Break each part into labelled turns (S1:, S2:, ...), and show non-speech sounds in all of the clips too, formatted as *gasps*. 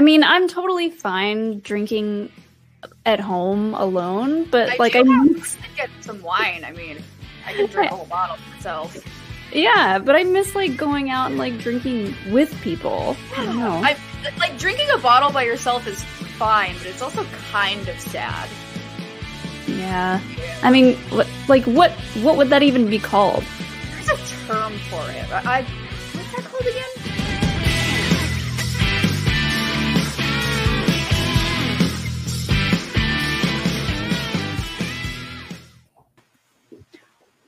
S1: mean, I'm totally fine drinking at home alone, but
S2: I
S1: like
S2: do
S1: I
S2: have, I get some wine. I mean, I can drink a whole bottle myself.
S1: yeah, but I miss like going out and like drinking with people. I don't know.
S2: I like drinking a bottle by yourself is fine, but it's also kind of sad.
S1: yeah. I mean, what, like what what would that even be called?
S2: There's a term for it. I I- what's that called again?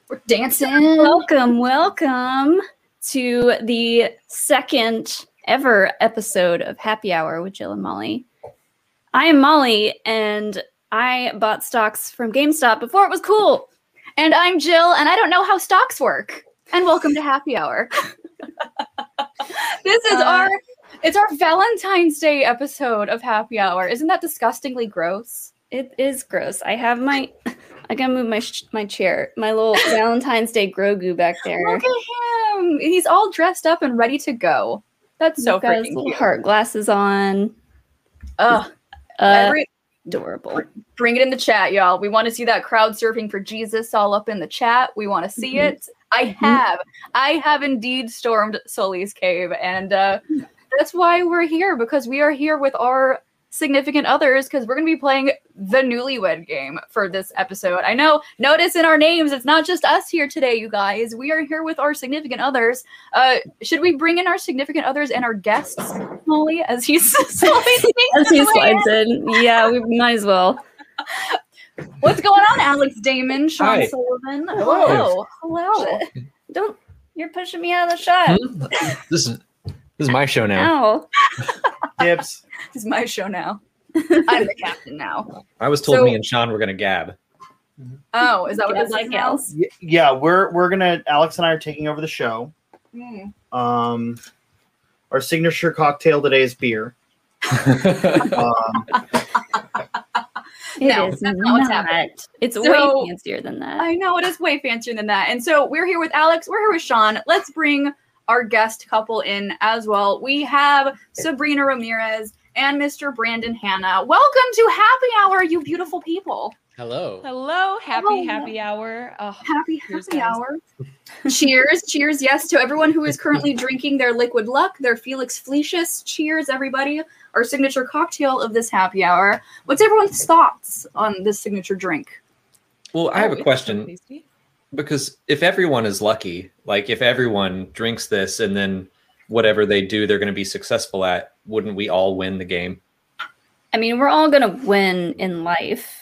S2: We're dancing.
S1: Welcome, welcome to the second ever episode of Happy Hour with Jill and Molly. I am Molly, and I bought stocks from GameStop before it was cool. And I'm Jill, and I don't know how stocks work. And welcome to Happy
S2: *laughs*
S1: Hour. this is
S2: Uh,
S1: our it's our Valentine's Day episode of Happy Hour. Isn't that disgustingly gross? It is gross. I have my I gotta move my sh- my chair, my
S2: *laughs*
S1: little Valentine's Day Grogu back there.
S2: Look at him. He's all dressed up and ready to go. That's so
S1: He's got his
S2: freaking
S1: little
S2: cute.
S1: heart glasses on.
S2: Ugh,
S1: Uh,
S2: every-
S1: adorable.
S2: bring it in the chat, y'all. We want to see that crowd surfing for Jesus all up in the chat. We want to see
S1: Mhm.
S2: it. I have. I have indeed stormed Sully's cave. And uh, that's why we're here because we are here with our significant others because we're going to be playing the newlywed game for this episode. I know, notice in our names, it's not just us here today, you guys. We are here with our significant others. Uh, should we bring in our significant others and our guests, Molly, as he's *laughs* sliding
S1: As he
S2: his way in?
S1: slides in, yeah, we might as well.
S2: What's going on, Alex Damon, Sean
S3: Hi.
S2: Sullivan?
S3: Hello.
S2: Hello. Hello.
S1: Don't you're pushing me out of the shot.
S3: Hmm? This is this is my show now.
S1: Ow.
S4: Gibbs.
S2: This is my show now. I'm the captain now.
S3: I was told
S2: So-
S3: me and Sean were gonna gab.
S2: Oh, is that what
S1: Yeah,
S2: it's like
S1: like
S2: now?
S1: else.
S4: Y- yeah, we're we're gonna Alex and I are taking over the show.
S2: Mm.
S4: Um, our signature cocktail today is beer. Um,
S1: It
S2: No,
S1: is
S2: that's not what's happening.
S1: It's
S2: So-
S1: way fancier than that.
S2: I know it is way fancier than that. And so we're here with Alex. We're here with Sean. Let's bring our guest couple in as well. We have Sabrina Ramirez and Mr. Brandon Hanna. Welcome to Happy Hour, you beautiful people.
S3: *laughs* Hello.
S5: Hello, happy
S2: Hello.
S5: happy hour. Oh,
S2: Happy
S5: Cheers,
S2: happy
S5: guys.
S2: hour.
S5: *laughs*
S2: cheers, cheers, yes, to everyone who is currently drinking their liquid luck, their Felix Fleecius. Cheers, everybody. Our signature cocktail of this happy hour. What's everyone's thoughts on this signature drink?
S3: Well, I have
S5: it's
S3: a
S5: so
S3: question
S5: tasty.
S3: because if everyone is lucky, like if everyone drinks this and then whatever they do, they're gonna be successful at. Wouldn't we all win the game?
S1: I mean, we're all gonna win in life,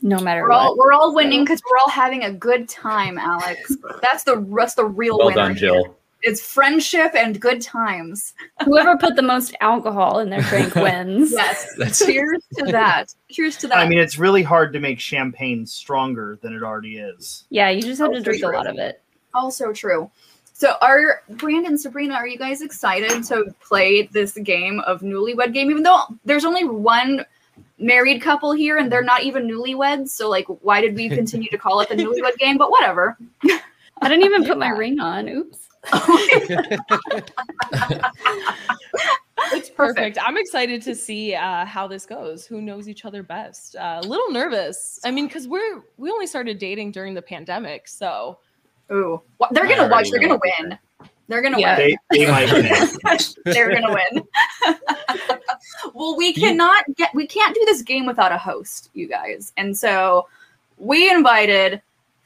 S1: no matter
S2: We're all
S1: what.
S2: we're all winning because we're all having a good time,
S5: *laughs*
S2: Alex. That's the that's the real
S3: Well
S2: winner.
S3: done,
S2: here.
S3: Jill.
S2: It's friendship and good times.
S1: Whoever put the most alcohol in their
S3: *laughs*
S1: drink wins.
S2: Yes.
S3: That's
S2: cheers to that. Cheers to that.
S4: I mean, it's really hard to make champagne stronger than it already is.
S1: Yeah, you just have to
S2: Oh,
S1: drink a
S2: sure.
S1: lot of it.
S2: Also true. So, are Brandon, Sabrina, are you guys excited to play this game of newlywed game? Even though there's only one married couple here, and they're not even newlyweds, so like, why did we continue to call it the newlywed game? But whatever.
S1: I didn't even put my ring on. Oops.
S2: *laughs*
S5: It's perfect. I'm excited to see uh, how this goes. Who knows each other best? Uh, a little nervous. I mean, because we're we only started dating during the pandemic, so
S2: Ooh, Wha- they're
S3: I
S2: gonna watch.
S3: already
S2: They're
S3: know
S2: gonna
S3: what
S2: win. They're gonna
S1: Yeah.
S4: They, they might win.
S2: win. they're gonna win. *laughs* well, we cannot get. We can't do this game without a host, you guys, and so we invited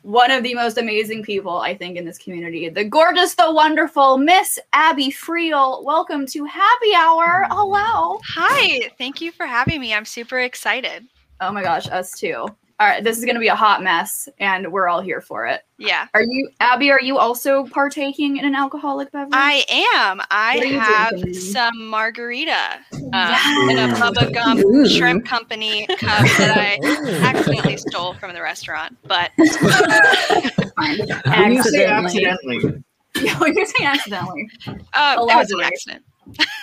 S2: one of the most amazing people I think in this community, the gorgeous, the wonderful Miss Abby Friel. Welcome to Happy Hour. Hello.
S6: Hi, thank you for having me. I'm super excited.
S2: Oh my gosh, us too. All right, this is gonna be a hot mess, and we're all here for it.
S6: Yeah,
S2: Are you, Abby? Are you also partaking in an alcoholic beverage? *laughs*
S6: I am.
S2: Mm.
S6: I
S2: What are you
S6: have
S2: drinking?
S6: some margarita um,
S2: Yes.
S6: in a Bubba Gum
S1: Ooh.
S6: Shrimp Company cup that I accidentally stole from the restaurant. But
S4: When you say
S1: Accidentally.
S4: accidentally,
S2: Oh, You're saying accidentally.
S6: uh, it was an
S2: Elaborate.
S6: accident.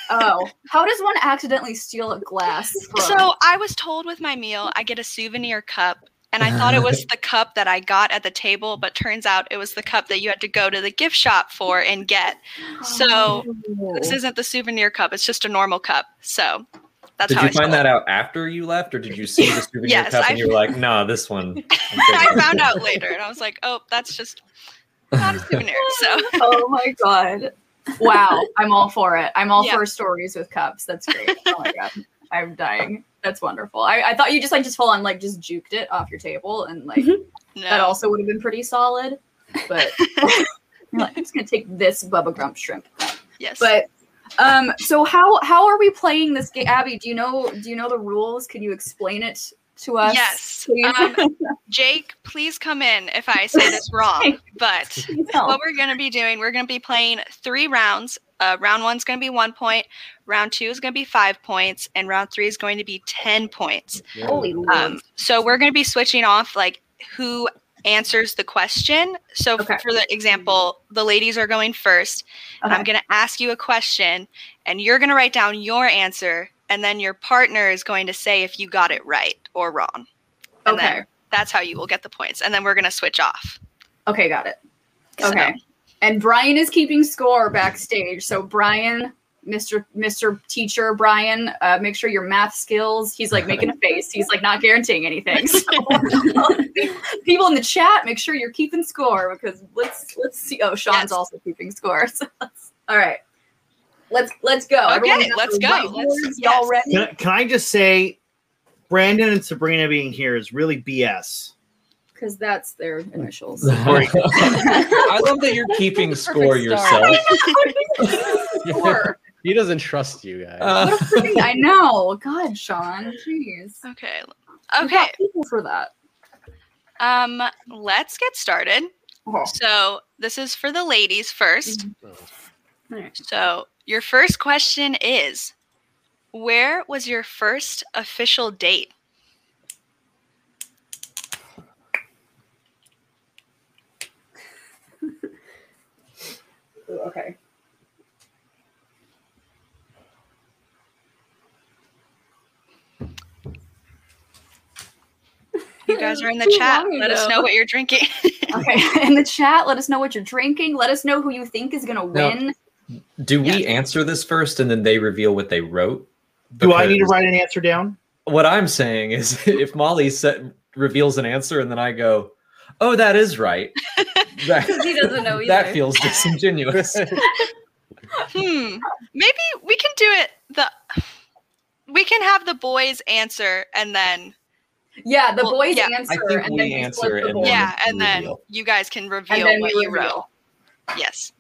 S2: Oh, how does one accidentally steal a glass? From?
S6: So I was told with my meal, I get a souvenir cup And I thought it
S2: *laughs*
S6: was the cup that I got at the table, but turns out it was the cup that you had to go to the gift shop for and get.
S2: Oh.
S6: So this *laughs* isn't the souvenir cup; it's just a normal cup. So that's
S3: did
S6: how
S3: you
S6: I
S3: find
S6: stole it.
S3: that out after you left, or did you see the souvenir
S6: Yes,
S3: cup and
S6: I-
S3: you were like, "Nah, this one"? *laughs*
S6: I found out later, and I was like, "Oh, that's just not
S2: *gasps*
S6: a souvenir." So
S2: oh my god. Wow. I'm all for it. I'm all
S6: Yeah.
S2: for stories with cups. That's great. Oh my god. I'm dying. That's wonderful. I, I thought you just like just full on like just juked it off your table and like
S6: Mm-hmm.
S2: that
S6: no,
S2: also would have been pretty solid.
S6: *laughs*
S2: But you're like, I'm just gonna take this Bubba Grump shrimp.
S6: yes,
S2: But um so how how are we playing this game? Abby, do you know do you know the rules? Can you explain it to us?
S6: yes.
S2: please?
S6: Um,
S2: *laughs*
S6: Jake, please come in if I say this
S2: *laughs*
S6: wrong. But what we're going to be doing, we're going to be playing three rounds. Uh, round one's going to be one point, round two is going to be five points, and round three is going to be 10 points.
S2: Holy lord.
S6: Um, so we're going to be switching off like who answers the question. So, f-
S2: Okay.
S6: for the example, the ladies are going first. and I'm
S2: Okay.
S6: going to ask you a question, and you're going to write down your answer, and then your partner is going to say if you got it right or wrong. And then
S2: Okay.
S6: that's how you will get the points. And then we're going to switch off.
S2: Okay, got it.
S6: So-
S2: Okay. And Brian is keeping score backstage. So Brian, Mr. Mr. Teacher Brian, uh, make sure your math skills. He's like
S6: *laughs*
S2: making a face. He's like not guaranteeing anything. So *laughs* people in the chat, make sure you're keeping score because let's let's see. Oh, Sean's
S6: Yes.
S2: also keeping score. *laughs* So let's- all right. Let's let's go.
S6: Okay,
S2: Everyone got
S6: let's
S2: the
S6: go.
S2: right
S6: Let's-
S2: words? y'all
S6: yes.
S2: ready?
S4: Can, I- can I just say, Brandon and Sabrina being here is really BS.
S2: Because that's their initials.
S3: *laughs*
S4: *laughs*
S3: I love that you're keeping
S5: Perfect
S3: score
S5: start.
S3: yourself.
S2: Score.
S7: he doesn't trust you guys.
S3: Uh,
S2: What a freaking- I know. God, Sean. Jeez.
S6: Okay.
S2: We've got
S6: Okay.
S2: people for that.
S6: Um, let's get started.
S2: Oh.
S6: So this is for the ladies first.
S2: Mm-hmm.
S1: Alright.
S6: So your first question is, where was your first official date?
S2: Ooh, okay. *laughs*
S6: You guys are in the
S1: Too
S6: chat.
S1: long
S6: Let us
S1: ago.
S6: know what you're drinking. *laughs*
S2: Okay. *laughs* In the chat, let us know what you're drinking. Let us know who you think is gonna win.
S3: do we answer this first, and then they reveal what they wrote?
S4: Do I need to
S3: Because
S4: write an answer down?
S3: What I'm saying is, *laughs* if Molly sa- reveals an answer, and then I go, "Oh, that
S1: *laughs*
S3: is right," that,
S1: he doesn't know either.
S3: that feels *laughs* disingenuous.
S6: Hmm. Maybe we can do it the we can have the boys answer and then
S2: Yeah, the
S6: Well,
S2: boys
S6: yeah.
S2: answer,
S3: I think
S2: and
S3: we
S2: then
S3: answer
S2: we flip the
S3: and
S2: board,
S3: then-
S6: yeah,
S3: we
S6: and then
S3: reveal.
S6: you guys can reveal
S2: and then
S6: what
S2: we
S6: you wrote.
S2: reveal.
S6: Yes.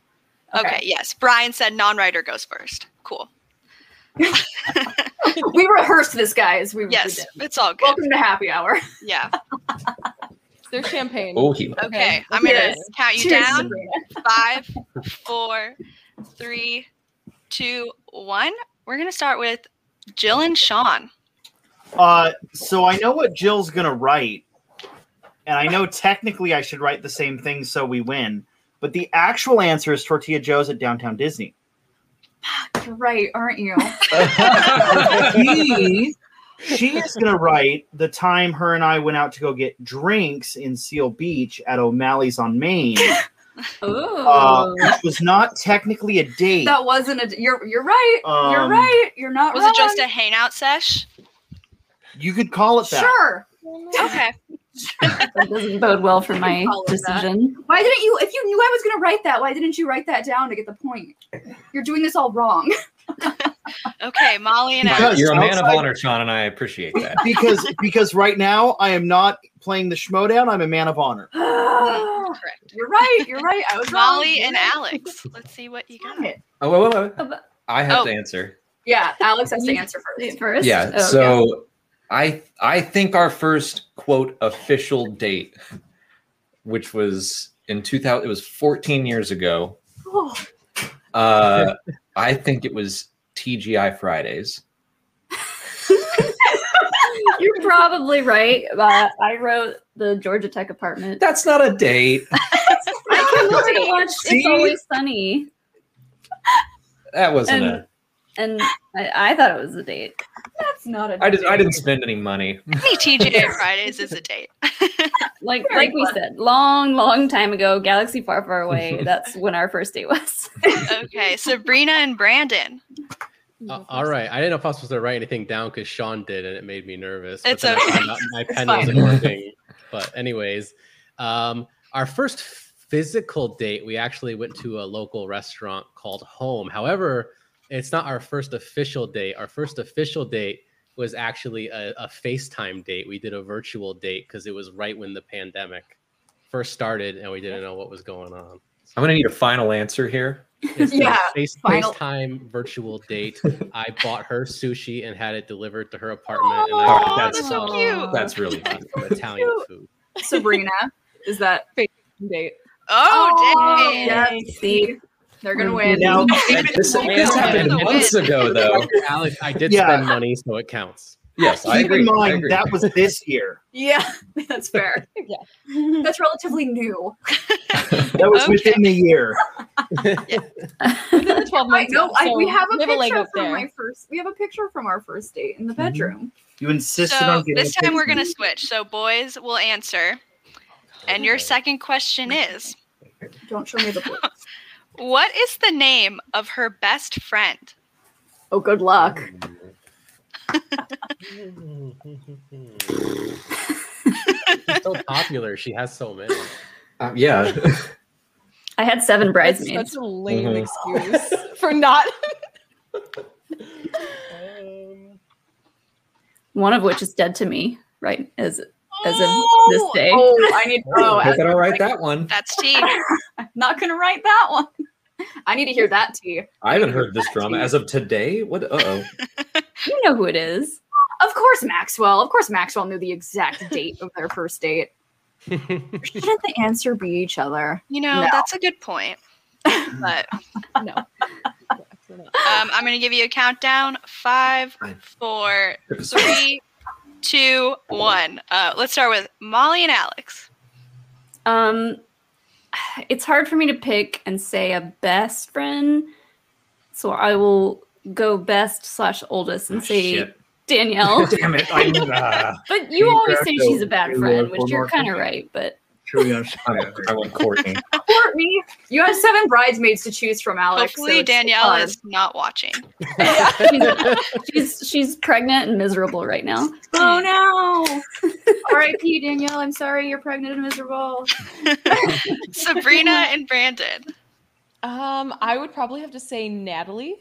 S2: Okay.
S6: okay, yes. Brian said non-writer goes first. Cool.
S2: we rehearsed this, guys. We, we
S6: Yes,
S2: did.
S6: it's all good.
S2: Welcome to happy
S6: *laughs*
S2: hour.
S6: Yeah.
S5: Their champagne. *laughs*
S3: oh, he.
S1: *laughs*
S6: Okay. I'm gonna
S2: Cheers.
S6: count you
S2: Cheers,
S6: down.
S2: Sabrina.
S3: Mm-hmm.
S6: Five, four, three, two, one. We're gonna start with Jill and Sean.
S4: Uh, so I know what Jill's gonna write, and I know technically I should write the same thing so we win. But the actual answer is Tortilla Joe's at Downtown Disney.
S2: You're right, aren't you?
S4: She,
S2: *laughs*
S4: she is gonna write the time her and I went out to go get drinks in Seal Beach at O'Malley's on Maine,
S1: Ooh.
S4: uh, which
S2: *laughs*
S4: was not technically a date.
S2: that wasn't a. You're you're right. you're
S4: Um,
S2: right. You're not.
S6: Was it just
S2: wrong.
S6: a hangout sesh?
S4: You could call it that.
S2: Sure. *laughs*
S6: Okay.
S1: that doesn't bode well for my
S2: All of that.
S1: decision.
S2: Why didn't you? If you knew I was gonna write that, why didn't you write that down to get the point? You're doing this all wrong. *sighs*
S6: Okay, Molly and Adam.
S3: *laughs*
S4: Because
S3: You're a man of
S4: outside-
S3: honor, Sean, and I appreciate that.
S4: Because because right now I am not playing the schmodown. I'm a man of honor.
S2: you're
S6: Correct.
S2: right. You're right. I was wrong.
S6: Molly and Alex. Let's see what you
S2: Damn
S6: got.
S2: it.
S3: Oh, wait, wait, wait.
S1: but-
S3: I have
S6: Oh.
S3: to answer.
S2: Yeah, Alex has to answer
S1: Wait,
S2: first.
S1: First?
S3: Yeah.
S1: Oh,
S3: so I I think our first quote official date, which was in 2000, it was 14 years ago.
S2: Oh,
S3: Uh, I think it was TGI Fridays.
S1: You're probably right. But I wrote the Georgia Tech apartment.
S3: That's not a date.
S1: I can look and watch
S3: See?
S1: It's Always Sunny,
S3: That wasn't
S1: And-
S3: a.
S1: and I, I thought it was a date.
S2: that's It's not a
S3: I, did, I didn't spend any money.
S6: Any TGA Fridays is a date.
S1: Like like we said, long, long time ago, galaxy far, far
S3: *laughs*
S1: away. that's when our first date was.
S6: Okay, Sabrina and Brandon.
S7: Uh, all right. I didn't know if I was supposed to write anything down because Sean did, and it made me nervous.
S6: *laughs* It's
S7: then I
S6: okay.
S7: found out my pen wasn't working. But anyways, um, our first physical date, we actually went to a local restaurant called Home. However, it's not our first official date. Our first official date was actually a, a FaceTime date. We did a virtual date because it was right when the pandemic first started, and we didn't know what was going on.
S3: I'm gonna need a final answer here.
S7: It's
S2: Yeah,
S7: yeah, face,
S2: final-
S7: FaceTime virtual date. I bought her sushi and had it delivered to her apartment. and
S3: Aw,
S7: I
S6: that's so cute.
S3: That's really
S7: uh, some Italian food.
S2: Sabrina. Is that *laughs*
S5: date.
S6: Oh, dang.
S1: See,
S2: they're gonna win? *laughs*
S4: Now,
S3: this, this happened
S7: Yeah.
S3: months ago, though.
S7: *laughs* Alex, I did
S4: Yeah.
S7: spend money, so it counts.
S3: Yes, I
S4: keep
S3: agree.
S4: in
S3: I
S4: mind
S3: agree.
S4: that was this year.
S2: Yeah, *laughs* that's fair. That's relatively new.
S4: That was
S6: Okay.
S4: within the year.
S5: Within the 12
S2: *laughs* I
S5: months.
S2: know. I,
S5: so
S2: we have a
S5: we
S2: picture
S5: leg
S2: from
S5: up there.
S2: my first. We have a picture from our first date in the bedroom.
S4: You insisted
S6: so
S4: on getting
S6: this
S4: a
S6: time we're
S4: picture.
S6: gonna switch. So boys will answer, and your second question is,
S2: Don't show me the book.
S6: what is the name of her best friend?
S2: *laughs* oh, good luck.
S7: She's so popular. She has so many.
S3: Uh, yeah,
S1: I had seven
S5: That's
S1: bridesmaids.
S5: such a lame
S3: Mhm.
S7: Mm-hmm.
S5: excuse *laughs* for not.
S1: One of which is dead to me. Right as as of this
S2: Oh,
S1: day.
S2: Oh, I
S3: *laughs*
S2: need. Oh,
S3: I hope I don't write that one.
S6: That's T.
S2: I'm not gonna write that one. *laughs* I need to hear that tea.
S3: I haven't heard this drama as of today. What? Uh oh.
S1: You know who it is.
S2: Of course, Maxwell. Of course, Maxwell knew the exact date of their first date. Shouldn't the answer be each other?
S6: You know,
S2: No.
S6: that's a good point. But
S2: *laughs*
S5: No. Definitely
S6: um, I'm gonna give you a countdown: five, four, three, two, one. Uh, let's start with Molly and Alex.
S1: Um, it's hard for me to pick and say a best friend, so I will go best slash oldest and say
S3: Shit. *laughs*
S1: *laughs* Danielle.
S4: Ah, *laughs* Damn it! I knew that.
S1: *laughs* but you
S4: Can you
S1: always
S4: crack
S1: say
S4: the-
S1: she's a bad
S4: the
S1: friend,
S4: Lord
S1: which
S4: for
S1: you're
S4: Mark?
S1: kind of right.
S4: *laughs*
S1: But *laughs*
S4: Sure, we understand.
S3: I want- I want Courtney.
S2: Courtney, you have seven bridesmaids to choose from, Alex. so
S6: Hopefully,
S2: it's
S6: Danielle
S2: hard.
S6: is not watching.
S1: she's she's pregnant and miserable right now. *laughs*
S2: Oh no! R.I.P. Danielle. I'm sorry you're pregnant and miserable.
S3: *laughs*
S6: Sabrina and Brandon.
S5: Um, I would probably have to say Natalie.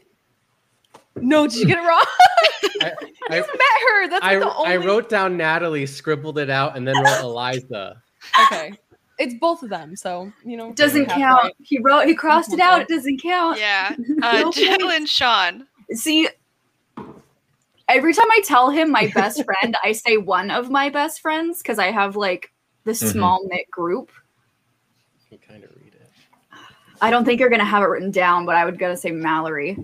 S5: No, did you get it wrong?
S7: *laughs*
S5: *laughs*
S7: I,
S5: Met her. That's
S7: Mm. I,
S5: like the only.
S7: I wrote down Natalie, scribbled it out, and then wrote *laughs* Eliza.
S5: *laughs* Okay, it's both of them, so you know.
S2: Doesn't
S5: half
S2: count.
S5: right.
S2: He wrote. He crossed it out. It doesn't count.
S6: Yeah.
S3: *laughs*
S6: Uh, Jill and Sean.
S2: See, every time I tell him my best *laughs* friend, I say one of my best friends because I have like this
S3: Mhm.
S2: small knit group.
S7: You can kind of read it.
S2: I don't think you're gonna have it written down, but I would gotta say
S6: *laughs*
S2: Mallory.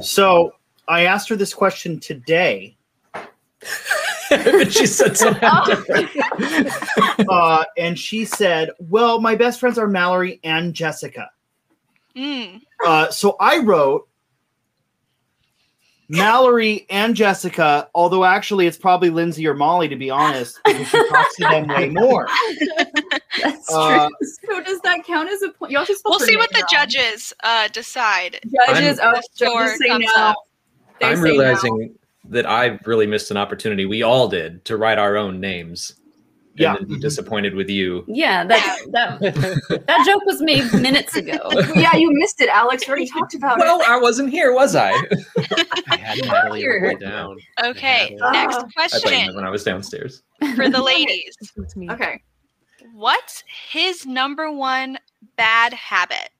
S4: So I asked her this question today,
S3: but she said *laughs* something
S6: Oh.
S3: different.
S4: uh, and she said, "Well, my best friends are Mallory and Jessica."
S6: Mm.
S4: Uh, so I wrote Mallory and Jessica, although actually it's probably Lindsay or Molly to be honest, because she talks to them way more.
S1: That's
S4: Uh,
S2: *laughs* So does that count as a point? Y'all just
S6: We'll see what the judges uh, decide.
S2: judges.
S6: I'm-
S2: oh, judges say
S6: comes
S2: no.
S6: up.
S2: They
S3: I'm
S2: say
S3: realizing that I really missed an opportunity. We all did to write our own names. and
S4: Yeah.
S3: then be disappointed with you.
S1: yeah, that that that joke was made minutes ago.
S2: no. yeah, you missed it, Alex. We already talked about it.
S3: Well, I wasn't here, was I?
S7: I had Natalie written down.
S6: Okay.
S7: Ah.
S6: Next
S3: Uh, I *laughs* thought you meant
S6: question
S3: when I was downstairs.
S6: for the ladies.
S5: It's me.
S2: Okay.
S6: What's his number one bad habit?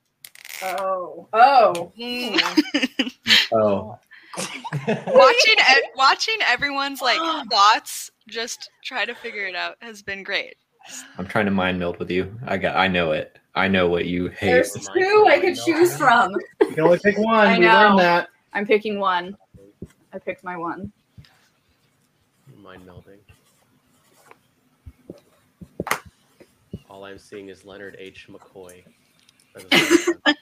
S2: Oh.
S6: *laughs*
S2: Oh.
S6: Mm.
S3: Oh,
S6: watching e- watching everyone's *gasps* like thoughts, just try to figure it out has been great.
S3: I'm trying to mind meld with you. I got. I know it. I know what you hate.
S2: There's two I could choose from.
S4: you can only pick one.
S2: I
S4: we
S2: know.
S4: learned that.
S2: I'm picking one. I picked my one.
S7: Mind melding. All I'm seeing is Leonard H. McCoy. That is all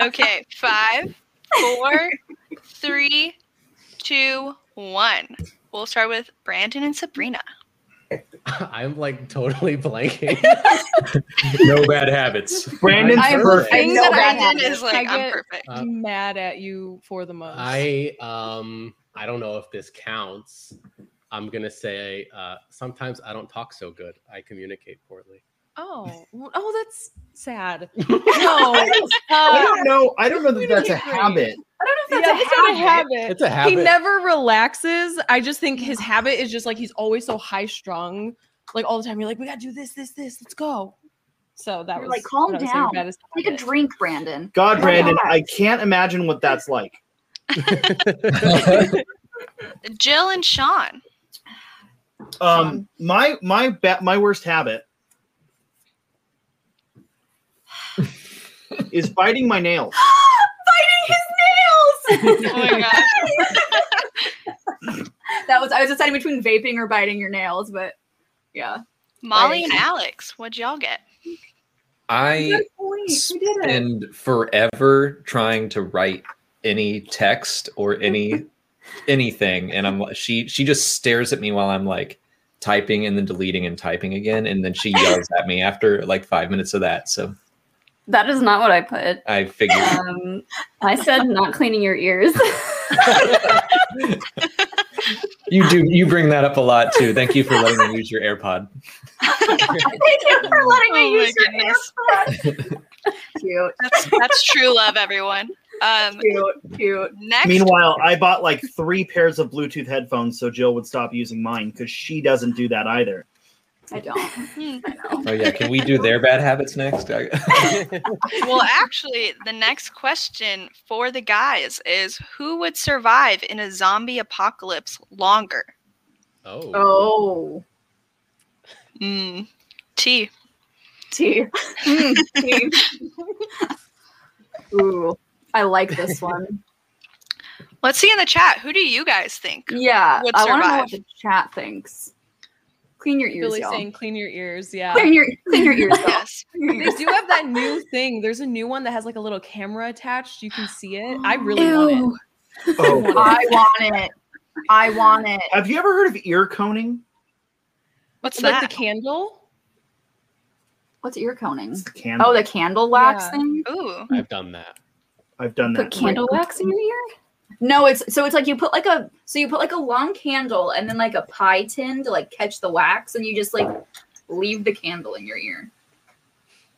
S7: I'm
S6: Okay, five, four, three, two, one. We'll start with Brandon and Sabrina.
S7: *laughs* I'm like totally *laughs* blanking.
S3: *laughs* no bad habits.
S4: Brandon's
S5: I'm
S4: perfect.
S5: I
S6: Things
S5: know
S6: that
S5: that
S6: Brandon is
S5: happens.
S6: like,
S5: I
S6: I'm
S5: get-
S6: perfect.
S7: Uh,
S5: mad at you for the most.
S7: I um I don't know if this counts. I'm gonna say uh, sometimes I don't talk so good. I communicate *laughs* poorly.
S5: oh oh that's
S2: *laughs*
S5: sad. No,
S4: I
S5: uh,
S4: don't know. I don't know
S5: We
S4: that
S5: don't
S4: that's a
S5: agree.
S4: habit.
S5: yeah,
S2: that's a
S5: that's not a
S2: habit.
S5: habit.
S7: It's a habit.
S5: He never relaxes. I just think his habit is just like he's always so high strung, like all the time. You're like, we gotta do this, this, this. Let's go. So that
S2: You're
S5: was
S2: like, calm
S5: what I was
S2: down.
S5: saying, that is
S2: Take a
S5: habit.
S2: drink, Brandon.
S4: God, Brandon, I can't imagine what that's like.
S6: Jill and Sean.
S4: Um, my my ba- my worst habit is biting my nails.
S2: Biting his nails.
S6: *laughs* Oh *laughs* my gosh.
S2: that was I was deciding between vaping or biting your nails, but yeah.
S6: Molly and Alex, what'd y'all get?
S3: I
S2: We
S3: spend forever trying to write any text or any
S1: *laughs*
S3: anything, and I'm like- she she just stares at me while I'm like typing and then deleting and typing again, and then she yells at me after like five minutes of that. So
S1: That is not what I put.
S3: I figured
S1: *laughs* Um, I said not cleaning your ears. *laughs*
S3: you do you bring that up a lot too. Thank you for letting me use your AirPod.
S2: *laughs* Thank you for letting me
S6: Oh my
S2: use your
S6: goodness.
S2: AirPods. cute,
S6: That's that's true love, everyone. Um,
S2: cute, cute.
S6: next,
S4: Meanwhile, I bought like three pairs of Bluetooth headphones so Jill would stop using mine because she doesn't do that either.
S2: I don't.
S6: Hmm.
S3: Oh yeah, can we do their bad habits next? *laughs* Uh, I-
S6: well, actually, the next question for the guys is who would survive in a zombie apocalypse longer?
S7: oh.
S2: Oh,
S6: Mm. T.
S2: tea. Mm, tea. *laughs* Ooh, I like this one.
S6: Let's see in the chat. Who do you guys think?
S2: Yeah,
S6: Would
S2: I want to know
S6: survive.
S2: what the chat thinks. Clean your ears,
S5: Billy
S2: y'all.
S5: saying clean your ears. Yeah.
S2: Clean your clean your ears. y'all.
S6: Yes.
S2: Clean your *laughs*
S5: They
S2: ears.
S5: do have that new thing. There's a new one that has like a little camera attached. You can see it. I really want
S1: Ew.
S4: Oh,
S2: I want it. I want it.
S4: have you ever heard of ear coning?
S6: What's
S5: it. Like the
S6: that?
S5: candle.
S2: What's ear coning?
S4: It's the candle.
S2: Oh, the candle wax
S5: Yeah.
S2: thing.
S6: Ooh.
S7: I've done that.
S4: I've done
S1: Put
S4: that.
S1: candle wax in your ear?
S2: No, it's so it's like you put like a so you put like a long candle and then like a pie tin to like catch the wax and you just like leave the candle in your ear.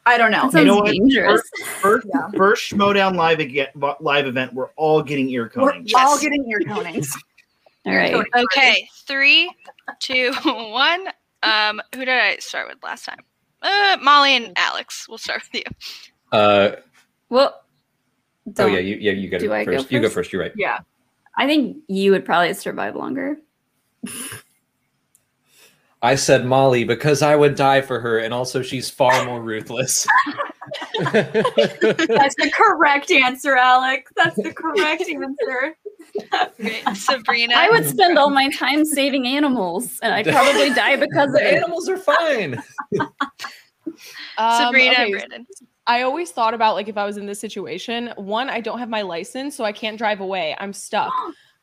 S2: I don't know.
S1: That sounds
S4: know what?
S1: dangerous.
S4: First,
S2: Yeah.
S4: first Schmodown live again, live event. We're all getting ear
S2: We're
S4: coning.
S6: Yes.
S2: all getting ear conings.
S1: All right.
S6: Okay. Three, two, *laughs* one. Um, who did I start with last time? Uh, Molly and Alex. We'll start with you.
S3: Uh,
S1: Well,
S3: oh
S1: don't.
S3: yeah, you yeah you got
S1: Do I
S3: it
S1: go
S3: first. You go
S1: first?
S3: first. You're right.
S2: Yeah.
S1: I think you would probably survive longer.
S3: I said Molly because I would die for her, and also she's far more ruthless.
S2: *laughs* That's the correct answer, Alex. That's the correct answer.
S6: Great. *laughs* Sabrina.
S1: I would spend all my time saving animals, and I'd probably die because of
S3: the *laughs*
S1: it.
S3: animals are fine.
S5: Um,
S6: Sabrina
S5: okay,
S6: and Brandon.
S5: I always thought about like if I was in this situation, one, I don't have my license, so I can't drive away. I'm stuck.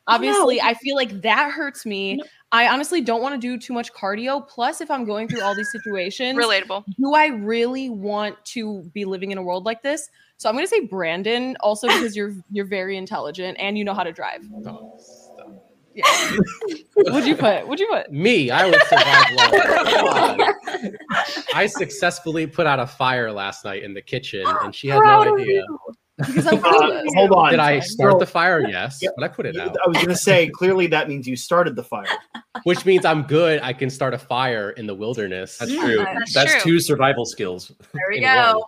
S5: Obviously, I feel like that hurts me. I honestly don't want to do too much cardio. Plus, if I'm going through all these situations,
S6: Relatable.
S5: do I really want to be living in a world like this? So I'm gonna say Brandon, also because you're you're very intelligent and you know how to drive.
S7: Oh, stop.
S5: Would you put? Would you put?
S7: Me, I would *laughs* survive long. Come on. I successfully put out a fire last night in the kitchen, and she had
S2: Proud
S7: no
S2: of
S7: idea.
S2: you.
S5: Because
S4: *laughs*
S5: I'm
S4: Uh, hold on.
S7: Did I
S5: Fine.
S7: start
S4: So-
S7: the fire? Yes,
S4: Yep.
S7: but I put it out,
S4: I was gonna say clearly that means you started the fire.
S7: which means I'm good. I can start a fire in the wilderness.
S3: That's true.
S2: Mm,
S6: That's
S3: That's,
S6: true.
S3: two survival skills.
S2: There we
S7: in
S2: go.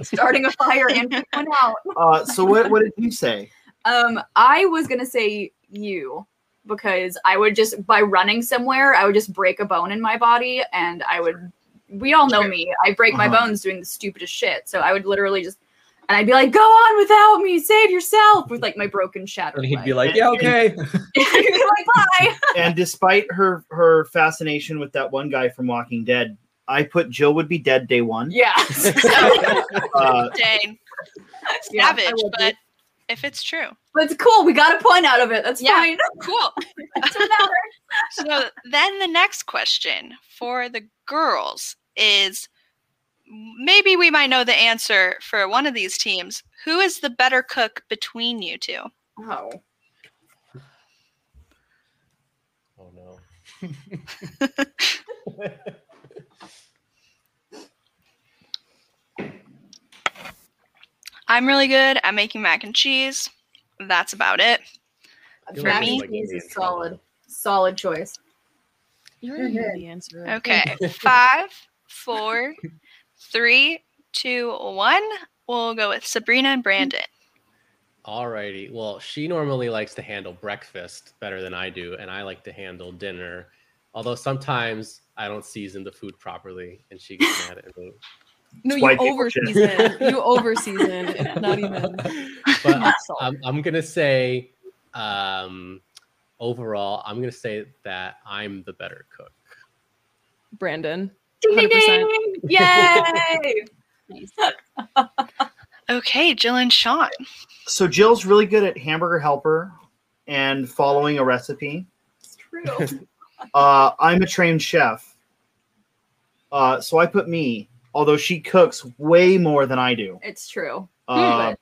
S2: *laughs* Starting a fire and putting *laughs* one out.
S4: Uh, so what, what did you say?
S2: Um, I was gonna say you because I would just by running somewhere, I would just break a bone in my body, and I would. We all know me. I break my
S4: Uh-huh.
S2: bones doing the stupidest shit. So I would literally just, and I'd be like, "Go on without me, save yourself," with like my broken, shattered.
S3: And he'd be
S2: leg.
S3: like, "Yeah,
S2: *laughs*
S3: okay."
S2: He'd be like, "Bye."
S4: And despite her her fascination with that one guy from Walking Dead, I put Jill would be dead
S2: *laughs*
S4: day one.
S2: yeah.
S6: So,
S4: Uh,
S6: Dane.
S2: Yeah, I
S6: Savage,
S2: would be.
S6: but if it's true.
S2: But it's cool. We got a point out of it. That's
S6: Yeah.
S2: fine.
S6: Cool.
S2: Doesn't matter.
S6: so then the next question for the girls is maybe we might know the answer for one of these teams. Who is the better cook between you two?
S2: *laughs* Oh.
S7: Oh no.
S6: I'm really good at making mac and cheese. That's about it.
S7: I feel
S2: Mac
S7: this
S6: me,
S2: and cheese
S7: is, like, gonna be
S2: is
S7: in trouble.
S2: solid. Solid choice.
S5: You're
S2: You're
S5: gonna know
S2: good.
S5: the answer.
S6: Okay. Five, four, three, two, one. We'll go with Sabrina and Brandon.
S7: Alrighty. Well, she normally likes to handle breakfast better than I do, and I like to handle dinner. Although sometimes I don't season the food properly, and she gets mad at me.
S5: No,
S4: That's
S5: you
S4: why people
S5: over
S4: shit.
S5: season. *laughs* You over season. Not even. *laughs*
S7: But
S5: Solid.
S7: I'm, I'm gonna say, um, overall, I'm gonna say that I'm the better cook.
S5: Brandon.
S2: Ding ding
S5: 100%.
S2: ding! *laughs* Yay!
S1: Nice.
S6: Okay, Jill and Sean.
S4: So Jill's really good at hamburger helper and following a recipe.
S2: it's true.
S4: Uh, I'm a trained chef. Uh, so I put me, although she cooks way more than I do.
S2: It's true.
S4: Uh,
S2: Hmm. But,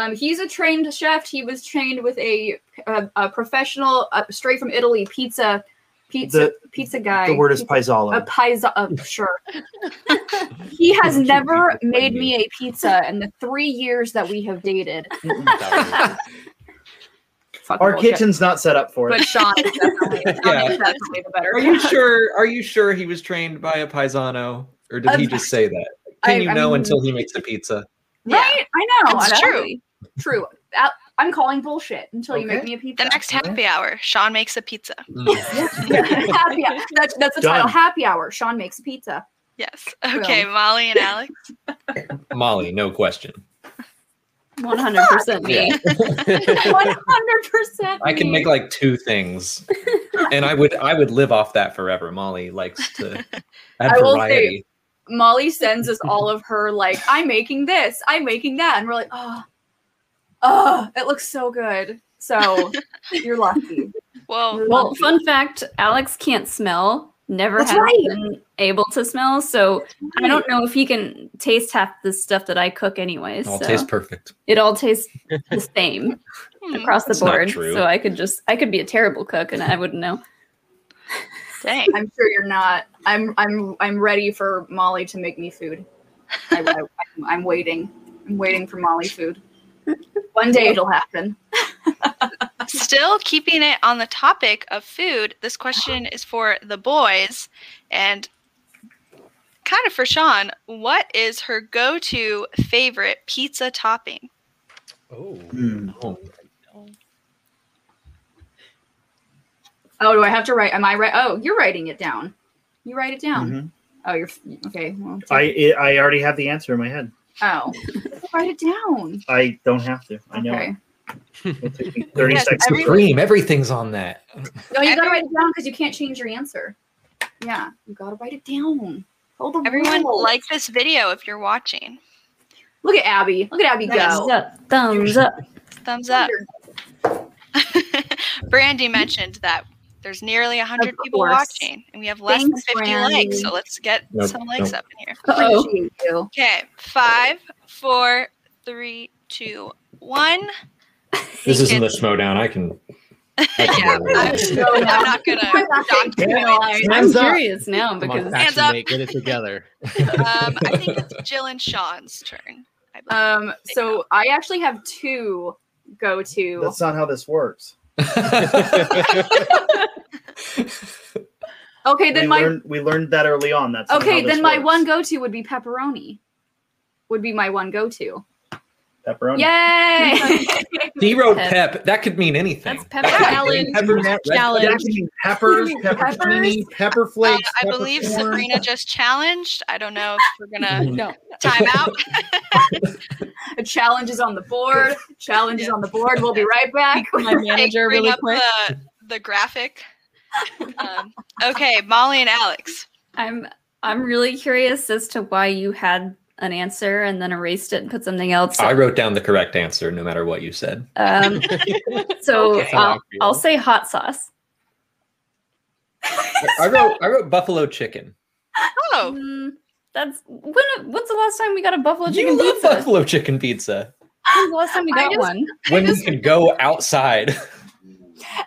S2: um, he's a trained chef. He was trained with a a, a professional, uh, straight from Italy, pizza, pizza, pizza guy.
S4: the word is
S2: pizza, a
S4: paisalo.
S2: pizza. Uh, sure. he has never made me a pizza in the three years that we have dated.
S7: That
S2: Fucking
S4: Our
S2: bullshit.
S4: kitchen's not set up for
S2: but
S4: it.
S2: Sean is
S6: *laughs*
S2: definitely, Sean is definitely the better.
S3: Are you sure? Are you sure he was trained by a paisano, or did he
S2: Um,
S3: just say that?
S2: I-
S3: Can you
S2: I
S3: know
S2: mean-
S3: until he makes a pizza?
S2: Yeah. Right? I know.
S6: That's
S2: exactly. True. I- I'm calling bullshit until you make
S4: Okay.
S2: me a pizza.
S6: The next happy hour, Sean makes a pizza.
S3: Mm.
S2: *laughs* happy hour. *laughs* That's, that's the
S4: Done.
S2: title. Happy hour. Sean makes a pizza.
S6: Yes. Okay, Molly and Alex.
S3: Molly, no question.
S1: 100% me.
S3: Yeah.
S2: 100%.
S3: I can make like
S2: *laughs*
S3: two things, and I would I would live off that forever. Molly likes
S2: *laughs*
S3: to add
S2: I will say-
S3: variety.
S2: Molly sends us all of her, like, I'm making this, I'm making that. And we're like, oh, oh, it looks so good. So you're lucky.
S6: Well,
S1: Well, fun fact Alex can't smell, never
S2: That's
S1: has
S2: right.
S1: been able to smell. So I don't know if he can taste half the stuff that I cook, anyways.
S3: All
S1: so
S3: tastes perfect.
S1: it all tastes
S3: *laughs*
S1: the same
S6: hmm,
S1: across the
S3: It's not
S1: board.
S3: true.
S1: So I could just, I could be a terrible cook and I wouldn't know.
S2: *laughs*
S6: dang.
S2: I'm sure you're not. I'm I'm I'm ready for Molly to make me food. I, I, I'm, I'm waiting. I'm waiting for Molly food. One day it'll happen.
S6: Still keeping it on the topic of food, this
S2: Uh-huh.
S6: question is for the boys and kind of for Sean. What is her go to favorite pizza topping?
S7: oh.
S4: Hmm.
S7: oh.
S2: Oh, do I have to write? Am I right? Oh, you're writing it down. You write it down.
S4: Mhm.
S2: Oh, you're okay. Well,
S4: I I already have the answer in my head.
S2: oh, *laughs* write it down.
S4: I don't have to. I know.
S2: Okay.
S4: It took me 30
S6: Yes,
S4: seconds.
S6: every-
S3: Supreme, everything's on that.
S2: No, you gotta write it down because you can't change your answer. Yeah, you gotta write it down. Hold the
S6: Everyone,
S2: rules.
S6: like this video if you're watching.
S2: Look at Abby. Look at Abby
S1: Thumbs
S2: go.
S1: up. Thumbs
S2: *laughs*
S1: up.
S6: Thumbs up. *laughs* Brandy mentioned that there's nearly 100
S2: Of
S6: people
S2: course.
S6: watching, and we have less
S2: Thanks,
S6: than 50
S2: Brandy.
S6: likes. So let's get
S3: Nope,
S6: some likes
S3: nope.
S6: up in here.
S1: Uh-oh.
S2: Appreciate you.
S6: Okay, five, four, three, two, one.
S3: This
S6: Think
S3: isn't the
S6: it's-
S3: schmodown. I can. I
S6: Yeah,
S3: can
S6: I'm,
S3: *laughs*
S6: *laughs* I'm not
S2: I'm
S6: gonna.
S2: not
S6: dock
S2: gonna
S6: you.
S2: lie.
S1: I'm
S4: Thumbs up.
S1: curious now
S7: Come on,
S1: because
S6: Hands
S7: Hands
S6: up.
S7: Get it together.
S6: Um, I think it's Jill and Sean's turn. I uh, believe.
S5: Uh,
S2: Um, so I actually have two go to.
S4: That's not how this works.
S2: Okay, then
S4: we,
S2: my
S4: learned, we learned that early on. That's not how
S2: okay
S4: this
S2: then my
S4: works.
S2: one go to would be pepperoni. Would be my one go to.
S4: pepperoni.
S2: Yay!
S4: *laughs*
S3: He wrote
S1: Pep.
S3: pep. That could mean anything.
S1: That's pepper
S3: That could mean peppers, red
S5: challenge.
S4: That could be
S2: *laughs*
S4: peppers, pepperoni, pepper
S6: Uh,
S4: flakes.
S6: I
S4: pepper
S6: believe
S4: corn.
S6: Sabrina just challenged. I don't know if we're gonna
S5: *laughs* No.
S6: time out.
S2: A challenge is on *laughs* the board. Challenge is on the board. We'll be right
S6: *laughs*
S2: back.
S5: *laughs* My manager
S6: Bring
S5: really
S6: up
S5: quick.
S6: The, the graphic. Um, okay, Molly and Alex.
S1: I'm I'm really curious as to why you had an answer and then erased it and put something else.
S3: I wrote down the correct answer no matter what you said. *laughs*
S1: Um, so
S7: Okay.
S1: I'll, I'll say hot sauce.
S3: I wrote I wrote buffalo chicken.
S6: Oh,
S1: Mm, that's when. When's the last time we got a buffalo
S3: You
S1: chicken
S3: love
S1: pizza?
S3: buffalo chicken pizza.
S1: When's the last time we
S2: I
S1: got
S2: just- *laughs*
S1: one?
S3: When you can go outside.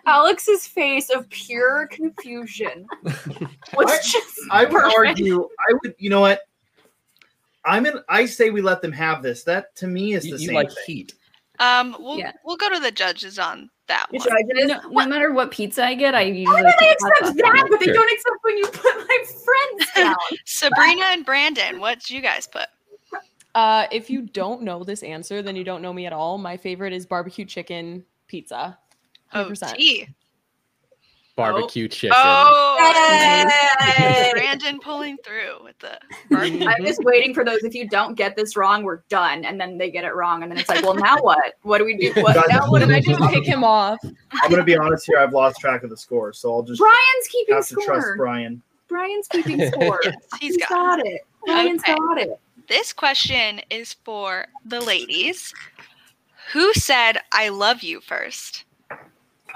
S2: Alex's face of pure *laughs* confusion
S4: I-
S2: was just
S4: I would argue. I would. You know what? I'm in. I say we let them have this. That to me is the
S3: You, you
S4: same.
S3: like
S4: thing.
S3: heat.
S6: um, we'll
S1: Yeah.
S6: we'll go to the judges on that one.
S1: No, no matter what pizza I get, I usually.
S2: Why do they
S1: pick hot sauce.
S2: Oh, accept that, but they
S3: Sure.
S2: don't accept when you put my friends *laughs* down?
S6: Sabrina and Brandon, what did you guys put?
S5: Uh, if you don't know this answer, then you don't know me at all. My favorite is barbecue chicken pizza.
S6: Oh,
S5: 100%.
S6: tea.
S7: Barbecue chicken.
S4: *laughs*
S6: Oh, Brandon pulling through with
S5: *laughs*
S6: the. barbecue.
S2: I'm just waiting for those. If you don't get this wrong, we're done. And then they get it wrong, and then it's like, well, now what? What do we do? What
S4: Done.
S2: now? What do I do?
S5: Kick him off.
S4: I'm gonna be honest here. I've lost track of the score, so I'll just
S2: Brian's keeping
S4: have to trust
S2: score.
S4: Brian.
S2: Brian's keeping score.
S3: *laughs*
S6: He's got.
S2: it. Brian's
S6: Okay.
S2: got it.
S6: This question is for the ladies. Who said I love you first?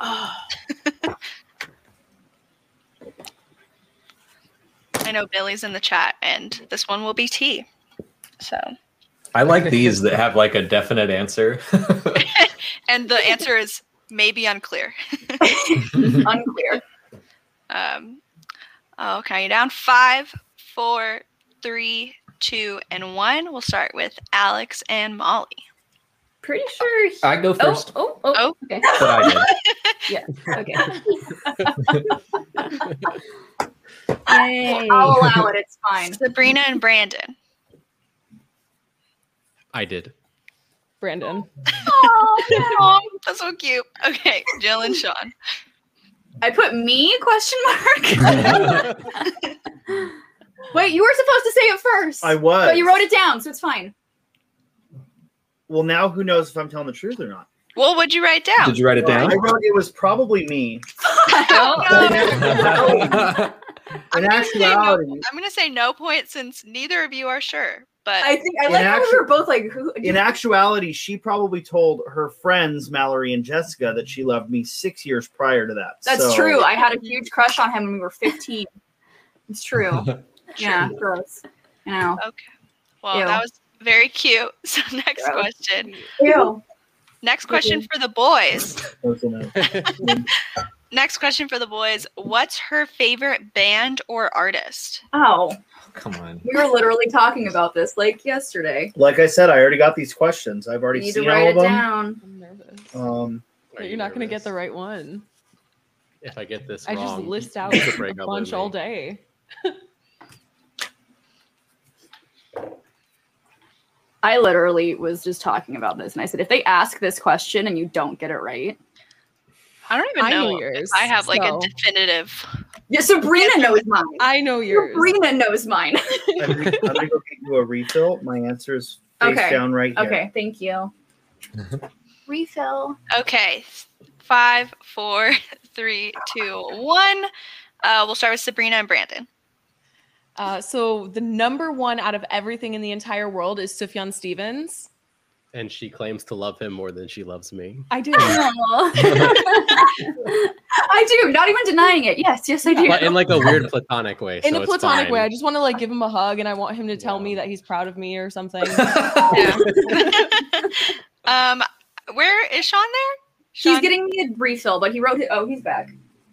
S6: *sighs* I know Billy's in the chat, and this one will be T. So,
S3: I like these that have like a definite answer.
S6: and the answer is maybe unclear.
S2: Unclear.
S6: Um, I'll count you down. Five, four, three, two, and one. We'll start with Alex and Molly.
S1: Pretty sure. he-
S3: I go
S1: oh,
S3: first,
S1: oh, oh,
S6: Oh.
S1: Okay.
S3: but I did.
S2: *laughs*
S3: *laughs*
S1: Okay. Yay.
S2: I'll allow it. It's fine.
S6: Sabrina and Brandon.
S7: I did.
S5: Brandon.
S6: Aw, that's so cute. Okay, Jill and Sean.
S2: I put me question mark. *laughs* Wait, you were supposed to say it first.
S4: I was.
S2: But you wrote it down, so it's fine. *laughs*
S4: Well, now who knows if I'm telling the truth or not?
S6: Well, what'd you write
S3: *laughs*
S6: down?
S3: Did you write it
S4: I
S3: down? *laughs*
S4: wrote it was probably me.
S2: Oh,
S6: I'm
S4: In
S6: gonna say no.
S4: actuality,
S6: I'm gonna say no point since neither of you are sure. But
S2: I think I
S4: *laughs* In
S2: like how we
S4: actu-
S2: were both like, who?
S4: in actuality, she probably told her friends Mallory and Jessica that she loved me six years prior to that.
S2: That's
S4: So-
S2: true. I had a huge crush on him when we were 15. It's
S4: *laughs*
S2: true.
S3: Oh,
S2: yeah, gross. You know.
S6: okay. Well,
S2: Ew.
S6: that was very cute. *laughs* So next
S2: Gross.
S6: question.
S2: Ew.
S6: Next question for the boys.
S4: That's a no.
S6: Next question for the boys. What's her favorite band or artist?
S2: Oh,
S3: Come on.
S2: we were literally talking about this like yesterday.
S4: Like I said, I already got these questions. I've
S2: You
S4: already
S2: need to
S4: seen
S2: write
S4: all of
S2: it
S4: them.
S2: down.
S5: I'm nervous.
S2: *laughs*
S4: Um,
S7: Are you
S5: You're not going to
S7: Oh, nervous?
S5: get the right one.
S7: If I get this
S5: I
S7: wrong,
S5: just list
S7: you
S5: out
S7: could
S5: a
S7: break up with
S5: bunch all
S7: me.
S5: day.
S2: I literally was just talking about this, and I said, if they ask this question and you don't get it right,
S6: I don't even
S5: I
S6: know.
S5: know yours.
S6: I have like
S5: so-
S6: a definitive.
S2: yeah, Sabrina knows mine.
S5: I know yours.
S2: Sabrina knows mine.
S4: I'm gonna I'm gonna go get you a refill. My answer is face
S2: Okay.
S4: down right here.
S2: Okay, thank
S4: *laughs*
S2: you. Refill.
S6: Okay. Five, four, *laughs* three, two, one. Uh, we'll start with Sabrina and Brandon.
S5: Uh, so the number one out of everything in the entire world is Sufjan Stevens.
S7: And she claims to love him more than she loves me.
S5: I do.
S2: *laughs* I do. Not *laughs* even denying it. Yes, yes, I do.
S7: But in like a weird *laughs* platonic way.
S5: In
S7: so
S5: a
S7: it's
S5: platonic way, I
S7: fine.
S5: just want to like give him a hug, and I want him to tell
S7: Yeah.
S5: me that he's proud of me or something.
S7: *laughs*
S6: um, where is Sean there? Sean?
S2: He's getting me a refill, but he wrote it. Oh, he's back.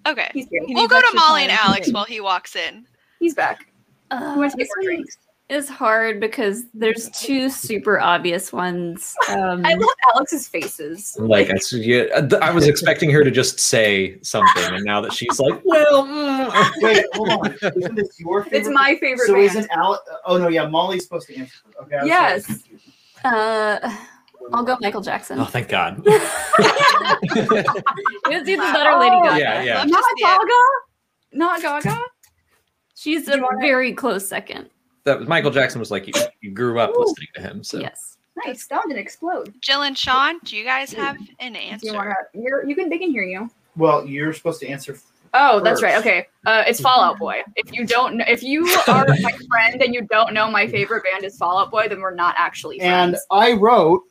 S6: okay.
S2: He's here.
S5: He
S6: We'll
S5: needs
S6: go to
S5: extra
S6: Molly and
S5: time.
S6: Alex while he walks in.
S2: He's back. Who
S1: Uh,
S2: wants to get
S1: this
S2: more
S1: one
S2: drinks?
S1: is hard because there's two super obvious ones. Um,
S2: *laughs* I love Alex's faces.
S3: Like I, so you- I was expecting her to just say something, and now that she's like, well, mm,
S4: Wait, hold on. Isn't this your favorite?
S2: It's my favorite
S4: So
S2: band.
S4: isn't Al? Oh no, yeah. Molly's supposed to answer. Okay. I was
S2: Yes.
S4: sorry.
S1: uh, I'll go Michael Jackson.
S3: oh,
S2: *laughs*
S3: thank God. *laughs*
S1: It's either that or Lady
S2: Oh.
S1: Gaga.
S3: Yeah, yeah.
S6: Love to
S2: Not
S6: see it.
S2: Gaga. Not Gaga.
S1: She's
S2: Do you
S1: a
S2: wanna-
S1: very close second.
S3: That was, Michael Jackson was like, you, you grew up listening to him, so
S1: Yes.
S2: Nice. Sound and explode.
S6: Jill and Sean, do you guys have an
S2: Do you want
S6: answer?
S2: to? You're. You can. They can hear you.
S4: Well, you're supposed to answer.
S2: Oh, that's right.
S4: First.
S2: Okay, uh, it's Fallout Boy. If you don't, know, if
S4: *laughs*
S2: you are my friend and you don't know my favorite band is Fallout Boy, then we're not actually friends.
S4: And I wrote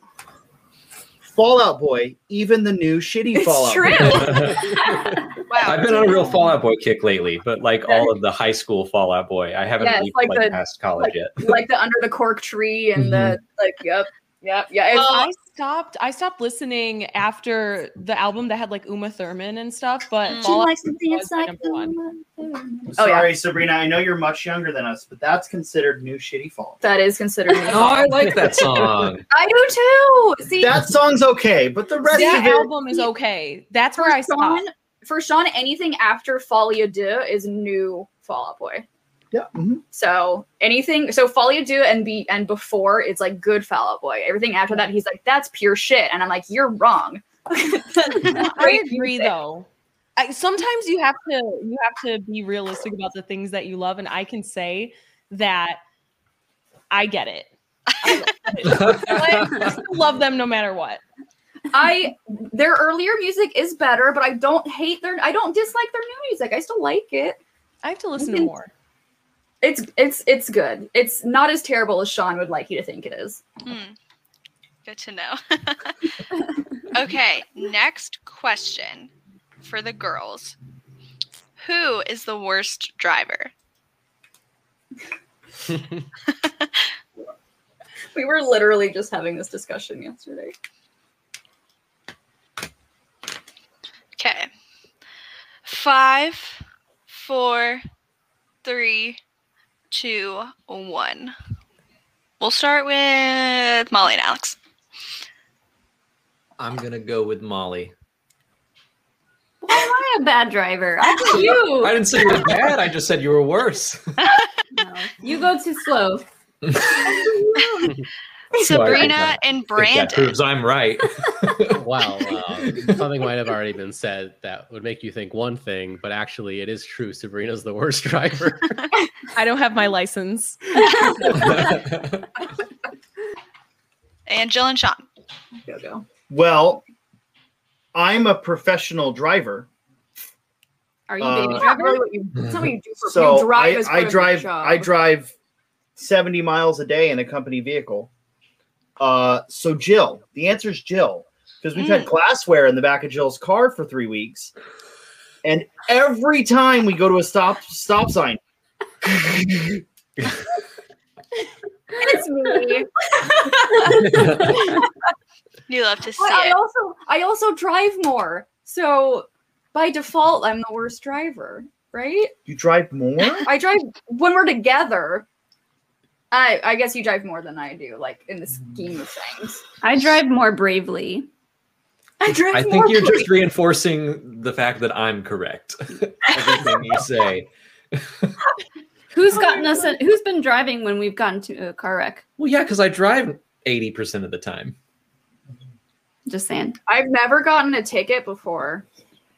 S4: Fallout Boy, even the new shitty
S2: it's
S4: Fallout.
S2: true.
S4: Boy.
S2: wow.
S3: *laughs* I've been on a real Fallout Boy kick lately, but like all of the high school Fallout Boy, I haven't
S2: Yes,
S3: leaped,
S2: like
S3: like,
S2: the-
S3: past college yet.
S2: like the under the cork tree and the
S4: Mm-hmm.
S2: like. Yep, yep, yeah. It's,
S5: I stopped. I stopped listening after the album that had like Uma Thurman and stuff. But
S6: Mm. She
S5: Fall Out
S1: likes to
S5: dance like number one.
S2: Oh, yeah.
S4: Sorry, Sabrina. I know you're much younger than us, but that's considered new shitty Fallout.
S2: that is considered. me.
S7: Oh, I like that song.
S2: *laughs*
S3: *laughs*
S2: I do too. See,
S4: That song's okay, but the rest
S5: that
S4: of it,
S5: album is okay. That's where I
S2: Sean,
S5: stopped.
S2: for Sean, anything after Folia Deux is new Fallout Boy.
S4: yeah, mhm.
S2: So anything, so Folia Deux and be and before it's like good Fallout Boy. Everything after that, he's like that's pure shit, and I'm like you're wrong.
S5: I agree though. I, sometimes you have to you have to be realistic about the things that you love, and I can say that I get it. I still love them no matter what.
S2: I their earlier music is better, but I don't hate their. I don't dislike their new music. I still like it.
S5: I have to listen to
S2: can-
S5: more.
S2: It's it's it's good. It's not as terrible as Sean would like you to think it is.
S6: Hmm. Good to know. *laughs* okay, next question for the girls. Who is the worst driver?
S2: We were literally just having this discussion yesterday.
S6: Okay. Five, four, three, two, one. We'll start with Molly and Alex.
S3: I'm gonna go with Molly.
S1: Why am I a bad driver? I
S2: *laughs*
S1: think
S3: I
S1: you.
S3: didn't say you were bad. I just said you were *laughs* worse.
S1: No, you go too slow.
S6: Sabrina and
S3: That
S6: Brandon.
S3: proves I'm
S2: *laughs*
S3: right. *laughs*
S7: *laughs* wow, wow. uh, Something might have already been said that would make you think one thing, but actually, it is true. Sabrina's the worst *laughs* driver.
S5: I don't have my license.
S6: And Jill and Sean.
S2: Go go.
S4: well, I'm a professional driver.
S1: Are you
S4: Uh,
S1: baby
S2: That's
S1: driver?
S2: not really what you. That's not what you do for
S4: So
S2: you drive
S4: I,
S2: as part
S4: I
S2: of your
S4: drive
S2: job.
S4: I drive 70 miles a day in a company vehicle. Uh, so Jill, the answer is Jill because we've
S2: Mm.
S4: had glassware in the back of Jill's car for three weeks, and every time we go to a stop stop sign,
S2: *laughs* It's me.
S6: You love to see
S2: But I
S6: it.
S2: also I also drive more. So by default, I'm the worst driver, right?
S4: you
S2: *laughs*
S4: drive more.
S2: I drive when we're together. I I guess you drive more than I do, like in the scheme of things.
S1: I drive more bravely.
S2: I drive
S3: I
S2: more.
S3: think you're
S2: quick.
S3: just reinforcing the fact that I'm correct. *laughs* Everything you say.
S6: Oh,
S1: Who's gotten us? In, who's been driving when we've gotten to a car wreck?
S3: Well, yeah, because I drive 80% of the time.
S1: Just
S6: *laughs*
S1: saying.
S2: I've never gotten a ticket before.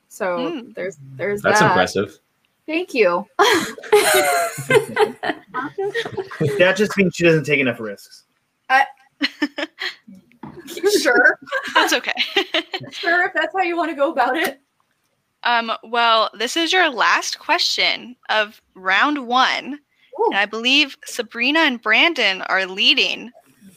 S2: So
S6: Hmm.
S2: there's there's
S3: That's
S2: that.
S3: impressive.
S2: Thank you. *laughs*
S4: that just means she doesn't take enough risks.
S2: sure.
S6: *laughs* That's okay.
S2: Sure, if that's how you want to go about it.
S6: Um, well, this is your last question of round one.
S2: Ooh.
S6: And I believe Sabrina and Brandon are leading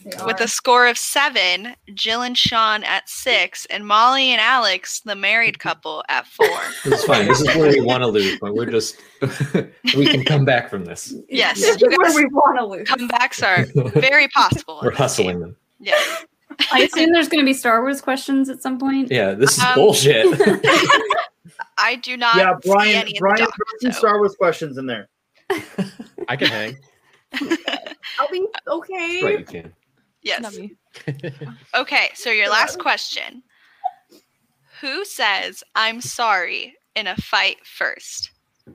S2: They
S6: with
S2: are.
S6: a score of seven, Jill and Sean at six, and Molly and Alex,
S4: *laughs*
S6: the married couple, at four.
S3: This is fine. This is where we want to lose, but we're just, *laughs* we can come back from this.
S6: yes,
S2: This is
S6: you
S2: where
S6: guys'
S2: we want to lose.
S6: *laughs* comebacks
S4: *laughs*
S6: are very possible. in
S3: We're
S6: this game.
S3: hustling them.
S6: Yes.
S1: I assume there's going to be Star Wars questions at some point.
S3: Yeah, this is
S1: *laughs*
S6: Um,
S3: bullshit.
S6: I do not
S4: yeah,
S6: see
S4: Brian.
S6: any
S4: Brian, throw some
S6: in the doc, so-
S4: Star Wars questions in there.
S7: I can hang.
S2: I'll be okay.
S3: right, you can.
S6: Yes.
S5: Not me.
S6: Okay, so your last question. Who says I'm sorry in a fight first? I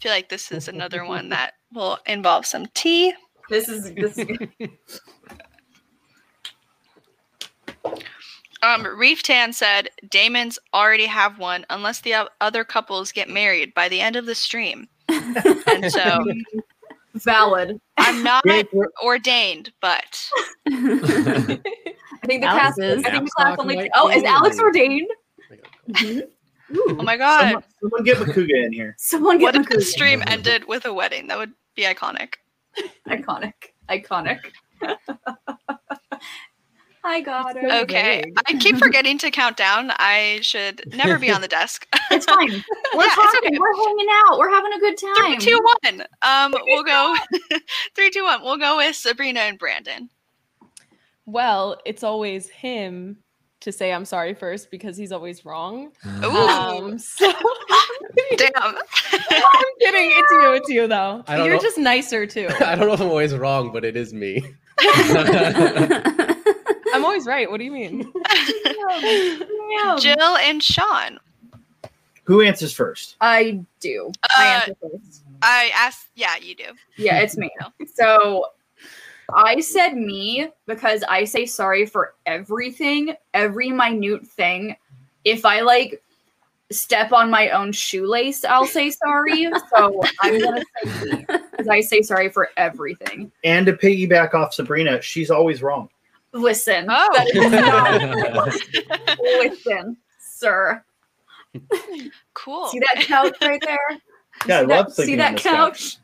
S6: feel like this is
S4: *laughs*
S6: another one that will involve some tea.
S2: This is this is
S6: Um, Reef Tan said Damon's already have one unless the o- other couples get married by the end of the stream. and
S4: *laughs*
S6: so
S2: valid.
S6: I'm not
S4: Jake, we're-
S6: ordained, but
S2: I think the
S1: Alex
S2: class.
S1: is.
S2: I think the
S7: Napstock
S2: class only.
S7: might *laughs*
S2: Oh, is
S7: be.
S2: Alex ordained?
S1: Mhm.
S6: Oh my god.
S4: Someone, someone get Makuga in here.
S1: Someone
S6: what
S1: get *laughs*
S6: if the
S1: Makuga.
S6: stream ended with a wedding? That would be iconic.
S2: Iconic. Iconic. I got it.
S6: Okay. I
S2: *laughs*
S6: keep forgetting to count down. I should never be on
S2: *laughs*
S6: the desk.
S2: It's fine. We're
S6: Yeah, it's
S2: talking.
S6: okay.
S2: We're hanging out. We're having a good
S6: Three,
S2: time.
S6: two, one. Um, we'll go *laughs* three, two, one. We'll go with Sabrina and Brandon.
S5: Well, it's always him to say I'm sorry first because he's always wrong. *laughs*
S6: Ooh,
S5: Um, so
S6: damn.
S5: I'm kidding. It's you. It's you though.
S7: I don't
S5: You're
S7: know-
S5: just nicer too.
S7: I don't know if I'm always wrong, but it is me.
S5: *laughs*
S1: *laughs*
S5: I'm always right. What do you *laughs* mean?
S6: Jill and Sean.
S4: Who answers first?
S2: I do. I answer first.
S6: Uh, I asked. Yeah, you do.
S2: Yeah, it's me. So I said me because I say sorry for everything, every minute thing. If I like step on my own shoelace, I'll say sorry. So I'm gonna say me because I say sorry for everything.
S4: And to piggyback off Sabrina, she's always wrong.
S2: Listen,
S6: Oh.
S2: that is not- listen, sir.
S6: Cool.
S2: See that couch right there?
S6: *laughs*
S2: You
S4: Yeah, I
S2: see that,
S4: love sleeping
S2: see
S4: on
S2: that
S4: this
S2: couch?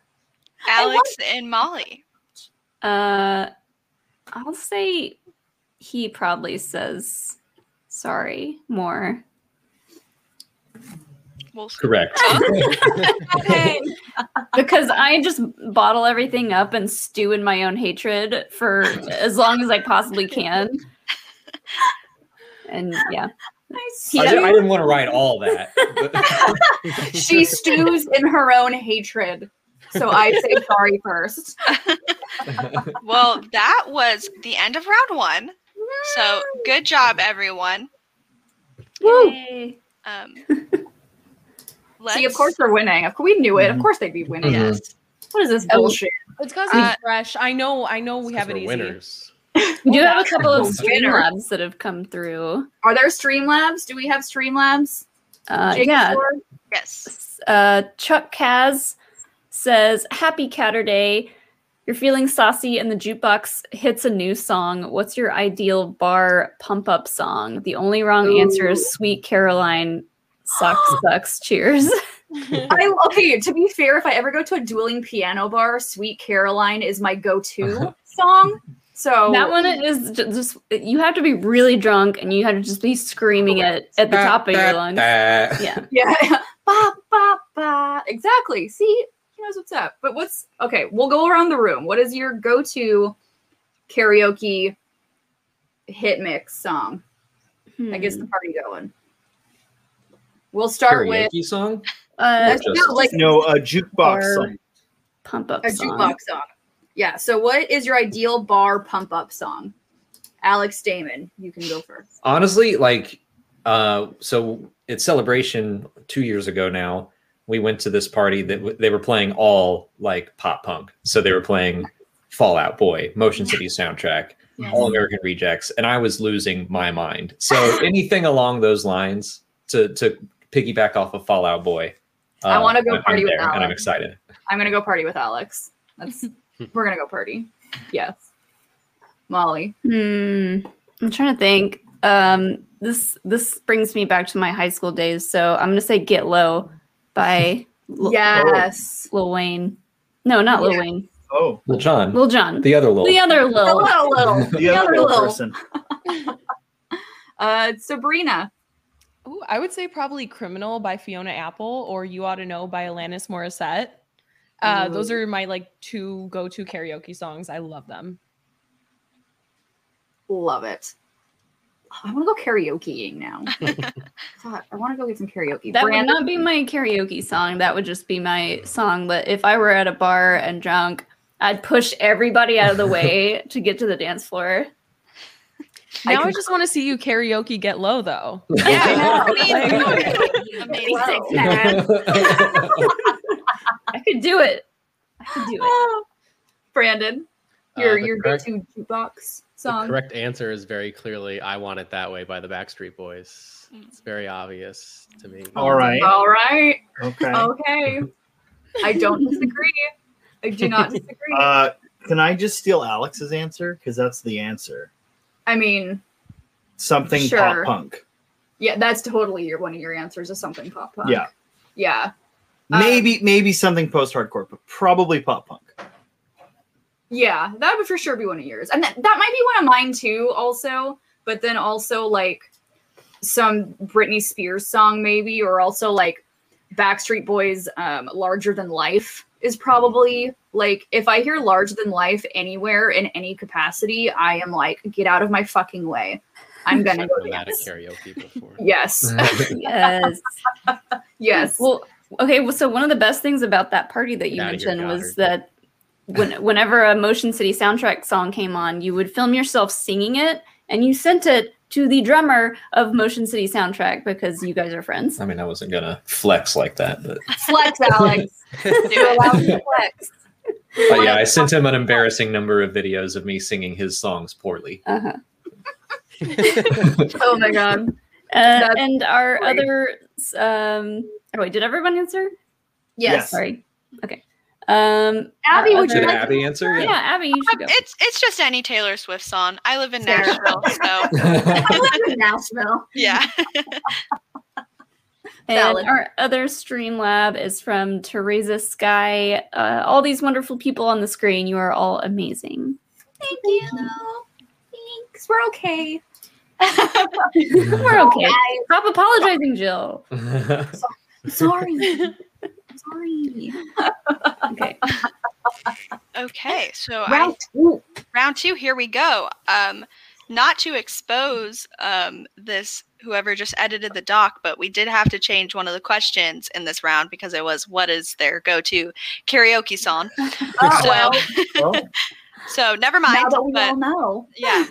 S6: Alex and Molly.
S1: Uh, I'll say he probably says sorry more.
S6: We'll see.
S3: *laughs* Correct.
S1: because I just bottle everything up and stew in my own hatred for as long as I possibly can. And yeah,
S2: I
S1: He-
S3: I,
S1: Yeah.
S3: did, *laughs* I didn't want to write all
S1: *laughs*
S3: that. but-
S2: she stews in her own hatred. So I say sorry first.
S6: Well, that was the end of round one. So good job, everyone.
S1: Woo.
S2: *laughs*
S6: Um,
S2: See, of course they're winning. Of course, we knew it.
S1: Mm-hmm.
S2: Of course they'd be winning.
S3: Mhm.
S1: what is this bullshit?
S2: Bullshit.
S5: It's because
S6: Uh,
S5: it's fresh. I know. I know we
S7: *laughs*
S5: have it
S7: Because
S5: easy.
S7: we're winners.
S1: We do have a couple of
S2: Winner.
S1: Streamlabs that have come through.
S2: Are there Streamlabs? Do we have Streamlabs?
S1: Uh,
S2: Jake
S1: yeah,
S2: Ford?
S6: yes.
S1: uh, Chuck Kaz says, "Happy Catterday." You're feeling saucy, and the jukebox hits a new song. What's your ideal bar pump up song? The only wrong answer is "Sweet Caroline." Sucks, sucks. Cheers.
S2: I, okay, to be fair, if I ever go to a dueling piano bar, Sweet Caroline is my go to song. So
S1: Uh-huh. That one is ju- just you have to be really drunk and you have to just be screaming it at the top of your lungs.
S3: That-
S1: Yeah.
S2: Yeah. *laughs* ba, ba, ba. Exactly. See, he knows what's up. But what's okay? We'll go around the room. What is your go to karaoke hit mix song I guess the party going? We'll start with
S3: Karaoke song?
S1: uh,
S2: That's
S3: Just-
S2: not like
S4: No, a jukebox.
S1: Or-
S4: song.
S1: pump up
S2: a
S1: song.
S2: jukebox song. Yeah. So, what is your ideal bar pump up song? Alex Damon, you can go first.
S3: honestly like uh so it's celebration two years ago now we went to this party that w- they were playing all like pop punk so they were playing fallout boy motion city soundtrack all american rejects and i was losing my mind so
S2: *laughs*
S3: anything along those lines to to piggyback off of fallout boy uh,
S2: I wanna go
S3: I'm- I'm
S2: party with
S3: there, and i'm
S2: Alan.
S3: excited
S2: I'm gonna go party with Alex. That's we're gonna go party. Yes. Molly.
S1: Hmm. I'm trying to think. Um, this this brings me back to my high school days, so I'm gonna say "Get Low" by Lil,
S2: Yes.
S1: Lil Wayne. No, not Lil
S2: Yeah.
S1: Wayne.
S4: Oh,
S3: well john
S1: Lil John. The,
S3: the other little *laughs*
S1: other Lil.
S2: Hello, little.
S4: the
S2: other
S4: other little
S2: little.
S4: person.
S2: *laughs* Uh, Sabrina.
S5: Ooh, I would say probably Criminal by Fiona Apple or You Ought to Know by Alanis Morissette. Uh, those are my like two go to karaoke songs. I love them.
S2: Love it. I want to go karaokeing now. Fuck, I want to go get some karaoke.
S1: That would
S2: Brandon,
S1: not be my karaoke song. That would just be my song. But if I were at a bar and drunk, I'd push everybody out of the way
S2: *laughs*
S1: to get to the dance floor.
S2: I
S5: Now I,
S2: can-
S5: just want to see you karaoke get low though.
S6: Yeah,
S2: I know.
S1: *laughs*
S6: Amazing.
S1: I could do it. I could do it.
S2: Ah. *gasps* Brandon,
S7: Uh,
S2: your
S7: the
S2: your
S7: correct-
S2: go-to jukebox
S7: The
S2: song.
S7: *laughs* correct answer is very clearly "I Want It That Way" by the Backstreet Boys. It's very obvious to me.
S4: All right.
S2: All right.
S4: Okay.
S2: Oh, Okay. I don't disagree. I do
S7: *laughs*
S2: not disagree.
S4: Uh, can I just steal Alex's answer? Because that's the answer.
S2: I mean,
S4: Something
S2: Sure.
S4: pop punk.
S2: Yeah, that's totally your one of your answers is something pop punk.
S4: Yeah.
S2: Yeah. Um,
S4: Maybe maybe something post hardcore, but probably pop punk.
S2: Yeah, that would for sure be one of yours. And that, that might be one of mine too, also. But then also like some Britney Spears song, maybe, or also like Backstreet Boys um Larger Than Life is probably like if I hear larger than life anywhere in any capacity, I am like, get out of my fucking way. I'm gonna go
S7: I've done that at
S2: dance. *laughs*
S7: karaoke before.
S2: Yes.
S1: yes.
S2: *laughs* Yes.
S1: Well, okay. Well, so one of the best things about that party that you
S7: Outta here,
S1: mentioned was
S7: Goddard.
S1: that when, whenever a Motion City soundtrack song came on, you would film yourself singing it and you sent it to the drummer of Motion City soundtrack because you guys are friends.
S3: I mean, I wasn't gonna flex like that, but,
S2: Flex, Alex.
S6: Do
S2: You're
S6: it.
S2: allowed to flex.
S3: but yeah, I sent him an embarrassing number of videos of me singing his songs poorly.
S1: Uh-huh.
S2: *laughs* Oh my god.
S1: Uh,
S2: That's
S1: and our
S2: great.
S1: other, um, oh, wait, did everyone answer?
S4: Yes.
S1: Sorry. Okay. Um,
S2: Abby,
S1: our
S2: would you
S3: Did
S1: other-
S2: like-
S3: Abby answer?
S1: Yeah, Abby, you should go.
S6: It's it's just any Taylor Swift song. I live in
S2: Fair.
S6: Nashville, so
S2: *laughs*
S1: *laughs*
S2: I live in Nashville.
S6: yeah.
S1: And
S2: Valid.
S1: our other stream lab is from Teresa Sky. Uh, all these wonderful people on the screen, you are all amazing.
S2: Thank you. Thanks. We're okay.
S1: We're okay. Stop apologizing, Jill.
S2: I'm *laughs* sorry. I'm sorry. *laughs*
S1: Okay.
S6: Okay, so I
S2: Round two.
S6: round two here we go um not to expose um this whoever just edited the doc but we did have to change one of the questions in this round because it was what is their go-to karaoke song
S2: Oh,
S6: so
S2: well,
S4: Well,
S6: so never mind
S2: now that we
S6: but
S2: all know.
S6: yeah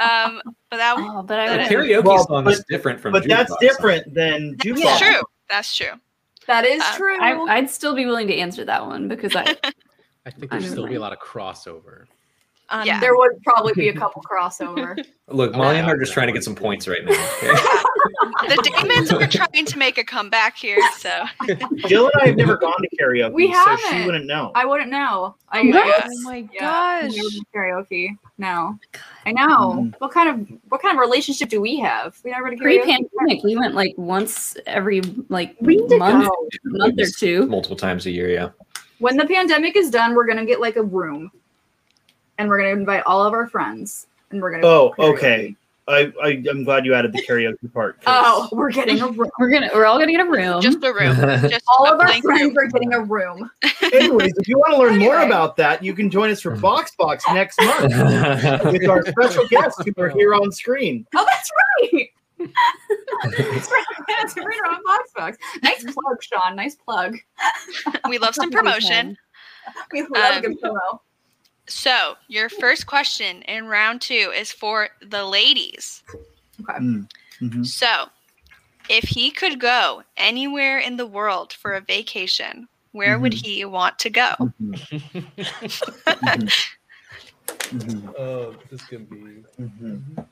S6: um but that
S2: *laughs*
S1: Oh, but I
S6: That
S3: The
S1: would
S6: is-
S3: karaoke
S4: Well,
S3: song is different from
S4: but that's
S3: jukebox.
S4: different than
S6: that's
S4: jukebox.
S6: true that's true
S2: That is
S6: Uh,
S2: true.
S1: I, I'd still be willing to answer that one because
S2: *laughs*
S1: I
S7: I think there'd
S1: I'm
S7: still be a
S1: like-
S7: lot of crossover.
S6: Um,
S2: there would probably be a couple crossover.
S3: Look, Molly and I are just trying to get some points right now. okay? *laughs*
S6: the Damons are trying to make a comeback here so
S4: Jill and I have never gone to karaoke,
S2: We
S4: so she
S2: haven't.
S4: wouldn't know.
S2: I wouldn't know. I
S6: my
S2: I-
S6: Yes.
S5: Oh my
S2: Yeah,
S5: gosh.
S2: never did karaoke. No, I know. What kind of what kind of relationship do we have? We never did karaoke.
S1: pre-pandemic we went like once every like
S2: We need to
S1: month,
S2: go.
S1: month or two.
S3: Multiple times a year,
S4: *laughs*
S3: yeah.
S2: When the pandemic is done, we're gonna get like a room, and we're gonna invite all of our friends, and we're gonna.
S4: Oh,
S2: do karaoke.
S4: okay. I, I I'm glad you added the karaoke part. 'cause
S2: Oh, we're getting a room.
S1: We're gonna we're all gonna get a room.
S6: just a room just
S2: All
S6: a
S2: of our
S6: blank
S2: friends
S6: room.
S2: are getting a room.
S4: *laughs* Anyways, if you want to learn more
S2: Anyway.
S4: about that, you can join us
S7: Hmm.
S4: for Box Box next month with our
S7: *laughs*
S4: special guests who are here on screen.
S2: *laughs* Oh, that's right. that's right. That's right on Boxbox. Nice plug, Sean. Nice plug.
S6: we love some promotion
S2: We love
S6: Um,
S2: good promo.
S6: So, your first question in round two is for the ladies.
S3: Mm-hmm.
S4: Mm,
S7: *laughs*
S4: mhm.
S6: So, if he could go anywhere in the world for a vacation, where would
S3: Mm-hmm.
S6: he want to go?
S4: Mhm. Mhm. Mhm.
S7: Oh, this is gonna be.
S4: Mhm.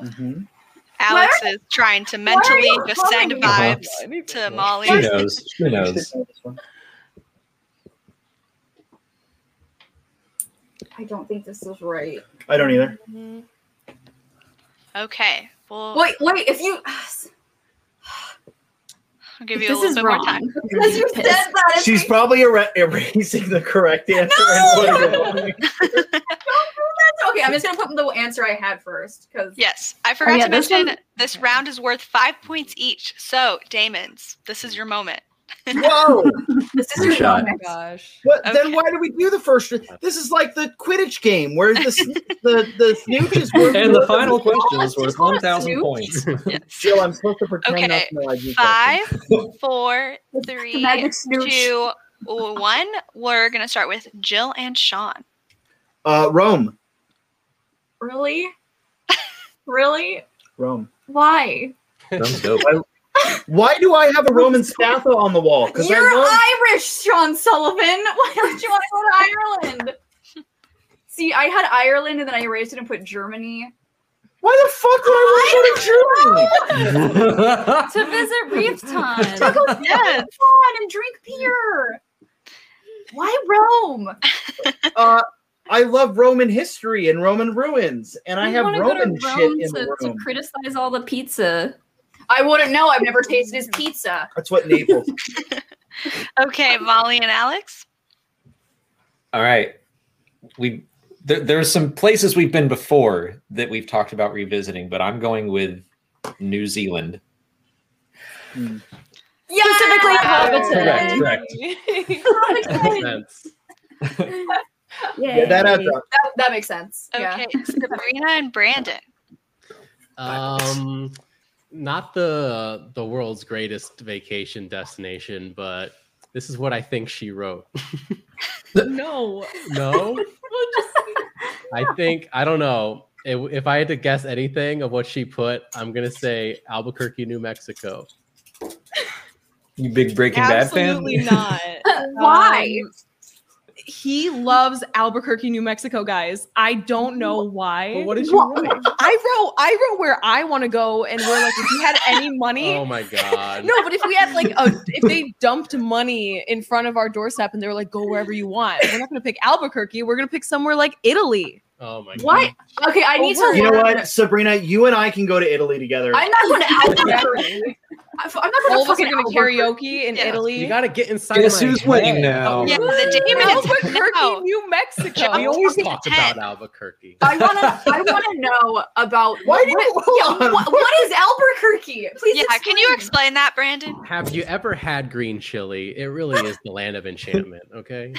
S4: Mhm.
S6: Alex is trying to mentally
S2: you
S6: just send
S2: calling me?
S6: vibes
S7: Anything.
S6: to Molly.
S3: she knows. She
S4: You
S1: *laughs*
S4: should
S3: knows.
S4: know this one.
S2: I don't think this is right.
S4: I don't either.
S5: Mhm.
S6: Okay, well,
S2: Wait, wait. If you *sighs*
S6: I'll
S1: If
S6: give you a
S1: this
S6: little
S1: is
S6: bit
S1: wrong.
S6: more time.
S1: I'm gonna
S2: Because
S1: be
S2: you said
S1: pissed.
S2: that. It's
S4: She's
S2: like,
S4: probably era- erasing the correct answer.
S2: *laughs* No!
S4: and putting it on.
S2: that's okay. I'm just gonna put the answer I had first because
S6: Yes, I forgot
S1: Oh, yeah,
S6: to
S1: this
S6: mention
S1: one-
S6: this round is worth five points each. So, Damons, this is your moment.
S4: *laughs* Whoa!
S2: this is
S3: Your
S2: your
S3: shot.
S2: moment.
S5: Gosh.
S4: What,
S6: Okay.
S4: Then why do we do the first? This is like the Quidditch game
S1: *laughs*
S4: where the sn- the the snooch is worth.
S3: And the
S4: more than
S3: final question is
S2: Just
S3: worth
S2: call it
S3: one thousand
S2: Snoop.
S3: points.
S1: *laughs*
S6: Yes.
S4: Jill, I'm supposed to pretend
S6: Okay,
S4: not to know I do
S6: Five,
S3: *laughs*
S6: four,
S2: The
S6: three,
S2: magic snooch.
S6: two, one. We're gonna start with Jill and Sean.
S4: Uh, Rome,
S2: Really? really?
S4: Rome.
S2: Why?
S3: Sounds dope.
S4: Why do I have a Roman staffa on the wall? Because I
S2: You're
S4: love.
S2: Irish, Sean Sullivan. *laughs* Why don't you want to go to Ireland? See, I had Ireland and then I erased it and put Germany.
S4: Why the fuck would I want to go to
S1: *laughs*
S4: Germany?
S1: to visit *laughs* Reef
S2: To
S1: Time.
S2: go sit
S6: Yes.
S2: on and drink beer. Why Rome?
S4: Uh, I love Roman history and Roman ruins, and I
S1: You
S4: have
S1: wanna go to
S4: Roman shit
S1: Rome
S4: in the
S1: to, to
S4: room.
S1: criticize all the *laughs* pizza.
S2: I wouldn't know. I've never tasted his pizza.
S4: That's
S1: *laughs*
S4: what Naples.
S6: Okay, Molly and Alex.
S3: *laughs* All right. We there, there's some places we've been before that we've talked about revisiting, but I'm going with New Zealand.
S4: Hmm.
S2: Yeah.
S1: Specifically Hobbiton.
S3: Correct, correct.
S4: *laughs*
S7: Makes sense.
S4: yeah, that adds up.
S2: That, that makes sense. Yeah.
S6: Okay, Sabrina
S2: *laughs*
S6: and Brandon.
S7: Um, not the the world's greatest vacation destination, but this is what I think she wrote. *laughs*
S5: no.
S7: No, I think I don't know. If if I had to guess anything of what she put, I'm gonna say Albuquerque, New Mexico.
S3: You big Breaking
S5: Absolutely
S3: Bad fan?
S5: not.
S7: *laughs*
S2: Why?
S5: Um, he loves Albuquerque, New Mexico, guys. I don't know why.
S7: But what did you
S5: Wha-
S7: write?
S5: *laughs* I wrote I wrote where I want to go and we're like if you had *laughs* any money.
S7: Oh my
S5: *laughs*
S7: god!
S5: No, but if we had like *laughs* a if they dumped money in front of our doorstep and they were like go wherever you want. We're not going to pick Albuquerque. We're going to pick somewhere like Italy.
S7: Oh my
S2: What?
S7: god!
S2: Okay, I need to.
S4: You know
S2: learn-
S4: what, Sabrina? You and I can go to Italy together.
S2: I'm not going to Albuquerque. *laughs* I'm not going
S5: All
S2: to
S5: of us
S2: fucking
S5: are going to
S2: Albuquerque.
S5: karaoke in
S6: Yeah.
S5: Italy.
S7: You gotta get inside.
S3: Guess
S7: my
S3: who's winning
S7: head.
S2: Oh.
S3: now?
S6: Yeah, the demons.
S5: *laughs* Albuquerque,
S6: No.
S5: New Mexico.
S7: Oh, We always
S6: Fucking
S7: talk
S6: head.
S7: about Albuquerque.
S2: I want to. I want to know about what.
S4: Why do you- *laughs* hold
S2: yeah,
S4: on.
S2: what, what is Albuquerque? Please.
S6: Yeah, can you
S2: explain.
S6: explain that, Brandon?
S7: Have you ever had green chili? It really is the land of enchantment. Okay.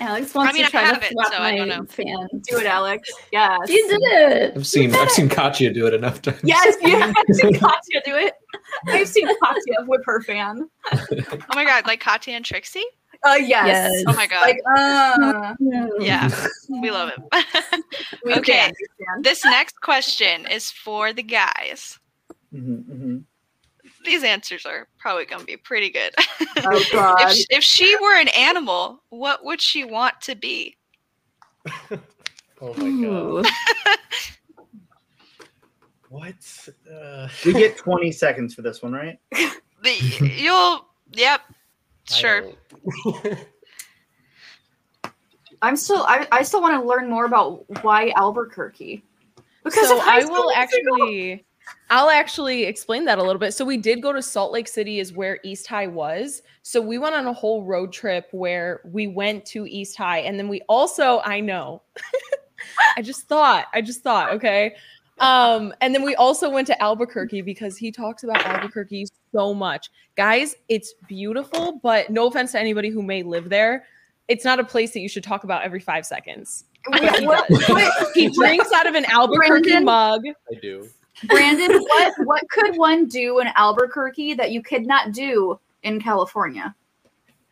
S1: Alex wants
S6: I mean,
S1: to
S6: I
S1: try
S6: have
S1: to
S6: it,
S1: swap
S6: so
S1: my
S6: I don't know.
S1: fan.
S2: do it, Alex? Yes.
S1: You did it.
S3: I've seen I've seen Katya do it enough times. *laughs*
S2: Yes, yeah,
S7: *laughs*
S2: I've seen Katya do it. I've seen Katya whip her fan.
S6: Oh my god, like Katya and Trixie?
S2: Uh, yes.
S1: Yes.
S6: Oh my god.
S2: Like, uh,
S1: *laughs*
S6: *laughs*
S2: *laughs*
S6: yeah, we love it.
S2: we
S6: Okay.
S2: okay.
S6: this next question is for the guys.
S4: Mhm, mhm.
S6: These answers are probably going to be pretty good. *laughs*
S2: Oh
S6: if, *laughs*
S2: god.
S6: she, if she were an animal, what would she want to be?
S7: Oh
S1: Ooh.
S7: What? Uh,
S4: We get 20 seconds for this one, right?
S2: *laughs*
S6: The, you'll, yep,
S7: I
S6: sure.
S7: don't-
S2: I'm still. I, I still want to learn more about why Albuquerque. Because
S5: so
S2: of high
S5: I
S2: school oh.
S5: will
S2: musical.
S5: actually I'll actually explain that a little bit. So we did go to Salt Lake City is where East High was. So we went on a whole road trip where we went to East High and then we also I know. *laughs* I just thought, I just thought, okay. Um and then we also went to Albuquerque because he talks about Albuquerque so much. Guys, it's beautiful, but no offense to anybody who may live there. It's not a place that you should talk about every 5 seconds. *laughs*
S2: Wait, what, what,
S5: He drinks out of an Albuquerque
S2: Brandon,
S5: mug.
S7: I do.
S2: Brandon, what what could one do in Albuquerque that you could not do in California?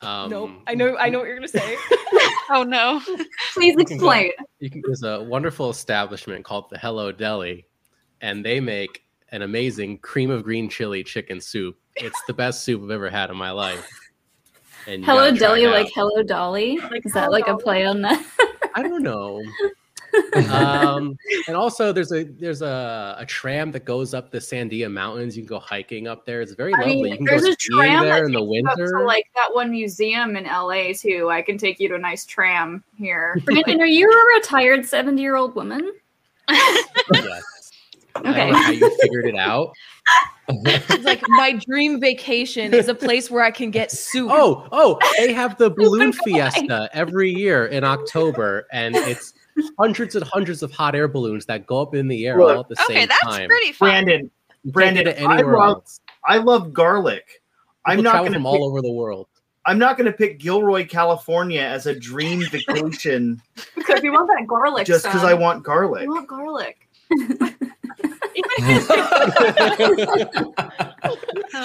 S7: Um,
S5: nope. I know. I know what you're gonna say.
S6: Oh no.
S2: Please
S7: You can go.
S2: explain.
S7: You can, there's a wonderful establishment called the Hello Deli, and they make an amazing cream of green chili chicken soup. It's the best soup I've ever had in my life. And you
S1: Hello
S7: gotta try it
S1: Deli,
S7: out.
S1: like hello Dolly. Is that like a play on that?
S7: I don't know. um, and also, there's a there's a, a tram that goes up the Sandia Mountains. You can go hiking up there. It's very
S2: I
S7: lovely.
S2: mean,
S7: you can go
S2: there's a
S7: skiing
S2: tram
S7: there
S2: that
S7: in the
S2: takes you up
S7: winter.
S2: to like that one museum in LA too. I can take you to a nice tram here.
S1: *laughs* *laughs* Brandon, are you a retired 70 year old woman?
S7: *laughs* Yes. I don't
S1: Okay.
S7: know how you figured
S2: *laughs*
S7: it out.
S5: It's *laughs* like my dream vacation is a place where I can get soup.
S7: Oh, oh, they have the balloon fiesta every year in October, and it's hundreds and hundreds of hot air balloons that go up in the air all at the
S6: Okay,
S7: same
S6: that's
S7: time.
S6: pretty fun.
S4: *laughs* Brandon,
S7: You can't
S4: Brandon,
S7: get it
S4: I
S7: anywhere
S4: love-
S7: else.
S4: I love garlic. I'm
S7: People
S4: not
S7: travel
S4: going to
S7: from all over the world.
S4: I'm not going to pick Gilroy, California as a dream
S2: *laughs*
S4: vacation
S2: because we want that garlic.
S4: just because
S2: son.
S4: I want garlic.
S2: We want garlic.
S6: Oh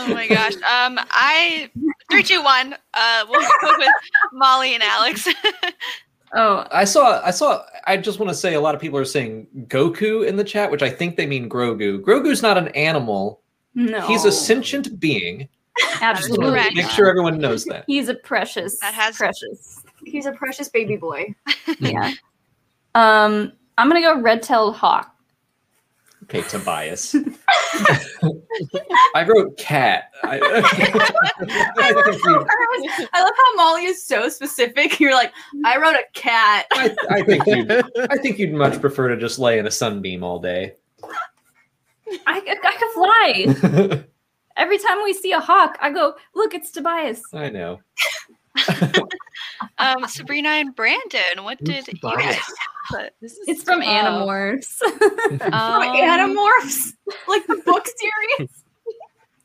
S6: my
S2: *laughs*
S6: gosh. Um, I three, two, one. Uh, we'll go *laughs* with Molly and Alex.
S1: Oh,
S3: *laughs* I saw I saw I just want to say a lot of people are saying Goku in the chat, which I think they mean Grogu. Grogu's not an animal.
S1: no.
S3: He's a sentient being. Just
S1: Absolutely.
S3: wanna
S6: Correct.
S3: Make
S1: not.
S3: sure everyone knows that.
S1: He's a precious.
S6: That has-
S1: precious.
S2: *laughs* He's a precious baby boy.
S1: yeah. Um, I'm gonna go red-tailed hawk.
S3: Okay, Tobias. I wrote cat. I, *laughs*
S2: I love, how, everyone's- I love how Molly is so specific. You're like, I wrote a cat.
S3: I, I think you. I think you'd much prefer to just lay in a sunbeam all *laughs* day.
S1: I, could- I could fly.
S3: I
S1: Every time we see a hawk, I go, look, it's Tobias.
S3: know.
S6: Um, Sabrina and Brandon, what did you guys?
S5: This is
S1: It's from
S5: tough.
S1: Animorphs.
S2: From
S5: Um,
S2: Animorphs, *laughs* like the book series.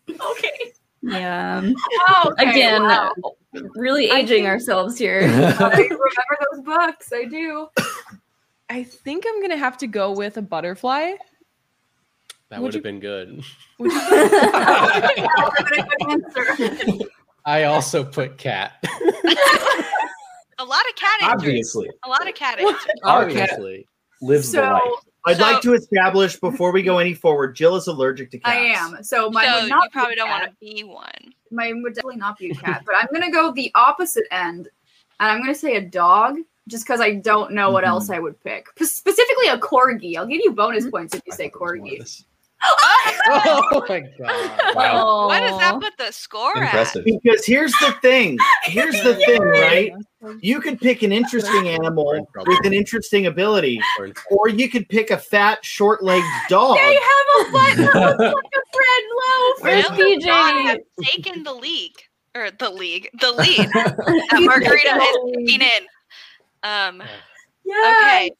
S2: okay.
S1: yeah.
S2: *laughs* Oh,
S1: *laughs*
S2: okay,
S1: Again,
S2: wow.
S1: Really
S2: I
S1: aging
S2: think-
S1: ourselves
S3: *laughs*
S1: here.
S2: I
S3: I
S2: remember those books. I do.
S5: I think I'm gonna have to go with a butterfly.
S7: That
S5: Would
S7: would
S5: you-
S7: have been good.
S5: Would you-
S2: That would have been a good
S6: *laughs*
S2: answer.
S7: I also put cat.
S6: A lot of cat answers.
S3: Obviously,
S6: A lot of cat answers.
S3: our cat
S7: Obviously.
S3: lives the
S2: So-
S3: life.
S4: I'd
S6: So-
S4: like to establish before we go any forward, Jill is allergic to cats.
S2: I am. So mine
S6: So
S2: would
S6: you
S2: not
S6: probably
S2: be a
S6: don't
S2: cat.
S6: want to be one.
S2: Mine would definitely not be a cat, but I'm gonna go the opposite end, and I'm gonna say a dog, just because I don't know what
S6: Mm-hmm.
S3: Mhm.
S2: else I would pick. P- specifically a corgi. I'll give you bonus points if you
S3: I
S2: say
S3: thought there was more of
S2: corgi.
S3: this.
S7: Oh my god.
S3: Wow,
S6: Why does that put the score
S3: impressive.
S4: Because here's the thing. Here's the thing, right? You could pick an interesting animal with an interesting ability, or you could pick a fat, short-legged dog.
S2: They have a button that looks like a bread loaf.
S1: Where's
S6: Really?
S1: PJ? *laughs*
S6: God has taken the league or the league,
S2: *laughs*
S6: the lead that Margarita is taking in. Um,
S2: Yes.
S7: *laughs*
S6: okay,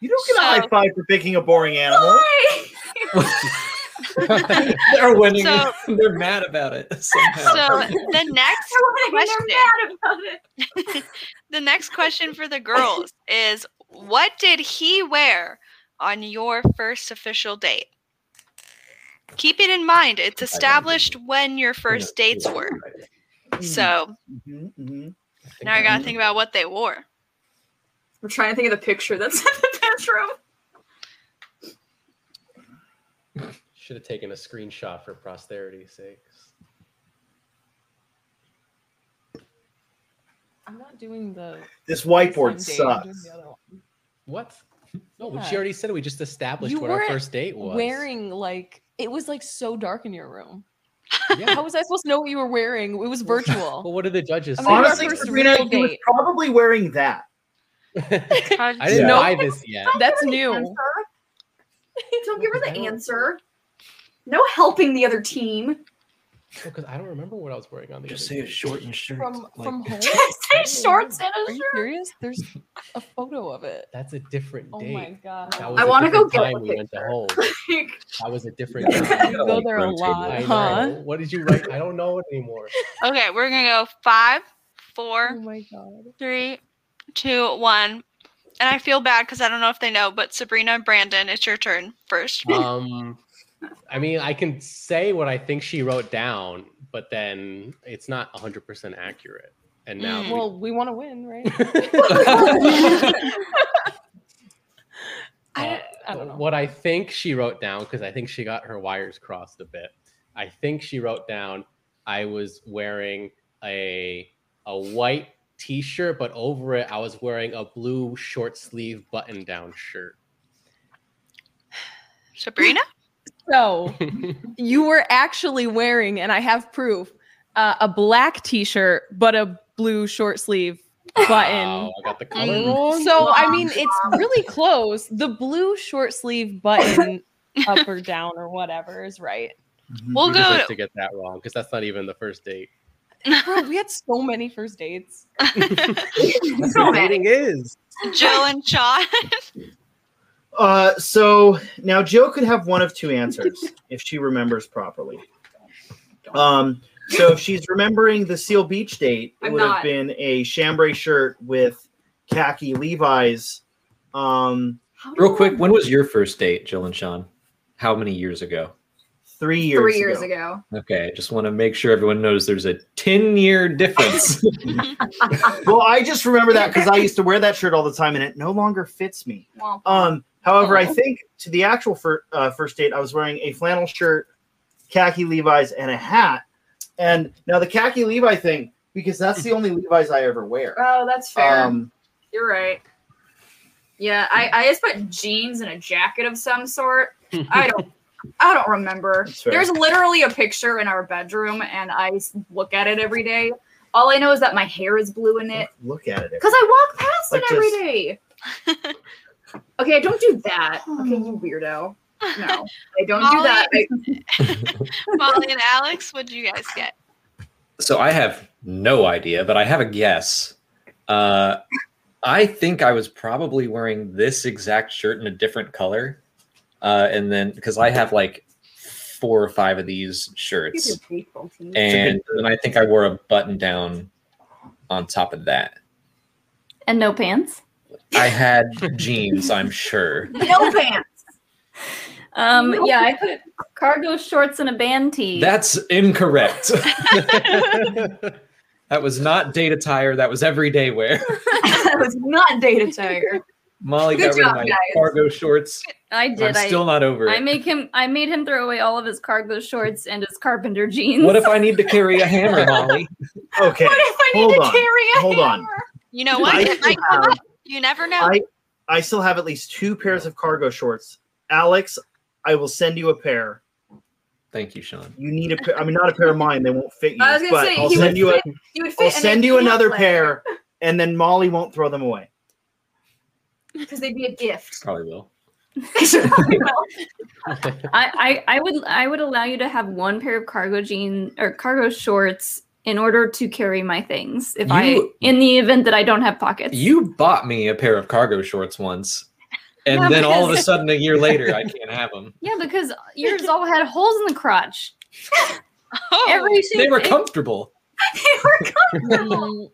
S4: You don't get a
S6: So-
S4: high five for picking a boring animal.
S2: Why?
S3: *laughs* They're winning.
S6: So-
S3: They're mad about it *laughs* somehow.
S6: so the next
S2: Everyone-
S6: Question.
S2: They're mad about it.
S6: the next question for the girls is what did he wear on your first official date? Keep it in mind, it's established when your first dates were. So
S4: Mhm, mhm.
S6: now I gotta think about what they wore.
S2: I'm trying to think of the picture that's *laughs* in the bedroom.
S7: Should have taken a screenshot for posterity's sake.
S5: I'm not doing the
S4: this whiteboard
S5: this one day, I'm doing
S4: sucks.
S5: the other one.
S7: What? No,
S5: Yeah.
S7: she already said we just established
S5: You
S7: what our
S5: weren't
S7: first date was.
S5: Wearing like it was like so dark in your room.
S7: Yeah.
S5: How was I supposed to know what you were wearing? It was *laughs*
S7: Well,
S5: virtual.
S7: what did the judges
S5: I
S7: say?
S5: mean, our
S4: Honestly,
S5: first
S7: *laughs*
S4: Sabrina,
S5: real
S4: he was
S5: date.
S4: probably wearing that.
S7: I didn't
S4: Yeah.
S7: buy this
S5: *laughs*
S7: yet.
S5: That's
S2: Don't give her the
S5: new.
S2: answer. Don't give her
S7: I
S2: the
S7: don't-
S2: answer. No helping the other team.
S7: Because I don't remember what I was wearing on the
S3: Just
S7: other
S3: say a
S7: day.
S3: shortened shirt.
S5: From from
S3: *laughs*
S5: *laughs* home.
S2: Say shorts and a
S5: Are you serious? There's a photo of it.
S7: That's a different
S5: Oh my
S7: date.
S5: god.
S7: That was
S2: I
S7: a
S2: wanna go
S7: different
S2: get
S7: time
S2: a
S7: we went to
S2: picture.
S7: home.
S2: shirt.
S7: That was a different time.
S5: You go there a lot,
S7: I
S5: huh?
S7: know. What did you write? I don't know it anymore.
S6: Okay, we're gonna go five,
S5: Oh
S6: four,
S5: my god.
S6: three, two, one. And I feel bad because I don't know if they know, but Sabrina and Brandon, it's your turn first.
S7: Um, I mean, I can say what I think she wrote down, but then it's not 100% accurate. And now,
S6: Mm.
S7: we- *laughs*
S5: Well, *laughs* we want to win, right?
S7: Uh,
S5: I, I don't know.
S7: Oh, What I think she wrote down, because I think she got her wires crossed a bit. I think she wrote down I was wearing a a white t-shirt, but over it I was wearing a blue short sleeve button down shirt.
S4: *laughs*
S6: Sabrina?
S5: So you were actually wearing, and I have proof, uh, a black T-shirt but a blue short sleeve button.
S7: Wow, I got the color
S6: Mm.
S7: wrong.
S5: So I mean, it's really close. The blue short sleeve *laughs* button, up or down or whatever, is right.
S4: Mm-hmm.
S6: We'll
S7: Who deserves
S6: go
S7: to get that wrong because that's not even the first date.
S5: Bro, we had so many first *laughs* dates.
S7: That's
S2: So
S7: what
S2: many.
S7: dating is.
S6: Jill
S4: *laughs*
S6: and Sean. *laughs*
S4: Uh, so now Jill could have one of
S2: *laughs*
S4: two answers if she remembers properly. Um, so if she's remembering the Seal Beach date, it
S2: I'm
S4: would
S2: not.
S4: have been a chambray shirt with khaki Levi's. Um,
S3: Real quick, when was your first date, Jill and Sean? How many years ago?
S4: three years.
S2: Three years
S4: ago.
S2: ago.
S3: Okay, I just want to make sure everyone knows there's a 10 year difference.
S4: Well, I just remember that because
S2: *laughs*
S4: I used to wear that shirt all the time, and it no longer fits me.
S2: Womp womp.
S4: Um, however, I
S5: Oh.
S4: think to the actual fir- uh, first date, I was wearing a flannel shirt, khaki Levi's, and a hat. And now the khaki Levi thing, because that's the only Levi's I ever wear.
S2: oh, that's fair.
S4: Um,
S2: You're right. Yeah, I, I just put jeans and a jacket of some
S4: *laughs*
S2: sort. I don't I don't remember.
S4: That's fair.
S2: There's literally a picture in our bedroom and I s- look at it every day. All I know is that my hair is blue in it
S4: Look at it.
S2: cuz I walk past
S4: Like
S2: it every
S4: this.
S2: *laughs* day. okay, don't do that. Okay, *sighs* you weirdo. No. I don't do that. I-
S6: Molly and Alex, what did you guys get?
S3: So I have no idea, but I have a guess. Uh, I think I was probably wearing this exact shirt in a different color, uh, and then because I have like four or five of these shirts, and then I think I wore a button down on top of that.
S1: And no pants.
S2: *laughs*
S3: I had jeans, I'm sure.
S2: No pants.
S1: Um, yeah, I
S2: *laughs*
S1: put cargo shorts and a band tee.
S3: That's
S2: *laughs*
S3: incorrect. that was not data tire. That was everyday wear. *laughs*
S2: that was not data tire.
S3: Molly
S2: Good
S3: got rid
S2: job,
S3: of my
S2: guys.
S3: cargo shorts.
S1: I did.
S3: I'm still not over it.
S1: I, I make him. I made him throw away all of his cargo shorts and his carpenter jeans.
S3: What if I need to carry a hammer, Molly?
S4: Okay.
S2: What if I need
S4: Hold
S2: to
S4: on.
S2: carry a
S4: Hold on.
S2: hammer?
S6: You know what?
S4: I
S6: It
S4: still
S6: might come
S4: have,
S6: up. You never know.
S4: I, Um, I still have at least two pairs of cargo shorts. Alex, I will send you a pair.
S3: Thank you, Sean.
S4: You need a pair. I mean, not a pair of mine. They won't fit you.
S2: I was gonna
S4: but
S2: say,
S4: I'll
S2: he
S4: send
S2: would
S4: you a,
S2: fit- You would fit
S4: I'll
S2: in a
S4: send you another
S2: pamphlet,
S4: pair, and then Molly won't throw them away.
S2: because they'd be a *laughs* gift.
S3: Probably will.
S1: *laughs* I, I, I would I would allow you to have one pair of cargo jeans or cargo shorts in order to carry my things if I
S3: You-
S1: in the event that I don't have pockets.
S3: You bought me a pair of cargo shorts once, and
S1: Yeah,
S3: then all of a
S1: because-
S3: sudden, a year later,
S1: *laughs*
S3: I can't have them.
S1: yeah, because yours all had holes in the crotch.
S6: *laughs* oh,
S1: Every
S3: They were
S1: it-
S3: comfortable.
S2: Why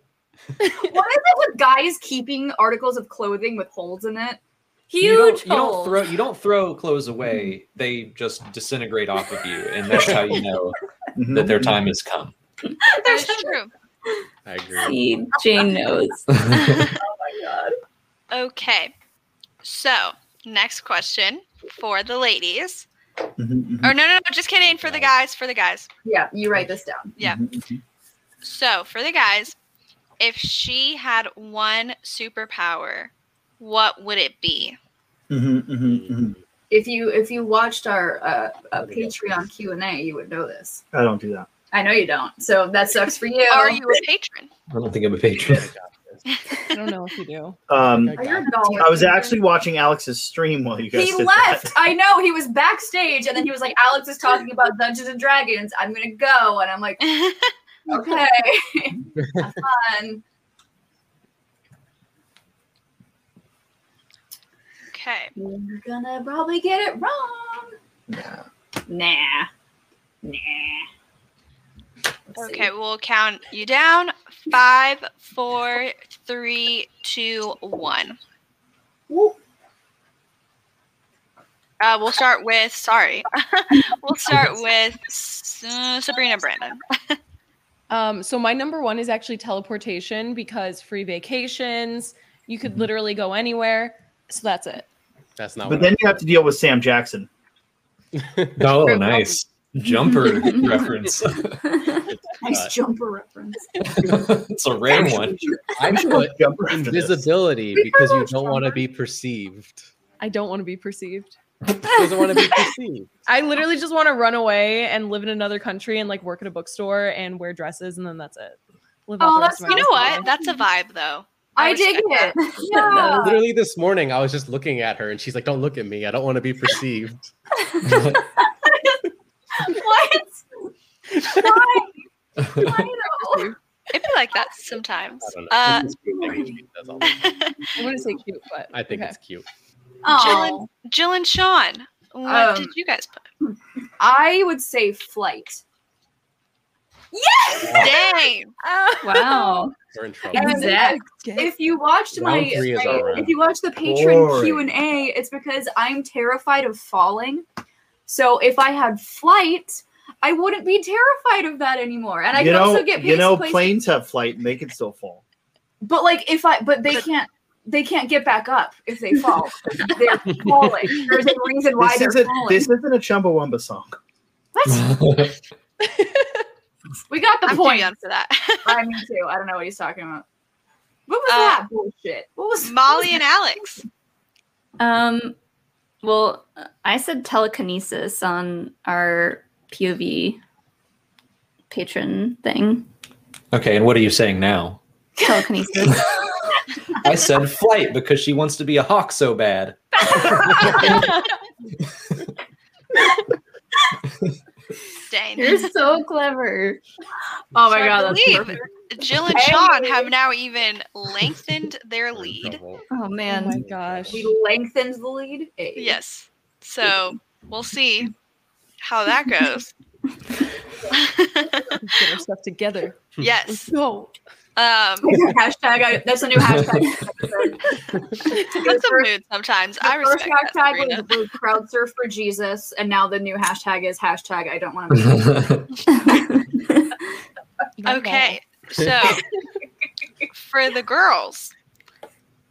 S2: is it with guys keeping articles of clothing with holes in it?
S3: you
S1: huge
S3: don't, you don't
S1: holes.
S3: throw you don't throw clothes away. They just disintegrate off of you, and that's how you *laughs* know that
S4: Mm-hmm.
S3: their time has come.
S6: that's true.
S7: I agree.
S1: *laughs* See, Jane knows.
S3: *laughs*
S6: *laughs* Okay. So, next question for the ladies.
S4: Mhm,
S6: Or no, no, no, just kidding. For the guys, for the guys.
S2: Yeah, you write this down.
S6: Yeah.
S4: mhm, mhm.
S6: So, for the guys, if she had one superpower, what would it be?
S4: Mhm, mhm, mhm.
S2: If you if you watched our uh, uh,
S7: There we go.
S2: Patreon Q and A, you would know this.
S4: I don't do that.
S2: I know you don't, so that sucks for you.
S6: Are you a patron? *laughs*
S3: I don't think I'm a patron. *laughs*
S5: I don't know if you do.
S4: Um,
S7: Okay.
S2: Are you a dog?
S4: I was actually watching Alex's stream while you guys
S2: He
S4: did
S2: left.
S4: that.
S2: I know he was backstage, and then he was like, "Alex is talking about Dungeons and Dragons. I'm gonna go," and I'm like, *laughs* "Okay, Have fun."
S6: okay.
S2: You're gonna probably get it wrong. Nah. Nah. Let's see.
S6: Okay, we'll count you down. Five, four, three, two, one.
S2: Whoop.
S6: Uh, we'll start with sorry. *laughs* we'll
S2: *laughs*
S6: start with S- uh, Sabrina Brandon.
S5: Um, so my number one is actually teleportation because free vacations. You could literally go anywhere. So that's it.
S7: That's not
S4: But
S7: what
S4: then you have to deal with Sam Jackson.
S3: Oh, nice
S1: *laughs*
S3: jumper reference. *laughs*
S2: Nice
S7: Uh,
S2: jumper reference.
S3: it's a rare
S1: *laughs*
S3: one.
S7: I put
S4: Jumper after this.
S7: invisibility because you don't want to be perceived.
S6: *laughs*
S5: I don't want to be perceived.
S7: Doesn't want to be perceived.
S6: *laughs*
S5: I literally just want to run away and live in another country and like work at a bookstore and wear dresses and then that's it. Live out
S2: Oh,
S5: the rest
S2: that's-
S5: of my
S6: You know
S5: life.
S6: what? That's a vibe though.
S2: I dig
S6: respect that.
S2: it.
S6: Ah.
S2: Yeah.
S7: Literally this morning, I was just looking at her and she's like, "Don't look at me. I don't want to be perceived."
S1: *laughs*
S2: what? Why? Why though?
S6: It'd be like that sometimes.
S7: I don't know.
S6: Uh,
S7: It's cute.
S6: *laughs*
S7: I think that's all.
S5: I want to say cute, but
S7: I think
S5: okay.
S7: it's cute.
S2: Aw.
S6: Jill and Sean,
S2: Um,
S6: what did you guys
S2: *laughs*
S6: put?
S2: I would say flight. Yes!
S6: Dang.
S1: Wow.
S7: We're in trouble.
S2: And
S1: Exact.
S2: If you watched my,
S7: Round three is our round.
S2: if you watched the patron
S4: Boring.
S2: Q and A, it's because I'm terrified of falling. So if I had flight, I wouldn't be terrified of that anymore. And I
S4: you
S2: could
S4: know,
S2: also get
S4: you
S2: paid
S4: know,
S2: to place-
S4: planes have flight and they can still fall.
S2: But like if I but they can't they can't get back up if they fall.
S7: *laughs*
S2: they're falling. There's a reason why
S4: This
S2: they're
S4: isn't
S2: falling.
S4: this isn't a Chumbawamba song.
S7: *laughs*
S2: we got the
S6: I'm too
S2: point.
S6: young for that. *laughs*
S2: I mean too. I don't know what he's talking about. What was
S6: Uh,
S2: that bullshit? What was
S6: Molly and Alex.
S1: Um, well, I said telekinesis on our POV patron thing.
S3: *laughs* Okay, and what are you saying now?
S1: Telekinesis.
S3: I said flight because she wants to be a hawk so bad.
S6: Dang.
S1: You're so clever.
S2: *laughs* Oh
S6: So
S2: my
S6: I
S2: god, that's
S6: believe-
S2: perfect.
S6: Jill and Sean have now even lengthened their lead.
S1: Oh
S5: Oh my
S1: man.
S5: gosh.
S2: We lengthened the lead. Hey.
S6: Yes. So we'll see how that goes. *laughs*
S5: Let's Get our stuff together. *laughs*
S6: yes.
S5: Go.
S6: Um,
S2: hashtag. I, that's a new hashtag.
S6: that's a mood sometimes. I
S2: The first
S6: respect that.
S2: hashtag
S6: Sabrina.
S2: was the crowd surf for Jesus, and now the new hashtag is hashtag I don't want to. Be-
S1: *laughs*
S3: That's
S6: Okay. So for the girls,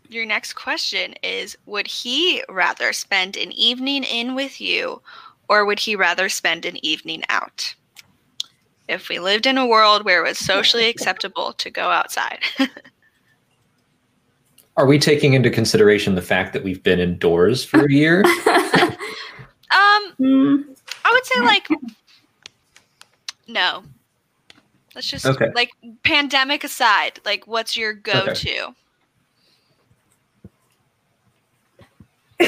S6: your next question is Would he rather spend an evening in with you or would he rather spend an evening out? If we lived in a world where it was socially acceptable to go outside,
S3: Are we taking into consideration the fact that we've been indoors for a year?
S6: um,
S1: Mm,
S6: I would say like no. Let's just
S3: Okay.
S6: like pandemic aside, like what's your go-to?
S2: *laughs*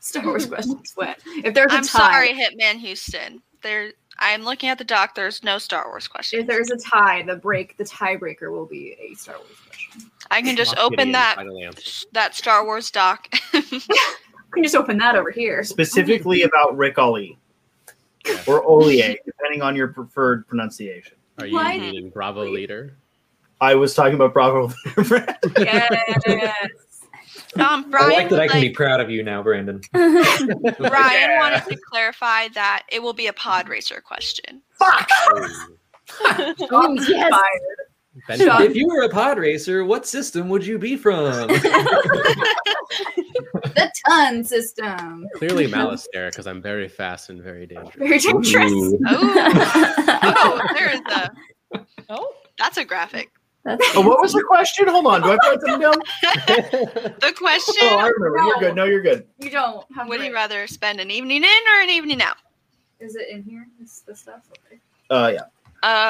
S2: Star Wars question sweat. If there's a
S6: I'm
S2: tie,
S6: sorry, Hitman Houston. There, I'm looking at the doc. There's no Star Wars
S2: if
S6: questions.
S2: there's a tie, the break, the tiebreaker will be a Star Wars question.
S6: I can just open that that Star Wars doc. *laughs*
S2: We can just open that over here.
S4: Specifically about Rick Ali
S7: Yes.
S4: or Ollier, depending on your preferred pronunciation.
S7: Are you
S2: Why
S7: meaning Bravo
S6: *laughs*
S7: leader?
S4: I was talking about Bravo. *laughs*
S2: Yes.
S6: Um,
S3: I
S6: Brian,
S3: like that I
S6: would
S3: can be
S6: like,
S3: proud of you now, Brandon.
S6: *laughs* Brian
S7: Yeah.
S6: wanted to clarify that it will be a pod
S5: *laughs*
S6: racer question.
S7: Oh.
S1: Oh, yes.
S2: *laughs*
S7: Ben
S2: Shut
S6: *laughs*
S7: Fox.
S3: *laughs* If you were a pod racer, what system would you be from?
S2: the ton system.
S7: Clearly malice there because I'm very fast and very dangerous.
S2: Very dangerous.
S3: Ooh.
S6: Oh, oh, there is a.
S5: Oh,
S6: That's a graphic.
S1: That's
S4: Oh, what was the question? Hold on. Do I write
S2: *laughs*
S4: something down?
S6: The
S4: Oh, I
S6: question:
S4: remember. You're good. No, you're good.
S2: You don't have
S6: Would he
S2: break.
S6: rather spend an evening in or an evening out?
S2: Is it in here? This, this stuff? Okay.
S4: Uh, yeah.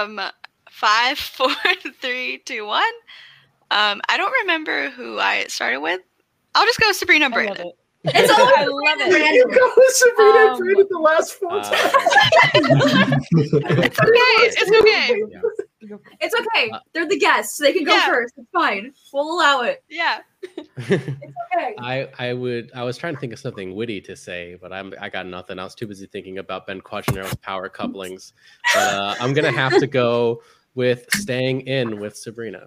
S6: Um, five, *laughs* four, three, two, one. Um, I don't remember who I started with. I'll just go with Sabrina
S5: I love
S6: Brandon.
S5: it.
S2: It's all
S5: I love it.
S4: *laughs* Go with Sabrina
S5: Um,
S4: Brandon the last four
S7: *laughs* Uh,
S4: times.
S6: It's okay. It's okay.
S7: yeah.
S2: It's okay. They're the guests. They can go
S6: Uh, Yeah.
S2: first. It's fine. We'll allow it.
S6: Yeah.
S2: Okay.
S7: *laughs* I, I would I was trying to think of something witty to say, but I'm I got nothing. I was too busy thinking about Ben Quadranero's power couplings. But uh, I'm gonna have to go with staying in with Sabrina.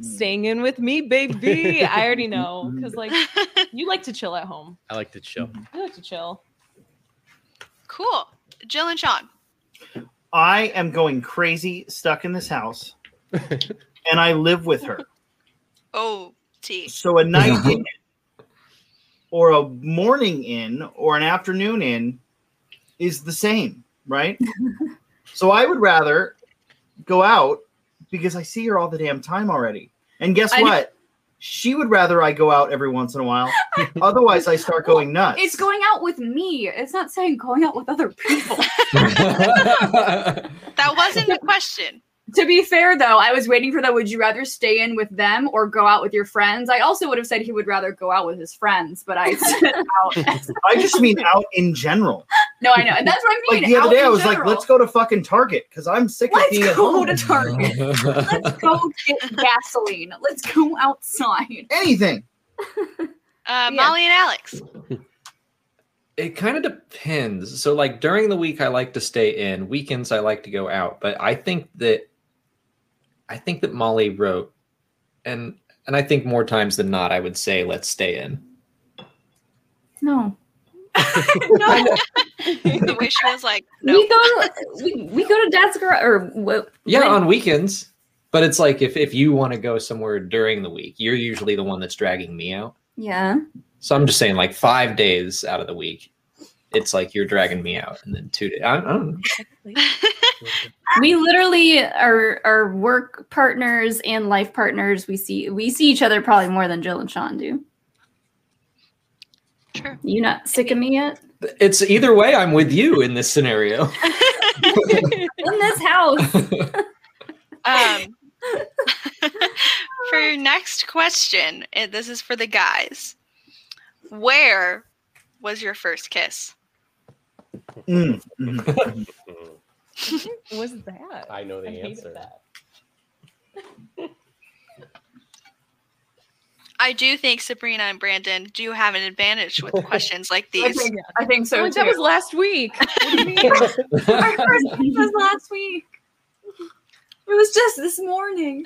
S5: Staying in with me, baby. I already know. Because, like, you like to chill at home.
S7: I like
S2: *laughs*
S7: to chill.
S5: You like to chill.
S6: cool. Jill and Sean.
S4: I am going crazy, stuck in
S2: *laughs*
S4: this house, and I live with her.
S6: Oh, T.
S4: So a night in, or a morning in, or an afternoon in is the same,
S2: *laughs*
S4: right? so I would rather go out because I see her all the damn time already. And guess
S2: I know.
S4: what? She would rather I go out every once in
S2: *laughs*
S4: a while. Otherwise, I start going nuts.
S2: It's going out with me. It's not saying going out with other people. *laughs* Mm.
S6: That wasn't the question.
S2: to be fair, though, I was waiting for the would you rather stay in with them or go out with your friends? I also would have said he would rather go out with his friends, but I said out.
S4: I just mean out in general.
S2: No, I know. And that's what I mean.
S4: Like the other
S2: out
S4: day,
S2: in
S4: I was like,
S2: general.
S4: "Let's go to fucking Target" because I'm sick of being
S2: Let's
S4: at
S2: go
S4: home.
S2: to
S3: *laughs*
S2: Target. Let's go get gasoline. Let's go outside.
S4: Anything.
S6: Uh, Molly and Alex.
S3: It kind of depends. So, like during the week, I like to stay in. Weekends, I like to go out. But I think that, I think that Molly wrote, and and I think more times than not, I would say let's stay in.
S1: no.
S2: no,
S6: The way she was like,
S1: We
S6: no.
S1: go we, we go to dad's garage or what
S3: Yeah,
S1: when-
S3: on weekends. But it's like if if you want to go somewhere during the week, you're usually the one that's dragging me out.
S1: yeah.
S3: So I'm just saying, like five days out of the week, it's like you're dragging me out, and then two days. I, I don't know.
S1: We literally are are work partners and life partners. We see we see each other probably more than Jill and Sean do.
S6: True.
S1: You not sick of me yet?
S3: It's either way, I'm with you in this
S6: *laughs*
S3: scenario. *laughs*
S1: In this house.
S6: Um, *laughs* for your next question, eh, this is for the guys. Where was your first kiss?
S4: Mm, mhm.
S5: was that?
S7: I know the
S5: I hated
S7: answer.
S5: that.
S6: I do think Sabrina and Brandon do have an advantage *laughs* with questions like
S2: I
S6: these.
S2: think, I think so
S5: I'm like,
S2: too.
S5: Oh, that was last week. What do you mean?
S2: Our first *laughs* one was last week. It was just this morning.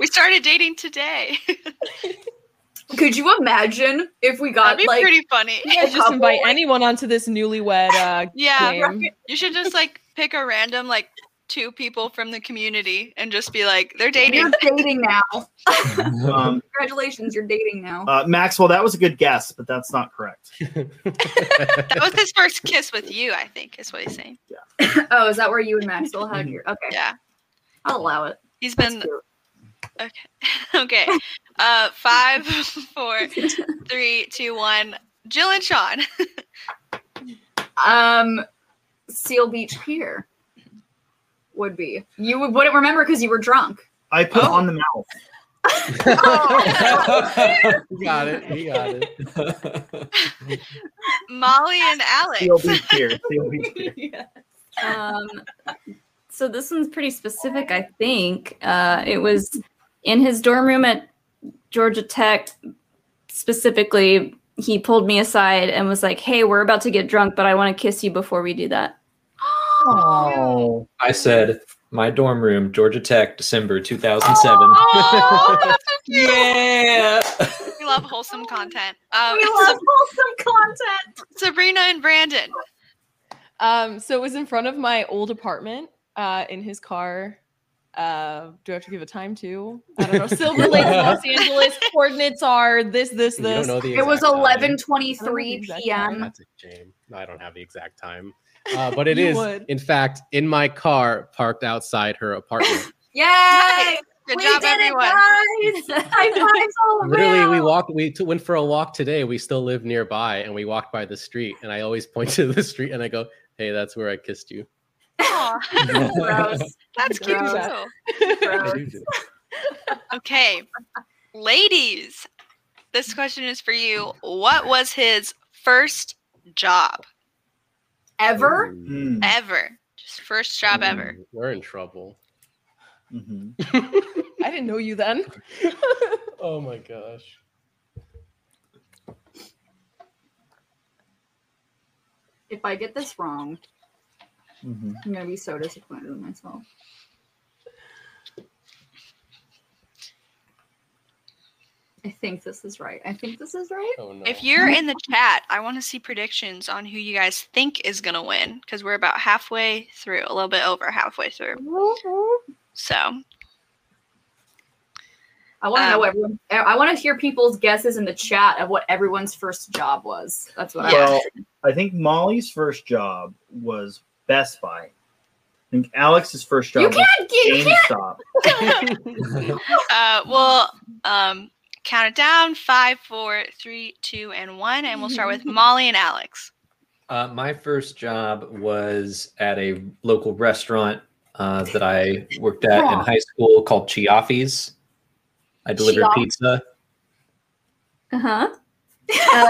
S6: We started dating today.
S2: Could you imagine if we got
S6: *laughs* That'd be
S2: Uh, like
S6: pretty funny.
S5: You guys just
S2: couple,
S5: invite
S2: like-
S5: anyone onto this newlywed uh,
S6: *laughs* Yeah,
S5: game.
S6: You should just like pick a random like two people from the community and just be like, they're dating.
S2: you're dating now?
S4: um,
S2: Congratulations, you're dating now.
S4: uh, Maxwell, that was a good guess, but that's not correct.
S6: That was his first kiss with you, I think, is what he's saying.
S2: *laughs* oh, is that where you and Maxwell had your? Okay,
S6: Yeah.
S2: I'll allow it.
S6: He's
S2: That's
S6: been
S2: cute.
S6: *laughs* okay. Uh five, *laughs* four, three, two, one. Jill and Sean. *laughs*
S2: Um, Seal Beach Pier would be. You would- wouldn't remember because you were
S6: *laughs*
S2: drunk.
S4: I put on the mouth.
S6: Oh,
S2: *laughs*
S7: You got it. You got it.
S6: Molly and Alex.
S4: Seal beach here. Seal beach here.
S1: Um, so this one's pretty specific, I think. Uh, it was in his dorm room at Georgia Tech. Specifically, he pulled me aside and was like, "Hey, we're about to get drunk, but I want to kiss you before we do *laughs* that."
S4: *laughs* Oh,
S3: I said, my dorm room, Georgia Tech, December 2007.
S6: Oh, that's so
S3: *laughs*
S6: cute.
S3: yeah.
S6: We love wholesome content. Um,
S2: we love wholesome content.
S6: Sabrina and Brandon.
S5: Um, so it was in front of my old apartment uh, in his car. Uh, do I have to give a time to? I don't know. Silver Lake, Los Angeles. Coordinates are this, this,
S7: You don't
S5: this. *laughs*
S7: know the
S2: It was
S7: exact
S2: eleven
S7: time.
S5: I don't know the
S2: twenty-three
S5: exact
S2: p.m.
S7: That's a shame. No, I don't have the exact time. Uh, but it
S5: You
S7: is,
S5: would.
S7: in fact, in my car parked outside her apartment.
S2: Yay!
S6: Nice. Good job, everyone.
S2: it, guys. High fives all
S7: Literally, we
S2: around.
S7: walked. We t- went for a walk today. We still live nearby, and we walked by the street. And I always *laughs* point to the street, and I go, "Hey, that's where I kissed you."
S6: Aw,
S2: *laughs* Gross.
S6: that's cute.
S2: Gross.
S6: too.
S7: I
S2: Gross.
S7: do do
S6: Okay, ladies, this question is for you. What was his first job
S2: Ever?
S7: that.
S4: mm,
S7: Ooh.
S6: ever? Just first job ever.
S7: Ooh, We're in trouble.
S4: mhm.
S5: I didn't know you then.
S7: Oh my gosh.
S2: If I get this wrong,
S4: Mhm.
S2: I'm gonna be so disappointed in myself. I think this is right. I think this is right.
S7: Oh no.
S6: If you're in the chat, I want to see predictions on who you guys think is going to win because we're about halfway through, a little bit over halfway through. So,
S2: I want to know
S6: Um,
S2: everyone. I want to hear people's guesses in the chat of what everyone's first job was. That's what I
S6: Yeah.
S2: want.
S4: Well, I think Molly's first job was Best Buy. I think Alex's first
S2: You
S4: job was
S2: can't get.
S4: GameStop.
S6: uh, we'll um, count it down five, four, three, two, and one. And we'll start with Molly and Alex.
S3: Uh, my first job was at a local restaurant uh, that I worked at in
S2: Wrong.
S3: high school called Chiaffi's. I delivered
S2: Chiaffi.
S3: pizza.
S1: *laughs* *laughs* Uh-huh. Uh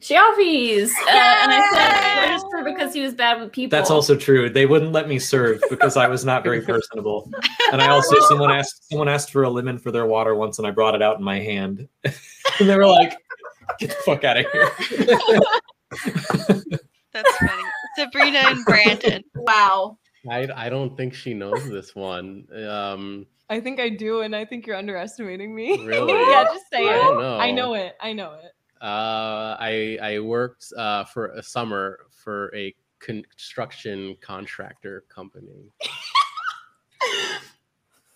S1: Chiaffis. Uh, and I said register because he was bad with people.
S3: That's also true. They wouldn't let me serve because I was not very personable. And I also someone asked someone asked for a lemon for their water once, and I brought it out in my hand, *laughs* and they were like, "Get the fuck out of
S7: *laughs*
S3: here!"
S6: That's funny. Sabrina and Brandon.
S2: Wow.
S7: I, I don't think she knows this one. Um,
S5: I think I do, and I think you're underestimating me.
S7: Really?
S5: *laughs* *laughs* yeah, just say
S7: I
S5: it.
S7: don't know.
S5: I know it. I know it.
S7: Uh, I I worked uh, for a summer for a construction contractor company.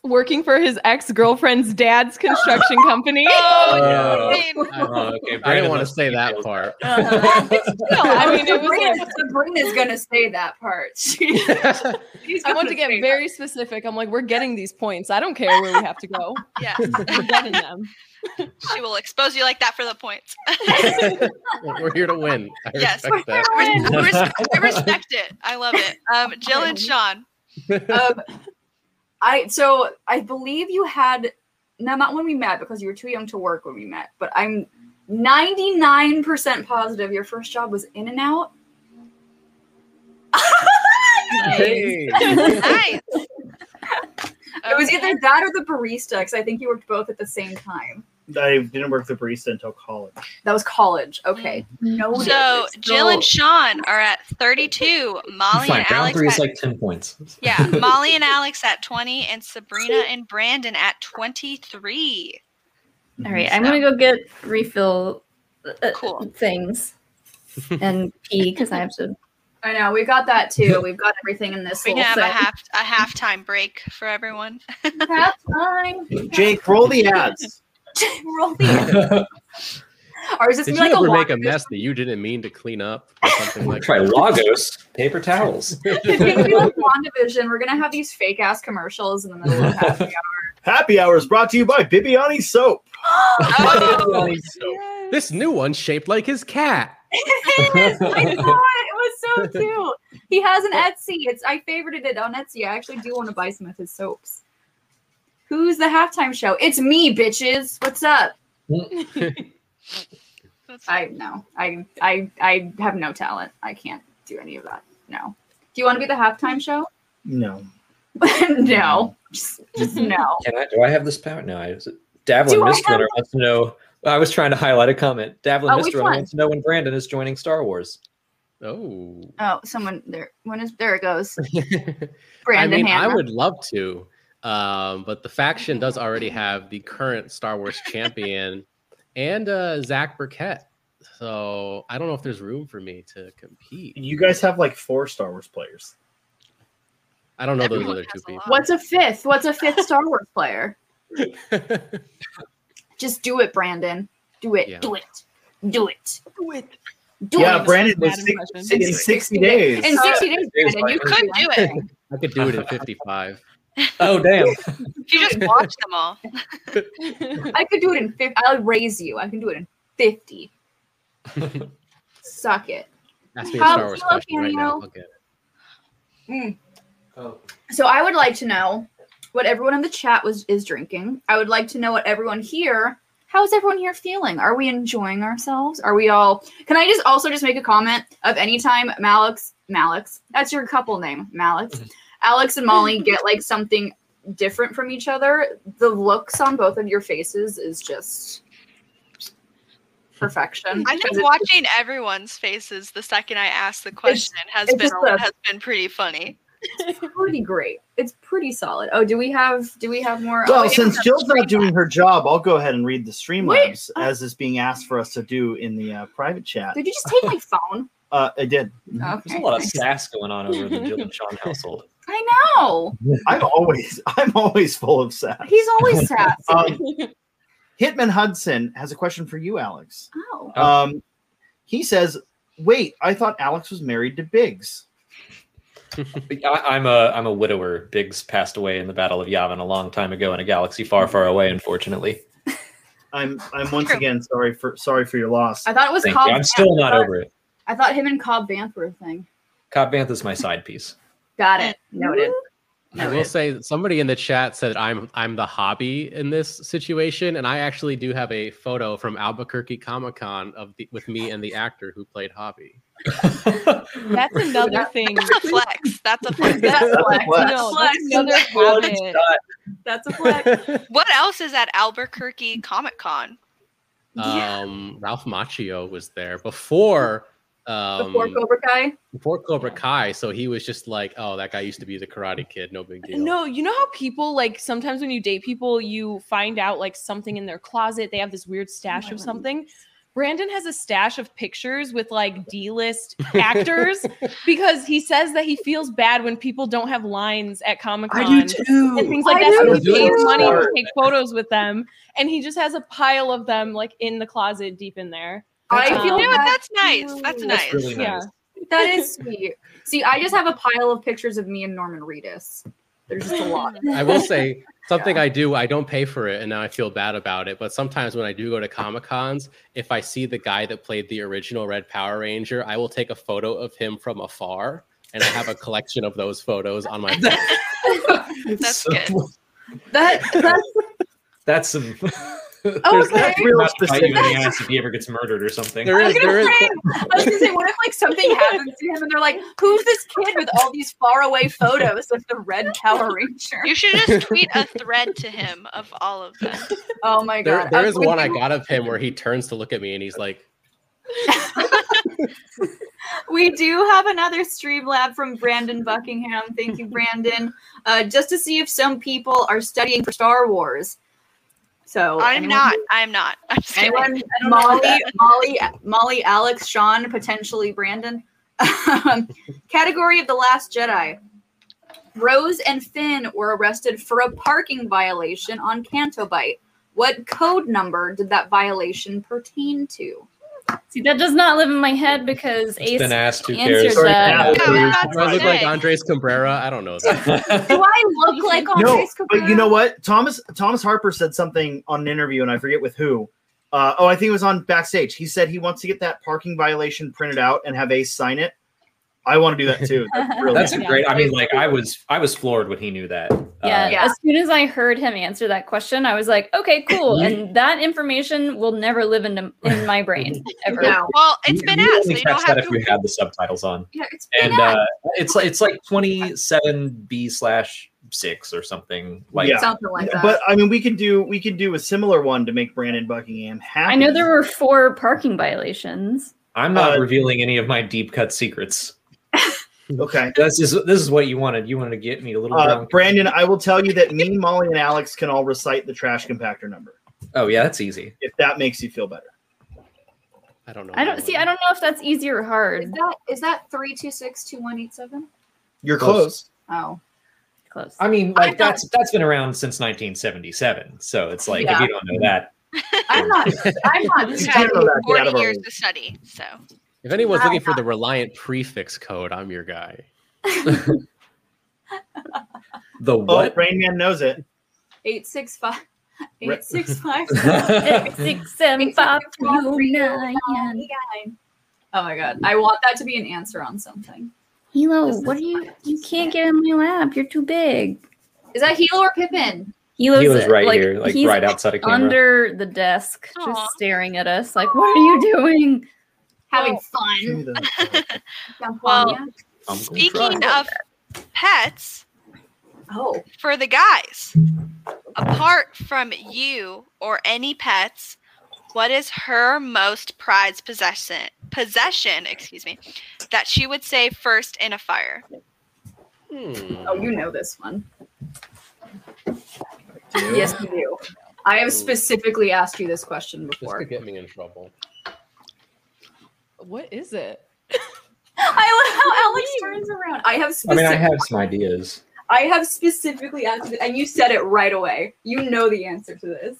S5: Working for his ex girlfriend's dad's construction company.
S7: Oh,
S6: Brandon.
S7: I,
S3: Oh, okay,
S7: I didn't
S3: Brandon
S7: want to
S3: loves *laughs*
S7: say that
S6: Uh-huh.
S3: details.
S2: *laughs*
S7: part.
S5: No, I mean, it was like,
S2: brain is gonna say that part. *laughs* She's
S5: *laughs*
S7: *laughs*
S5: I want
S2: gonna
S5: to get
S2: say
S5: very specific. I'm like, we're getting these points. I don't care where we have to go.
S6: Yeah,
S5: We're getting them.
S6: she will expose you like that for the points.
S7: We're here to win. I
S6: Yes.
S7: respect that.
S6: I res- I respect it. I love it. Um, Jill and Sean.
S2: that. Um, I so I believe you had no, not when we met because you were too young to work when we met. But I'm 99% positive your first job was In and Out. *laughs*
S7: Hey.
S6: Nice.
S2: It was either that or the barista because I think you worked both at the same time.
S4: I didn't work the barista until college.
S2: That was college. Okay. No.
S6: So Jill and Sean are at 32. Molly
S3: Fine. Round
S6: and Alex.
S3: three
S6: at-
S3: is like 10 points. *laughs*
S6: yeah, Molly and Alex at 20, and Sabrina and Brandon at 23.
S1: All right, I'm gonna go get refill uh,
S6: Cool.
S3: *laughs*
S1: things and pee because I have to.
S2: I know we got that
S6: *laughs*
S2: too. We've got everything in this.
S6: We can
S2: little
S6: have a
S2: set.
S6: half a halftime break for everyone. *laughs*
S2: Half time.
S4: Jake, roll the ads.
S2: *laughs* Roll the. Or is this
S7: Did
S2: gonna
S7: you
S2: be like a
S7: ever make
S2: walk?
S7: a mess that you didn't mean to clean up or something
S3: *laughs*
S7: like
S3: Try Lagos paper towels.
S2: It's
S7: *laughs*
S2: gonna be like WandaVision. We're gonna have these fake ass commercials in the middle
S7: *laughs*
S2: of half *laughs* the
S4: Happy Hour is brought to you by Bibiani Soap.
S6: Oh,
S4: Bibiani Soap.
S7: This new one shaped like his cat.
S2: it is. I saw it. It was so cute. He has an Etsy. It's I favorited it on Etsy. I actually do want to buy some of his soaps. Who's the halftime show? It's me, bitches. What's up?
S6: that's-
S2: I no. I I I have no talent. I can't do any of that. No. Do you want to be the halftime show? *laughs*
S4: No.
S2: no. Just,
S7: *laughs*
S2: just no.
S3: Can I, do I have this power? No, I Davlin
S2: Do I
S3: Mistrunner wants to know. I was trying to highlight a comment. Davlin
S2: Oh, which
S3: Mistrunner
S2: one?
S3: wants to know when Brandon is joining Star Wars.
S7: Oh.
S2: Oh, someone there. When is there? It goes.
S7: *laughs* I
S2: Brandon
S7: mean,
S2: Hannah.
S7: I would love to, um, but the faction does already have the current Star Wars champion and uh, Zach Burkett. So I don't know if there's room for me to compete.
S4: You guys have like four Star Wars players.
S7: I don't know those
S6: Everyone
S7: other
S6: has
S7: two
S6: a lot.
S7: people.
S2: What's a fifth? What's a fifth Star Wars player? Just do it, Brandon. Do it.
S7: Yeah.
S2: Do it. Do it. Do it. Do
S4: Yeah,
S2: it.
S4: Brandon was
S5: Bad
S4: six,
S5: impression.
S4: in 60 days.
S2: In 60 days,
S3: Days,
S2: Brandon, you
S3: like-
S2: could
S6: Could do it.
S7: *laughs* I could do it in 55.
S2: *laughs*
S3: Oh damn!
S6: If you just watch them all.
S2: I could do it in 50. I'll raise you. I can do it in
S4: *laughs*
S2: 50. Suck it.
S7: Ask me a
S2: How
S7: Star Wars
S2: do you
S7: question
S2: look,
S7: right now.
S2: Daniel?
S7: I'll get it.
S2: So I would like to know what everyone in the chat was is drinking. I would like to know what everyone here. How is everyone here feeling? Are we enjoying ourselves? Are we all? Can I just also just make a comment of anytime Malix, Malix, that's your couple name,
S4: Mm-hmm.
S2: Malix, Alex and Molly get like something different from each other. The looks on both of your faces is just perfection.
S6: I think watching everyone's faces the second I asked the question has
S2: it's
S6: been
S2: just a-
S6: has been pretty
S2: *laughs*
S6: funny.
S2: it's pretty great. It's pretty solid. Oh, do we have? Do we have more? oh,
S4: Well,
S2: we
S4: since
S2: have
S4: Jill's not doing her job, I'll go ahead and read the Streamlabs
S2: Wait.
S4: as is being asked for us to do in the uh, private chat.
S2: Did you just take my phone?
S4: Uh, I did.
S2: Oh, Okay.
S3: There's a lot of sass going on over in the Jill
S2: *laughs*
S3: and Sean household.
S2: I know.
S4: I'm always *laughs* I'm always full of sass.
S2: He's always *laughs* sad.
S4: Um, Hitman Hudson has a question for you, Alex.
S2: oh.
S4: Um, he says, "Wait, I thought Alex was married to Biggs."
S3: I, I'm a I'm a widower. Biggs passed away in the Battle of Yavin a long time ago in a galaxy far, far away. Unfortunately,
S4: I'm I'm once
S6: True.
S4: again sorry for sorry for your loss.
S2: I thought it was
S3: Thank
S2: Cobb.
S3: you. I'm still not
S2: Vanth.
S3: over it.
S2: I thought him and Cobb Vanth were a thing.
S3: Cobb Banth is my side piece. *laughs*
S2: Got it. Noted.
S7: I will say that somebody in the chat said I'm I'm the hobby in this situation, and I actually do have a photo from Albuquerque Comic Con of the, with me and the actor who played Hobby.
S5: *laughs* That's another thing.
S6: That's a flex. That's a
S4: *laughs*
S6: flex.
S5: That's
S2: *laughs* That's a flex.
S4: flex.
S5: No,
S2: Flex.
S5: that's another
S4: One
S5: habit.
S4: shot.
S2: That's a flex.
S6: What else is at Albuquerque Comic Con?
S3: Uh,
S7: Um, Ralph Macchio was there before um,
S2: Before Cobra Kai.
S7: before Cobra Kai, so he was just like, oh, that guy used to be the Karate Kid, no big deal.
S5: No, you know how people like sometimes when you date people, you find out like something in their closet. They have this
S2: Oh
S5: weird stash of something. Brandon has a stash of pictures with like D list actors because he says that he feels bad when people don't have lines at Comic Con and
S3: too.
S5: things like
S2: I
S5: that. So
S2: do
S5: he pays
S2: too.
S5: money to
S4: Smart.
S5: take photos with them, and he just has a pile of them like in the closet deep in there.
S2: I
S6: You
S5: Um,
S6: know
S2: feel
S6: what?
S2: bad.
S6: That's nice. That's
S5: That's
S6: nice.
S3: Really nice.
S5: Yeah.
S2: That is sweet. See, I just have a pile of pictures of me and Norman Reedus. There's just a *laughs* lot.
S7: I will say something I do. I don't pay for it, and now I feel bad about it. But sometimes when I do go to comic cons, if I see the guy that played the original Red Power Ranger, I will take a photo of him from afar, and I have a collection of those photos on my.
S6: That's
S3: So-
S6: good.
S2: That that's
S3: *laughs* That's some. *laughs* There's
S2: Okay.
S4: Real
S3: not to bite you in
S4: specific.
S3: the ass if he ever gets murdered or something.
S7: There
S2: I
S7: is,
S2: was gonna
S7: there is.
S2: say, I was gonna say, what if like *laughs* something happens to him and they're like, "Who's this kid with all these faraway photos of the Red Power *laughs* Ranger?"
S6: You should just tweet a thread to him of all of them.
S2: Oh my
S7: There,
S2: god,
S7: there is
S2: would
S7: one I
S2: you-
S7: got of him where he turns to look at me and he's like,
S2: We do have another stream lab from Brandon Buckingham. Thank you, Brandon. Uh, just to see if some people are studying for Star Wars. So
S6: I'm
S2: anyone-
S6: not. I'm not. *laughs* I'm just kidding.
S2: Anyone? Molly, Molly, Molly, Alex, Sean, potentially Brandon. Um, Category of the Last Jedi. Rose and Finn were arrested for a parking violation on Canto Bight. What code number did that violation pertain to?
S1: See, that does not live in my head because Ace.
S3: Been asked who
S1: Answers
S3: cares.
S4: Sorry,
S1: that.
S6: No,
S4: Pat.
S6: I'm not
S7: Do I look like
S6: saying.
S7: Andres Cabrera? I don't know.
S2: Do I look like on
S4: no, but you know what? Thomas Thomas Harper said something on an interview, and I forget with who. Uh, oh, I think it was on backstage. He said he wants to get that parking violation printed out and have Ace sign it. I want to do that too. That's brilliant.
S3: That's a great. I mean, like I was, I was floored when he knew that.
S1: Yeah,
S3: Uh,
S2: Yeah.
S1: As soon as I heard him answer that question, I was like, okay, cool.
S3: *laughs* You-
S1: And that information will never live in, in
S3: *laughs*
S1: my brain ever.
S2: No.
S6: Well, it's
S3: you-
S6: been
S3: you
S6: asked, so
S3: only
S6: you
S3: catch
S6: don't
S3: that
S6: have
S3: if you
S6: to.
S3: had the subtitles on,
S2: Yeah, it's
S3: and
S2: been asked.
S3: uh, it's like it's like twenty seven B slash six or something. Like
S4: Yeah.
S2: something like that.
S4: But I mean, we can do we can do a similar one to make Brandon Buckingham happy.
S1: I know there were four parking violations.
S3: I'm not
S4: Uh,
S3: revealing any of my deep cut secrets.
S4: Okay,
S3: This is this is what you wanted. You wanted to get me a little
S4: uh,
S3: drunk.
S4: Brandon, I will tell you that me, Molly, and Alex can all recite the trash compactor number
S3: Oh yeah, that's easy.
S4: if that makes you feel better.
S7: I don't know.
S1: I don't see. I don't know if that's easy or
S2: is
S1: hard.
S2: that is that three two six two one eight seven?
S4: You're
S3: Close.
S2: Oh,
S4: close.
S2: *laughs*
S1: Close.
S3: I mean,
S6: I
S3: like
S6: thought-
S3: that's that's been around since 1977. So it's like if
S2: Yeah.
S3: you don't know
S6: *laughs*
S3: that,
S2: I'm not. I'm not.
S4: You
S6: We've
S4: can't
S6: had
S4: know that. Get out of
S6: 40
S4: our
S6: years
S4: league.
S6: to study, so
S7: If anyone's looking for the Reliant prefix code, I'm your guy.
S3: the
S4: Oh,
S3: what? *laughs*
S4: Rain Man knows it.
S2: Eight six five.
S4: Re-
S2: Eight six *laughs*
S4: *laughs*
S2: five.
S1: *laughs*
S2: Oh
S1: Six, six, seven,
S2: Eight,
S1: five,
S2: six, five,
S1: two,
S2: three,
S1: nine.
S2: Oh my god! I want that to be an answer on something.
S1: Hilo, what are you? You can't get in my lap. You're too big.
S2: Is that Hilo or Pippin?
S1: Hilo's
S3: he was right
S1: like,
S3: here, like
S1: he's
S3: right outside of camera.
S1: under the desk,
S6: Aw.
S1: just staring at us. Like, what are you doing?
S2: Having
S4: Give
S2: fun.
S4: me the-
S6: Well-
S3: I'm gonna
S6: speaking
S3: try.
S6: of pets
S2: oh,
S6: for the guys, apart from you or any pets, what is her most prized possession? Possession, excuse me, that she would say first in a fire.
S7: Hmm.
S2: oh, you know this one.
S4: Do.
S2: Yes, you do. I have specifically asked you this question
S7: This
S2: before.
S7: could get me in trouble.
S5: What
S2: *laughs*
S5: is it?
S2: I love how Alex turns around. I have.
S3: I
S2: Specific-
S3: mean, I have some *laughs* ideas.
S2: I have specifically asked it, and you said it right away. You know the answer to this.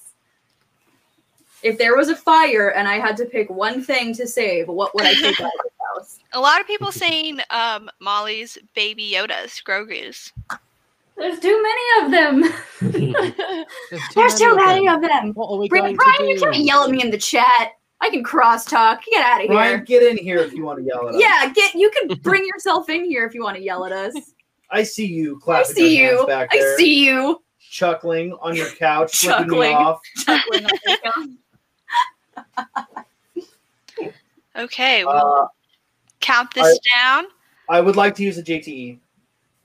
S2: If there was a fire and I had to pick one thing to save, what would I take out of the house?
S6: A lot of people saying um, Molly's baby Yodas, Grogu's.
S1: There's too many of them.
S2: *laughs* There's too many of them.
S7: What are we
S2: Brian,
S7: going
S2: Brian
S7: to
S2: you
S7: do?
S2: can't yell at me in the chat. I can crosstalk. Get out of here.
S4: Ryan, get in here if you want to yell at us.
S2: yeah, get. You can bring yourself in here if you want to yell at
S4: *laughs*
S2: us.
S4: I see you
S2: I
S4: clapping
S2: see
S4: your hands
S2: you.
S4: back
S2: I
S4: there,
S2: see you.
S4: chuckling on your couch, flicking me
S2: Chuckling.
S4: off.
S2: Chuckling on your couch.
S6: Okay, we'll
S4: Uh,
S6: count this down.
S4: I would like to use a E. JTE.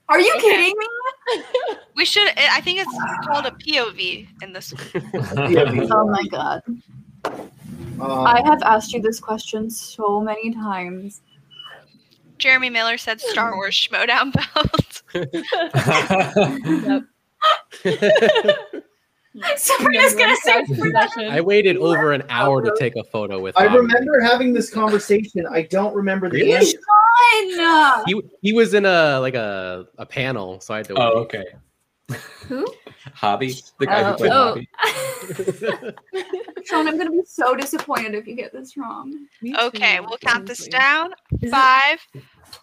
S2: Are you kidding me?
S6: We should. eh, I
S1: *sighs*
S6: think it's called a POV in this.
S4: POV.
S2: Oh my god.
S4: Um,
S2: I have asked you this question so many *laughs* times.
S6: Jeremy Miller
S1: *laughs*
S6: said Star Wars Schmodown *laughs* belt.
S7: *laughs*
S2: So we're just gonna say
S7: I waited over an hour to take a photo with
S4: I
S7: Bobby.
S4: remember having this conversation. I don't remember the
S3: Really?
S4: answer.
S2: fun.
S7: He, he was in a like a, a panel, so I had to
S3: *laughs* oh, okay.
S1: Who?
S3: Hobby, the guy
S1: Oh,
S3: who played
S1: oh.
S3: Hobby.
S2: Sean, I'm gonna be so disappointed if you get this wrong.
S5: Me
S6: Okay,
S5: too,
S6: we'll count this
S5: honestly.
S6: down.
S1: Is it-
S6: Five,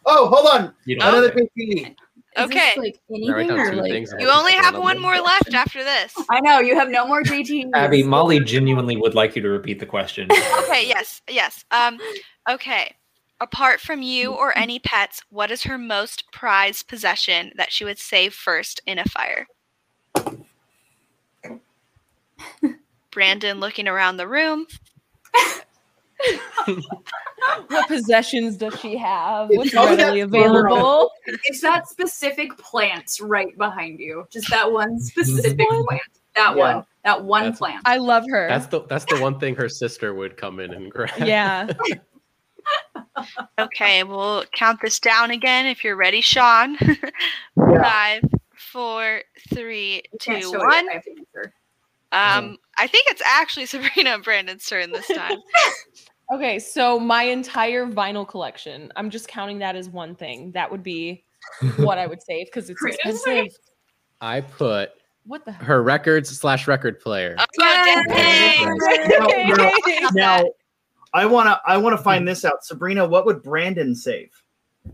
S4: Oh, hold on.
S7: You don't
S4: Another E.
S7: have to.
S4: thing you need.
S1: Is this,
S6: Okay.
S1: like
S7: Can I write
S1: anything
S7: down
S1: or
S7: two
S1: like
S7: things? I
S6: You only
S7: just
S6: have
S7: thought
S6: one
S7: of
S6: more left after this.
S2: I know you have no more GT.
S3: Abby, Molly genuinely would like you to repeat the *laughs* question.
S6: Okay, yes, yes. Um, okay. Apart from you or any pets, what is her most prized possession that she would save first in a fire? Brandon looking around the room.
S5: What possessions does she have?
S4: It's
S5: What's
S4: probably
S5: readily
S4: that farmer.
S5: available?
S2: It's that specific plant right behind you. Just that one specific plant. That
S4: Yeah.
S2: one. That one
S7: That's-
S2: plant.
S5: I love her.
S7: That's the that's the one thing her sister would come in and *laughs* grab.
S5: *laughs* yeah.
S6: Okay, we'll count this down again if you're ready, Sean. *laughs* Five, four, three,
S2: I can't
S6: two,
S2: show you.
S6: one.
S2: I have to answer. *laughs*
S6: Um, I think it's actually *laughs* Sabrina and Brandon's turn this time.
S5: Okay, so my entire vinyl collection. I'm just counting that as one thing. That would be what I would save because it's
S2: Creative.
S5: expensive.
S7: I put
S5: What the hell?
S7: her records slash record player.
S6: Oh,
S7: Yay!
S6: dang.
S4: No, no. Now, I wanna I wanna find this out. Sabrina, what would Brandon save?
S5: *laughs*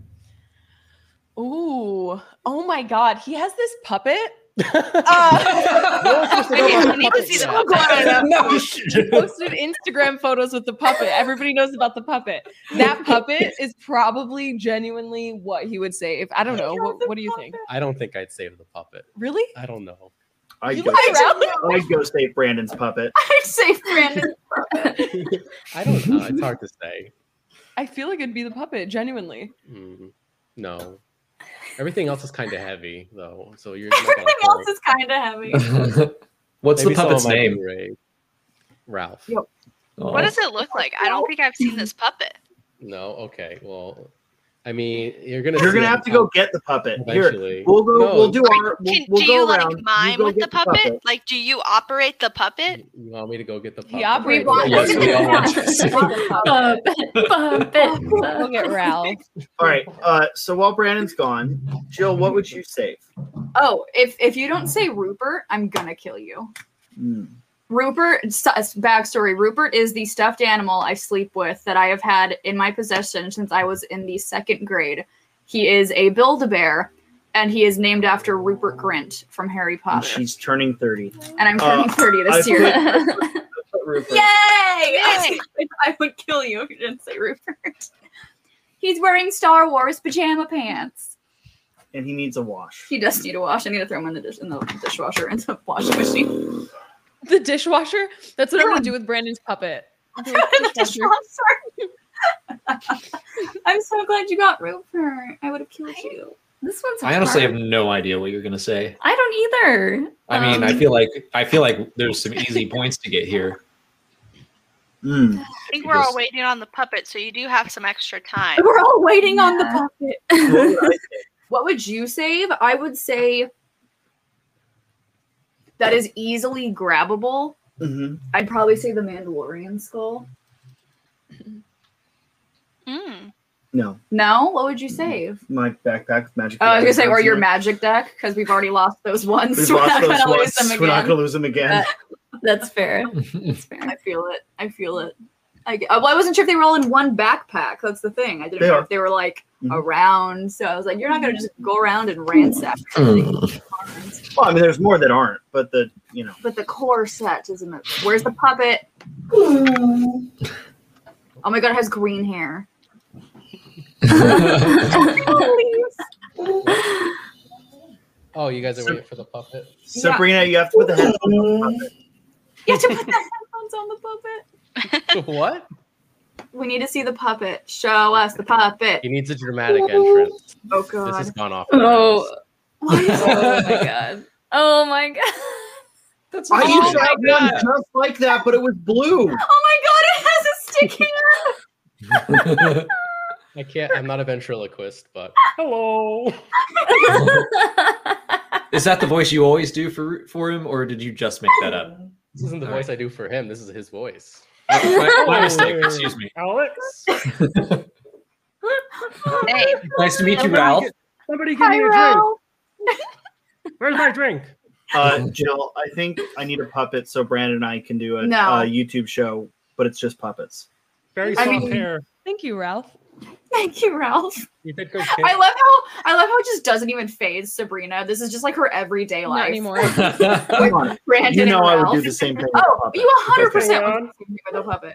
S5: Ooh. Oh my god. He has this puppet.
S6: Oh.
S7: *laughs*
S4: We're all *laughs*
S5: Uh,
S4: supposed
S5: *laughs*
S4: to know
S6: Wait,
S4: about
S6: I need to
S4: puppets
S6: see the
S4: now.
S6: puppet.
S7: *laughs* no,
S5: posted Instagram photos with the puppet. Everybody knows about the puppet. That puppet is probably genuinely what he would save. I don't know. What, what do you think?
S7: I don't think I'd save the puppet.
S5: Really?
S7: I don't know.
S4: I'd
S5: You
S4: go,
S5: lied.
S4: I'd go save Brandon's puppet.
S2: I'd say Brandon.
S7: I don't know. It's hard to say.
S5: I feel like it'd be the puppet, genuinely.
S7: Mm, no, everything else is kind of heavy though. So you're not gonna
S2: Everything
S7: feel
S2: else
S7: like-
S2: is kind of heavy.
S3: What's
S7: Maybe
S3: the
S7: someone
S3: puppet's
S7: might
S3: name?
S7: be right. Ralph.
S4: Yep.
S3: Oh,
S6: What does it look like? I don't think I've seen this puppet.
S7: No. Okay. Well, I mean, you're gonna
S4: You're
S7: see
S4: gonna
S7: it
S4: have to go
S7: become-
S4: get the puppet. Here,
S7: eventually.
S4: we'll go.
S7: No,
S4: We'll do our. We'll,
S6: Can,
S4: we'll
S6: do
S4: go
S6: you
S4: around.
S6: like mime
S4: go
S6: with
S4: get
S6: the puppet? Like, do you operate the puppet?
S7: You want me to go get the puppet? Oh,
S5: He operates.
S2: want-
S3: Yes, we all
S5: *laughs*
S3: want to see.
S5: Look
S1: Puppet, puppet, puppet.
S5: at Ralph.
S4: All right. Uh, so while Brandon's gone, Jill, what would you save?
S2: Oh, if if you don't say Rupert, I'm gonna kill you.
S4: Hmm.
S2: Rupert, s- s- backstory Rupert is the stuffed animal I sleep with that I have had in my possession since I was in the second grade. He is a Build a Bear, and he is named after Rupert Grint from Harry
S4: And
S2: Potter.
S4: she's turning thirty.
S2: And I'm
S4: *laughs*
S2: turning
S4: Uh,
S2: 30 this
S4: I
S2: year. *laughs*
S4: put-
S2: Yay!
S4: Rupert.
S2: I, I would kill you if you didn't say Rupert. He's wearing Star Wars pajama pants.
S4: And he needs a wash.
S2: He does need to wash. I need to throw him in the, dish, in the dishwasher and *laughs* the washing machine.
S5: The dishwasher? That's what I'm gonna do with Brandon's puppet.
S2: The dishwasher. *laughs* I'm so glad you got Rupert. I would have killed you.
S1: This one's.
S3: I honestly
S1: hard.
S3: have no idea what you're gonna say.
S1: I don't either.
S3: I mean, I
S1: Um,
S3: feel like I feel like there's some easy points to get here. *laughs*
S2: *laughs*
S4: Hmm.
S6: I think we're all
S3: Because-
S6: waiting on the puppet, so you do have some extra time.
S2: *laughs* We're all waiting on the
S1: Yeah.
S2: puppet.
S4: What
S2: *laughs*
S4: would I save?
S2: What would you save? I would say that is easily grabbable.
S4: Mhm.
S2: I'd probably say the Mandalorian skull.
S6: Mm.
S4: No,
S2: No, what would you save?
S4: my backpack with magic.
S2: Oh, I was gonna say, or your magic
S4: magic.
S2: deck, because we've already lost those ones.
S4: We've
S2: so *laughs* we're
S4: lost
S2: not
S4: those
S2: gonna
S4: ones.
S2: lose them
S4: We're not
S2: again.
S4: gonna lose them again.
S1: that's fair. That's
S2: I *laughs*
S1: fair.
S2: feel it. I feel it. I, g- well, I wasn't sure if they were all in one backpack. That's the thing. I didn't
S4: They
S2: know
S4: are.
S2: if they were like
S4: Mhm.
S2: around. So I was like, you're not gonna just go around and
S4: *laughs*
S2: ransack.
S4: Mm.
S2: everything.
S4: Well, I mean, there's more that aren't, but the you know.
S2: But the core set isn't it? Where's the
S4: *laughs*
S2: puppet? Oh my god, it has green
S4: *laughs*
S2: hair.
S7: Oh, you guys are waiting for
S4: *laughs*
S7: the puppet.
S4: Sabrina, you have to put the head.
S2: You have to put the headphones on the puppet.
S7: what?
S2: We need to see the puppet. Show us the puppet.
S7: He needs a dramatic entrance.
S2: Oh
S7: This
S2: god. *laughs*
S7: has gone off. the
S1: Oh,
S2: Why is
S1: oh my god. Oh my god. That's
S4: *laughs* I
S6: Oh
S4: used to
S6: my
S4: have one just like that, but it was blue.
S2: Oh my god, it has a stick hair.
S7: rails. I can't. I'm not a ventriloquist, but hello.
S3: Is that the voice you always do for for him, or did you just make that up?
S7: This isn't the
S3: All
S7: voice I do for him. This is his voice.
S3: My,
S8: Oh.
S3: my mistake. Excuse me.
S7: Alex,
S6: Hey,
S3: Nice to meet you, Ralph.
S7: somebody give
S2: Hi, Ralph.
S7: *laughs* Where's my drink?
S4: Uh, Jill, I think I need a puppet so Brandon and I can do a
S2: No.
S4: uh, YouTube show, but it's just puppets.
S7: Very
S2: *laughs* I mean-
S7: hair.
S5: Thank you, Ralph.
S2: Thank you, Ralph.
S7: You did good.
S2: I love how I love how it just doesn't even phase Sabrina. This is just like her everyday
S5: Not
S2: life.
S5: anymore.
S3: Kate.
S4: Come on.
S2: Brandon
S4: You know
S2: and
S4: I
S2: Ralph.
S4: would do the same thing. with
S2: Oh,
S4: Papa.
S2: you 100% would do the
S5: Hello?
S2: same thing with a puppet.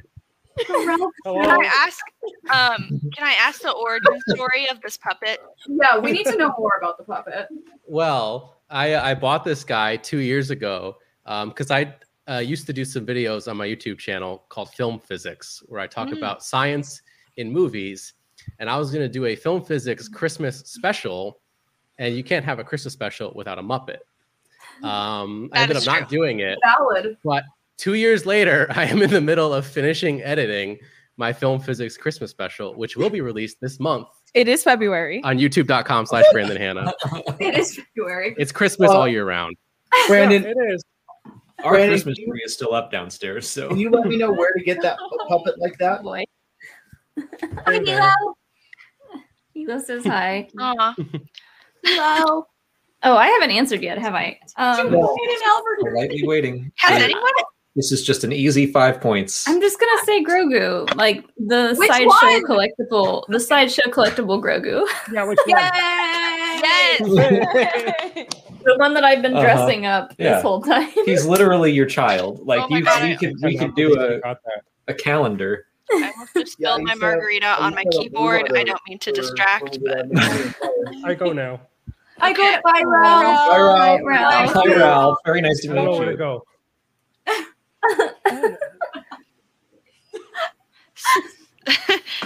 S2: Ralph,
S6: Can I ask? Um, can I ask the origin story of this puppet?
S2: yeah, we need to know more about the puppet.
S7: Well, I I bought this guy two years ago because I uh, used to do some videos on my YouTube channel called Film Physics, where I talk
S6: Mm.
S7: about science in movies. And I was going to do a film physics Christmas special, and you can't have a Christmas special without
S6: *laughs*
S7: a Muppet. Um, I
S6: That
S7: ended up
S6: is
S7: not doing it.
S2: Valid.
S7: Two years later, *laughs* I am in the middle of finishing editing my film physics Christmas special, which will be released this month
S5: It is February.
S6: *laughs*
S7: on youtube.com slash Brandon Hannah.
S2: It is February.
S7: It's Christmas all
S6: *laughs*
S7: year round.
S4: Brandon,
S7: It is.
S3: *laughs* Our
S4: Brandon,
S3: Christmas
S4: you-
S3: tree is still up downstairs, so
S4: can you let me know where to get that puppet like
S1: Oh,
S2: *laughs*
S4: that?
S5: boy.
S2: Hi, Milo.
S1: Hilo says hi.
S6: Aw.
S2: Milo.
S1: Oh, I haven't answered yet, have I? Um,
S4: No.
S2: Hayden Albert.
S3: politely waiting.
S6: Has anyone?
S3: This is just an easy five points.
S1: I'm just gonna say Grogu, like the
S2: Which
S1: sideshow
S2: one?
S1: collectible, the sideshow collectible Grogu, *laughs*
S8: Yeah, which
S2: Yay!
S8: one?
S6: Yes.
S4: *laughs*
S1: the one that I've been
S3: Uh-huh.
S1: dressing up
S3: Yeah.
S1: this whole time.
S3: He's literally your child. Like
S6: Oh my
S3: you,
S6: God,
S3: we
S6: I-
S3: could we could do a, a calendar.
S6: I almost just
S4: Yeah,
S6: spilled
S4: you
S6: my
S4: said-
S6: margarita
S4: you
S6: on my
S4: said a
S6: keyboard.
S4: water
S6: I don't mean to
S4: for-
S6: distract,
S4: for
S6: but
S4: that million
S2: *laughs*
S4: dollars.
S8: I
S3: *laughs*
S8: go now.
S2: I go
S6: Okay.
S2: to Bye, Ralph.
S4: Hi, Ralph.
S1: Ralph.
S3: Hi, Ralph. Very nice to
S8: I don't know where
S3: meet
S8: to
S3: you.
S8: go.
S6: *laughs*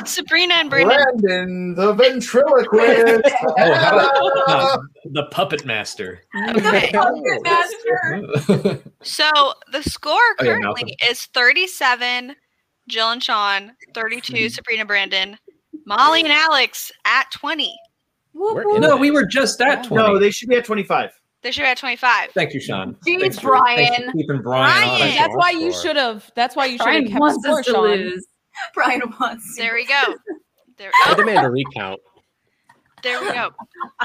S6: Sabrina and Brandon.
S4: Brandon, the ventriloquist.
S3: Oh, how about um, the puppet master?
S5: *laughs*
S6: Okay.
S2: Puppet Master.
S3: oh
S6: So the score
S3: Oh, yeah, Malcolm.
S6: currently is 37 Jill and Sean, 32 Sabrina Brandon, Molly and Alex at 20.
S2: Whoop,
S7: We're
S2: whoop.
S7: in
S3: no, we were just at twenty.
S4: *laughs* no, they should be at 25.
S6: They should be at 25.
S3: Thank you, Sean.
S2: Jeez,
S3: Thanks for- thanks for
S2: Brian.
S3: keeping Brian. on.
S6: Brian.
S5: That's why you
S7: Sure.
S5: should have. That's why you should have
S1: Brian
S5: kept
S1: wants
S5: score,
S1: us to
S5: Sean.
S1: lose.
S2: Brian wants.
S6: There we go. There, oh,
S7: I demand a
S5: *laughs*
S7: recount.
S6: there we go.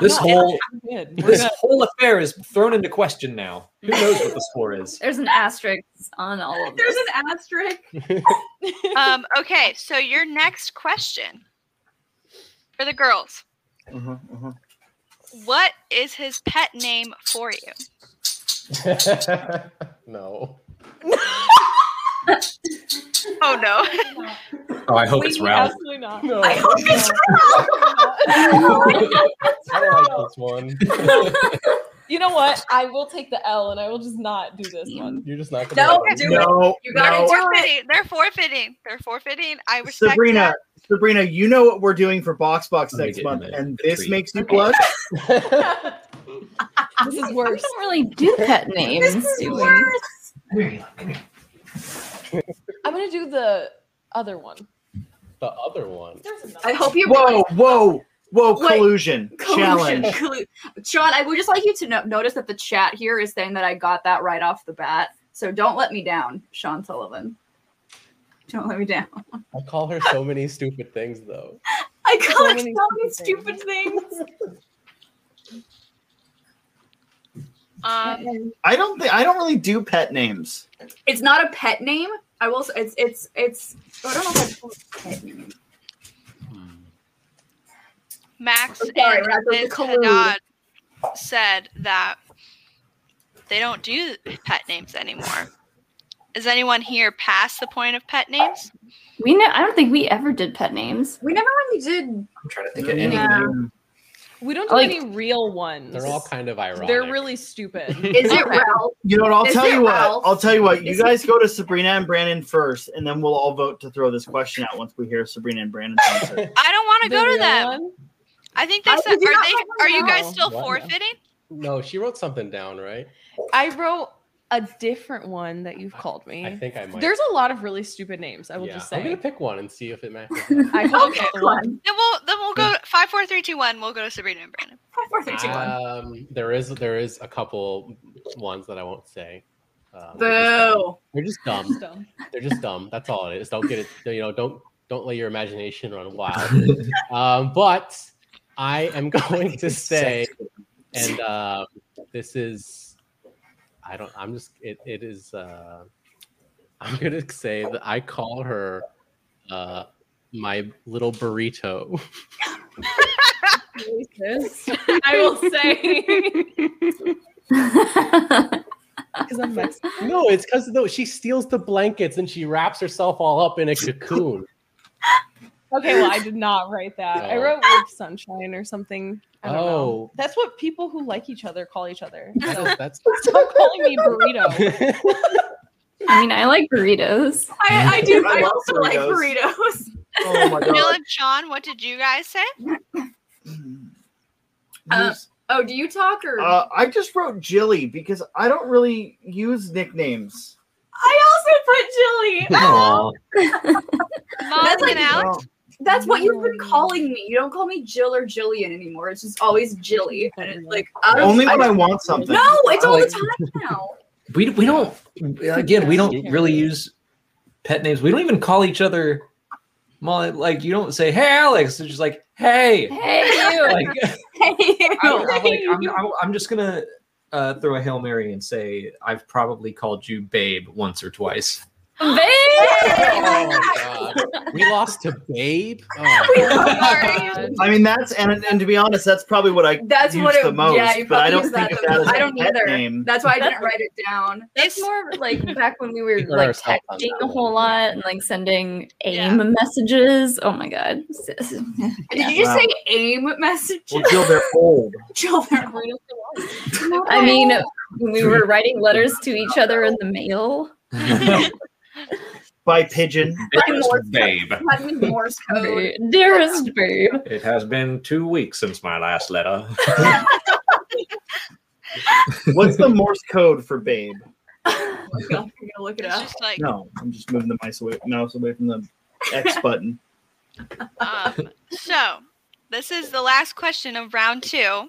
S3: This whole
S5: Good. We're
S3: this
S5: *laughs* good.
S3: whole affair is thrown into question now. Who knows what the score
S1: *laughs*
S3: is?
S1: There's an asterisk on all of
S2: There's
S1: this.
S2: an
S5: *laughs*
S2: asterisk.
S6: Um, okay, so your next question for the girls.
S4: Mhm, mhm.
S6: What is his pet name for you?
S7: *laughs* no.
S6: Oh no.
S3: Oh, I hope it's Ralph.
S5: Absolutely not.
S7: No.
S2: I hope it's
S7: I don't like this one.
S5: *laughs* You know what? I will take the L and I will just not do this one.
S7: You're just not
S2: No,
S7: gonna.
S2: do it.
S4: No,
S2: You
S6: *laughs* They're
S2: gotta
S4: no.
S2: do it.
S6: forfeiting. They're forfeiting. They're forfeiting. I respect
S4: Sabrina,
S6: that.
S4: Sabrina, you know what we're doing for Box Box
S3: Let me
S4: next
S3: get
S4: month,
S3: him a-
S4: and
S3: a
S4: this
S3: treat.
S2: *laughs*
S4: makes you blush.
S5: This is
S1: We
S5: worse.
S1: don't really do pet names, do we?
S5: I'm gonna do the other one.
S7: the other one.
S2: I hope you.
S4: Whoa, whoa, whoa!
S2: Wait.
S4: Collusion, challenge.
S2: Collusion. Sean, I would just like you to no- notice that the chat here is saying that I got that right off the bat. So don't let me down, Sean Sullivan. Don't let me down.
S7: I call her so many stupid things though.
S2: I call it so
S5: many
S2: many
S5: stupid
S2: stupid things.
S6: Um,
S4: I don't think I don't really do pet names.
S2: It's not a pet name. I will. s- It's it's it's. I don't know if I call it a pet name.
S6: Max
S2: I'm sorry, we're not
S6: and
S2: supposed to
S6: Ms.
S2: collude.
S6: Haddad said that they don't do pet names anymore. Is anyone here past the point of pet names?
S1: We know. I don't think we ever did pet names.
S2: We never really did.
S3: I'm trying to think of any.
S2: Yeah.
S5: We don't do
S1: Like-
S5: any real ones.
S7: They're all kind of ironic.
S5: They're
S7: *laughs*
S5: really stupid.
S2: Is it
S1: Okay.
S2: Ralph?
S4: You know what? I'll
S2: Is
S4: tell
S2: it
S4: you what.
S2: Ralph?
S4: I'll tell you what. You
S2: Is it-
S4: guys go to Sabrina and Brandon first, and then we'll all vote to throw this question out once we hear Sabrina and Brandon's answer.
S2: *laughs*
S6: I don't want to
S5: The
S6: go to
S5: real
S6: them.
S5: one?
S6: I think they
S2: I
S6: said. Are
S2: did not write
S6: they?
S2: one
S6: Are you guys
S5: down.
S6: still
S7: What?
S6: forfeiting?
S7: No, she wrote something down, right?
S5: I wrote a different one that you've called me.
S7: I think I might.
S5: There's a lot of really stupid names. I will
S7: Yeah,
S5: just
S7: I'm gonna
S5: say.
S7: pick one and see if it matches.
S5: *laughs*
S7: up.
S5: I hope it's the one.
S6: Then we'll then we'll go five, four, three, two, one. We'll go to Sabrina and Brandon.
S2: Five, four, three, two,
S4: Uh,
S2: one.
S7: um, there is there is a couple ones that I won't say. Um,
S2: Boo!
S7: They're just dumb. They're just dumb.
S5: Dumb.
S7: They're just dumb. That's all it is. Don't get it. You know, don't don't let your imagination run wild. um, but I am *laughs* going to say, and um this is, I don't. I'm just. It, it is. Uh, I'm gonna say that I call her uh, my little burrito.
S5: I will say. Because
S2: *laughs*
S5: I'm Mexican.
S7: No, it's because though she steals the blankets and she wraps herself all up in a cocoon.
S5: Okay, well, I did not write that. I
S7: No.
S5: wrote with sunshine or something. I don't know.
S7: Oh,
S5: That's what people who like each other call each other.
S7: that
S5: So
S7: is, that's
S5: stop calling
S2: *laughs*
S5: me
S7: *laughs*
S5: burrito.
S1: *laughs* I mean, I like burritos.
S2: I, I do. I
S4: I love
S2: also like
S4: burritos.
S2: burritos.
S4: *laughs* Oh my
S6: Jill
S4: god.
S6: and Sean, what did you guys say?
S2: Uh, *laughs* Oh, do you talk or?
S4: Mm. Uh, I just wrote Jilly because I don't really use nicknames.
S2: I
S4: *laughs*
S2: also put chili.
S3: Aw.
S6: Molly and Alex.
S4: Oh,
S2: That's what you've been calling me. You don't call me Jill or Jillian anymore. It's just always Jilly. And it's like I don't-
S4: only when I
S2: don't-
S4: want something.
S2: No, it's all the
S3: Like-
S2: time
S4: *laughs*
S2: now.
S3: we we don't again we don't really use pet names. We don't even call each other. Molly, like you don't say "Hey, Alex." It's just like "Hey."
S1: Hey, you.
S3: Like *laughs* I don't know, like, I'm, I'm, I'm just gonna uh, throw a hail mary and say I've probably called you babe once or twice.
S7: oh god. We lost to Babe. Oh,
S2: *laughs*
S6: Sorry.
S4: I mean that's and and to be honest, that's probably what I
S2: That's
S4: use
S2: what it.
S4: the most.
S2: yeah, you
S4: but
S2: probably
S4: I don't
S2: use
S4: think
S2: that.
S4: of
S2: the
S4: that as
S2: most. I
S4: a
S2: don't
S4: pet
S2: either.
S4: name.
S2: That's why I *laughs* didn't write it down.
S1: It's *laughs*
S6: *laughs*
S1: more of, like back when we were
S7: We hurt
S1: like
S7: ourselves on
S1: texting
S7: that
S1: a
S7: one.
S1: whole lot and like sending
S6: Yeah.
S1: AIM messages. Oh my god.
S2: Did you just
S4: Wow.
S2: say aim message? *laughs*
S4: Well, Jill, they're old.
S2: Children.
S1: I mean, when we were writing letters to each other in the mail.
S2: *laughs*
S4: By pigeon.
S3: Dearest babe,
S2: Had me Morse code.
S1: Dearest babe.
S3: it has been two weeks since my last letter.
S4: What's the Morse code for babe?
S2: Oh my God, I'm gonna look it
S6: It's
S2: up.
S6: just like
S4: No, I'm just moving the mouse away, mouse away from the
S2: *laughs*
S4: X button.
S6: um, so. This is the last question of round two.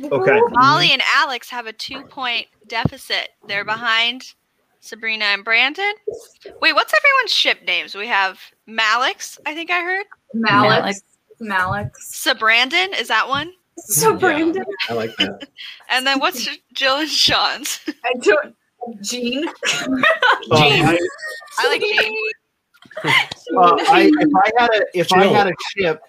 S4: Okay.
S6: Molly and Alex have a two-point deficit. They're behind Sabrina and Brandon. Wait, what's everyone's ship names? We have Malix, I think I heard.
S2: Malix. Malix.
S6: Sabrandon, is that one?
S2: So
S7: Yeah.
S2: Brandon,
S7: I like that.
S6: And then *laughs* what's Jill and Sean's?
S2: I don't. Jean. *laughs*
S4: Uh,
S6: Jean.
S4: I-
S6: I like Jean.
S4: Uh, I, if I had a if I had a ship,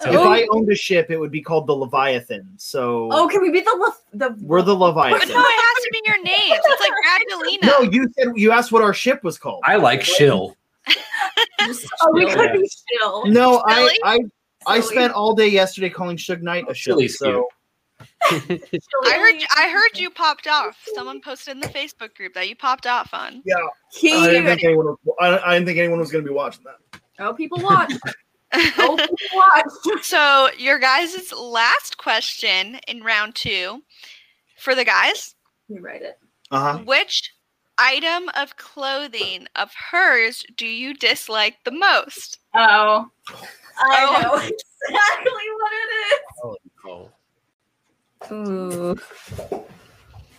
S7: So-
S4: if I owned a ship, it would be called the Leviathan. So
S2: Oh, can we be the lef- the?
S4: we're the
S6: *laughs* But
S4: Leviathan.
S6: no, it has to be your names. It's like Radulina.
S4: No, you said you asked what our ship was called.
S3: I like shill.
S2: *laughs* Oh, we
S3: Yeah.
S2: could be chill.
S4: no, I
S6: Silly?
S4: I, I
S2: Silly.
S4: spent all day yesterday calling Suge Knight a ship.
S3: Silly's
S4: So
S6: I heard I heard you popped off. Someone posted in the Facebook group that you popped off on.
S4: yeah,
S2: He,
S4: I didn't think anyone. Was, I, I didn't think anyone was going to be watching that.
S2: oh, people
S6: *laughs*
S2: watch. Oh, people watch. *laughs*
S6: so your guys' last question in round two for the guys.
S2: You write it.
S4: Uh
S2: Mm.
S6: Uh-huh.
S4: huh.
S6: Which item of clothing of hers do you dislike the most?
S2: Oh,
S6: Oh.
S2: I know *laughs* exactly what it
S7: Oh.
S1: Ooh. *laughs*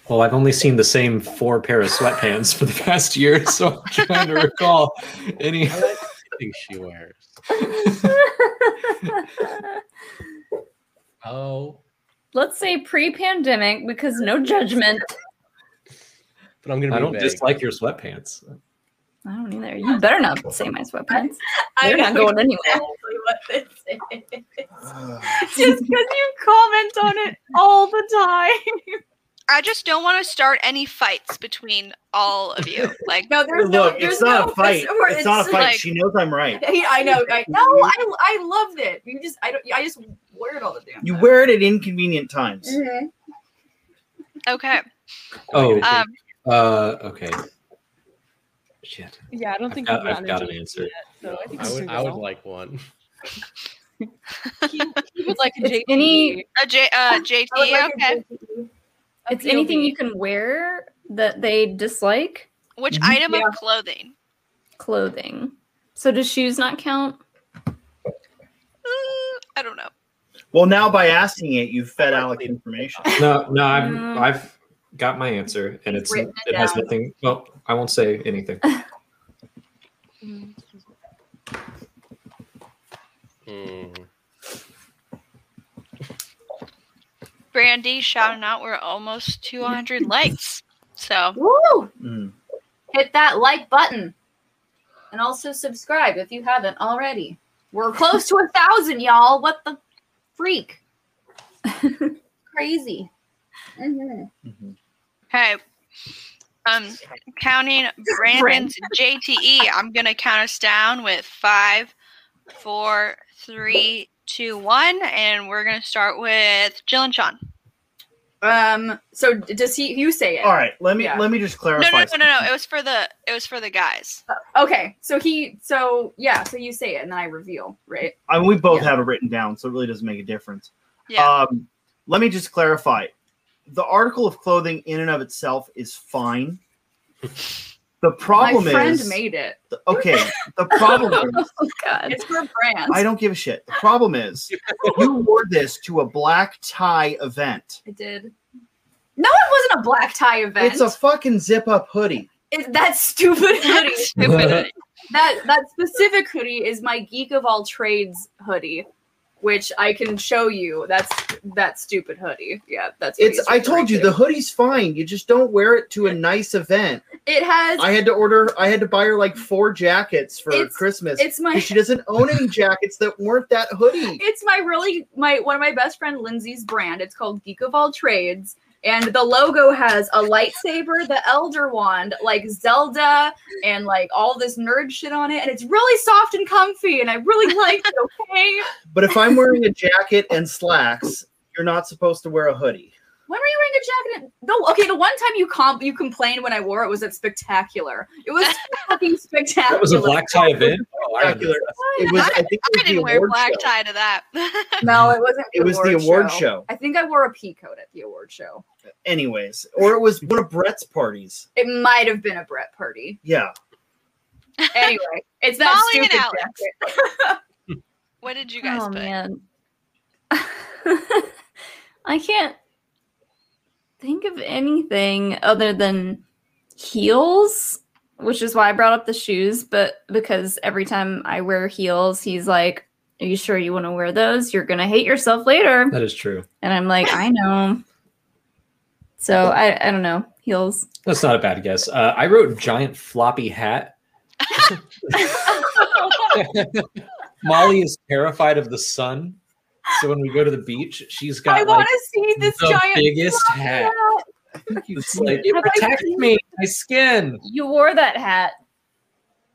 S3: Well, I've only seen the same four pair of sweatpants for the past year, so I'm trying to recall
S7: *laughs*
S3: any.
S7: I like the thing she wears. Oh,
S1: Let's say pre-pandemic because no judgment.
S7: but I'm gonna be
S3: I don't
S7: vague.
S3: dislike your sweatpants.
S1: I don't either. You better not say my sweatpants.
S2: I
S1: They're not
S2: know
S1: going anywhere.
S2: exactly what this is. Just because you comment on it all the time.
S6: I just don't want to start any fights between all
S2: *laughs*
S6: of you. Like
S2: No, there's
S4: Look,
S2: no. There's
S4: it's not
S2: no
S4: a fight.
S2: or
S4: It's, not a fight.
S6: like-
S4: she knows I'm
S2: *laughs*
S4: right.
S2: Hey, I know. I, no, I I loved it. You just I don't. I just wear it all the damn.
S4: You wear it at inconvenient times.
S6: Mm-hmm.
S2: Mhm.
S6: okay.
S3: Oh,
S6: Um
S3: uh, okay. Shit.
S5: Yeah, I don't
S3: I've
S5: think
S3: got-
S5: we've
S3: I've
S5: gotten
S3: got an
S5: JP
S3: answer.
S5: Yet, so I think
S7: I would, I would like one.
S5: like. He, he would like a
S1: It's
S5: JP.
S1: any-
S6: uh, J- uh, JT,
S2: *laughs* I would like
S6: okay.
S2: it to- a
S1: It's anything
S2: POV.
S1: you can wear that they dislike.
S6: Which
S4: Mhm.
S6: item
S2: Mm-hmm. Yeah.
S6: of clothing?
S1: Clothing. So does shoes not count?
S6: Uh, I don't know.
S4: Well, now by asking it, you fed
S2: *laughs*
S4: Alec information.
S3: No, no, I've
S1: Mm.
S3: I've got my answer, and it's
S2: Written it
S3: it has
S2: down.
S3: nothing. Well, I won't say
S2: *laughs*
S3: anything. *laughs*
S7: Hmm. *laughs*
S6: Brandy shouting out, we're
S2: *laughs*
S6: almost 200 likes. So
S2: Woo!
S4: Mm.
S2: Hit that like button, and also subscribe if you haven't already. We're close to a thousand, y'all. What the freak? Crazy. Mhm.
S4: Mm-hmm.
S6: Hey, um, counting Brandon's JTE, I'm gonna count us down with five, four, three, two, one, and we're gonna start with Jill and Sean.
S2: Um. So d- does he? You say it.
S4: All right, let me
S2: Yeah.
S4: let me just
S6: No, no,
S4: clarify.
S6: no, no, no. It was for the it was for the guys. *laughs*
S2: Okay. So he. So yeah. So you say it, and then I reveal. Right.
S4: I mean, we both
S2: Yeah.
S4: have it written down, so it really doesn't make a difference.
S6: Yeah.
S4: Um, let me just clarify: the article of clothing in and of itself is fine. The problem
S2: My friend
S4: is
S2: made it.
S4: okay. The problem is
S1: Oh God.
S2: It's for brands.
S4: I don't give a shit. The problem is you wore this to a black tie event.
S2: I did. No, it wasn't a black tie event.
S4: It's a fucking zip up hoodie.
S2: It- that
S4: *laughs*
S2: stupid hoodie.
S6: Stupid.
S2: that that specific hoodie is my geek of all trades hoodie, which I can show you. That's that stupid hoodie. Yeah, that's. what
S4: It's
S2: he's
S4: I told
S2: referring
S4: you
S2: to.
S4: the hoodie's fine. You just don't wear it to a nice event.
S2: It has.
S4: *laughs* I had to order. I had to buy her like four jackets for
S2: It's-
S4: Christmas.
S2: it's my.
S4: because she doesn't own any jackets that weren't that hoodie.
S2: *laughs* It's my really my one of my best friend Lindsay's brand. It's called Geek of All Trades, and the logo has a lightsaber, the Elder Wand, like Zelda, and like all this nerd shit on it. And it's really soft and comfy, and I really like it. Okay,
S4: But if I'm wearing a jacket and slacks, you're not supposed to wear a hoodie.
S2: when were you wearing a jacket? The okay, the one time you comp you complained when I wore it was at Spectacular. It
S6: *laughs*
S2: was fucking spectacular.
S3: That was a black tie event. Oh, I remember.
S4: Spectacular. It was. I think it was the
S6: I didn't wear
S4: award
S6: black
S4: show.
S6: tie to that. *laughs*
S2: No, it wasn't.
S4: It was the award show.
S2: I think I wore a pea coat at the award show.
S4: Anyways, or it was one of Brett's parties.
S2: It might have been a Brett party.
S6: *laughs*
S4: Yeah.
S2: anyway, it's that
S6: Molly and
S2: stupid
S6: Alex.
S2: jacket.
S6: what did you guys
S1: oh
S6: pick?
S1: man. *laughs* I can't think of anything other than heels, which is why I brought up the shoes, but because every time I wear heels, he's like, Are you sure you want to wear those? You're gonna hate yourself later.
S3: That is true.
S1: And I'm like, I know. So I, I don't know. Heels.
S3: That's not a bad guess. Uh, I wrote giant
S2: *laughs*
S3: floppy hat. Molly is terrified of the sun. So when we go to the beach, she's got
S2: I
S3: like
S2: want to see this
S3: the
S2: giant.
S3: biggest
S2: block
S3: hat.
S2: out.
S3: It's like it
S1: Have I
S3: protects
S1: seen-
S3: me, my skin.
S1: You wore that hat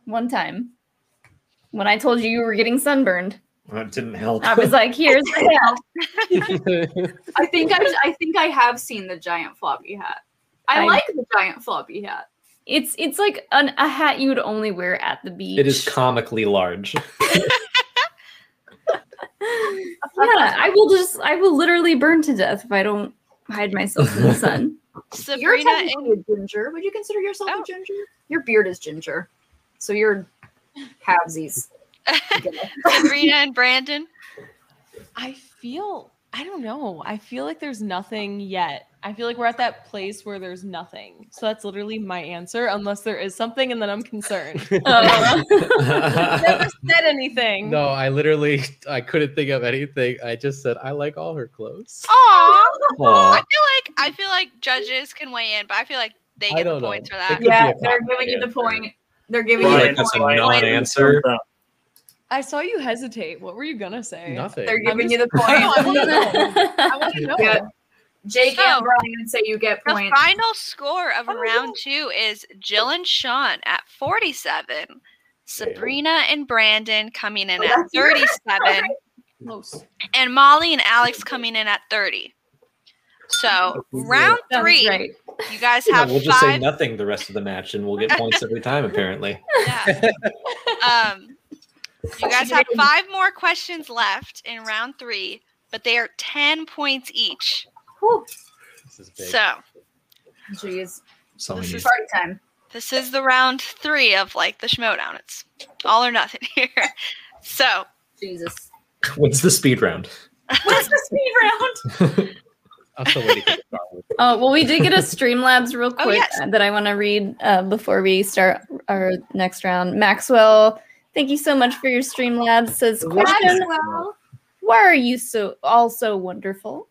S1: one time when I told you you were getting sunburned.
S3: Well, it didn't help.
S1: I was like, "Here's the hat."
S2: I think I, I think I have seen the giant floppy hat. I,
S1: I-
S2: like the giant floppy hat.
S1: It's it's like an, a hat you would only wear at the beach.
S3: *laughs* it is comically large.
S1: yeah, I will just I will literally burn to death if I don't hide myself in
S3: *laughs*
S1: the sun. *laughs*
S2: You're
S6: Sabrina and
S2: technically a ginger. Would you consider yourself
S6: Oh.
S2: a ginger? Your beard is ginger, so you're halvesies.
S6: *laughs* Sabrina and Brandon.
S5: I feel I don't know. I feel like there's nothing yet. I feel like we're at that place where there's nothing. So that's literally my answer, unless there is something, and then I'm
S7: *laughs*
S5: concerned. Um, Never said anything.
S7: No, I literally I couldn't think of anything. I just said I like all her clothes.
S6: Oh, Aww. I
S3: Aw.
S6: feel like I feel like judges can weigh in, but I feel like they
S7: I
S6: get the
S7: don't know.
S6: points for
S7: They
S6: that.
S7: could be
S2: Yeah,
S7: a
S2: they're
S7: cop
S2: giving you the
S7: answer.
S2: point. They're giving
S3: Right,
S2: you
S4: Brian,
S2: the
S3: that's a
S2: point.
S4: Brian,
S3: non- answer.
S5: I saw you hesitate. What were you gonna say?
S7: Nothing.
S2: They're giving
S5: just-
S2: *laughs* you the
S5: No, I
S2: point.
S5: wanna know. I want to know.
S2: *laughs* Yeah. Jake
S6: So-
S2: and Brian say you get
S6: The
S2: points. Oh,
S6: final score of round two is Jill and Sean at 47. Sabrina and Brandon coming in
S2: Oh,
S6: at
S2: that's-
S6: 37,
S5: Close.
S6: and Molly and Alex coming in at 30. So round
S1: Sounds
S6: three,
S1: right.
S6: you guys
S3: Yeah,
S6: have
S3: we'll just say
S6: five.
S3: nothing the rest of the match, and we'll get points every time. Apparently,
S6: Yeah. um, you guys have five more questions left in round three, but they are 10 points each.
S7: This is big.
S6: So
S2: Jeez,
S3: so
S6: This
S3: we
S6: is
S3: need-
S2: party time.
S6: This is the round three of like the schmodown. It's all or nothing *laughs* here. So
S2: Jesus.
S3: when's the speed round?
S2: What's the speed round?
S7: I'm still waiting for the Star Wars.
S1: Oh well, we did get a Streamlabs real
S6: Oh,
S1: quick
S6: yes.
S1: that I want to read uh, before we start our next round. Maxwell, thank you so much for your Streamlabs. Says question:
S2: Maxwell.
S1: Why are you so all so wonderful?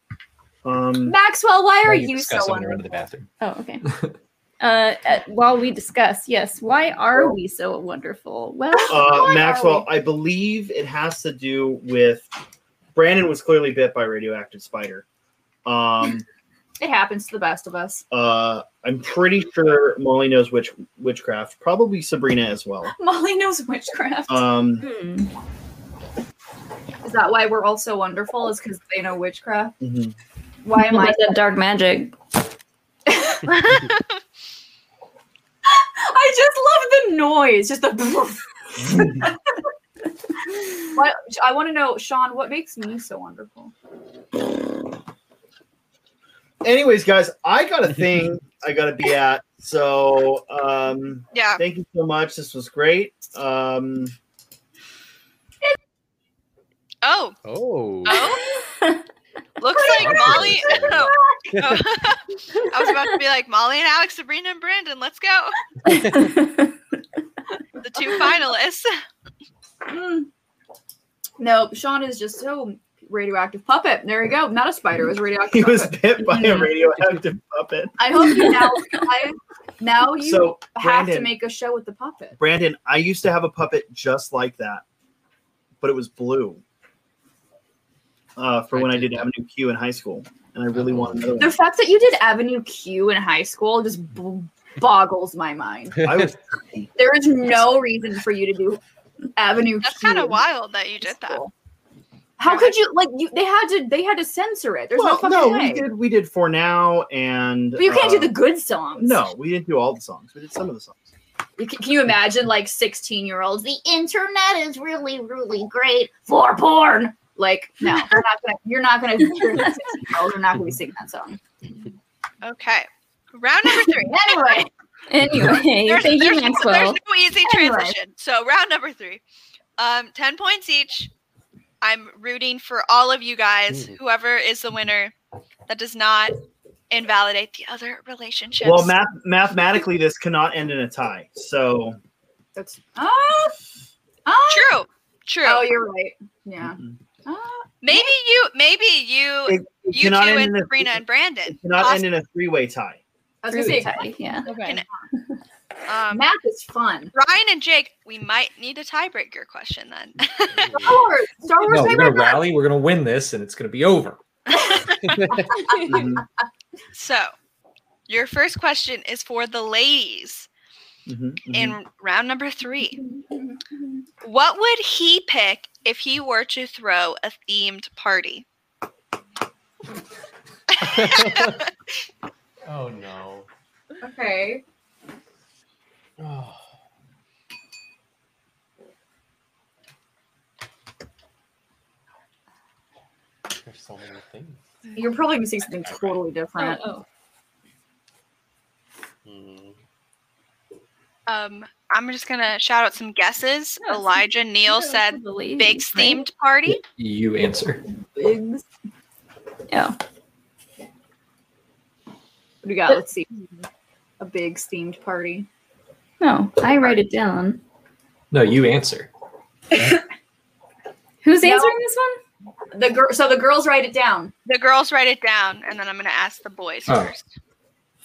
S4: Um,
S2: Maxwell, why
S7: While
S2: are
S7: you
S2: you so
S7: discuss, I'm gonna run to the
S2: wonderful?
S7: bathroom.
S1: Oh, okay. uh, at- while we discuss, yes, why are we so wonderful? Well,
S4: Uh,
S1: why
S4: Maxwell,
S1: are
S4: I believe it has to do with Brandon was clearly bit by a radioactive spider. Um,
S2: It happens to the best of us.
S4: uh, I'm pretty sure Molly knows which witchcraft. Probably Sabrina as well.
S2: Molly knows witchcraft.
S4: Um,
S7: *laughs*
S1: we- Hmm.
S2: is that why we're all so wonderful? Is because they know witchcraft?
S4: mhm.
S2: Why am
S1: Like
S2: *laughs* I?
S1: that dark magic?
S2: I just love the noise. Just
S5: *laughs*
S2: the. Why- I want to know, Sean, what makes me so wonderful?
S4: Anyways, guys, I got a thing I got to be at. So um,
S6: Yeah.
S4: thank you so much. This was great. Um, *laughs*
S6: Oh,
S7: Oh.
S1: *laughs*
S6: oh. Looks like Molly. *laughs* Oh. Oh. I was about to be like Molly and Alex, Sabrina and Brandon. Let's go. The two finalists.
S2: Mm. No, Sean is just so radioactive puppet. There you go. Not a spider. It
S4: *laughs*
S2: was a radioactive.
S4: he was
S2: puppet.
S4: bit by a
S7: *laughs*
S4: radioactive puppet.
S2: I hope
S4: *laughs*
S2: you now. I, now you
S4: So
S2: have to
S4: Brandon-
S2: make a show with the puppet.
S4: Brandon, I used to have a puppet just like that, but it was blue. Uh, for
S7: I
S4: when I
S7: did
S4: did Avenue Q in high school, and I really
S7: Oh.
S4: want another
S2: The
S4: one.
S2: fact that you did Avenue Q in high school just b- boggles my mind.
S4: I was
S2: There is no reason for you to do Avenue
S6: That's
S2: Q.
S6: kind of
S2: in
S6: wild that you
S2: high
S6: did that.
S2: school. How could you like you? They had to. They had to censor it. There's
S4: well,
S2: no fucking
S4: no,
S2: way.
S4: we did we did for now and
S2: but you can't do
S4: uh,
S2: the good songs.
S4: no, we didn't do all the songs. We did some of the songs.
S2: You can, can you imagine like 16 year olds? The internet is really, really great for porn. Like, no, we're not gonna, you're not gonna, 16 year olds are not gonna be singing that song.
S6: Okay. Round number three.
S2: Anyway,
S1: anyway,
S6: There's,
S1: thank you,
S6: there's, no, there's
S1: Maxwell.
S6: no easy
S2: Anyway.
S6: transition. So round number three. Um, ten points each. I'm rooting for all of you guys.
S4: Hmm.
S7: Mm.
S6: Whoever is the winner, that does not invalidate the other relationships.
S4: Well, math- mathematically, this cannot end in a tie. So
S2: that's, oh, oh,
S6: true, true.
S2: oh, you're right. Yeah.
S4: mm-mm.
S2: Oh,
S6: maybe you, maybe you,
S4: it, it
S6: you two
S4: cannot end
S6: and
S4: in a
S6: Sabrina and Brandon.
S4: it cannot
S6: Awesome.
S4: end in a three-way tie.
S6: *laughs*
S2: I was gonna
S1: Really
S2: say, uh,
S1: tight, Yeah.
S5: Okay.
S6: Um,
S2: math is fun.
S6: Ryan and Jake, we might need a tiebreaker question then. *laughs*
S2: Star Wars, Star Wars,
S3: No, we're
S2: favorite
S3: gonna rally. We're gonna win this, and it's gonna be over.
S4: Mhm,
S6: so, your first question is for the ladies.
S4: mhm, mhm.
S6: in round number three. What would he pick if he were to throw a themed party?
S7: oh no.
S2: one. Okay.
S7: Oh. There's so many things.
S2: You're probably gonna see something totally different.
S1: Oh,
S7: Hmm.
S6: Um, I'm just gonna shout out some guesses.
S1: Yeah, it's-
S6: Elijah
S1: oh.
S6: Neal said Biggs themed party.
S3: You answer.
S2: Biggs.
S1: Yeah.
S2: What do you got? Let's see. A big themed party.
S1: No, I write it down.
S3: No, you answer.
S1: Who's
S2: No.
S1: answering this one?
S2: The girl. So the girls write it down.
S6: The girls write it down, and then I'm gonna ask the boys
S3: Oh.
S6: first.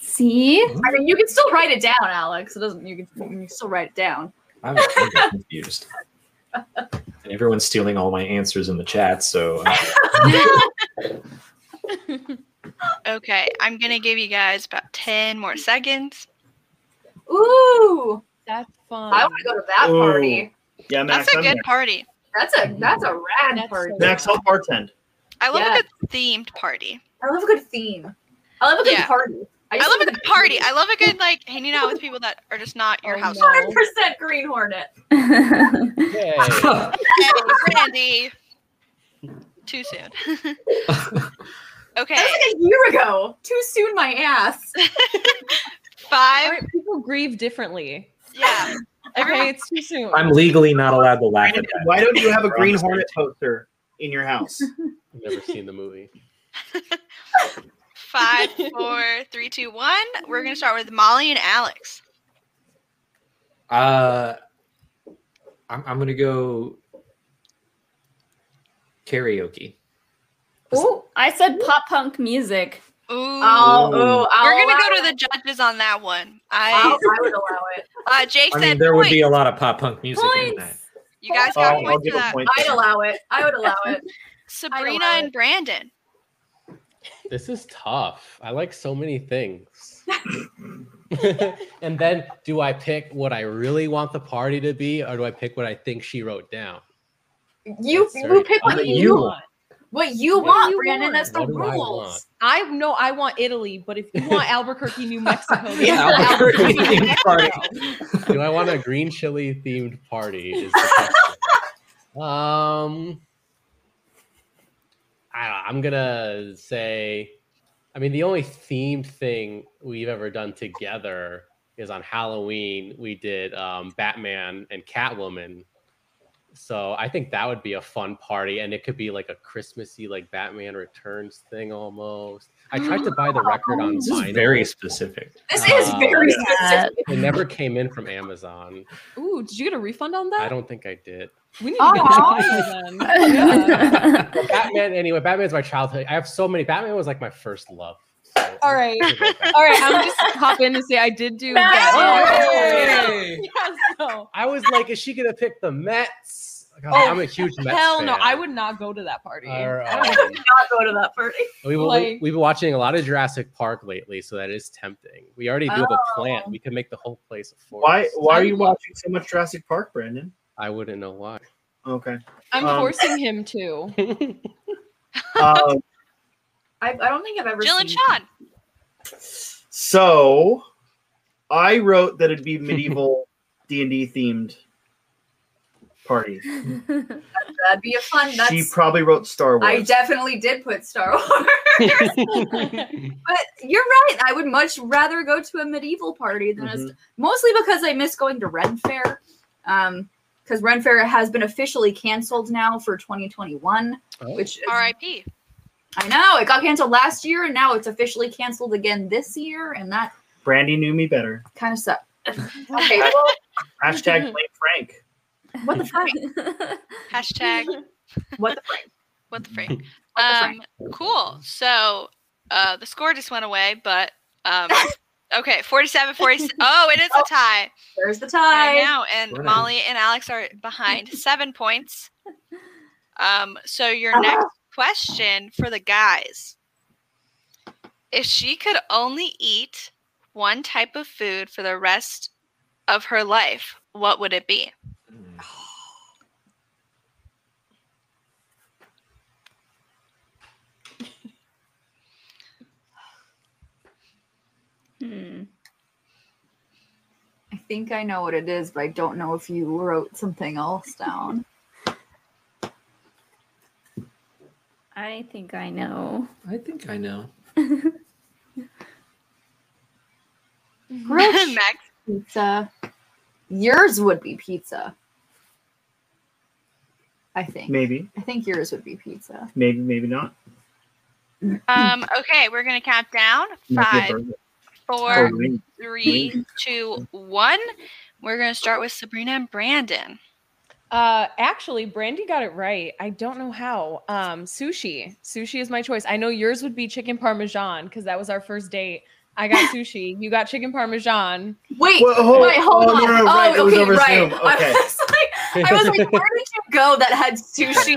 S1: See?
S2: I mean, you can still write it down, Alex. It doesn't. You can, you can still write it down.
S3: I'm I'm confused. And everyone's stealing all my answers in the chat, so uh,
S6: Okay, I'm gonna give you guys about ten more seconds.
S2: Ooh,
S5: That's fun.
S2: I want to go to that
S4: Ooh.
S2: party.
S4: Oh. yeah, Max,
S6: That's a
S4: I'm
S6: good
S4: there.
S6: party.
S2: That's a that's a rad
S5: That's
S2: party.
S5: so-
S4: Max, help bartend.
S6: I love
S2: Yeah.
S6: a good themed party.
S2: I love a good theme. I love a good
S6: Yeah.
S2: party.
S6: I love a good party. I love a good like hanging out with people that are just not your
S5: Oh,
S6: house.
S5: no.
S2: Hundred percent Green Hornet.
S7: Yay.
S6: Hey, Randy. Too soon. *laughs* okay,
S2: That was like a year ago. Too soon, my ass.
S5: All
S6: five.
S5: right, people grieve differently.
S6: Yeah.
S5: Okay, it's too soon.
S3: I'm legally not allowed to laugh at
S4: Brandon,
S3: that.
S4: why don't you have a
S7: We're on
S4: Green
S7: the same
S4: Hornet poster in your
S6: *laughs*
S4: house?
S7: I've never seen the movie.
S6: Five, four, three, two, one. We're gonna start with Molly and Alex.
S3: Uh, I'm, I'm gonna go karaoke.
S1: Oh, I said pop punk music.
S6: Ooh.
S2: I'll, ooh, I'll
S6: We're gonna
S2: allow
S6: go to
S2: it.
S6: the judges on that one.
S2: I'll-
S6: I
S2: I would allow it.
S6: uh, Jay
S3: I
S6: said
S3: mean, there would be a
S6: points.
S3: lot uh, of pop punk music in that.
S1: Points.
S6: You guys
S4: Oh,
S6: got
S4: I'll
S6: points
S4: give
S6: for
S4: a
S6: that.
S4: point.
S2: I'd allow it. I would allow it.
S4: *laughs*
S6: Sabrina
S2: allow
S6: and
S2: it.
S6: Brandon.
S7: This is tough. I like so many things. *laughs* and then do I pick what I really want the party to be or do I pick what I think she wrote down?
S2: You
S7: That's
S2: you
S7: right.
S2: pick what
S7: What
S2: you,
S7: you
S2: want. What you
S7: What
S2: want,
S5: you
S2: Brandon.
S5: want.
S2: That's the
S7: What do I
S2: rules.
S7: want?
S5: I no, I want Italy, but if you want Albuquerque, New Mexico, then
S3: Yeah,
S5: it's
S6: *laughs*
S3: Albuquerque
S5: New
S3: theme party.
S7: Do I want a green chili themed party? Is the question. um, I, I'm gonna say, I mean, the only themed thing we've ever done together is on Halloween. We did um, Batman and Catwoman. So I think that would be a fun party, and it could be like a Christmassy, like Batman Returns thing almost. I tried to buy the record
S3: *laughs*
S7: on
S3: This is
S7: vinyl.
S3: very specific.
S2: This is
S7: Uh,
S2: very
S1: Yeah.
S2: specific.
S7: it never came in from Amazon.
S5: Ooh, did you get a refund on
S7: I
S5: that?
S7: don't think I
S5: *laughs*
S7: did.
S5: We need
S2: Aw.
S5: to get
S2: *laughs*
S5: a refund then. Yeah.
S7: Well, Batman, anyway, Batman's my childhood. I have so many. Batman was like my first love. So
S5: All right.
S7: I'm gonna
S5: *laughs*
S7: go back.
S5: All right, I'm just gonna hop in and say I did do that.
S3: Hey!
S5: Yes, no.
S7: I was like, is she gonna pick the Mets? God,
S5: Oh,
S7: I'm a huge Mets
S5: Hell no,
S7: fan.
S5: I would not go to that party.
S7: Or,
S5: I don't-
S7: um,
S2: Not go to that party.
S7: we, will
S5: Like-
S7: we've been watching a lot of Jurassic Park lately, so that is tempting. We already do have
S5: Oh.
S7: a plant. We can make the whole place a forest.
S4: Why why are you watching so much Jurassic Park, Brandon?
S7: I wouldn't know why.
S4: Okay.
S6: *laughs*
S5: I'm
S4: Um,
S5: forcing him to.
S4: Um,
S2: I, I don't think I've ever
S6: Jill
S2: seen.
S6: and Sean.
S4: so I wrote that it'd be
S7: *laughs*
S4: medieval D and D themed party.
S2: That'd be a fun. That's.
S4: She probably wrote Star Wars.
S2: I definitely did put Star Wars,
S4: *laughs*
S2: but you're right. I would much rather go to a medieval party than a
S4: Mhm.
S2: mostly because I miss going to Ren Fair. Um, because Ren Fair has been officially canceled now for 2021,
S7: Oh.
S2: which is,
S6: R.I.P.
S2: I know it got canceled last year, and now it's officially canceled again this year, and that
S4: Brandy knew me better.
S2: kind of *laughs* sucks. okay, well,
S4: Hashtag blame Frank.
S2: what the fuck?
S6: Hashtag
S2: What the fuck?
S6: what the freak.
S2: What the
S6: Um, cool. So uh, the score just went away, but
S2: *laughs*
S6: um, okay, 47 46. Oh, it is a tie.
S2: There's the
S6: I
S2: tie.
S6: know. And
S3: Right.
S6: Molly and Alex are
S2: *laughs*
S6: behind seven points. Um, so your
S2: Uh-huh.
S6: next question for the guys if she could only eat one type of food for the rest of her life, what would it be?
S1: *laughs* Hmm.
S2: I think I know what it is, but I don't know if you wrote something else down.
S1: I think I know.
S3: I think I know. *laughs*
S2: Grilled cheese
S6: *laughs* Max,
S2: pizza. Yours would be pizza. I think.
S4: Maybe,
S2: I think yours would be pizza.
S4: maybe, maybe not.
S6: um, okay, we're going to count down
S4: Might be a
S6: five,
S4: burger.
S6: four,
S4: Oh, maybe.
S6: three, two, one. We're gonna start with Sabrina and Brandon.
S5: Uh, actually, Brandy got it right. I don't know how. Um, sushi. Sushi is my choice. I know yours would be chicken parmesan because that was our first date. I got sushi. You got chicken parmesan.
S2: Wait,
S4: Well, hold-
S2: wait, hold
S4: oh,
S2: on.
S4: no, no, right,
S2: oh,
S4: it was
S2: okay,
S4: over
S2: right. *laughs*
S4: Zoom,
S2: I
S4: okay.
S2: was like, I was like, where did you go that had sushi?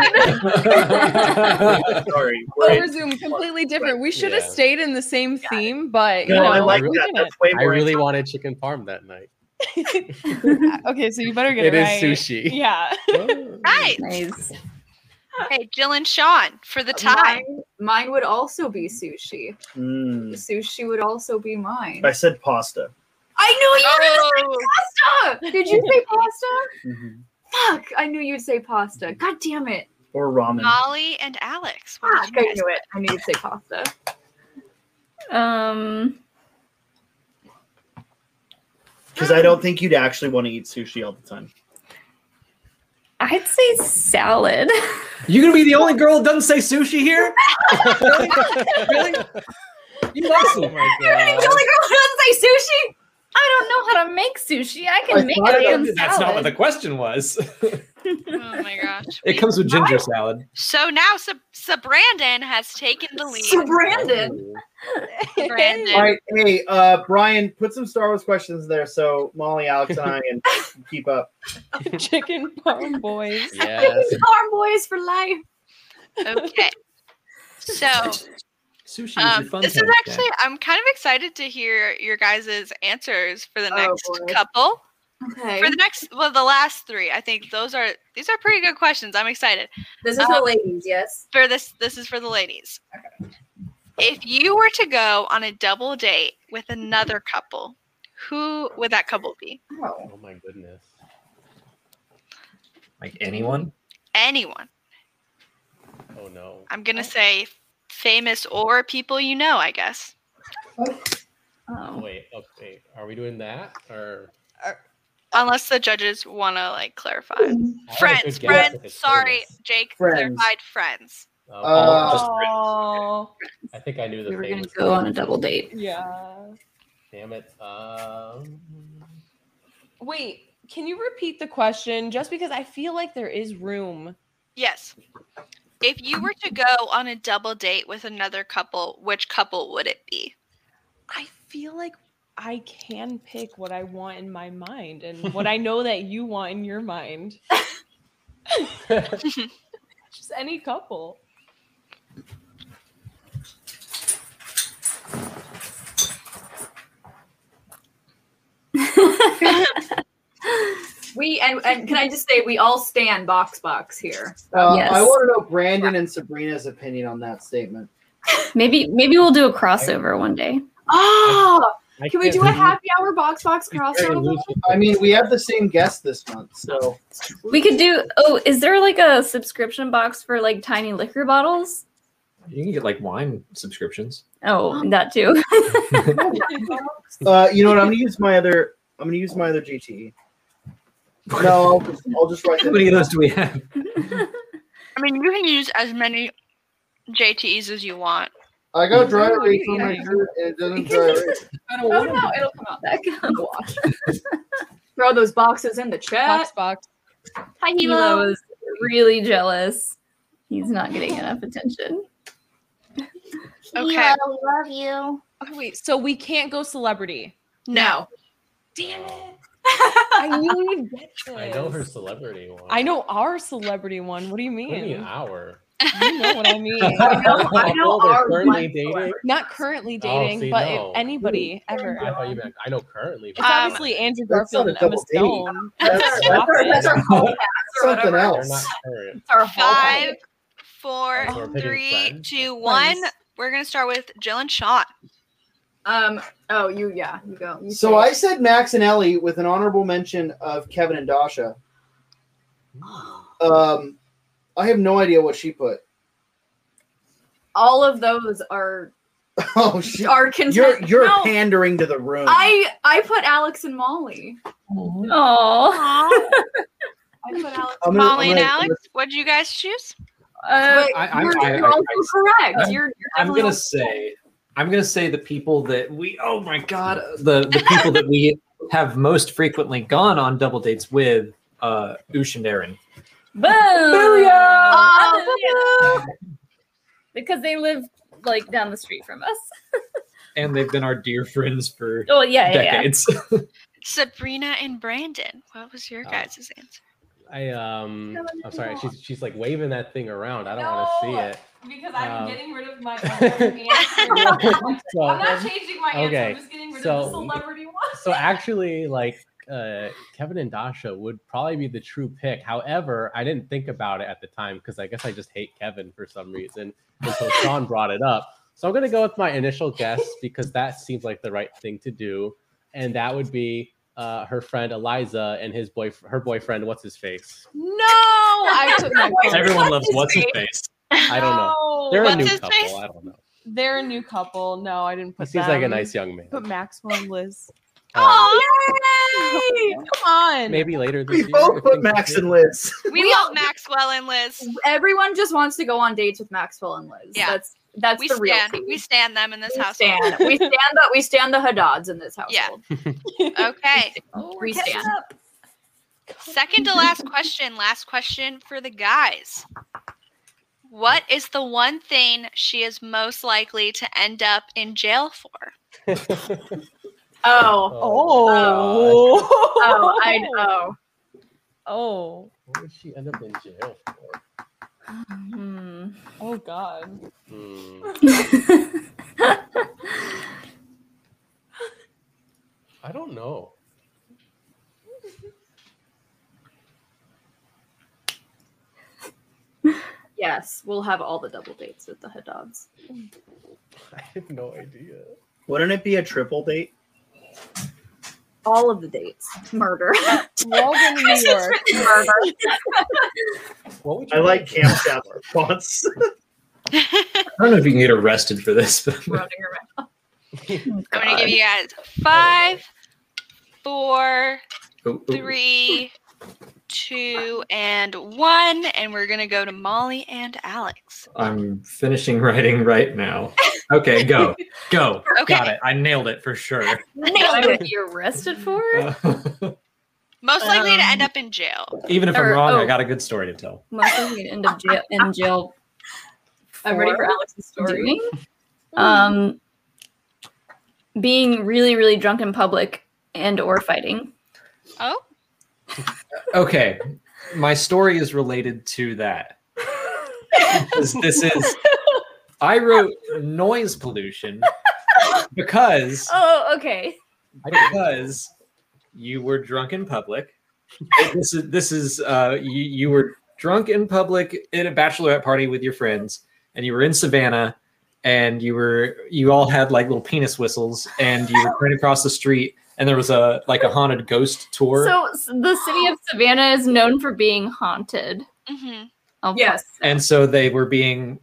S4: Sorry.
S5: Over
S4: Right.
S5: Zoom, completely different. We should have
S7: Yeah.
S5: stayed in the same theme, but you
S4: No,
S5: know,
S4: I like
S5: we
S4: that.
S5: didn't.
S4: That's way
S7: Oh, I
S4: more.
S7: really wanted chicken parm that night.
S5: Okay, so you better get
S7: It
S5: it,
S7: is
S5: right.
S7: sushi.
S5: Yeah. *laughs*
S6: Nice.
S1: Nice.
S6: Okay, Jill and Sean for
S2: Oh,
S6: the tie.
S2: Mine, mine would also be sushi.
S4: Mm.
S2: Sushi would also be mine.
S4: I said pasta.
S2: I
S6: Oh,
S2: knew you would say pasta. Did you say pasta?
S7: Mm-hmm.
S4: Mhm.
S2: Fuck! I knew you'd say pasta. God damn it!
S4: Or ramen.
S6: Molly and Alex. What
S2: Fuck!
S6: did you
S2: I
S6: guys-
S2: knew it. I knew you'd say *laughs* pasta.
S1: Um.
S4: Because I don't think you'd actually want to eat sushi all the time.
S1: I'd say salad.
S3: You gonna be the only girl who doesn't say sushi *laughs* here? really? really? You like
S7: Oh
S3: sushi?
S7: my
S2: You're the
S7: god.
S2: only girl who doesn't say sushi.
S1: I don't know how to make sushi. I can
S4: I
S1: make
S4: thought
S1: a
S4: about
S1: damn salad.
S4: it.
S3: That's not what the question was.
S6: Oh my gosh.
S3: It comes with ginger salad.
S6: So now Sub- Brandon has taken the
S2: So
S6: lead.
S2: Brandon.
S6: Brandon.
S4: All right, hey, uh, Brian, put some Star Wars questions there so Molly, Alex, and I *laughs* can keep up. Uh,
S5: Chicken parm boys.
S7: Yes.
S2: Farm boys for life.
S6: Okay. So
S3: Sushi is
S6: um,
S3: your fun
S6: this is
S3: time, Jack.
S6: actually I'm kind of excited to hear your guys' answers for the
S2: Oh,
S6: next
S2: boy.
S6: couple.
S2: Okay.
S6: For the next well, the last three. I think those are these are pretty good questions. I'm excited.
S2: this is
S6: um,
S2: the ladies, yes.
S6: For this this is for the ladies. If you were to go on a double date with another couple, who would that couple be?
S2: Oh.
S7: Oh my goodness.
S3: like anyone.
S6: Anyone.
S7: Oh no.
S6: I'm gonna say famous or people you know, I guess.
S1: Oh.
S7: Wait. Okay. Are we doing that or
S6: Unless the judges wanna like clarify.
S7: I had a
S6: Friends,
S7: good guess if
S6: friends.
S7: it's
S6: Sorry,
S7: famous.
S6: Jake
S4: Friends.
S6: clarified friends.
S7: Oh,
S4: Uh,
S3: just
S5: Oh,
S7: I think I knew the
S1: We were going
S7: famous.
S1: to go on a double date.
S5: yeah.
S7: Damn it. Um,
S5: Wait, can you repeat the question? Just because I feel like there is room.
S6: Yes. If you were to go on a double date with another couple, which couple would it be?
S5: I feel like I can pick what I want in my mind and what I know that you want in your mind. Just any couple.
S2: We and, and can I just say we all stand box box
S7: *laughs*
S2: here.
S4: Uh,
S1: Yes.
S4: I want to know Brandon and Sabrina's opinion on that statement.
S1: *laughs* Maybe maybe we'll do a crossover one day.
S2: Oh,
S7: I
S2: can we
S7: can't
S2: do a
S7: believe
S2: happy hour box box
S7: it's very
S2: crossover?
S7: loose with
S4: I mean, we have the same guest this month, so
S1: We could do Oh, is there like a subscription box for like tiny liquor bottles?
S3: You can get like wine subscriptions.
S1: *gasps* Oh, that too.
S4: uh, you know what? I'm gonna use my other. I'm gonna use my other GTE. No, I'll just, I'll just write
S3: How many of
S4: that.
S3: those do we have?
S6: I mean, you can use as many JTEs as you want.
S4: I got dry erase on my shirt, and it doesn't dry erase.
S2: Oh no, it'll come out. *laughs* Throw those boxes in the
S5: Box
S2: chat.
S5: box.
S2: Hi
S1: Hilo is really jealous. He's not getting enough attention.
S6: Okay.
S2: love you.
S5: Okay, Oh, wait, so we can't go celebrity.
S6: No.
S7: Damn it.
S5: I knew *laughs* you'd get this.
S7: I know her celebrity one.
S5: I know our celebrity one. What do you
S7: What do you mean
S5: mean?
S7: hour?
S5: You know what I mean.
S7: *laughs*
S2: I know
S7: Oh, they're
S2: our
S7: currently
S2: one
S7: dating?
S2: celebrity.
S5: Not currently dating,
S7: see,
S5: but
S7: no.
S5: if anybody ever.
S7: I thought you meant I know currently.
S5: It's
S6: Um,
S5: obviously Andrew
S4: That's not
S5: Garfield
S4: a
S5: and Emma
S4: double date.
S5: Stone.
S4: That's,
S5: Swap
S4: that's- that's
S5: it.
S7: They're
S4: something
S7: not
S4: else.
S7: current.
S2: Our whole-
S6: Five, four,
S7: Oh, we're picking
S6: three,
S7: friends?
S6: two, one. We're gonna start with Jill and Sean.
S2: Um. Oh, you. Yeah. You go. You
S4: So
S2: say it.
S4: I said Max and Ellie with an honorable mention of Kevin and Dasha. Um, I have no idea what she put. *laughs*
S2: all of those are
S4: Oh shit!
S2: are content.
S4: You're you're
S2: No,
S4: pandering to the room.
S2: I I put Alex and Molly.
S1: Oh, *laughs*
S2: I put Alex.
S4: I'm gonna-
S6: Molly
S4: I'm
S6: and
S4: gonna-
S6: Alex, what did you guys choose?
S2: Uh,
S3: I- I-
S2: you're,
S3: I-
S2: you're
S3: I-
S2: also correct.
S3: I-
S2: you're, you're
S3: I'm
S2: definitely
S3: gonna
S2: also-
S3: say I'm gonna say the people that we oh my god the the people that we have most frequently gone on double dates with uh Ush and Aaron.
S1: boom! Uh,
S2: Oh,
S1: Because they live like down the street from us.
S3: And they've been our dear friends for
S1: Oh yeah, yeah, yeah.
S3: decades. *laughs*
S6: Sabrina and Brandon. What was your
S7: Oh.
S6: guys' answer?
S7: I um.
S2: No,
S7: I'm sorry.
S2: no.
S7: She's she's like waving that thing around. I don't want to see
S5: Because
S7: I'm Um, getting
S5: rid of my
S7: it. *laughs* So-
S5: changing my
S7: answer, I'm okay,
S5: just getting
S7: rid of the so- celebrity
S5: one.
S7: so actually like uh, kevin and dasha would probably be the true pick however i didn't think about it at the time because i guess i just hate kevin for some reason and so sean brought it up so i'm going to go with my initial guess because that seems like the right thing to do and that would be uh, her friend eliza and his boy her boyfriend what's his face
S5: *laughs* No, I took my
S3: Everyone loves what's his face.
S7: i don't know they're
S6: Oh, What's
S7: a new
S6: his
S7: couple
S6: face?
S7: i don't know
S5: They're a new couple. No, I didn't
S7: he
S5: put.
S7: seems like a
S5: them.
S7: nice young man
S5: Put Maxwell and Liz.
S7: Um,
S2: Oh,
S5: Yay! Come on.
S7: maybe later this
S4: *laughs* We
S7: year,
S4: both
S7: if
S4: put
S7: things
S4: Max
S7: improve.
S4: and Liz. *laughs*
S2: We
S6: We, love
S2: all-
S6: Maxwell and Liz.
S2: Everyone just wants to go on dates with Maxwell and Liz.
S6: Yeah.
S2: That's that's
S6: We
S2: the real.
S6: stand.
S2: tea.
S6: We stand them in this
S2: We
S6: house.
S2: stand. we stand the we stand the Hadads in this household.
S6: *laughs* Yeah. Okay.
S1: Oh,
S2: We
S1: catching
S2: stand.
S1: up.
S6: Second to *laughs* last question, last question for the guys. What is the one thing she is most likely to end up in jail for?
S2: Oh,
S5: Oh.
S2: oh,
S6: *laughs*
S2: I know.
S5: *laughs* Oh.
S7: *laughs* What would she end up in jail for?
S2: Hmm.
S5: Oh God.
S7: Hmm. *laughs* I don't know.
S2: Yes, we'll have all the double dates with the Hadads.
S7: I have no idea.
S4: Wouldn't it be a triple date?
S2: All of the dates. Murder.
S5: Logan, New York.
S2: Murder.
S7: What would
S4: I
S7: you
S4: like
S7: do?
S4: Cam Sadler once. *laughs*
S3: I don't know if you can get arrested for this, but *laughs*
S2: Running
S6: I'm going to give you guys five, four,
S3: Ooh, ooh.
S6: three, two, and one. And we're going to go to Molly and Alex.
S3: I'm finishing writing right now. Okay, go,
S1: *laughs*
S3: go.
S6: Okay.
S3: Got it. I nailed it for sure. *laughs*
S1: I would be arrested for
S3: Uh,
S1: it?
S6: Most likely to end
S1: Um,
S6: up in jail.
S3: Even if I'm
S1: Or-
S3: wrong, I
S1: oh.
S3: got a good story to tell.
S1: Most likely to end up jail, in jail.
S2: I'm ready for
S1: for
S2: Alex's story.
S1: doing. Um, being really, really drunk in public and or fighting.
S6: Oh,
S3: Okay, my story is related to that. 'Cause this is. I wrote noise pollution because
S1: Oh, okay.
S3: because you were drunk in public. this is this is uh, you you were drunk in public at a bachelorette party with your friends, and you were in Savannah, and you were you all had like little penis whistles, and you were running across the street, and there was a like a haunted ghost tour.
S1: So s- the city of Savannah is known for being haunted.
S6: hmm
S1: Oh,
S2: Yes.
S3: and so they were being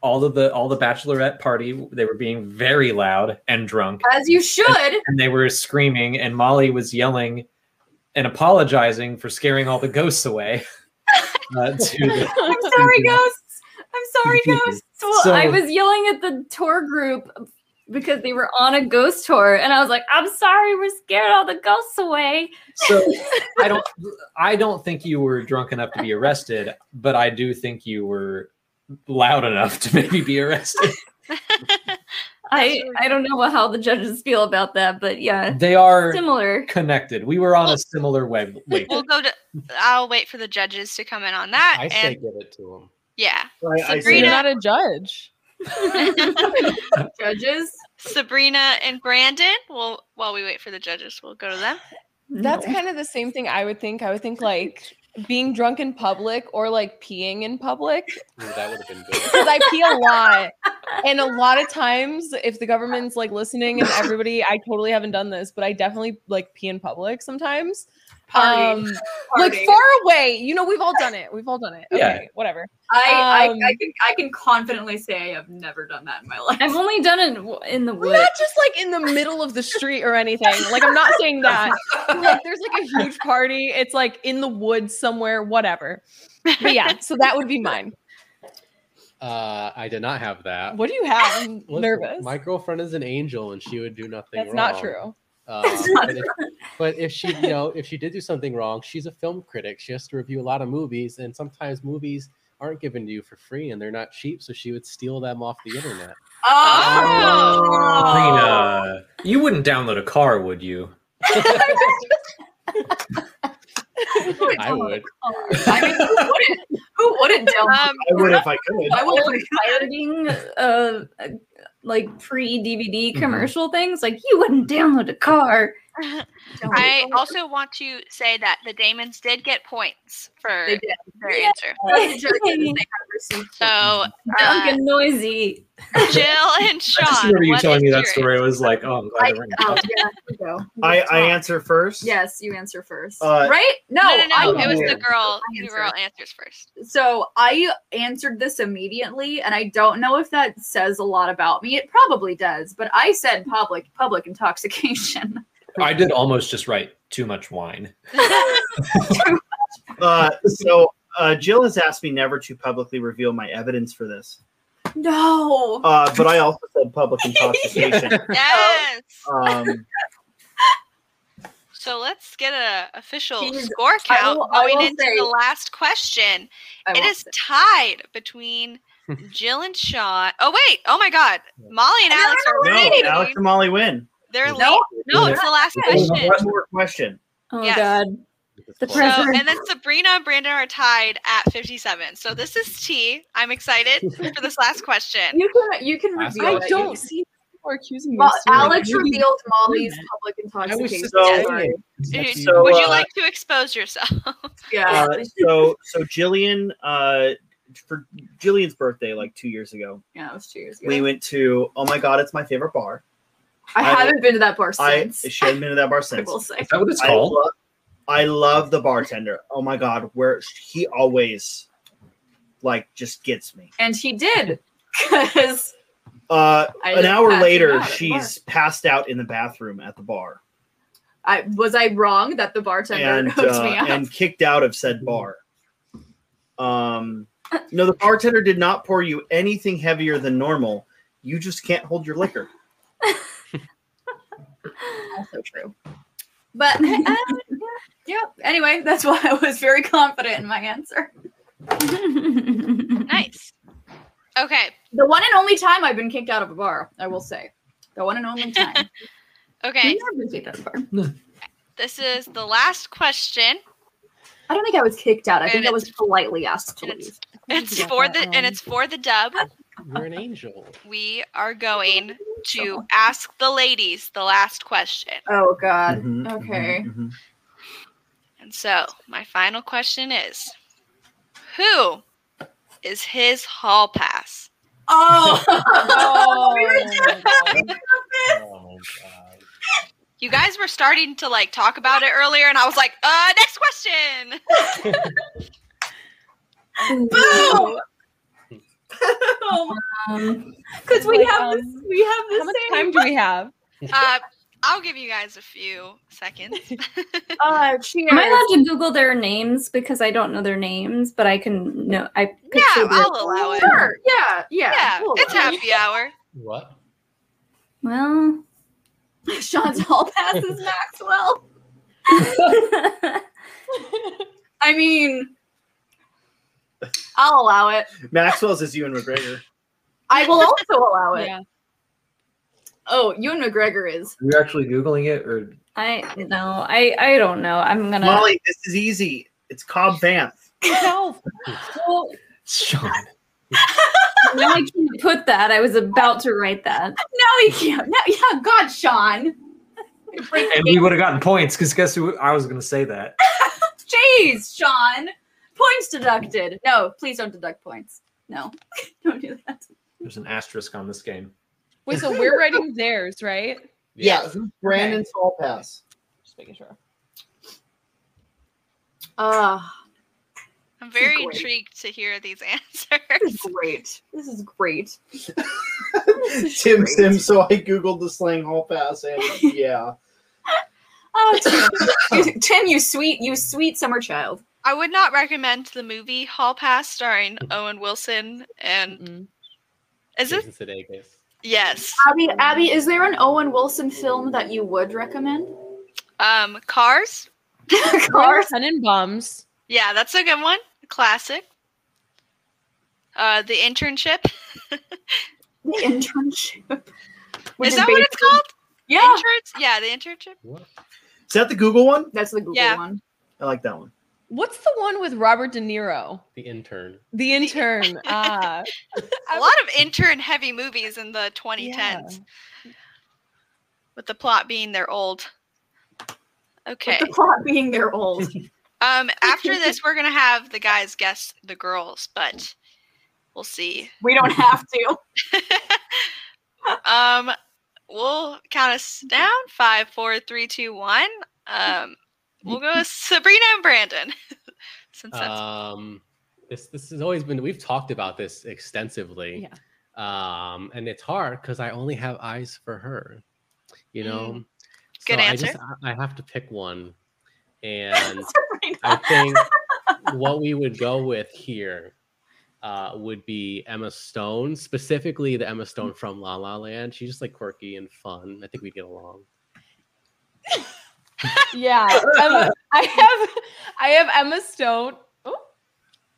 S3: all of the all the bachelorette party they were being very loud and drunk
S2: As you should.
S3: and they were screaming and molly was yelling and apologizing for scaring all the ghosts away uh, to the-
S2: I'm sorry,
S3: Mhm.
S2: ghosts. I'm sorry, ghosts.
S1: Well,
S3: So-
S1: I was yelling at the tour group because they were on a ghost tour, and I was like, "I'm sorry, we're scared all the ghosts away."
S3: so i don't i don't think you were drunk enough to be arrested but i do think you were loud enough to maybe be arrested
S1: I
S6: really
S1: I don't know what- how the judges feel about that, but yeah,
S3: they are
S1: similar.
S3: connected we were on a similar wave wait
S6: We'll go to, I'll wait for the judges to come in on that.
S7: I say
S6: and
S7: give it to him.
S6: yeah.
S4: I, I
S5: You're
S4: see
S6: Sabrina.
S4: it.
S5: not a judge.
S2: Judges.
S6: Sabrina and Brandon. Well, while we wait for the judges, we'll go to them.
S5: That's
S1: No.
S5: kind of the same thing I would think. I would think like being drunk in public or like peeing in public
S7: Ooh, that would have been good.
S5: because I pee a lot. And a lot of times, if the government's like listening and everybody, I totally haven't done this, but I definitely like pee in public sometimes.
S2: *laughs* Party.
S5: Um, like
S2: Party.
S5: far away. You know, we've all done it. We've all done it. Okay,
S3: Yeah.
S5: whatever.
S2: I,
S5: um,
S2: I, I can I can confidently say I have never done that in my life. *laughs*
S1: I've only done it w- in the woods.
S5: Not just like in the middle of the street or anything. Like I'm not saying that. But, like there's like a huge party. It's like in the woods somewhere, whatever. But yeah, so that would be mine.
S7: Uh, I did not have that.
S5: What do you have? I'm
S7: Listen,
S5: *laughs* nervous.
S7: My girlfriend is an angel, and she would do nothing.
S5: That's
S7: wrong.
S5: not true.
S7: Uh,
S2: That's not
S7: but, if, but if she, you know, if she did do something wrong, she's a film critic. She has to review a lot of movies, and sometimes movies aren't given to you for free, and they're not cheap. So she would steal them off the internet.
S1: Oh!
S3: Sabrina, you wouldn't download a car would you
S7: I would.
S2: I mean, who wouldn't? Who wouldn't tell?
S6: Um,
S4: I would if I
S1: *laughs*
S4: could.
S2: I would.
S1: pirating uh, uh, like pre DVD commercial things. Like you wouldn't download a
S6: *laughs*
S1: car.
S6: I also want to say that the Damons did get points for
S2: They did.
S6: their
S1: Yeah.
S6: answer.
S1: *laughs*
S2: That's the judges they have received.
S6: So
S1: Drunk
S6: uh,
S1: and noisy.
S6: Jill and Sean.
S3: I just remember you
S6: what
S3: telling
S6: is
S3: me that
S6: yours?
S3: story. I was like, oh, I'm glad I, ran
S2: Oh,
S3: out.
S2: yeah, you go.
S4: I,
S2: Let's
S4: I
S2: talk.
S4: answer first.
S2: Yes, you answer first.
S4: Uh,
S2: right? No,
S6: No, no, no.
S2: I
S6: It was the
S4: answered.
S6: girl.
S2: I
S6: The girl answers
S2: *laughs*
S6: first.
S2: So I answered this immediately, and I don't know if that says a lot about me. It probably does, but I said public public intoxication. *laughs*
S3: I did almost just write too much wine.
S4: Uh, so uh, Jill has asked me never to publicly reveal my evidence for this,
S2: No.
S4: uh, but I also
S2: Oh.
S4: Um, said public intoxication.
S6: yes.
S4: um,
S6: So let's get a official
S2: Jeez,
S6: score
S2: I
S6: count
S2: will- I
S6: going
S2: will
S6: into
S2: say-
S6: the last question.
S2: I
S6: It
S2: won't
S6: is tied
S2: *laughs*
S6: between Jill and Sean. Oh wait! Oh my God! Molly and
S2: No,
S6: Alex
S2: no,
S6: are
S2: no,
S6: leading.
S4: No, Alex and Molly win.
S6: They're
S7: No,
S6: leading. No, it's the last
S2: *laughs*
S6: question.
S4: One more question.
S1: Oh
S6: Yes.
S1: god. The
S6: So,
S1: present.
S6: and then Sabrina and Brandon are tied at 57. So this is T. I'm excited for this
S2: *laughs*
S6: last question.
S2: You can you can
S7: Last
S2: reveal.
S5: I
S7: question.
S2: it.
S5: don't see people are accusing me.
S2: Well,
S5: of suicide.
S2: Alex
S5: Maybe-
S2: revealed Molly's public
S7: I was
S2: intoxication.
S7: just
S4: So-
S7: saying.
S5: eh,
S6: Would
S4: So,
S6: you
S4: uh,
S6: like to expose yourself? *laughs*
S2: yeah.
S4: Uh, so, so Jillian, uh, for Jillian's birthday, like two years ago,
S2: yeah, it was two years ago.
S4: Uh, we went to. Oh my god, it's my favorite bar.
S2: I
S4: I-
S2: haven't been to that bar
S4: I
S2: since.
S4: she hadn't been to that bar
S2: I
S4: since.
S2: will say.
S7: Is that what it's
S4: I
S7: called?
S4: love, I love the bartender. Oh my god, where he always like just gets me.
S2: And she did. *laughs* Because
S4: Uh, an hour later, she's
S2: she's.
S4: passed out in the bathroom at the bar
S2: I was I wrong that the bartender
S4: and
S2: hooked
S4: uh,
S2: me up.
S4: and kicked out of said bar. Um, no, the bartender did not pour you anything heavier than normal. You just can't hold your liquor.
S2: also true. But *laughs* uh, yeah. Anyway, that's why I was very confident in my answer.
S6: Nice. Okay.
S2: The one and only time I've been kicked out of a bar, I will say. The one and only
S4: *laughs*
S2: time.
S6: Okay.
S2: Maybe I've been kicked out of a bar.
S1: *laughs*
S6: This is the last question.
S2: I don't think I was kicked out. I
S6: And
S2: think I
S6: it's-
S2: was politely asked to
S6: and
S2: leave.
S6: It's for the and it's for the dub.
S7: You're an angel.
S6: We are going to ask the ladies the last question.
S2: Oh
S6: *laughs*
S2: God.
S4: Mhm,
S2: Okay.
S4: mhm, mhm.
S6: And so, my final question is who is his hall pass?
S2: Oh.
S7: Oh, God.
S6: You guys were starting to like talk about it earlier and I was like, "Uh, next question."
S2: Boom.
S1: Um,
S2: Because we
S5: Like,
S2: have
S5: um,
S2: this, we have
S5: How
S2: the
S5: much
S2: same.
S5: time do we have?
S6: Uh, I'll give you guys a few
S2: *laughs*
S6: seconds. *laughs*
S2: Uh, cheers.
S1: am I allowed to Google their names because I don't know their names, but I can know I
S6: Yeah,
S1: picture their-
S6: I'll allow it.
S2: Sure. Yeah. Yeah.
S6: Yeah,
S2: we'll
S6: it's
S2: allow
S6: happy hour.
S7: What?
S1: Well, *laughs*
S2: it. *laughs* Sean's hall passes Maxwell. I mean, I'll allow it.
S4: Maxwell's is Ewan McGregor.
S2: I *laughs* will also allow it.
S5: Yeah.
S2: Oh, Ewan McGregor is.
S3: You're actually googling it, or
S1: I no, I I don't know. I'm gonna.
S4: Molly, this is easy. It's Cobb Vanth.
S5: Twelve.
S1: Well,
S3: Sean?
S1: now I can't put that. I was about to write that.
S2: *laughs* No, he can't. No, yeah, God, Sean.
S3: And we would have gotten points because guess who? I was going to say that.
S2: Jeez, Sean. Points deducted. No, please don't deduct points. No, *laughs* don't do that.
S3: There's an asterisk on this game.
S5: Wait, so
S2: *laughs*
S5: we're writing theirs, right?
S4: Brandon's hall pass.
S5: Just making sure.
S2: Uh, *laughs*
S6: I'm very
S2: Great.
S6: intrigued to hear these *laughs*
S2: this
S6: answers.
S2: is great. This is great.
S4: Tim Sim. So I googled the slang hall pass, and yeah,
S2: *laughs* Oh, Tim, *laughs* Tim, you sweet, you sweet summer child.
S6: I would not recommend the movie Hall Pass starring Owen Wilson and
S5: Mm-mm.
S6: is it
S7: Jason *laughs* Sudeikis.
S6: Yes.
S2: Abby, Abby, is there an Owen Wilson film that you would *laughs* recommend?
S6: Um, Cars.
S5: Our
S2: Cars.
S5: Sun and Bums.
S6: Yeah, that's a good one. Classic. Uh, the internship.
S2: The internship. Which
S6: Is that what it's
S2: basically-
S6: called?
S2: Yeah,
S6: Interns? Yeah, the internship.
S7: What?
S4: is that the Google one?
S2: that's the Google
S6: Yeah.
S2: one.
S4: I like that one.
S5: What's the one with Robert De Niro?
S7: The intern.
S2: *laughs*
S5: The intern. Ah,
S6: A lot of intern heavy movies in the 2010s, with the plot being they're old. Okay.
S2: With the plot being they're old.
S6: Um, after this, we're gonna have the guys guess the girls, but we'll see.
S2: we
S6: *laughs*
S2: don't have to.
S6: Um, we'll count us down. Five, four, three, two, one. Um, we'll go with Sabrina and Brandon, *laughs* since that's
S7: Um, this this has always been. We've talked about this extensively.
S5: Yeah.
S7: Um, and it's hard because I only have eyes for her. You know.
S6: Mm. Good
S7: I, just,
S6: answer.
S7: I I have to
S6: *laughs*
S7: pick one, and
S2: Sabrina.
S7: I think what we would go with here uh, would be Emma Stone, specifically the Emma Stone
S6: Mm.
S7: from La La Land. She's just like quirky and fun. I think we'd get along.
S5: yeah, Emma- I have I have Emma Stone. Oh,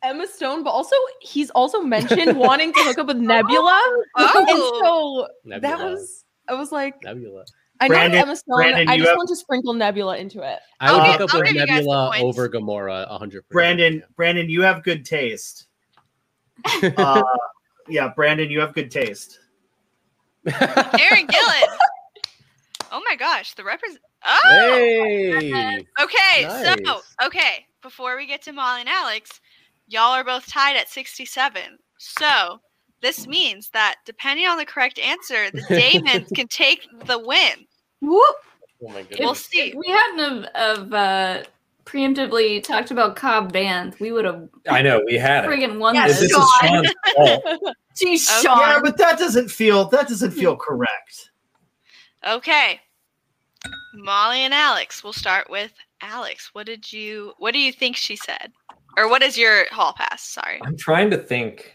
S5: Emma Stone, but also he's also
S2: *laughs*
S5: mentioned wanting to hook up with Nebula,
S6: Oh.
S5: and so that
S7: Nebula.
S5: was I was like,
S7: Nebula.
S5: I know it's
S4: Brandon-
S5: Emma Stone.
S4: Brandon,
S5: I
S4: you
S5: just
S4: have-
S5: want to sprinkle Nebula into it.
S7: I would
S4: I'll
S7: hook
S4: give-
S7: up
S6: I'll
S7: with
S6: give you guys the
S7: Nebula
S6: points.
S7: over Gamora 100%.
S4: Brandon, Brandon, you have
S2: *laughs*
S4: good taste.
S7: Yeah.
S4: Uh, yeah, Brandon, you have good taste.
S6: *laughs*
S7: Uh. *laughs*
S6: Aaron Gillan. Oh my gosh, the represent. Oh,
S7: hey!
S6: okay. So,
S7: nice.
S6: okay, before we get to Molly and Alex, y'all are both tied at 67. So, this means that depending on the correct answer,
S7: *laughs*
S6: the Damons can take the win.
S2: Whoop.
S7: Oh my
S6: We'll
S7: goodness.
S6: see.
S1: we hadn't have, have uh, preemptively talked about Cobb Vanth, we would have
S3: I know we had it.
S1: friggin' won
S6: Yes,
S1: this.
S3: This is
S6: God.
S3: Sean's fault.
S1: She's
S6: Okay.
S1: Sean.
S4: Yeah, but that doesn't feel that doesn't feel correct.
S6: Okay. Molly and Alex. We'll start with Alex. What did you what do you think she said? Or what is your hall pass? Sorry.
S3: I'm trying to think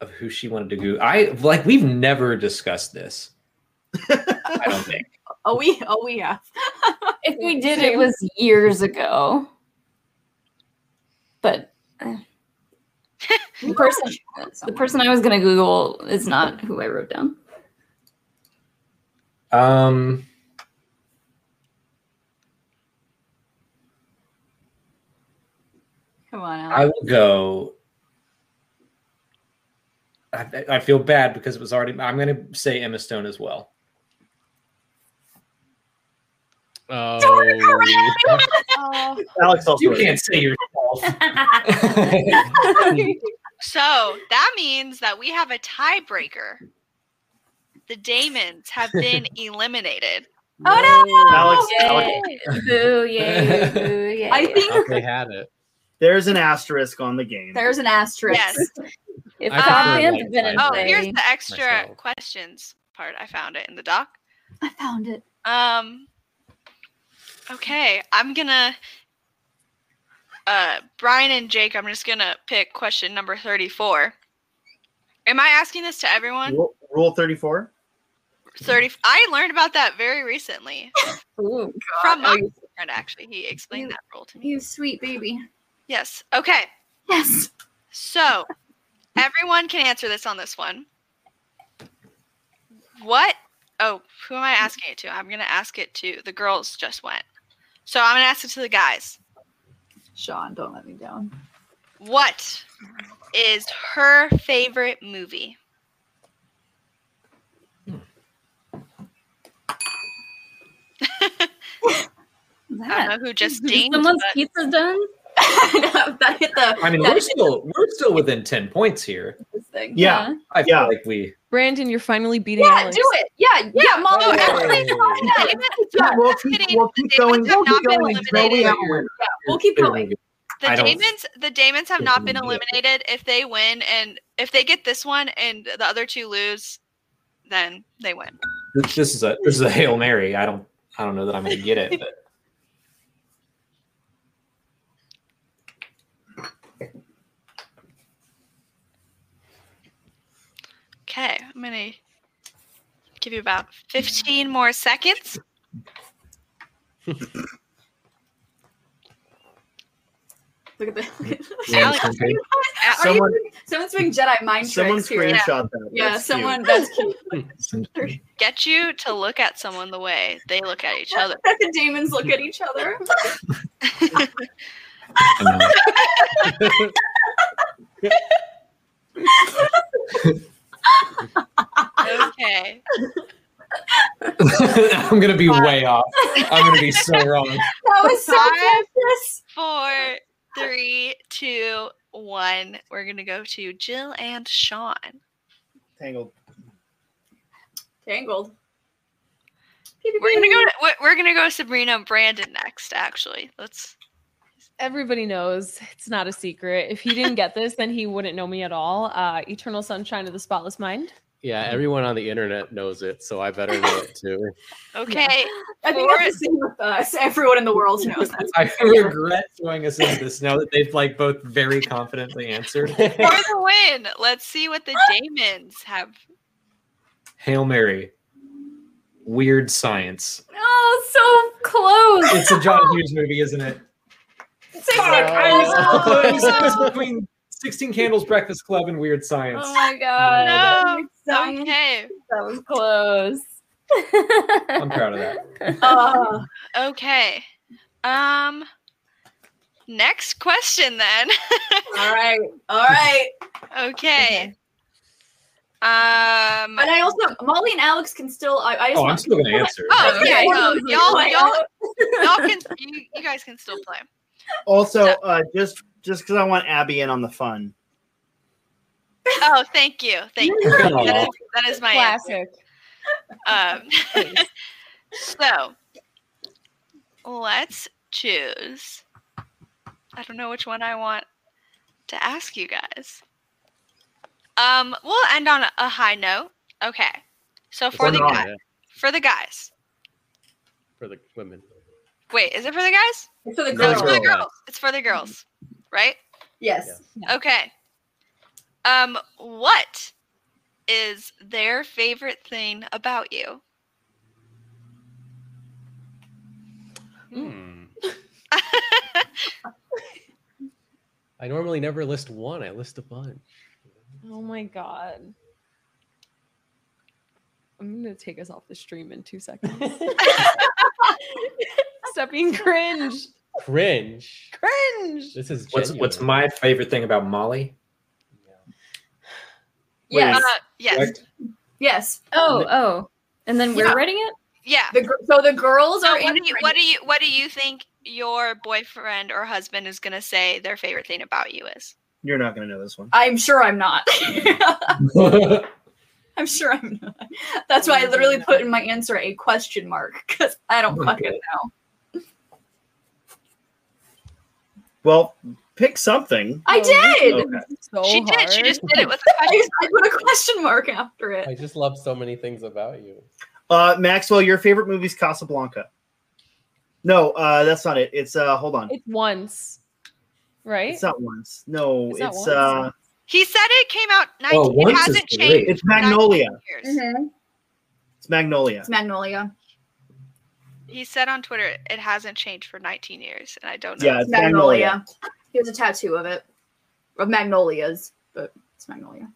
S3: of who she wanted to go. I like we've never discussed *laughs* this. I don't think.
S2: Oh, we, oh, we have.
S1: if we did, it was years ago. But uh, the person, the person I was gonna Google is not who I wrote down.
S3: Um
S2: Come on, Alex.
S3: I will go. I, I feel bad because it was already. I'm going to say Emma Stone as well.
S7: Oh.
S5: Oh,
S4: Alex also
S3: You can't say
S2: *laughs*
S3: yourself.
S6: So that means that we have a tiebreaker. The Damons have been eliminated.
S2: Oh, no.
S4: Alex,
S1: Yay. *laughs*
S4: Alex,
S1: Boo, yay, boo, yay.
S2: I think
S7: They had it.
S4: there's an asterisk on the game.
S2: there's an asterisk.
S6: Yes.
S1: if
S7: I
S1: Cobb
S6: prefer
S1: Vanth had been in
S7: white
S6: Oh,
S7: Okay.
S6: here's the extra
S7: Myself.
S6: questions part. I found it in the doc.
S2: I found it.
S6: Um. Okay, I'm gonna. Uh, Brian and Jake, I'm just gonna pick question number thirty-four. Am I asking this to everyone?
S4: Rule, rule 34.
S6: Thirty. I learned about that very recently
S1: Ooh, *laughs*
S6: from
S1: Oh,
S6: my
S1: you,
S6: friend. Actually, he explained that rule to me.
S1: you sweet baby.
S6: Yes. Okay.
S1: Yes. *laughs*
S6: So, everyone can answer this on this one. What? Oh, who am I asking it to? I'm going to ask it to the girls just went. So, I'm going to ask it to the guys.
S2: Sean, don't let me down.
S6: What is her favorite movie? I
S1: That.
S6: don't know who just
S1: Is
S6: dinged.
S1: Someone's
S6: but-
S1: pizza's
S2: *laughs*
S1: done.
S2: that hit the
S3: I mean,
S2: that
S3: we're
S2: hit
S3: still we're still within ten points here.
S2: this thing.
S4: Yeah.
S3: I feel
S4: Yeah.
S3: like we.
S5: Brandon, you're finally beating.
S2: Yeah,
S5: Alex.
S2: do it. Yeah, yeah, Molly.
S6: Oh,
S2: yeah.
S6: everything-
S2: *laughs* Yeah.
S4: Yeah, we'll
S6: Just
S4: keep,
S6: kidding.
S4: we'll keep
S6: They
S4: going.
S6: would have
S4: We'll keep
S6: not been
S4: going. until we
S6: eliminated.
S4: have a winner.
S2: We'll keep going.
S6: The
S3: I don't-
S6: Damons, the Damons have not been eliminated. If they win and if they get this one and the other two lose, then they win.
S3: This this is a this is a hail mary. I don't I don't know that I'm going to get it.
S2: *laughs*
S3: But
S6: Okay, I'm gonna give you about 15 more seconds.
S2: Look at this.
S6: Alex,
S3: Okay. *laughs*
S6: Alex,
S4: Someone,
S2: Someone's doing Jedi mind
S4: someone
S2: tricks here.
S4: screenshot that.
S2: Yeah,
S4: That's cute.
S2: someone. That's *laughs* cute.
S6: get you to look at someone the way they look at each
S2: *laughs*
S6: other.
S2: the demons look at each other.
S3: I know.
S6: Okay.
S3: I'm going to be way off. I'm going to be so wrong.
S2: That was
S6: so Five.
S2: precious.
S6: Four, three, two, one. We're gonna go to Jill and Sean.
S4: Tangled.
S2: Tangled.
S6: We're gonna go. we're- We're gonna go Sabrina and Brandon next. Actually, let's.
S5: Everybody knows it's not a secret. If he didn't get this, then he wouldn't know me at all. Uh, Eternal Sunshine of the Spotless Mind.
S7: Yeah, everyone on the internet knows it, so I better know it too.
S6: *laughs* Okay.
S2: *laughs* I think that's the same with us. Everyone in the world knows
S5: *laughs*
S2: that.
S3: I regret throwing us into this now that they've like both very confidently answered. *laughs*
S6: For the win, let's see
S2: *laughs*
S6: what the Damons have.
S3: Hail Mary. Weird science.
S1: Oh, so close.
S3: *laughs* It's a John Hughes movie, isn't it?
S2: Sixty
S3: I was
S2: candles.
S3: close. It was between 16 Candles, Breakfast Club, and Weird Science.
S2: Oh my god.
S6: No.
S2: That was-
S6: Okay.
S2: That was close.
S3: I'm proud of that.
S2: Oh,
S6: Okay. Um. Next question, then. *laughs*
S2: all right. All right.
S6: okay. Um.
S2: But I also Molly and Alex can still I, I just
S3: Oh, I'm
S2: want-
S3: still gonna answer.
S6: Oh yeah,
S2: Okay.
S6: no, y'all,
S2: Wait,
S6: y'all, y'all can, you, you guys can still play.
S4: Also, uh, just just because I want Abby in on the fun.
S6: Oh, thank you,
S2: *laughs*
S6: thank you. That is, that is my answer.
S5: Classic.
S6: Um, *laughs* so let's choose. I don't know which one I want to ask you guys. Um, we'll end on a, a high note. Okay. So for
S4: Or
S6: the
S4: not.
S6: guy, for the guys.
S7: for the women.
S6: Wait, is it for the guys?
S2: it's for the
S6: No,
S2: girls.
S6: it's for the
S7: Girl.
S6: girls. It's for the girls, right?
S2: Yes.
S6: Okay. Um, what is their favorite thing about you?
S7: Hmm. *laughs* I normally never list one. I list a bunch.
S5: Oh my god. I'm gonna take us off the stream in two
S2: *laughs*
S5: seconds. Stop being cringe.
S7: Cringe.
S5: Cringe.
S7: This is
S3: What's what's
S7: genuine.
S3: my favorite thing about Molly?
S2: Yes.
S6: Uh, yes.
S3: Correct?
S2: yes.
S1: Oh, oh. And then we're
S2: Yeah.
S1: writing it?
S6: Yeah.
S2: The, gr- so the girls
S6: So
S2: are
S6: what
S2: in
S6: do you what do you what do you think your boyfriend or husband is gonna say their favorite thing about you is?
S4: You're not going to know this one.
S2: *laughs* I'm sure I'm not. *laughs* I'm sure I'm not. That's why I literally put in my answer a question mark because I don't
S4: Oh,
S3: Okay.
S2: fucking know.
S4: Well, pick something.
S2: I
S5: Oh,
S2: did.
S4: Okay.
S5: So
S6: she did. She
S5: hard.
S6: just did it with
S5: *laughs*
S6: a
S2: I,
S6: question.
S2: just, I put a question mark after it.
S7: *laughs* I just love so many things about you.
S4: Uh, Maxwell, your favorite movie's Casablanca. No, uh, that's not it. It's uh, hold on.
S5: It's once. Right?
S4: It's not once. No,
S5: It's
S4: it's,
S5: not
S4: uh,
S5: once?
S6: He said it came out 19
S3: Oh,
S6: it
S3: once is
S6: hasn't
S3: great.
S6: changed.
S4: it's Magnolia.
S6: 19 years.
S4: It's Magnolia.
S2: It's Magnolia.
S5: Mm-hmm.
S6: He said on Twitter it hasn't changed for 19 years, and I don't know.
S4: Yeah, it's Magnolia.
S2: He has a tattoo of it, of magnolias, but
S1: *laughs*
S2: it's Magnolia.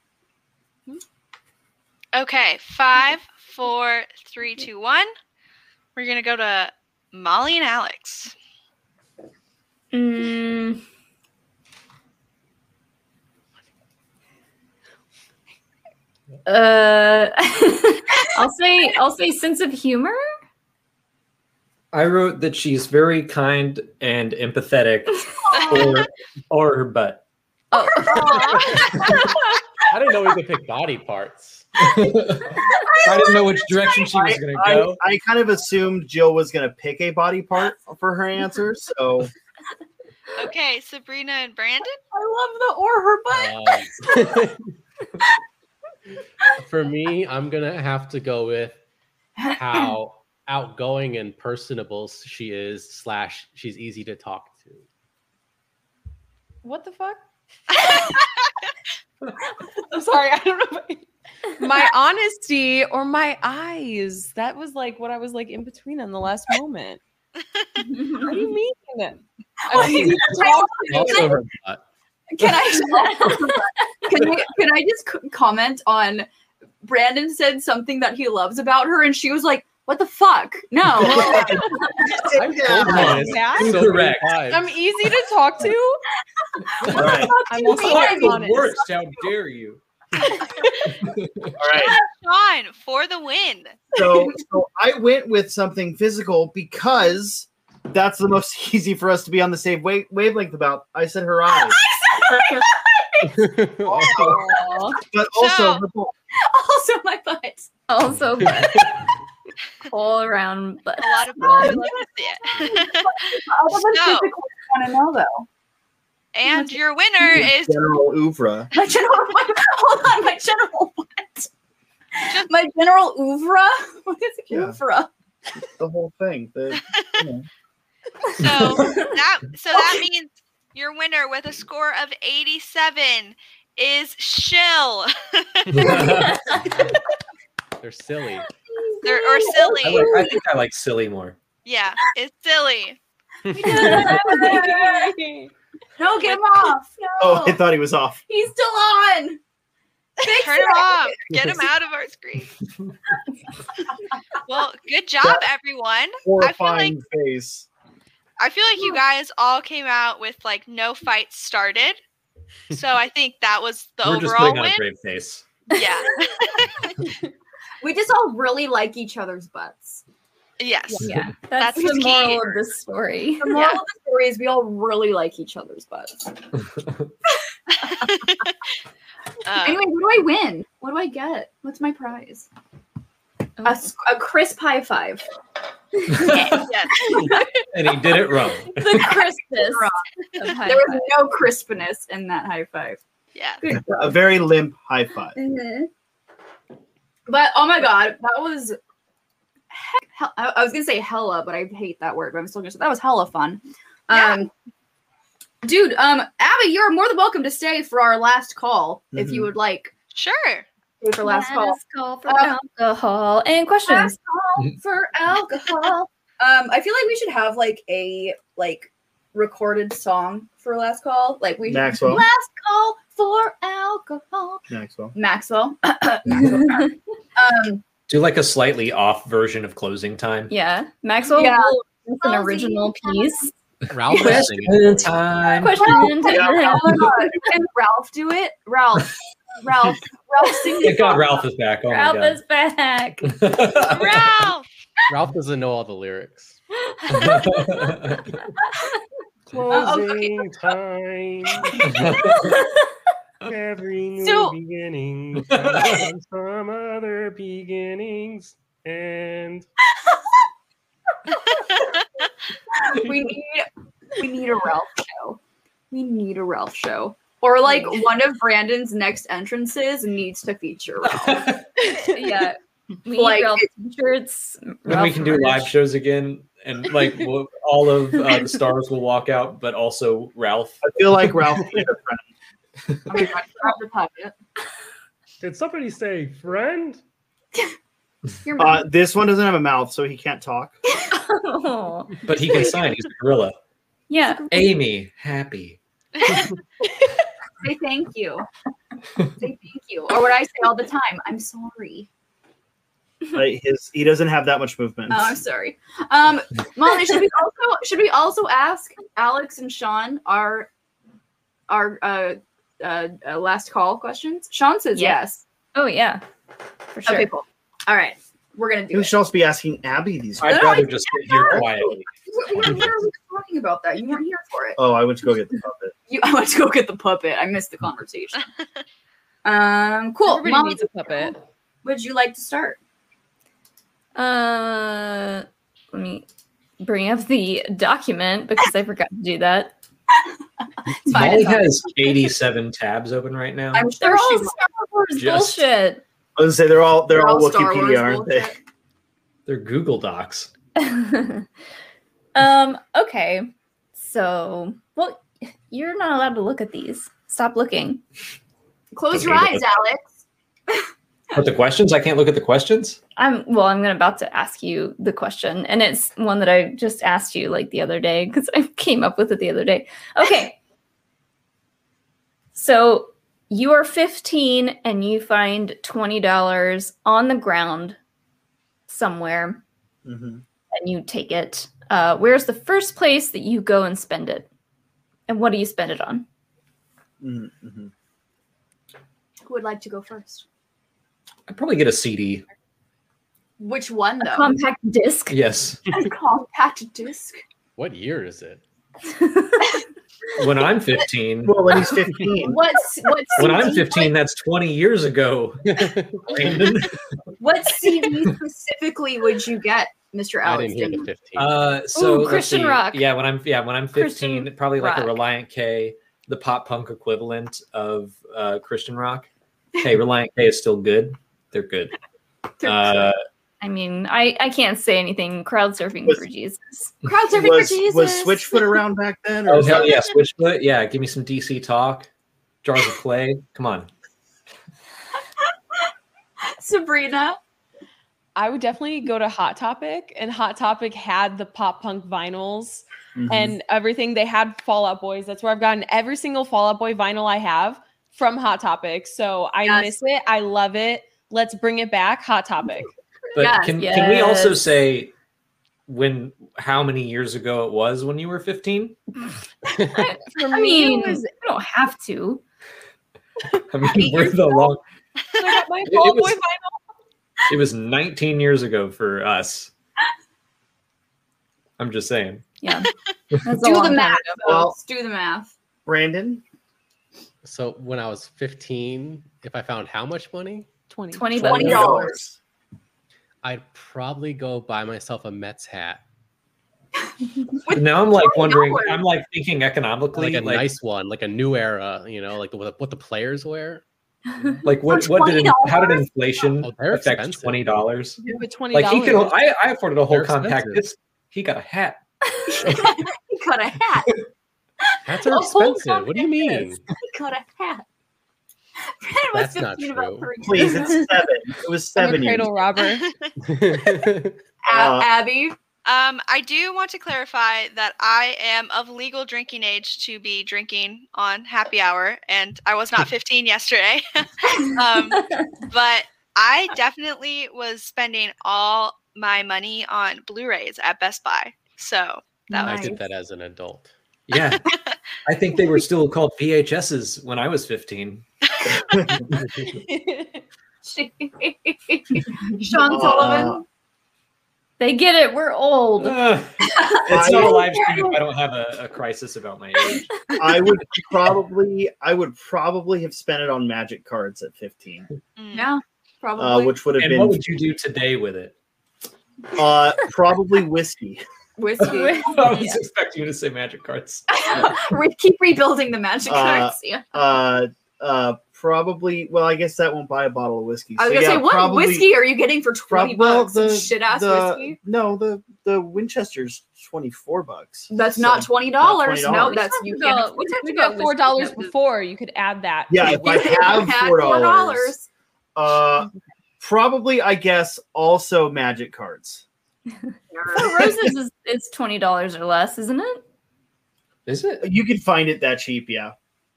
S6: Okay, five, four, three, two, one. We're gonna go to Molly and Alex.
S1: Mm. Uh, *laughs* I'll say I'll say sense of humor.
S3: I wrote that she's very kind and empathetic,
S1: *laughs*
S3: or or her butt.
S5: Oh.
S2: *laughs*
S7: I didn't know we could pick
S3: *laughs*
S7: body parts.
S3: I didn't know which direction she was going to
S4: I,
S3: go.
S4: I kind of assumed Jill was going to pick a body part for her answer. So
S6: *laughs*
S4: *laughs*
S6: Okay, Sabrina and Brandon.
S2: I love the or her butt.
S7: Um, for me, I'm gonna have to go with how outgoing and personable she is. Slash, she's easy to talk to.
S5: What the fuck? I'm sorry. I don't know. if I- My honesty or my eyes. That was like what I was like in between in the last moment. What do you mean? I'm easy to talk
S7: Also, her butt.
S2: Can I, *laughs* can I can I just c- comment on Brandon said something that he loves about her and she was like, "What the fuck? No."
S4: *laughs*
S7: I've
S4: Oh,
S7: told
S5: Yeah.
S7: you this
S5: That?
S7: so many
S3: Incorrect.
S7: times.
S5: I'm easy to talk to.
S4: all right,
S5: I'm also I'm honest.
S3: How dare you?
S4: all right.
S6: Sean for the win.
S4: So, so I went with something physical because that's the most *laughs* easy for us to be on the same wave, wavelength about. I said her *laughs* eyes, e-
S2: Oh.
S7: *laughs*
S1: *laughs*
S5: Aw.
S4: but also
S6: So-
S4: her butt.
S2: also, my butt.
S1: Also, but all around. But
S6: A lot of people would love to see it.
S2: Other
S6: *laughs*
S2: than
S6: So-
S2: physical, I want to know though.
S6: and your winner is
S4: general oeuvre.
S2: My general, *laughs* my, hold on, my general what? My general oeuvre. What is
S4: Yeah.
S2: oeuvre?
S4: The whole thing. The,
S6: so
S3: *laughs*
S6: that so that means your winner with a score of 87 is Shill *laughs*
S7: They're silly.
S6: or, or
S3: I,
S6: Silly.
S2: *laughs*
S3: like, I think I like silly more.
S6: Yeah, it's silly.
S2: *laughs* no, get him off. No.
S4: Oh, I thought he was off.
S2: He's still on. Fix
S6: Turn it
S2: it.
S3: *laughs*
S6: off. Get him out of our screen. well, good job, everyone.
S4: Horrifying face.
S6: I feel like you guys all came out with like no fight started. So I think that was the
S3: We're just
S6: overall
S3: putting on
S6: win.
S3: a brave face.
S6: Yeah.
S2: We just all really like each other's butts.
S6: Yes.
S1: Yeah,
S6: That's
S1: that's,
S6: his
S1: the
S6: key.
S1: moral of this story.
S2: The moral of the story is we all really like each other's butts.
S6: Uh,
S2: Anyway, what do I win? What do I get? What's my prize?
S1: Oh.
S2: A, s- a crisp high five.
S6: yes.
S3: and he did
S1: *laughs*
S3: it wrong.
S1: The crispest.
S2: Wrong.
S1: of high
S2: There was
S1: five.
S2: no crispness in that high five.
S6: Yeah.
S4: A very limp high five.
S2: Mm-hmm. But oh my god, that was heck, hell, I, I was gonna say hella, but I hate that word. But I'm still gonna say that was hella fun. Um, dude, um, Abby, you're more than welcome to stay for our last call if you
S4: Mhm.
S2: would like.
S6: Sure.
S2: Stay for last call.
S1: Last call for
S2: Uh,
S1: alcohol and questions. *laughs*
S2: Last call for alcohol. um, I feel like we should have like a like recorded song for last call. Like we
S4: Maxwell.
S2: last call for alcohol.
S4: Maxwell.
S2: Maxwell. *coughs* um,
S3: Do like a slightly off version of closing time.
S1: yeah, Maxwell
S2: Yeah.
S1: will listen to an original piece.
S7: Ralph will sing it.
S1: *laughs*
S3: time.
S1: Question.
S4: Yeah.
S3: Oh
S2: and Ralph do it. Ralph. Ralph. Ralph sing
S3: Thank God Ralph is back. Oh
S1: Ralph
S3: my
S1: is back.
S3: god.
S6: Ralph.
S7: Ralph doesn't know all the lyrics.
S2: Oh, Closing
S7: time.
S2: *laughs*
S7: Every new
S2: So- *laughs*
S7: beginning from other beginnings. And
S2: *laughs* We need we need a Ralph show. We need a Ralph show. Or like one of Brandon's next entrances needs to feature Ralph.
S1: *laughs*
S2: *laughs*
S1: yeah. We like,
S2: Like,
S1: Ralph t-shirts.
S3: *laughs* Then we can do
S1: Ralph
S3: live shows again, and like we'll, all of uh, the stars will walk out, but also Ralph.
S4: I feel like Ralph. is a friend.
S2: Oh my God, grab the puppet.
S7: did somebody say friend?
S2: Your
S4: Uh, this one doesn't have a mouth, so he can't talk.
S1: merch. Oh,
S3: But he can sign. He's a gorilla.
S1: *laughs* Yeah.
S3: Amy, happy.
S2: Say thank *laughs* you. Say thank you. Or what I say all the time, I'm sorry.
S4: Like his, he doesn't have that much movement.
S2: Oh, I'm sorry. Um, Molly, should *laughs* we also should we also ask Alex and Sean our our uh, uh, uh last call questions? Sean says
S1: Yeah.
S2: yes.
S1: Oh yeah. For sure.
S2: Okay, cool. All right, we're gonna do
S4: we
S2: it.
S4: should also be asking Abby these.
S3: I'd
S2: No,
S3: rather
S2: Oh, I-
S3: just sit here quietly.
S2: We we were literally talking about that. You weren't here for it.
S4: Oh, I went to go get the puppet.
S2: You, I went to go get the puppet. I missed the conversation. *laughs* Um, cool.
S5: Everybody
S2: Molly,
S5: needs a puppet.
S2: would you like to start?
S1: Uh, let me bring up the document because I forgot to do that.
S2: It's fine.
S3: Molly
S2: It's fine.
S3: has 87 tabs open right now.
S2: I'm
S1: They're
S2: sure she
S1: all
S2: will.
S1: Star Wars
S3: Just-
S1: bullshit.
S4: I was gonna say they're all they're, all,
S2: Star Wars
S4: Wikipedia, aren't they?
S2: bullshit.
S3: They're Google Docs.
S1: *laughs* um. Okay. So, well, you're not allowed to look at these. Stop looking.
S2: Close your
S3: Okay,
S2: eyes, Alex. *laughs*
S3: But the questions, I can't look at the questions.
S1: I'm well. I'm gonna about to ask you the question, and it's one that I just asked you like the other day because I *laughs* came up with it the other day. Okay. *laughs* so you are 15 and you find $20 on the ground somewhere,
S4: Mhm.
S1: and you take it. Uh, where's the first place that you go and spend it? And what do you spend it on?
S4: Mhm, mhm.
S2: Who would like to go first?
S3: I'd probably get a CD.
S2: Which one though?
S1: Compact disc.
S3: Yes.
S2: A compact disc.
S7: What year is it?
S3: When I'm 15,
S4: Well, when he's fifteen,
S2: What's
S7: *laughs*
S2: what's
S3: when I'm 15, that's 20 years *laughs* ago. Brandon.
S2: *laughs* what CD specifically would you get, Mr.
S7: I
S2: Alex?
S7: didn't hear the
S2: Dimon?
S7: 15.
S3: Uh, so let's
S1: Christian
S3: see.
S1: rock.
S3: Yeah, when I'm yeah when I'm 15,
S1: Christian
S3: probably like
S1: rock.
S3: a Reliant K, the pop punk equivalent of uh,
S1: *laughs*
S3: Christian rock. Hey, Reliant K is still good. They're good. Uh,
S1: I mean, I, I can't say anything. Crowd surfing
S4: Was-
S1: for Jesus.
S2: Crowd surfing
S4: was
S2: for Jesus.
S4: was Switchfoot around back then? Or
S3: oh
S4: was
S3: hell
S4: that-
S3: yeah, Switchfoot. Yeah, give me some DC talk. Jars of clay. Come on.
S2: *laughs* Sabrina.
S5: I would definitely go to Hot Topic, and Hot Topic had the pop punk vinyls
S4: Mhm.
S5: and everything. They had Fallout Boys. That's where I've gotten every single Fallout Boy vinyl I have from Hot Topic. So I
S2: Yes.
S5: miss it. I love it. Let's bring it back. Hot Topic.
S3: But
S2: Yes,
S3: can, can we also
S1: yes.
S3: say when how many years ago it was when you were 15?
S5: For
S1: I mean, I don't have to.
S3: I
S1: *laughs*
S3: mean, we're the long
S5: I got my
S3: it
S5: Fall Out Boy
S3: was-
S5: vinyl.
S3: it was 19 years ago for
S1: *laughs*
S3: us. I'm just saying.
S1: Yeah. That's a
S2: Do
S1: long
S2: the
S1: time.
S2: math.
S4: Well-
S2: folks. do the math.
S4: Brandon,
S7: So when I was 15, if I found how much money,
S5: 20.
S1: Twenty bucks.
S2: Twenty dollars.
S7: I'd probably go buy myself a Mets hat,
S2: With
S3: now I'm like wondering,
S2: $20.
S3: I'm like thinking economically,
S7: like a
S3: like, like,
S7: nice one, like a new era. You know, like the, what the- what the players wear.
S3: what,
S1: For
S3: what did, in- how did
S1: $20?
S3: inflation
S7: Oh, they're
S3: affect
S7: expensive.
S3: $20?
S5: Yeah, but $20.
S3: Like he can, I, I afforded a whole
S7: They're
S3: compact
S7: expensive.
S3: disc. He got a hat.
S2: he cut a hat.
S3: *laughs*
S7: Hats
S3: Oh,
S7: are
S2: A whole
S7: expensive. What do you
S2: company
S7: mean?
S2: is. He cut a hat. *laughs* Brandon was
S7: That's not
S2: 15 about
S7: true.
S2: three. *laughs*
S4: please, it's seven. It was
S5: I'm a
S4: seven years.
S5: cradle robber.
S6: *laughs*
S2: Ab-
S4: Uh,
S2: Abby,
S6: Um, I do want to clarify that I am of legal drinking age to be drinking on happy hour, and I was not 15 yesterday. *laughs* um, but I definitely was spending all my money on Blu-rays at Best Buy. So that
S7: I
S6: was
S7: did that as an adult.
S3: Yeah. I think they were still called VHSs when I was 15.
S2: *laughs* Sean
S3: Uh,
S2: Sullivan.
S1: They get it. We're old.
S4: Uh,
S3: Ugh. it's not a live
S1: *laughs*
S3: stream if I don't have a, a crisis about my age.
S4: Uh, I would probably, I would probably have spent it on magic cards at fifteen,
S6: mm.
S2: Yeah, probably.
S4: uh, which would have
S3: And what
S4: been
S3: would you do today
S1: *laughs*
S3: with it?
S4: uh, probably whiskey.
S2: Whiskey.
S3: *laughs* I was expecting you to say magic cards.
S2: *laughs* we keep rebuilding the magic
S4: Uh,
S2: cards. Yeah.
S4: Uh, uh, probably. Well, I guess that won't buy a bottle of whiskey.
S2: I was
S4: So,
S2: gonna
S4: yeah,
S2: say, what
S4: probably-
S2: whiskey are you getting for
S4: prob-
S2: twenty
S4: well,
S2: bucks? Some shit ass
S4: the-
S2: whiskey.
S4: No, the the Winchester's twenty four bucks.
S2: That's
S4: So-
S2: not twenty dollars. No,
S4: $20.
S2: that's you can't.
S5: we talked
S2: you
S5: about
S2: can't
S5: four dollars
S2: whiskey.
S5: before. You could add that.
S4: Yeah,
S2: *laughs*
S4: if I
S2: You
S4: have
S2: had
S4: four dollars, uh, probably I guess also magic cards.
S1: Four Roses is, is twenty dollars or less, isn't it?
S7: Is it?
S4: You can find it that cheap, yeah.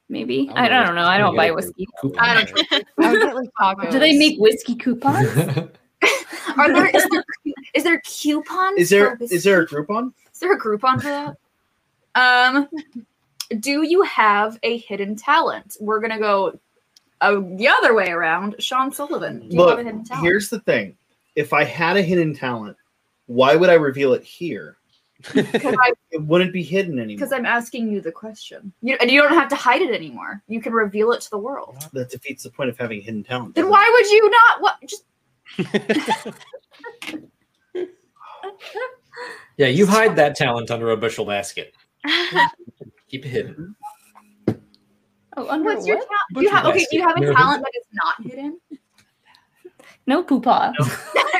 S1: Maybe I don't, know. I don't buy whiskey.
S2: I
S3: *laughs*
S2: don't
S5: I would get like tacos.
S1: Do they make whiskey coupons?
S2: Are there is there is there coupons?
S4: Is
S2: for
S4: there
S2: whiskey?
S4: is there a Groupon?
S2: is there a Groupon for that? Um, do you have a hidden talent? We're gonna go uh, the other way around. Sean Sullivan, do you have a
S4: Look,
S2: hidden talent?
S4: here's the thing: if I had a hidden talent, why would I reveal it here?
S2: Because I-
S4: It wouldn't be hidden anymore.
S2: because I'm asking you the question. You and you don't have to hide it anymore. You can reveal it to the world.
S4: that defeats the point of having hidden talent.
S2: Then why would you not? What? Just
S3: yeah, you hide that talent under a bushel basket. Keep it hidden.
S1: *laughs* Oh, under
S2: what's your
S1: what?
S2: talent? Do you have okay? Do you have a
S3: No.
S2: talent that is not hidden? *laughs*
S1: No poopah.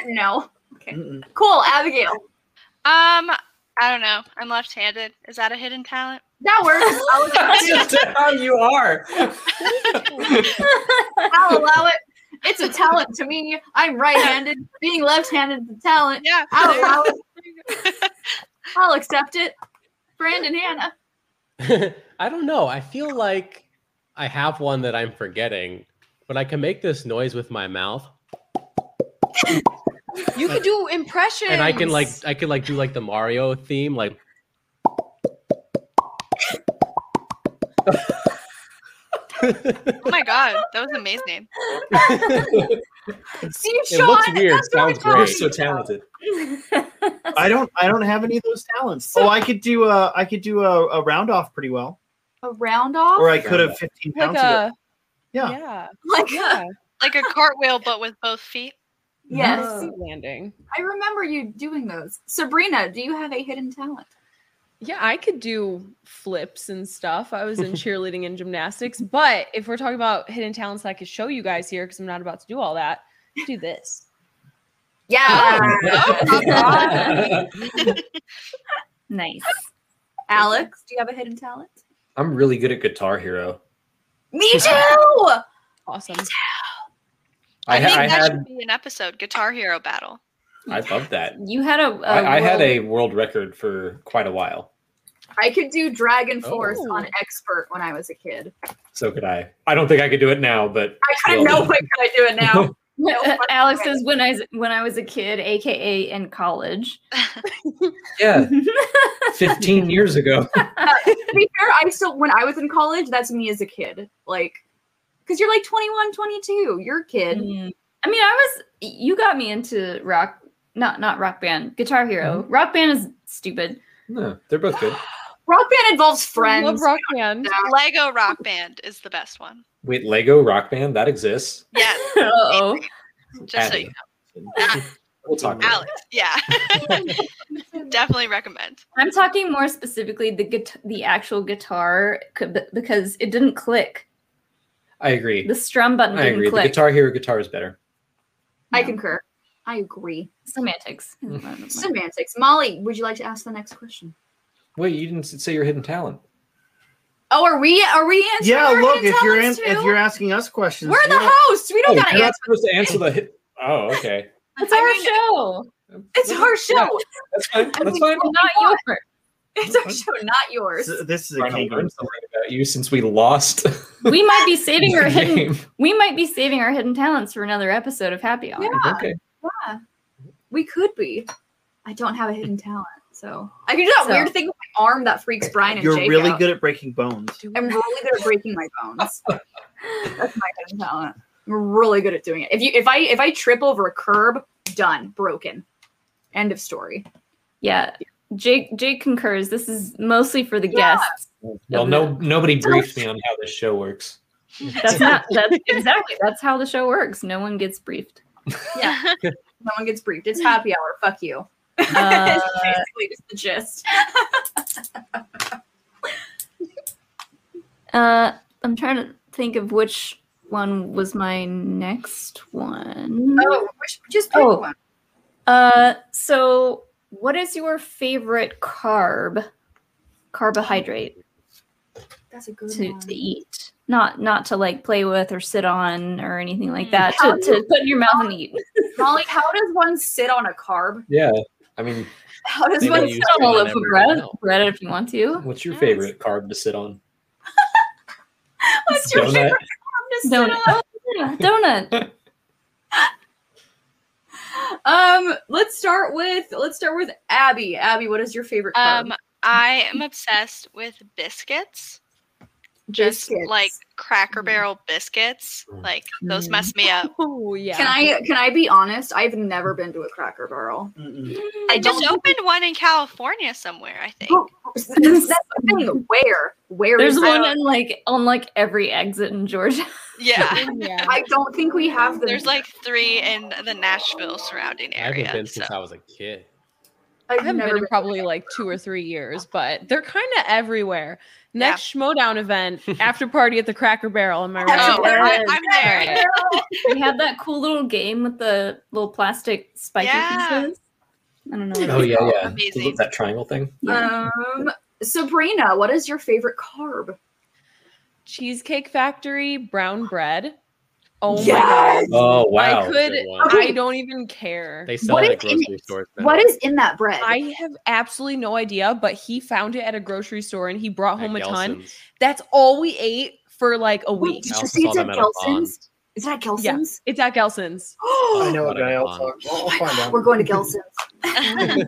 S2: no.
S4: Mm-mm.
S2: Cool, Abigail.
S6: *laughs* Um, I don't know. I'm left-handed. Is that a hidden talent?
S2: That
S5: *laughs*
S2: works. I'll allow
S3: *laughs* That's
S2: it.
S3: just how you are.
S2: I'll allow it. It's a talent to me. I'm right-handed. Being left-handed is a talent.
S6: Yeah.
S5: *laughs*
S2: I'll allow it. I'll accept it. Brandon Hannah.
S7: *laughs* I don't know. I feel like I have one that I'm forgetting, but I can make this noise with my mouth,
S5: You could do impressions.
S7: and I can like I can like do like the Mario
S3: *laughs*
S7: theme, like *laughs*
S6: Oh my god, that was amazing.
S2: *laughs* See,
S7: it
S2: Sean.
S7: looks weird,
S2: that's what I'm
S7: sounds
S3: You're
S7: great.
S2: talking
S3: so talented.
S4: I don't. I don't have any of those talents. Oh, I could do a. I could do a, a round off pretty well,
S2: about. A round off.
S4: or I could have fifteen
S5: like
S4: pounds. of
S5: a
S4: Yeah.
S5: yeah
S2: Like,
S5: yeah
S6: Like a cartwheel, but with both feet.
S2: yes.
S5: Seat landing.
S2: I remember you doing those. Sabrina, do you have a hidden talent?
S5: Yeah, I could do flips and stuff. I was in cheerleading and gymnastics, but if we're talking about hidden talents that I could show you guys here, because I'm not about to do all that, I do this.
S2: Yeah.
S4: Oh.
S1: nice.
S2: *laughs* Alex, do you have a hidden talent?
S3: *laughs* I'm really good at Guitar Hero.
S2: Me too.
S5: Awesome.
S6: I,
S3: I, ha-
S6: think
S3: I
S6: that
S3: had
S6: should be an episode, Guitar Hero battle.
S3: I love that.
S1: You had a. a
S3: I, I had
S1: world-
S3: a world record for quite a while.
S2: I could do Dragon Force
S5: Oh.
S2: on expert when I was a kid.
S3: So could I. I don't think I could do it now, but
S2: I couldn't
S3: Well.
S2: know what could I do it
S4: *laughs*
S2: now. No.
S1: *laughs* Alex says when I when I was a kid, aka in college.
S3: *laughs* yeah, 15 years ago. *laughs*
S2: to be fair, I still when I was in college, that's me as a kid. Like because you're like 21, 22. You're a kid.
S1: Mm. I mean, I was you got me into rock, not not rock band, Guitar Hero.
S3: Mm-hmm.
S1: Rock band is
S3: *laughs*
S1: stupid.
S3: No, they're both good.
S2: Rock band involves friends.
S5: Love Rock Band.
S6: Lego Rock Band is the best one.
S3: Wait, Lego Rock Band that exists.
S6: Yes.
S1: oh,
S6: Just so
S3: Add
S6: you
S3: it.
S6: know.
S3: We'll talk about
S6: Alex. Yeah. *laughs* Definitely recommend.
S1: *laughs* I'm talking more specifically the guit- the actual guitar c- b- because it didn't click.
S3: I agree.
S1: The strum button
S3: I
S1: didn't
S3: agree. The
S1: click.
S3: Guitar Hero guitar is better.
S2: I
S1: Yeah.
S2: concur. I agree.
S3: *laughs*
S1: Semantics.
S2: Semantics. Molly, would you like to ask the next question?
S3: Wait, you didn't say your hidden talent.
S2: Oh, are we are we answering?
S4: Yeah,
S2: our
S4: look, if you're
S2: intelligence
S4: if
S2: too?
S4: you're asking us questions,
S2: we're the hosts. We don't
S3: Oh, you're
S2: gotta
S3: not
S2: answer.
S3: supposed to answer the. Hit- oh, okay.
S1: It's our
S6: I mean-
S1: show,
S2: It's our show.
S3: That's fine. That's fine.
S1: not yours.
S2: *laughs* It's our show, not yours.
S4: This is a
S3: Trying to
S4: king.
S3: learn something about you since we lost.
S1: We might be saving our
S3: *laughs* the
S1: hidden. *laughs*
S3: game.
S1: We might be saving our hidden talents for another episode of Happy Hour.
S2: Yeah.
S3: Okay.
S2: We could be. I don't have a hidden talent, so I can do that
S1: So-
S2: weird thing with my arm that freaks Brian and
S4: You're
S2: Jake
S4: really
S2: out.
S4: good at breaking bones.
S2: *laughs* I'm really good at breaking my
S4: *laughs*
S2: bones. That's my hidden talent. I'm really good at doing it. If you if I if I trip over a curb, done, broken. End of story.
S1: Yeah. Jake Jake concurs. This is mostly for the
S2: Yeah.
S1: guests.
S3: Well, no, nobody briefed me on how this show works.
S1: That's not that's exactly that's how the show works. No one gets briefed.
S6: *laughs* Yeah.
S2: No one gets briefed. It's happy hour. Fuck you.
S1: Uh,
S2: It's basically just the gist.
S1: uh, I'm trying to think of which one was my next one.
S2: *laughs* Oh, which, just pick
S1: Oh.
S2: one.
S1: Uh, so what is your favorite carb carbohydrate
S2: That's a good
S1: to,
S2: one.
S1: to eat? Not not to like play with or sit on or anything like that.
S2: How
S1: To, to put in your mouth and eat.
S2: Molly, how does one sit on a carb?
S3: Yeah. I mean,
S2: How does
S7: They
S1: You can
S2: one
S7: don't
S2: sit
S7: use
S1: sit on
S7: it
S1: a
S7: on
S1: loaf of
S7: everything
S1: bread,
S7: else.
S1: bread if you want
S3: *laughs*
S1: to.
S3: what's your
S5: Yes.
S3: favorite carb to sit on?
S2: What's your
S3: Donut.
S2: favorite carb to sit
S1: Donut.
S2: on?
S1: Yeah, donut.
S2: Um, let's start with let's start with Abby. Abby, what is your favorite carb?
S6: Um, I am obsessed with biscuits. Just
S2: Biscuits. Hmm.
S6: like Cracker Barrel biscuits.
S7: Hmm.
S3: Mm.
S6: Like those
S1: Mm.
S6: mess me up.
S5: Oh yeah.
S2: Can I can I be honest? I've never been to a Cracker
S4: *laughs*
S2: Barrel.
S4: Mm-mm.
S2: I
S6: Just
S2: don't.
S6: opened one in California somewhere, I think.
S2: Oh, That's the thing. Where? Where
S1: There's
S2: is
S1: one
S2: that?
S1: in like on like every exit in Georgia.
S2: *laughs*
S6: Yeah.
S5: *laughs* yeah.
S2: I don't think we have them.
S6: There's like three in the Nashville surrounding
S7: I haven't
S6: area.
S7: been
S6: So.
S7: since I was a kid.
S2: I've
S5: I haven't been
S2: never
S5: in probably like two or three years, but they're kind of everywhere. Next Schmodown event, after party at the Cracker Barrel. Am I right?
S6: Oh,
S1: Barrel.
S6: I, I'm there.
S1: we had that cool little game with the little plastic spiky
S6: Yeah.
S1: pieces. I don't know. what
S3: Oh
S1: it's
S3: yeah,
S1: called.
S3: yeah.
S6: Amazing.
S3: Was it That triangle thing.
S1: Yeah.
S2: Um, Sabrina, what is your favorite carb?
S5: Cheesecake Factory brown bread. Oh
S2: Yes!
S5: my god.
S3: Oh wow.
S5: I could
S7: Good one.
S5: I don't even care.
S7: They sell
S2: uh, What
S7: it
S2: is
S7: at grocery
S2: in it?
S7: stores. now.
S2: What is in that bread?
S5: I have absolutely no idea, but he found it at a grocery store and he brought
S7: At
S5: home a ton.
S7: Gelson's.
S5: That's all we ate for like a
S2: Wait,
S5: week.
S2: did
S7: I
S2: you
S7: also
S2: see it's
S7: saw
S2: at
S7: them at a
S2: Gelson's? Is it at Gelson's?
S5: It's at Gelson's.
S2: *gasps* Oh,
S4: I know a
S7: What a
S4: guy. I'll
S7: con.
S4: talk. I'll find out.
S2: We're going to
S4: *laughs*
S2: Gelson's.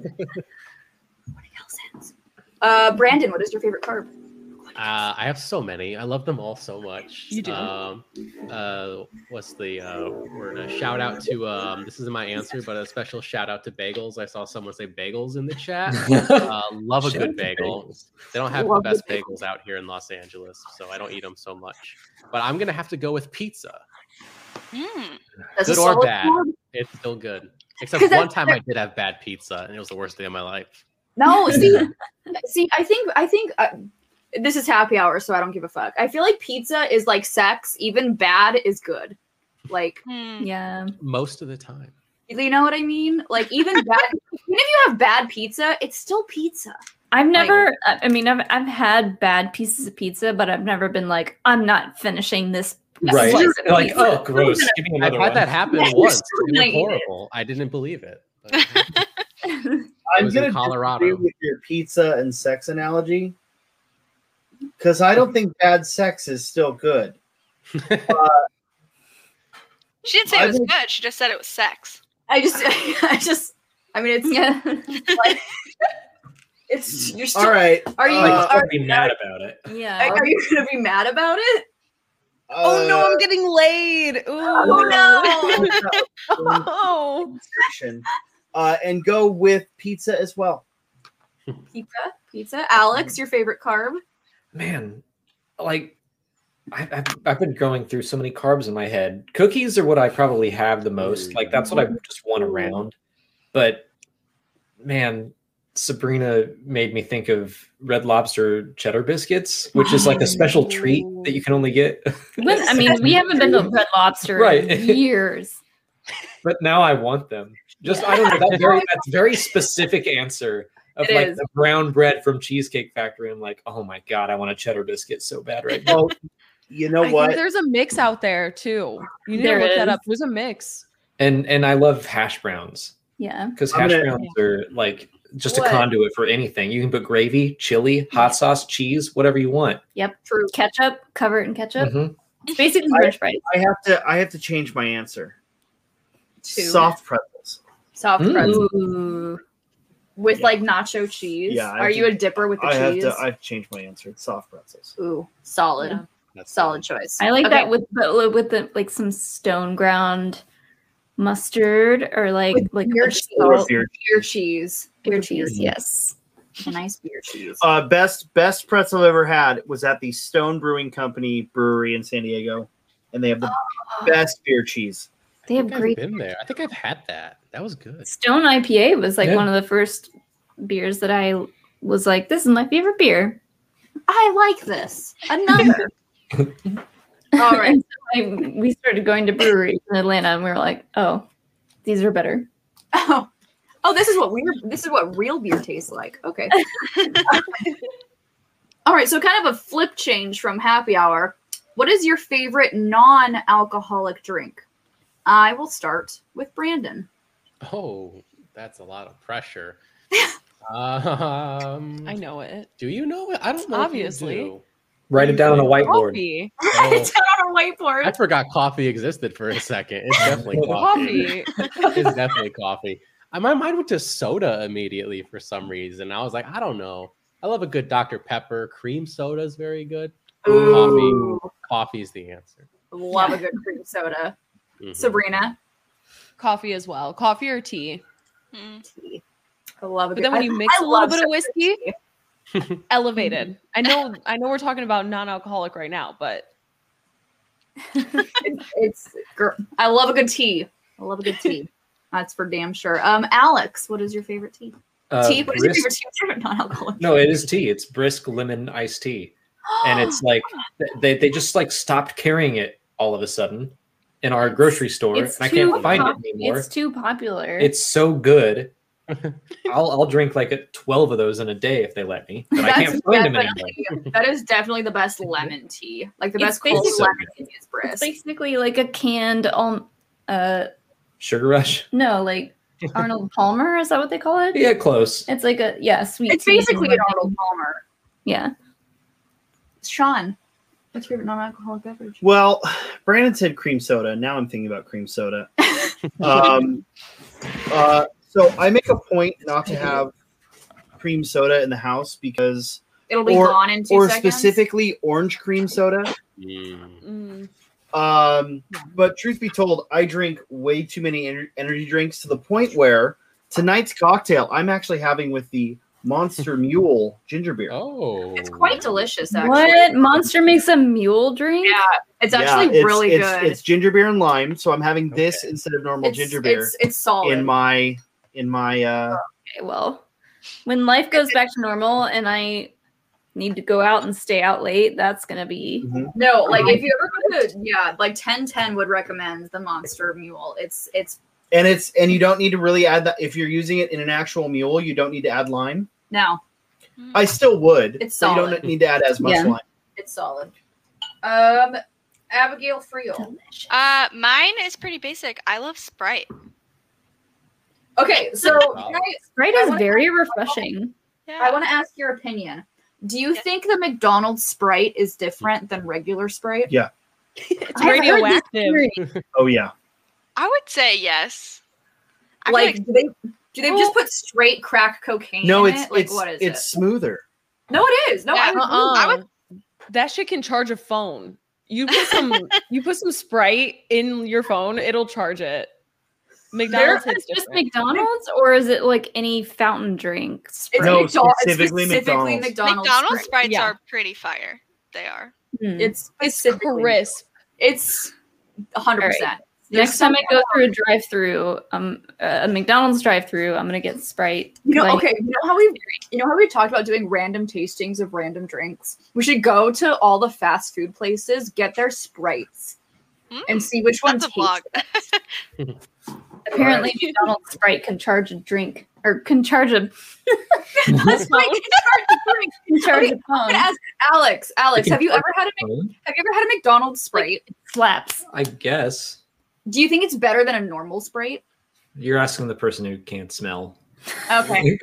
S2: Gelson's. Uh, Brandon, what is your favorite carb?
S7: Uh, I have so many. I love them all so much.
S5: You do.
S7: Um, uh, what's the uh, word? A shout out to um, this isn't my answer, but a special shout out to bagels. I saw someone say bagels in the
S2: *laughs*
S7: chat. Uh, *laughs* love a
S3: Shout out to
S7: good bagel.
S3: bagels.
S7: They don't have
S2: Love
S7: the
S2: the
S7: best bagels out here in Los Angeles, so I don't eat them so much. But I'm gonna have to go with pizza.
S6: Mm.
S2: That's
S7: Good or
S2: solid
S7: bad?
S2: carb.
S7: It's still good.
S2: 'Cause
S7: Except
S2: that's-
S7: one time I did have bad pizza, and it was the worst day of my life.
S2: No, see, see, I think, I think uh, this is happy hour, so I don't give a fuck. I feel like pizza is like sex. Even bad is good. Like,
S1: *laughs*
S6: Hmm.
S1: Yeah.
S7: Most of the time.
S2: you know what I mean? Like, even bad, even if you have bad pizza, it's still pizza.
S1: I've never I I mean I've I've had bad pieces of pizza, but I've never been like, I'm not finishing
S2: *laughs*
S1: this piece
S3: Right.
S1: of
S3: Like,
S1: pizza."
S3: oh, gross. Give me
S7: I've
S3: another
S7: had
S3: one.
S7: that happen
S2: Yeah, you're
S7: once.
S2: still
S7: It
S2: gonna
S7: was
S2: eat it.
S7: horrible. I didn't believe it. But it
S4: I'm
S7: was in
S4: gonna disagree
S7: Colorado.
S4: with your pizza and sex analogy because I don't think bad sex is still good.
S6: She didn't say
S4: I
S6: it was
S4: think-
S6: good. She just said it was sex.
S2: I just, *laughs* I just, I mean, it's
S1: Yeah.
S2: it's you're still.
S4: All right,
S2: Are you?
S4: uh,
S2: are,
S3: Don't be mad about it.
S1: Yeah.
S2: are you gonna be mad about it?
S5: oh no,
S4: uh,
S5: I'm getting laid. Ooh.
S2: no.
S4: *laughs*
S5: Oh.
S4: conversation, uh, and go with pizza as well.
S2: Pizza, pizza. Alex, your favorite carb?
S3: man, like I, I've, I've been going through so many carbs in my head. Cookies are what I probably have the most. Like that's what I just want around. But man, Sabrina made me think of Red Lobster cheddar biscuits, which is like a special treat that you can only get. *laughs*
S1: When- I mean, we haven't been to Red Lobster
S3: Right. *laughs*
S1: in years.
S3: but now I want them. Just I don't know that very that's very specific answer of
S2: It
S3: like
S2: is.
S3: the brown bread from Cheesecake Factory. I'm like, oh my god, I want a cheddar biscuit so bad right now.
S2: *laughs*
S4: Well, you know
S5: I think
S4: what?
S5: there's a mix out there too. You need
S1: There
S5: to look that
S1: is.
S5: up. There's a mix.
S3: and and I love hash browns.
S1: Yeah.
S3: because
S4: I'm
S3: hash
S4: gonna-
S3: browns are like just
S2: What?
S3: a conduit for anything. You can put gravy, chili, hot sauce, cheese, whatever you want.
S2: True.
S1: Ketchup, cover it in ketchup.
S3: Mhm.
S1: It's basically
S4: I-
S1: french fries.
S4: I have to. I have to change my answer.
S2: Two.
S4: Soft pretzels.
S2: Soft
S3: Mm.
S2: pretzel
S1: Ooh.
S2: with
S4: Yeah.
S2: like nacho cheese.
S4: Yeah, I
S2: Are
S4: have
S2: you
S4: to-
S2: a dipper with the
S4: I have
S2: cheese?
S4: to. I've changed my answer. It's soft pretzels.
S2: Ooh, solid,
S1: Yeah.
S7: That's
S2: solid choice.
S1: I like
S2: Okay.
S1: that with but with the like some stone ground mustard or like
S2: With
S1: like
S2: your
S1: like
S2: cheese.
S1: salt
S4: Or beer.
S2: beer cheese.
S1: with
S2: Beer
S1: the
S2: cheese.
S1: cheese. Yes.
S2: A nice beer cheese.
S4: Uh, best best pretzel I've ever had was at the Stone Brewing Company brewery in San Diego, and they have the
S2: Ah.
S4: best beer cheese.
S1: They have
S7: I've
S1: great
S7: been there. I think I've had that. That was good.
S1: Stone IPA was like
S3: Yeah.
S1: one of the first beers that I was like, this is my favorite beer.
S2: I like this.
S1: *laughs*
S2: Another. All right.
S1: And so I, we started going to breweries in Atlanta and we were like, oh, these are better.
S2: Oh. Oh, this is what weird. This is what real beer tastes like.
S1: *laughs*
S2: Okay. All right. So, kind of a flip change from happy hour. What is your favorite non-alcoholic drink? I will start with Brandon.
S7: Oh, that's a lot of pressure. um,
S5: I know it.
S7: Do you know it? I don't know. if you
S5: Obviously.
S7: do.
S3: Write it down on a whiteboard.
S5: Coffee.
S7: *laughs*
S5: *laughs*
S7: Oh,
S2: it's on our whiteboard.
S7: I forgot coffee existed for a second. *laughs* It's definitely coffee.
S5: Coffee.
S7: it's definitely coffee. Uh, My mind went to soda immediately for some reason. I was like, I don't know. I love a good Dr. Pepper. Cream soda is very good.
S2: Ooh,
S7: Coffee is the answer.
S2: love a good cream soda.
S7: Mhm.
S2: Sabrina,
S5: coffee as well. Coffee or tea.
S6: Mm.
S2: tea. I love a
S5: But
S2: good.
S5: then
S2: *laughs*
S5: when
S2: I-
S5: you mix
S2: I
S5: a little
S2: love
S5: bit of
S2: soda
S5: whiskey,
S2: tea.
S5: elevated. I know I know we're talking about non-alcoholic right now, but
S2: it's, it's girl. I love a good tea. I love a good tea. That's for damn sure. Um, Alex, what is your favorite tea?
S3: Uh,
S2: tea? What is your
S3: brisk-
S2: favorite tea? *laughs* Sure, non-alcoholic.
S3: no, it is tea. It's brisk lemon iced tea,
S2: *gasps*
S3: and it's
S2: Oh,
S3: like th- they they just like stopped carrying it all of a sudden in our grocery store, and
S1: It's
S3: I can't
S1: too
S3: find
S1: pop-
S3: it anymore.
S1: It's too popular.
S3: It's so good.
S4: *laughs*
S3: I'll I'll drink like a, twelve of those in a day if they let me, but I can't find them anymore.
S2: definitely- *laughs* that is definitely the best lemon tea. Like the
S1: It's
S2: best cold
S1: basically-
S2: lemon tea is
S1: It's
S2: brisk.
S1: basically like a canned um uh
S3: Sugar rush.
S1: no,
S3: *laughs*
S1: like Arnold Palmer, is that what they call it?
S3: Yeah, close.
S1: It's like a yeah, sweet.
S2: It's
S1: tea.
S2: basically an Arnold Palmer.
S1: Yeah.
S2: Sean, what's your favorite non-alcoholic beverage?
S4: Well, Brandon said cream soda. Now I'm thinking about
S2: *laughs*
S4: cream soda. um, uh, so I make a point not to have cream soda in the house because,
S2: It'll be
S4: Or-
S2: gone in two
S4: or
S2: seconds.
S4: specifically orange cream soda.
S7: Mm.
S5: mm,
S4: Um, but truth be told, I drink way too many ener- energy drinks to the point where tonight's cocktail I'm actually having with the
S7: *laughs*
S4: Monster Mule ginger beer.
S7: Oh,
S2: It's quite delicious, actually.
S1: What monster makes a mule drink?
S2: Yeah, it's
S4: Yeah,
S2: actually
S4: it's-
S2: really
S4: it's,
S2: good.
S4: It's ginger beer and lime, so I'm having this
S7: Okay.
S4: instead of normal
S2: It's-
S4: ginger beer
S2: It's, it's solid.
S4: in my in my uh
S1: Okay, well, when life goes back to normal and I need to go out and stay out late, that's gonna be
S2: no, like if you ever go to yeah, like ten ten would recommend the Monster Mule. It's it's
S4: and it's and you don't need to really add that if you're using it in an actual mule, you don't need to add lime.
S2: no,
S4: I still would.
S2: It's
S4: but You
S2: solid.
S4: don't need to add as much
S1: Yeah.
S4: lime.
S2: it's solid. Um, Abigail Friel.
S1: delicious.
S6: Uh, mine is pretty basic. I love Sprite.
S2: Okay, so can I,
S1: Sprite
S2: I
S1: is
S2: wanna-
S1: very refreshing.
S6: Yeah.
S2: I want to ask your opinion. Do you think the McDonald's Sprite is different than regular Sprite?
S4: Yeah.
S5: It's
S1: I've heard this
S5: radioactive.
S1: theory.
S4: Oh yeah.
S6: I would say yes. I feel
S2: Like, Oh. do they do they just put straight crack cocaine?
S4: No,
S2: in
S4: it's
S2: it? like
S4: it's
S2: what is
S4: it's smoother.
S2: it? No, it is. No,
S6: Yeah.
S2: I would,
S5: Uh-uh.
S6: I would-
S5: That shit can charge a phone. You put some you put some Sprite in your phone, it'll charge it. McDonald's
S1: Is
S5: hits
S1: it just
S5: different.
S1: McDonald's or is it like any fountain drink?
S2: it's
S1: Sprite?
S4: No,
S2: McDo- it's
S4: specifically
S2: specifically
S4: McDonald's.
S2: McDonald's.
S6: McDonald's
S2: Sprite.
S6: sprites
S5: yeah.
S6: are pretty fire. They are.
S1: Hmm.
S2: It's
S5: It's
S2: specifically-
S5: crisp.
S2: It's hundred percent.
S1: Next time I go through a drive-through, um, a McDonald's drive-through, I'm gonna get Sprite.
S2: You know,
S1: Like,
S2: okay. You know how we, you know how we talked about doing random tastings of random drinks. We should go to all the fast food places, get their sprites,
S6: Mm.
S2: and see which one
S6: That's a
S2: tastes.
S6: vlog.
S1: Apparently,
S2: *laughs*
S1: McDonald's Sprite can charge a drink or can charge a
S2: That's my
S1: can charge
S2: Okay,
S1: a phone.
S2: gonna ask Alex. Alex,
S3: can
S2: have you
S3: charge
S2: ever had a Mc- have you ever had a McDonald's Sprite?
S1: slaps.
S8: I guess
S2: Do you think it's better than a normal Sprite?
S8: you're asking the person who can't smell.
S2: Okay,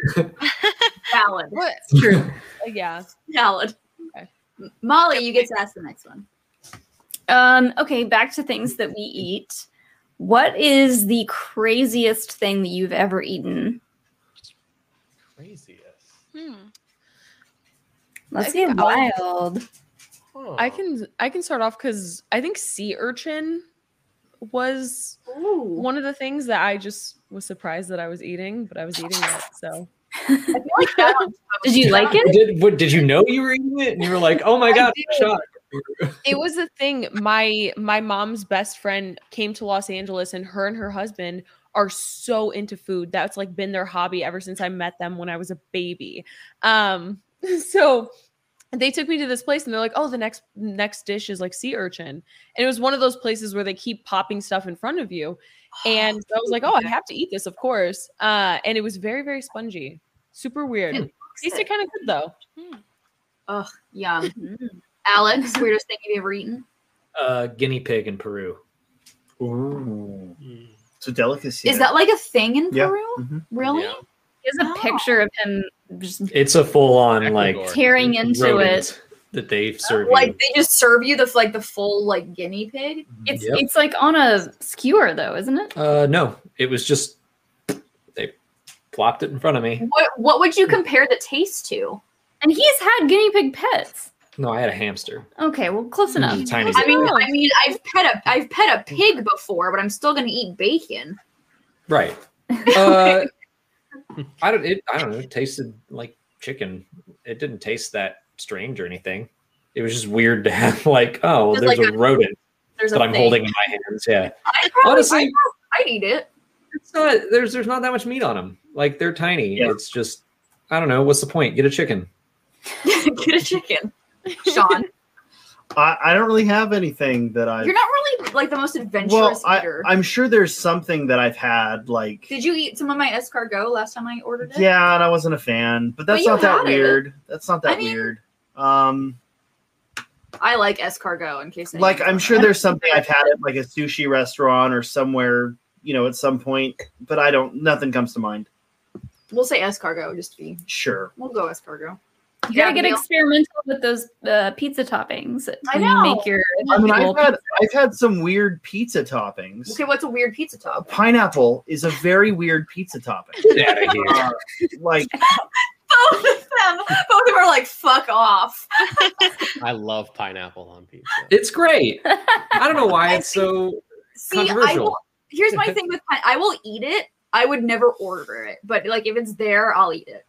S2: valid,
S6: What?
S1: True.
S5: Uh, Yeah.
S2: valid.
S5: Okay.
S2: M- Molly, you get to ask the next one.
S1: um, okay, back to things that we eat. What is the craziest thing that you've ever eaten?
S7: Craziest.
S6: Hmm.
S1: Let's
S5: I
S1: get
S5: think I'll-
S1: wild.
S7: Huh.
S5: I can I can start off because I think sea urchin was
S2: Ooh,
S5: one of the things that I just was surprised that I was eating, but I was eating it. So
S1: Did you like it?
S8: Did *laughs* what? Did you know you were eating it? And you were like, "Oh my god,
S5: did.
S8: shot!"
S5: it was a thing. My my mom's best friend came to Los Angeles, and her and her husband are so into food. That's like been their hobby ever since I met them when I was a baby. Um, *laughs* so they took me to this place, and they're like, "Oh, the next next dish is like sea urchin," and it was one of those places where they keep popping stuff in front of you. And so I was like, "Oh, I have to eat this, of course." Uh, and it was very very spongy, super weird. Tasted kind of good though.
S2: Yum. Alex, weirdest thing you've ever eaten?
S8: Uh, guinea pig in Peru.
S4: Ooh.
S7: Mm.
S4: It's a delicacy.
S2: Is that like a thing in
S4: Yeah.
S2: Peru?
S4: Mhm.
S2: Really?
S7: Yeah.
S1: There's a
S2: Oh.
S1: picture of him just
S8: It's a full on like
S7: Ecuador.
S1: tearing into it.
S8: rodent that they serve you.
S2: Like they just serve you the like the full like guinea pig.
S1: It's
S8: Yep.
S1: it's like on a skewer though, isn't it?
S8: Uh, no, it was just they plopped it in front of me.
S2: What what would you compare the taste to?
S1: And he's had guinea pig pets.
S8: No, I had a hamster.
S1: Okay, well, close
S8: It
S1: enough.
S8: was a tiny.
S2: I mean,
S5: Yeah.
S2: I mean, I've pet a I've pet a pig before, but I'm still gonna eat bacon.
S8: Right. Uh, I don't. It, I don't know. It tasted like chicken. It didn't taste that strange or anything. It was just weird to have *laughs* like, oh, well,
S2: Just
S8: there's
S2: like
S8: a rodent
S2: There's
S8: that
S2: a
S8: I'm
S2: thing.
S8: holding in my hands. Yeah.
S2: I probably,
S8: Honestly-
S2: I, I'd eat it.
S8: It's not. There's there's not that much meat on them. Like they're tiny.
S4: Yeah.
S8: It's just. I don't know. What's the point? Get a chicken.
S2: *laughs* Get a chicken, *laughs* Sean.
S4: I, I don't really have anything that I.
S2: You're not really like the most
S4: well,
S2: adventurous
S4: I,
S2: eater.
S4: I'm sure there's something that I've had like.
S2: Did you eat some of my escargot last time I ordered it?
S4: Yeah, and I wasn't a fan, but that's
S2: you
S4: not that
S2: had it.
S4: weird. That's not
S2: I
S4: that
S2: mean-
S4: weird. Um,
S2: I like escargot. In case,
S4: like I'm
S2: anyone's
S4: sure
S2: wondering.
S4: there's something I've had at like a sushi restaurant or somewhere, you know, at some point, but I don't. Nothing comes to mind.
S2: We'll say escargot just to be.
S4: Sure.
S2: We'll go escargot.
S1: You gotta
S2: Yeah,
S1: get
S2: meal.
S1: experimental with those uh, pizza toppings.
S2: I
S1: and
S2: know.
S1: Make your
S4: I mean,
S1: individual
S4: I've had I've had some weird pizza toppings.
S2: Okay, what's a weird pizza top?
S4: Pineapple is a very weird pizza
S2: *laughs*
S4: topping.
S8: Get out of here.
S4: Uh, like
S2: Both of them. Both of them are like fuck off.
S7: I love pineapple on pizza.
S8: It's great. I don't know why it's *laughs* so
S2: See, I
S8: Controversial.
S2: will, here's my thing with pine- I will eat it. I would never order it, but like if it's there, I'll eat it.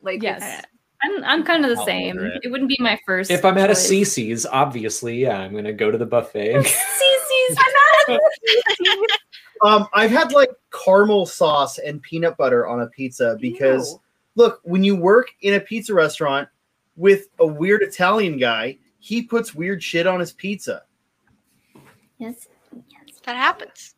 S2: Like
S5: Yes.
S2: it's-
S1: I'm I'm kind of the
S7: I'll
S1: same.
S7: order
S1: It.
S7: it.
S1: wouldn't be my first.
S8: If I'm at a
S1: choice.
S8: CC's, obviously, yeah, I'm gonna go to the buffet. *laughs* and-
S1: CC's.
S4: um, I've had like caramel sauce and peanut butter on a pizza because
S2: Ew.
S4: look, when you work in a pizza restaurant with a weird Italian guy, he puts weird shit on his pizza.
S1: Yes.
S6: That happens.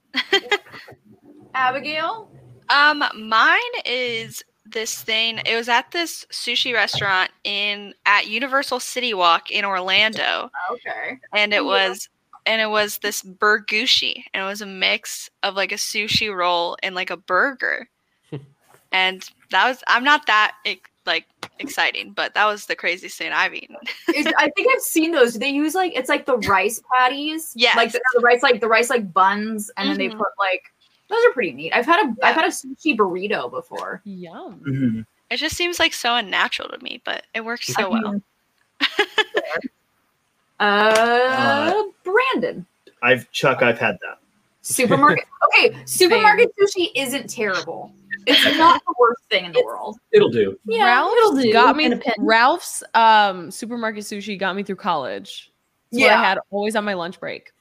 S2: Abigail,
S6: Um, mine is this thing. It was at this sushi restaurant in at Universal City Walk in Orlando,
S2: okay,
S6: and
S2: Yeah.
S6: it was and it was this burgushi, and it was a mix of like a sushi roll and like a burger. and that was I'm not that ex- like exciting, but that was the craziest thing I've eaten.
S2: It's- I think I've seen those. They use like it's like the rice patties.
S6: Yes.
S2: Like the, the rice, like the rice, like buns, and then they
S6: Mhm.
S2: put like those are pretty neat. I've had a have
S6: Yeah.
S2: had a sushi burrito before.
S5: Yum.
S4: Mhm.
S6: It just seems like so unnatural to me, but it works so well.
S2: Uh, Brandon,
S4: I've Chuck. I've had that.
S2: supermarket. okay, supermarket sushi isn't terrible. It's not the worst thing in the world.
S3: It'll
S8: *laughs*
S3: do.
S1: Yeah, it'll
S5: Ralph's
S1: do.
S5: got me.
S1: And a pen.
S5: Ralph's um, supermarket sushi got me through college. It's what I had always on my lunch break.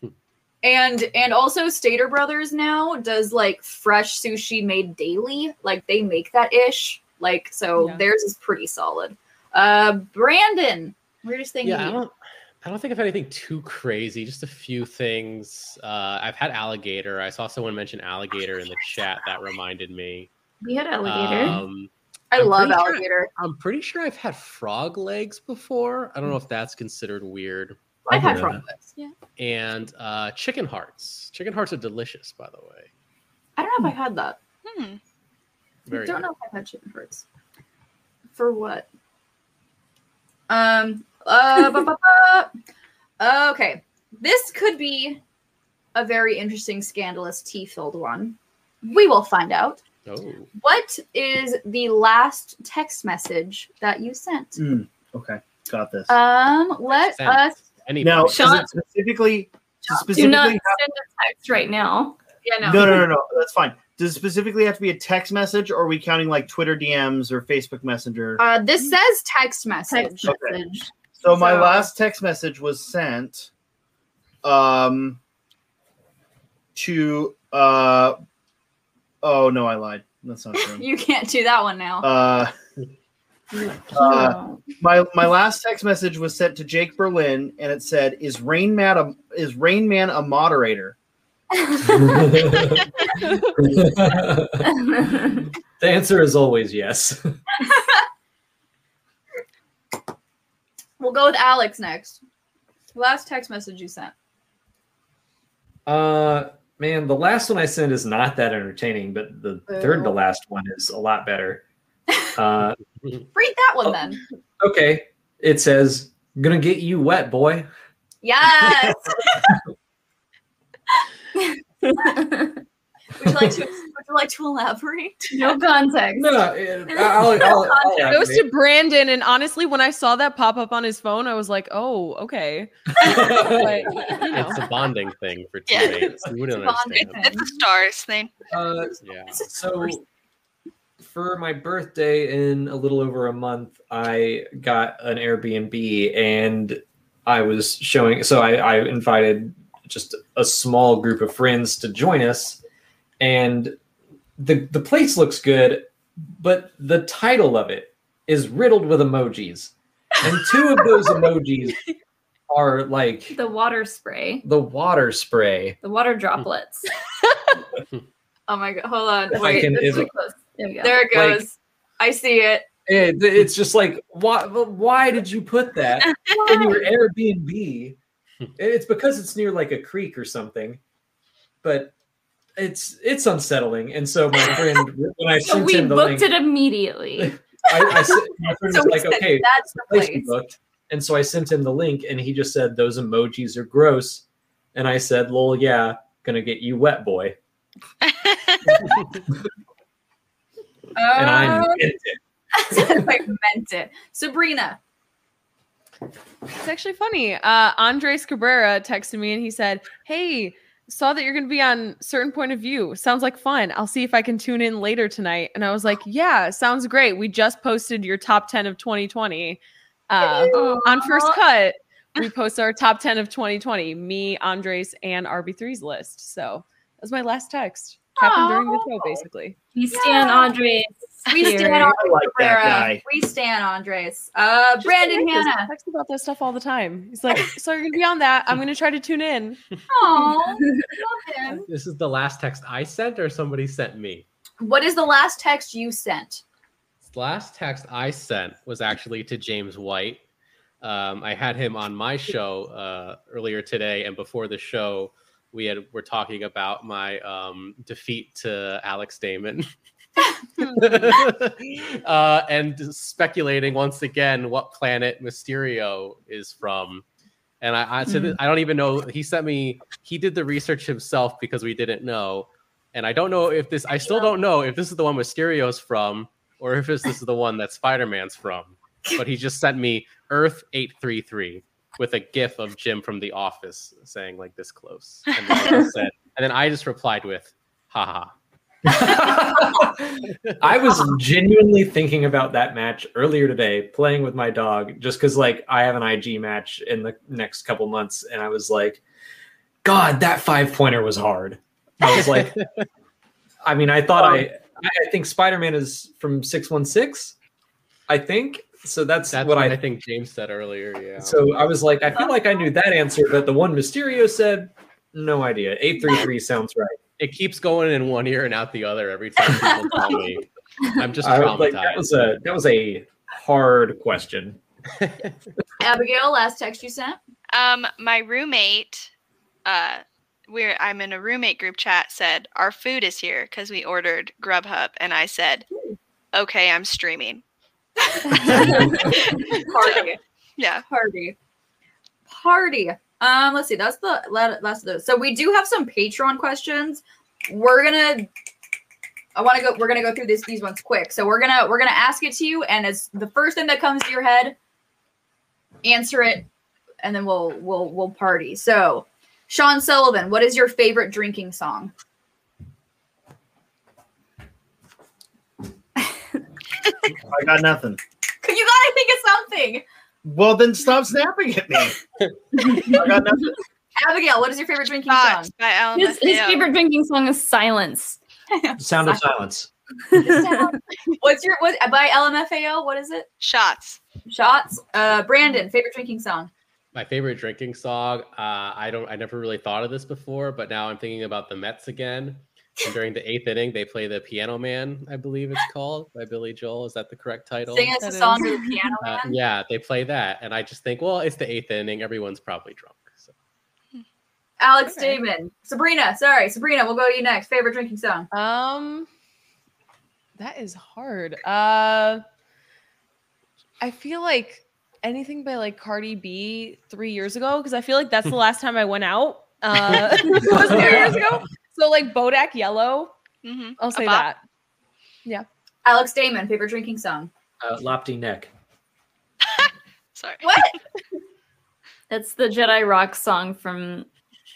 S2: And and also Stater Brothers now does like fresh sushi made daily. Like they make that ish. Like so
S5: Yeah.
S2: theirs is pretty solid. Uh Brandon, weirdest thing
S7: yeah, I
S2: you
S7: don't, I don't think I've had anything too crazy. Just a few things. Uh, I've had alligator. I saw someone mention alligator in the chat. That reminded me.
S1: We had alligator.
S7: Um,
S2: I
S7: I'm
S2: love
S7: pretty sure-
S2: alligator.
S7: I'm pretty sure I've had frog legs before. I don't know if that's considered weird.
S2: I've had
S9: Yeah.
S2: frog legs.
S7: And uh, chicken hearts. Chicken hearts are delicious, by the way.
S2: I don't know if I've had that.
S6: Hmm.
S7: Very.
S2: I don't
S7: good.
S2: know if I've had chicken hearts. For what? Um uh ba, ba, ba. okay. This could be a very interesting scandalous tea filled one. We will find out.
S7: Oh,
S2: What is the last text message that you sent?
S4: Mm, Okay, got this.
S2: Um, let
S7: Sent.
S2: us.
S7: anyway.
S4: now, is
S1: Uh, Sean-
S4: it specifically? does it
S1: Do not
S4: specifically
S1: send a text right now.
S2: Yeah,
S4: have, no, no, no, no. That's fine. Does it specifically have to be a text message, or are we counting like Twitter DMs or Facebook Messenger?
S2: Uh, this says text message.
S1: Text
S4: Okay.
S1: message.
S4: So my
S2: So-
S4: last text message was sent um to uh oh no I lied. That's not true.
S2: *laughs* You can't do that one now.
S4: uh Uh, my my last text message was sent to Jake Berlin and it said is Rain Man a, is Rain Man a moderator?
S3: the answer is always yes.
S2: We'll go with Alex next. Last text message you sent.
S3: Uh, man, the last one I sent is not that entertaining, but the third to
S2: Oh.
S3: last one is a lot better. Uh,
S2: Read that one
S3: Oh.
S2: then.
S3: okay, it says, "Gonna get you wet, boy."
S4: *laughs*
S2: Yes. would you like to? Would you like
S1: *laughs*
S2: to elaborate?
S1: no context.
S3: No, it- I'll, I'll, I'll,
S7: Oh,
S5: It goes
S3: activate.
S5: to Brandon, and honestly, when I saw that pop up on his phone, I was like, "Oh, okay."
S7: *laughs*
S3: *laughs*
S5: But, you know.
S7: it's a bonding thing for
S6: Yeah.
S7: teammates. You wouldn't
S2: bonding
S7: understand.
S5: thing.
S6: It's a stars thing.
S3: Uh,
S2: *laughs*
S7: Yeah.
S3: so for my birthday in a little over a month i got an airbnb and i was showing so i, I invited just a small group of friends to join us and the the place looks good but the title of it is riddled with emojis and two of those emojis are like
S1: The water spray.
S3: the water spray
S1: The water droplets.
S2: Oh my god! Hold on.
S3: If I
S2: Wait.
S3: can-
S2: this
S3: if-
S2: is-
S1: There we go.
S2: there it
S3: like-
S2: goes. I see it.
S3: It- it's just like why why did you put that in
S1: *laughs*
S3: your Airbnb? It's because it's near like a creek or something, but it's it's unsettling. And so my
S1: *laughs*
S3: friend, when I
S1: So
S3: sent
S1: we
S3: him the
S1: booked it
S3: link,
S1: immediately.
S3: I, I s- my
S1: *laughs*
S3: friend
S2: So
S3: was
S2: we
S3: like,
S2: said,
S3: "Okay,
S2: that's the
S3: place we
S2: place.
S3: booked." And so I sent him the link, and he just said those emojis are gross. And I said, "Lol, yeah, gonna get you wet, boy." And I
S2: Uh,
S3: meant it.
S2: *laughs* I meant it. Sabrina.
S5: It's actually funny. Uh, Andres Cabrera texted me and he said, Hey, saw that you're going to be on certain point of view. Sounds like fun. I'll see if I can tune in later tonight. And I was like, Yeah, sounds great. We just posted your top 10 of 2020. Uh,
S2: Oh,
S5: on First *laughs* Cut, we post our top 10 of 2020, me, Andres, and RB3's list. So that was my last text. Happened during the show, basically.
S1: We stand Andre.
S2: We stand
S1: Andres.
S2: on
S4: I like that
S2: Cabrera.
S4: guy.
S2: We stand Andres. Uh,
S5: Just
S2: Brandon
S5: like this,
S2: Hannah.
S5: texts about that stuff all the time. He's *laughs* like, So you're going to be on that. I'm going to try to tune in.
S2: Aw, *laughs* love him.
S7: This is the last text I sent, or somebody sent me.
S2: What is the last text you sent?
S7: The last text I sent was actually to James White. Um, I had him on my show uh, earlier today, and before the show, we had were talking about my um, defeat to Alex Damon. *laughs* uh, and speculating once again what planet Mysterio is from. And I, I so th- I don't even know. He sent me. He did the research himself because we didn't know. And I don't know if this. I still don't know if this is the one Mysterio's from, or if this, this is the one that Spider Man's from. But he just sent me Earth eight three three with a gif of Jim from The Office saying like this close. And then, I said, and then I just replied with, haha.
S3: *laughs* I was genuinely thinking about that match earlier today, playing with my dog, just because like I have an IG match in the next couple months, and I was like, God, that five pointer was hard. I was like, *laughs* I mean, I thought I, I think Spider Man is from six one six, I think. So that's,
S7: That's
S3: what I. think.
S7: think James said earlier. Yeah.
S3: So I was like, I feel like I knew that answer, but the one Mysterio said, no idea. Eight three three sounds right.
S7: it keeps going in one ear and out the other every time people call me. I'm just
S3: I was like, that
S7: traumatized.
S3: was a that was a hard question.
S2: Abigail, last text you
S4: *laughs*
S2: sent.
S6: Um, my roommate, uh, we're I'm in a roommate group chat. Said our food is here because we ordered Grubhub, and I said, "Okay, I'm streaming."
S2: Party.
S6: Yeah,
S2: Party. Party. Um, let's see. That's the la- last of those. So we do have some Patreon questions. We're gonna. I want to go. We're gonna go through this, these ones quick. So we're gonna we're gonna ask it to you, and it's the first thing that comes to your head. Answer it, and then we'll we'll we'll party. So, Sean Sullivan, what is your favorite drinking song? *laughs*
S4: I got nothing.
S2: You gotta think of something.
S4: Well, then stop snapping *laughs* at me. I got nothing.
S2: Abigail, what is your favorite drinking
S6: thoughts *laughs*
S2: song?
S6: by LMFAO.
S1: His, his favorite drinking song is Silence.
S3: Sound of silence.
S2: What's your what by LMFAO? What is it?
S6: shots.
S2: Shots. Uh, Brandon, favorite drinking song.
S7: My favorite drinking song. Uh, I don't. I never really thought of this before, but now I'm thinking about the Mets again. And during the eighth inning, they play the Piano Man. I believe it's called by Billy Joel. Is that the correct title?
S2: Sing us
S5: that
S2: a song
S5: is.
S2: to the
S5: *laughs*
S2: piano
S7: Uh,
S2: man.
S7: yeah, they play that, and I just think, well, it's the eighth inning. Everyone's probably drunk. So.
S2: Alex
S5: Okay.
S2: Damon. Sabrina, sorry, Sabrina, we'll go to you next. Favorite drinking song.
S5: Um, that is hard. Uh, I feel like anything by like Cardi B three years ago because I feel like that's the last time I went out. Uh, *laughs* was three years ago. So like Bodak Yellow,
S6: hmm
S5: I'll say
S6: bop.
S5: that.
S2: Alex Damon, favorite drinking song.
S3: Uh, Lopty neck.
S6: Sorry.
S2: What?
S1: That's the Jedi rock song from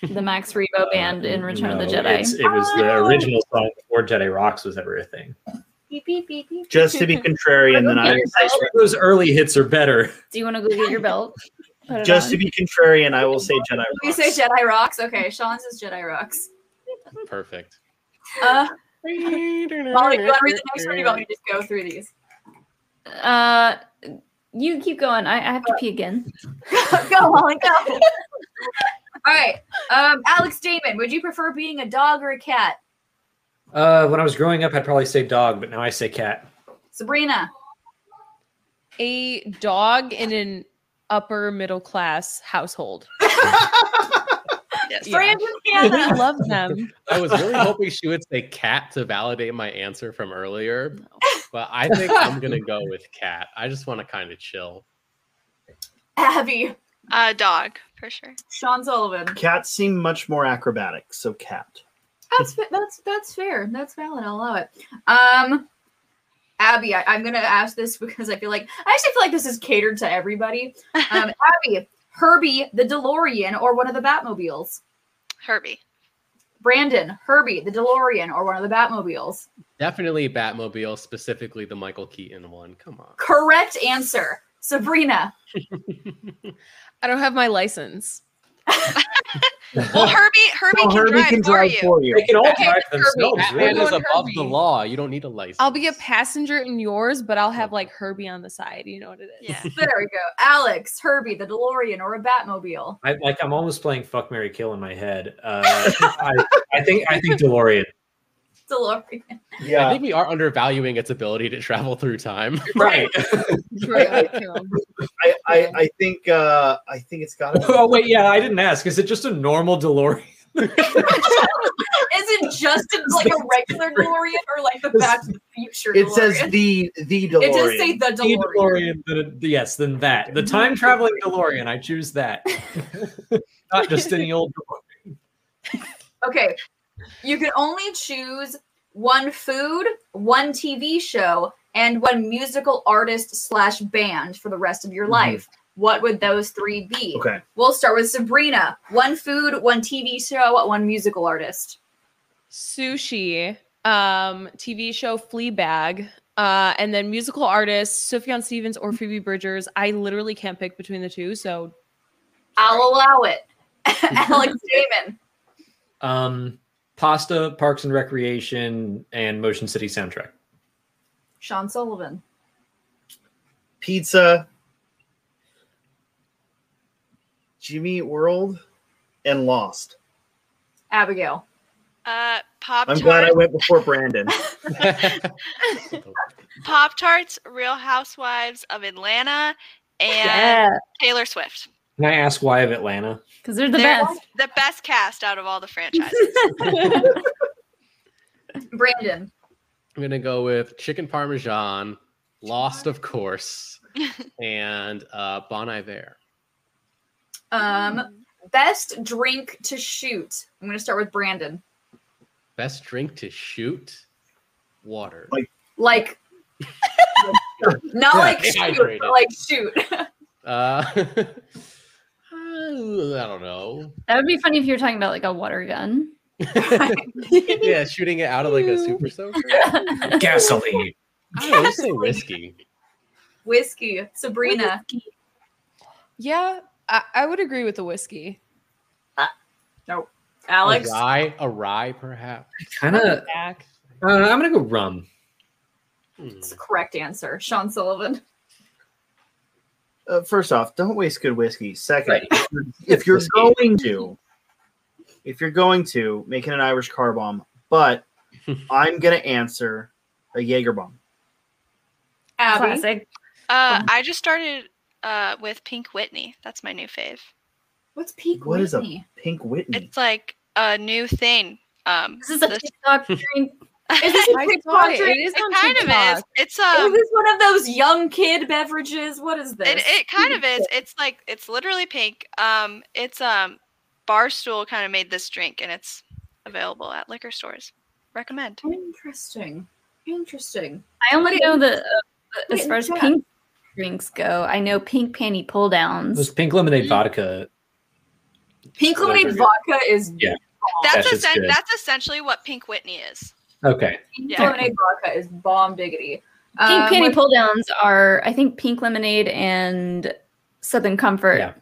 S1: the Max Rebo band in Return of the
S3: Uh, No, it's-
S1: Jedi. Ah!
S3: It was the
S2: Oh.
S3: original song before Jedi Rocks was ever a thing.
S2: Beep, beep, beep, beep.
S4: Just to be contrarian, then I
S3: Those early hits are better.
S1: Do you want to go get your belt? Put it
S4: just to
S1: on.
S4: be contrarian, I will say Jedi.
S2: You
S4: Rocks.
S2: say Jedi Rocks? Okay, Sean says Jedi Rocks.
S7: Perfect.
S2: Uh, Molly, do you want to read the next one or do you want
S5: *laughs*
S2: me to just go through these?
S1: Uh, you keep going. I, I have
S2: Uh,
S1: to pee again.
S2: go, Molly, go. All right. Um, Alex Damon, would you prefer being a dog or a cat?
S3: Uh, when I was growing up, I'd probably say dog, but now I say cat.
S2: Sabrina. *laughs*
S5: A dog in an upper middle class household.
S6: Yes.
S5: Yeah.
S2: Brandon
S5: *laughs* We
S2: Hannah.
S5: love them.
S7: I was really hoping she would say cat to validate my answer from earlier, but I think I'm gonna go with cat. I just want to kind of chill.
S2: Abby.
S6: Uh, dog for sure.
S2: Sean Sullivan.
S4: Cats seem much more acrobatic, so cat.
S2: That's fa- that's that's fair. That's valid. I'll allow it. Um, Abby, I, I'm gonna ask this *laughs* because I feel like I actually feel like this is catered to everybody. Um, Abby, Herbie, the DeLorean, or one of the Batmobiles.
S4: *laughs*
S6: Herbie.
S2: Brandon, Herbie, the DeLorean, or one of the Batmobiles.
S7: Definitely Batmobile, specifically the Michael Keaton one. Come on.
S2: Correct answer. Sabrina.
S5: I don't have my license.
S6: Well, Herbie, Herbie,
S4: No,
S6: can,
S4: Herbie
S6: drive
S4: can
S6: for
S4: drive
S6: you.
S4: for you.
S3: They can all
S5: Okay,
S3: drive
S5: with Kirby.
S3: themselves,
S5: Batman
S7: Batman
S3: really.
S5: Everyone
S7: is above
S5: Herbie.
S7: the law. You don't need a license.
S5: I'll be a passenger in yours, but I'll have like Herbie on the side. You know what it is.
S6: Yeah.
S2: There we go. Alex, Herbie, the DeLorean, or a Batmobile.
S3: I, like I'm almost playing fuck Mary Kill in my head. Uh, *laughs* I, I think I think DeLorean.
S2: DeLorean. *laughs*
S7: I
S4: Yeah,
S7: think we are undervaluing its ability to travel
S5: *laughs*
S7: through time.
S3: Right. *laughs*
S5: True.
S4: I, I, I think uh, I think it's got to
S3: *laughs* oh wait, yeah, I didn't ask. Is it just a normal DeLorean?
S2: it just like a regular DeLorean or like the Back to the Future?
S4: It says
S2: DeLorean?
S4: the the DeLorean.
S2: It does say the
S8: The
S2: DeLorean.
S8: DeLorean, the- yes, then that. The time traveling DeLorean, I choose *laughs* that. Not just any old DeLorean.
S2: Okay, you can only choose one food, one TV show, and one musical artist slash band for the rest of your
S8: Mhm.
S2: life. What would those three be?
S4: okay.
S2: We'll start with Sabrina. One food, one TV show, one musical artist.
S5: Sushi, um, TV show Fleabag, uh, and then musical artists Sufjan Stevens or Phoebe Bridgers. I literally can't pick between the two, so
S2: I'll allow it. *laughs* Alex Damon.
S8: Um, pasta, Parks and Recreation, and Motion City soundtrack.
S2: Sean Sullivan.
S4: Pizza. Jimmy Eat World and Lost.
S2: Abigail.
S6: Uh, Pop
S4: I'm glad I
S6: Tarts,
S4: went before *laughs* Brandon.
S6: Pop Tarts, Real Housewives of Atlanta, and
S1: Yeah,
S6: Taylor Swift.
S8: Can I ask why of *laughs* Atlanta?
S1: because they're the
S6: They're
S1: best.
S6: The best cast out of all the franchises.
S2: Brandon.
S7: I'm gonna go with chicken parmesan, lost of course, and uh, Bon Iver.
S2: Um, best drink to shoot. I'm gonna start with Brandon.
S7: Best drink to shoot, water.
S4: Like- *laughs*
S2: Like not like shoot,
S7: dehydrated.
S2: but like shoot.
S7: Uh, *laughs* I don't know.
S1: *laughs* That would be funny if you were talking about like a water gun.
S7: yeah, shooting it out of like a super soaker. *laughs* I
S8: Gasoline.
S7: don't know, just say whiskey.
S2: *laughs* Whiskey. Sabrina.
S5: yeah, I, I would agree with the whiskey.
S2: Alex.
S7: A rye, a rye perhaps.
S8: Kind of.
S5: Back.
S8: I'm gonna go rum.
S7: Hmm.
S2: It's the correct answer. Sean Sullivan.
S4: Uh, first off, don't waste good whiskey. Second,
S8: Right.
S4: if you're- if you're
S8: Whiskey.
S4: going to, if you're going to, make it an Irish car bomb. But I'm gonna answer a Jaeger bomb.
S2: Abby.
S1: Classic.
S6: Uh, I just started uh, with Pink Whitney. That's my new fave.
S2: What's peak
S4: What is a- *laughs*
S2: Whitney?
S4: Pink Whitney.
S6: It's like a new thing. Um,
S1: This is a
S2: *laughs*
S1: TikTok drink.
S2: Is this
S5: I
S2: a
S5: saw
S2: TikTok
S5: it.
S2: drink?
S5: It is
S6: it
S5: on
S6: kind
S5: TikTok.
S6: of is. It's
S2: Is
S6: um,
S2: this one of those young kid beverages? What is this?
S6: it, it kind of is. It's like it's literally pink. Um, it's um, Barstool kind of made this drink, and it's available at liquor stores. Recommend.
S2: Interesting. Interesting.
S1: I only know the uh,
S2: Wait,
S1: as far as
S2: yeah.
S1: pink drinks go. I know pink panty pull
S8: It was
S1: downs.
S8: pink lemonade vodka.
S2: Pink
S8: Whatever
S2: lemonade
S8: it-
S2: vodka is
S8: Yeah.
S6: That's
S8: shit's
S6: essen-
S8: good.
S6: that's essentially what Pink Whitney is.
S8: Okay.
S2: pink
S6: Yeah.
S2: lemonade vodka is bomb diggity.
S1: Pink
S2: Um,
S1: panty
S2: what-
S1: pull downs are I think pink lemonade and Southern Comfort
S8: Yeah.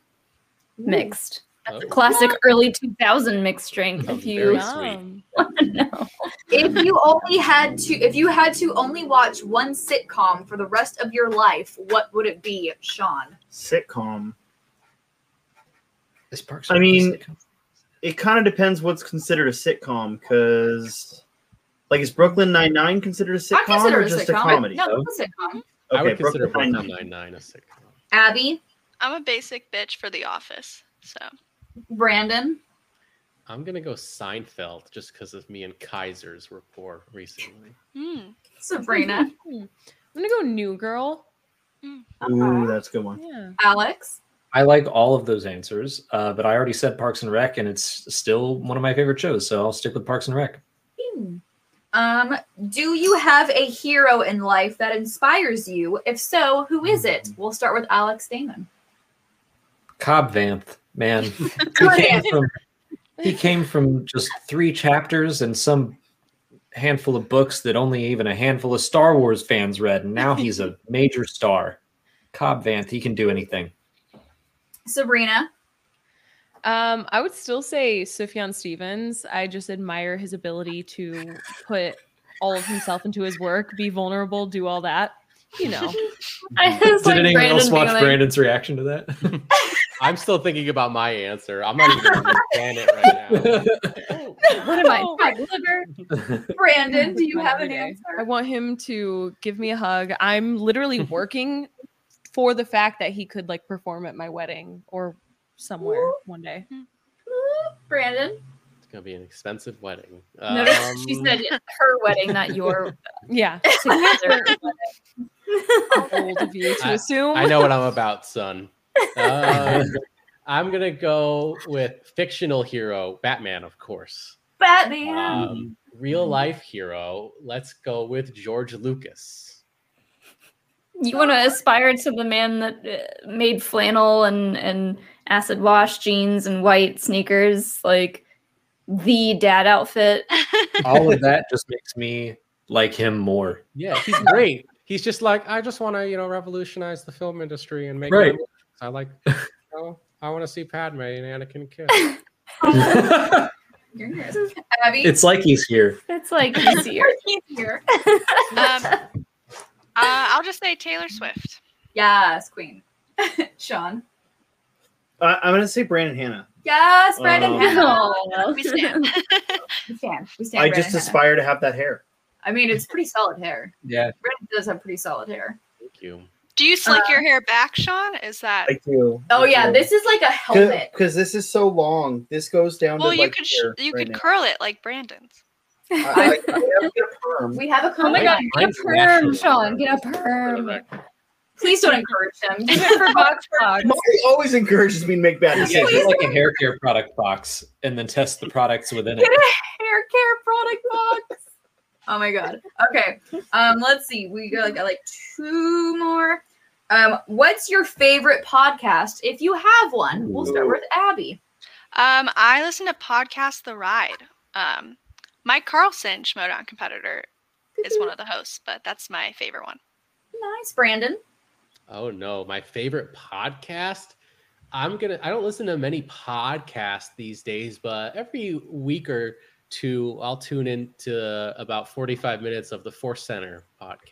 S1: mixed.
S7: Oh,
S1: Classic early 2000 mixed drink. *laughs*
S7: Oh,
S1: If you
S7: very- sweet.
S5: Yum.
S1: know.
S2: if you only had to if you had to only watch one sitcom for the rest of your life, what would it be, Sean?
S4: Sitcom.
S8: This Parks.
S4: I mean- It kind of depends what's considered a sitcom, because like is Brooklyn Nine Nine considered a
S2: I
S4: sitcom
S2: consider
S4: or
S2: it a
S4: just a
S2: sitcom.
S4: comedy?
S2: No, it's a sitcom.
S7: I would consider
S4: Brooklyn
S7: Brooklyn
S4: Nine-Nine.
S7: Nine Nine a sitcom.
S2: Abby,
S6: I'm a basic bitch for The Office. So
S2: Brandon,
S7: I'm gonna go Seinfeld just because of me and Kaisers were poor recently.
S6: mm,
S5: *laughs*
S2: Sabrina,
S5: I'm gonna go New Girl.
S4: Ooh,
S2: Uh-huh.
S4: that's a good one.
S5: Yeah.
S2: Alex,
S8: I like all of those answers, uh, but I already said Parks and Rec, and it's still one of my favorite shows, so I'll stick with Parks and Rec.
S2: Hmm. Um, do you have a hero in life that inspires you? If so, who is it?
S4: Mm-hmm.
S2: We'll start with Alex Damon.
S8: Cobb Vanth,
S1: *laughs*
S8: man, he
S2: Good
S8: came
S2: answer.
S8: from he came from just three chapters and some handful of books that only even a handful of Star Wars fans read, and now
S1: *laughs*
S8: he's a major star. Cobb Vanth, he can do anything.
S2: Sabrina,
S5: Um, I would still say Sufjan Stevens. I just admire his ability to put all of himself into his work, be vulnerable, do all that.
S2: *laughs*
S5: You know, *laughs*
S1: It's
S8: Did
S1: like
S8: anyone
S1: Brandon
S8: else
S1: being
S8: watch
S1: like-
S8: Brandon's reaction to *laughs* that?
S7: *laughs* I'm still thinking about my answer. I'm not even gonna *laughs* understand it right now.
S1: What am I?
S5: Oh.
S1: fried liver?
S2: Oh,
S4: *laughs*
S2: Brandon, do you
S5: Fun
S2: have
S5: every
S2: an
S5: day.
S2: answer?
S5: I want him to give me a hug.
S2: *laughs*
S5: I'm literally working for the fact that he could
S2: *laughs*
S5: like perform at my wedding or somewhere one day.
S2: Brandon,
S7: gonna be an expensive wedding.
S1: Notice she
S7: Um,
S1: said her wedding, not your
S5: Yeah.
S1: together.
S5: How old of you to
S7: I-
S5: assume?
S7: I know what I'm
S1: *laughs*
S7: about, son. Um, I'm gonna go with fictional hero Batman, of course.
S2: Batman.
S7: Um, real life hero. Let's go with George Lucas.
S1: You want to aspire to the man that uh, made flannel and and acid wash jeans and white sneakers, like the dad outfit.
S3: All of that just makes me like
S1: *laughs*
S3: him more.
S7: Yeah, he's great. He's just like I just want to, you know, revolutionize the film industry and make.
S3: Right.
S7: good movies.
S3: *laughs*
S7: I like. You know, I want to see Padme and Anakin *laughs* kiss.
S2: Abby.
S3: it's like he's here.
S1: It's
S6: *laughs*
S1: like easier.
S2: here.
S6: Um, uh,
S4: *laughs*
S6: I'll just say Taylor Swift.
S1: *laughs*
S2: Yes, Queen. Sean.
S4: Uh, I'm gonna say Brandon Hannah.
S2: Yes, Brandon
S4: Um,
S2: Hannah.
S6: Oh,
S4: *laughs*
S6: We stand.
S2: Oh, We stand. We stand.
S4: I
S2: Brandon
S4: just
S2: Hannah.
S4: aspire to have that hair.
S2: I mean, it's pretty solid hair.
S3: Yeah.
S2: Brandon does have pretty solid hair.
S7: Thank you.
S6: Do you slick your hair back, Sean? Is that?
S4: Uh, I do.
S2: Oh yeah, this is like a helmet.
S4: because this is so long. This goes down
S6: Well,
S4: to
S6: you
S4: like
S6: could sh-
S4: here
S6: you
S4: right
S6: could
S4: now.
S6: curl it like Brandon's.
S4: I, I, I have to get a perm.
S2: We have a
S1: Oh my
S2: comment.
S1: god, get a
S7: Mine's
S1: *laughs* perm,
S7: natural.
S1: Sean. Get a
S7: For the
S1: perm.
S7: record.
S2: Please don't encourage him.
S1: Do it for
S2: *laughs*
S1: box box.
S4: Molly always encourages me to make bad
S3: Yeah,
S4: decisions.
S3: get like a hair care product box and then test the products within it.
S2: Get a hair care product box. Oh my god. Okay. Um, let's see. We got like, got like two more. Um, what's your favorite podcast if you have one? We'll start with Abby.
S6: Um, I listen to podcast The Ride. Um, Mike Carlson, Schmodown competitor, is one of the hosts, but that's my favorite one.
S2: Nice, Brandon.
S7: Oh no, my favorite podcast. I'm gonna. I don't listen to many podcasts these days, but every week or two, I'll tune in to about 45 minutes of the Force Center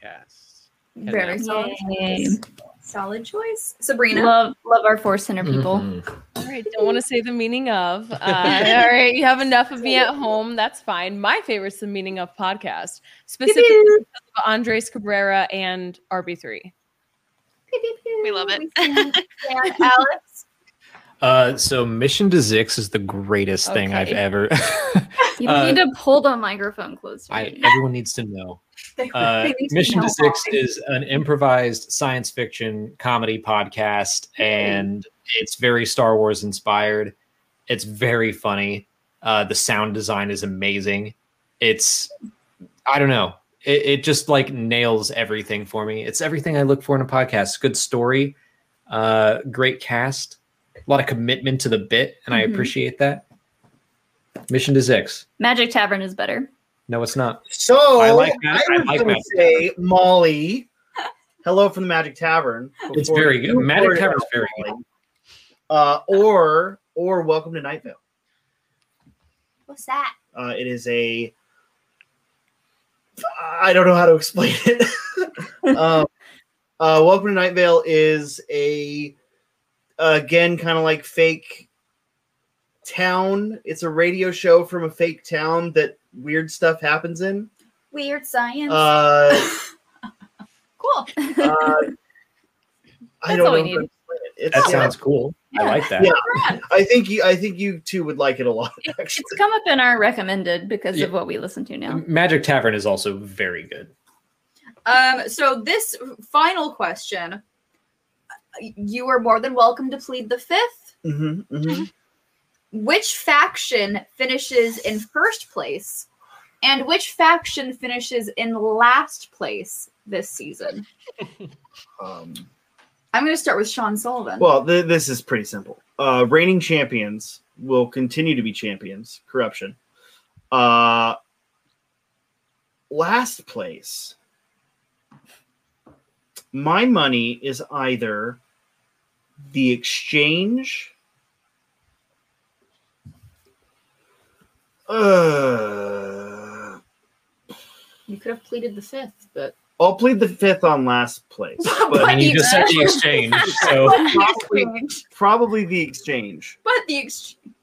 S7: podcast.
S2: Very solid.
S1: Yay.
S2: Choice. Solid choice. Sabrina.
S1: Love love our four center
S8: Mm-hmm.
S1: people.
S3: Mhm.
S5: All right, don't want to say the meaning of. Uh, all right, you have enough of me at home. That's fine. My favorite's the meaning of podcast, specifically because of Andres Cabrera and RB3.
S6: We love it.
S2: stand. And Alex.
S3: Uh, so Mission to Zix is the greatest thing I've
S5: Okay.
S3: ever. *laughs*
S1: You
S3: Uh,
S1: need to pull the microphone closer.
S3: I,
S1: to you.
S3: everyone needs to know.
S2: They-
S3: Uh,
S2: they need to
S3: Mission
S2: know
S3: to Six
S2: why.
S3: is an improvised science fiction comedy podcast, and it's very Star Wars inspired. It's very funny. Uh, the sound design is amazing. It's, I don't know, it, it just like nails everything for me. It's everything I look for in a podcast. Good story, uh, great cast, a lot of commitment to the bit, and I
S1: Mhm.
S3: appreciate that. Mission to Six.
S1: Magic Tavern is better.
S3: No, it's not.
S4: So
S3: I
S4: I,
S3: like that. I
S4: was
S3: like
S4: gonna
S3: Magic
S4: say Molly. Hello from the Magic Tavern.
S3: It's
S4: before
S3: very good.
S4: you
S3: Magic
S4: poured it
S3: Tavern's
S4: out,
S3: very
S4: Molly. Uh, or or Welcome to Night Vale.
S2: What's that?
S4: Uh, it is a. I don't know how to explain it. *laughs* um, uh, Welcome to Night Vale is a, again, kind of like fake town. It's a radio show from a fake town that weird stuff happens in.
S2: Weird science.
S4: Uh,
S2: cool.
S1: *laughs*
S4: uh, I
S1: That's
S4: don't
S1: all
S4: know.
S1: we
S4: how to
S1: need.
S4: explain it. It's,
S3: That
S4: yeah.
S3: sounds cool. I like that.
S4: Yeah. I think you. I think you two would like it a lot. Actually,
S1: It's come up in our recommended because
S3: Yeah. Um,
S1: of what we listen to now.
S3: Magic Tavern is also very good.
S2: Um, so this final question, you are more than welcome to plead the fifth.
S4: Mhm,
S1: Mm-hmm,
S4: mhm.
S2: Which faction finishes in first place, and which faction finishes in last place this season?
S4: Um,
S2: I'm going to start with Sean Sullivan.
S4: Well, th- this is pretty simple. Uh, reigning champions will continue to be champions. Corruption. Uh, last place. My money is either the exchange. Uh,
S2: you could have pleaded the fifth, but
S4: I'll plead the fifth on last place,
S3: I
S4: but
S3: mean, you just said the exchange,
S2: *laughs*
S3: so
S4: probably, probably the exchange.
S2: but the exchange.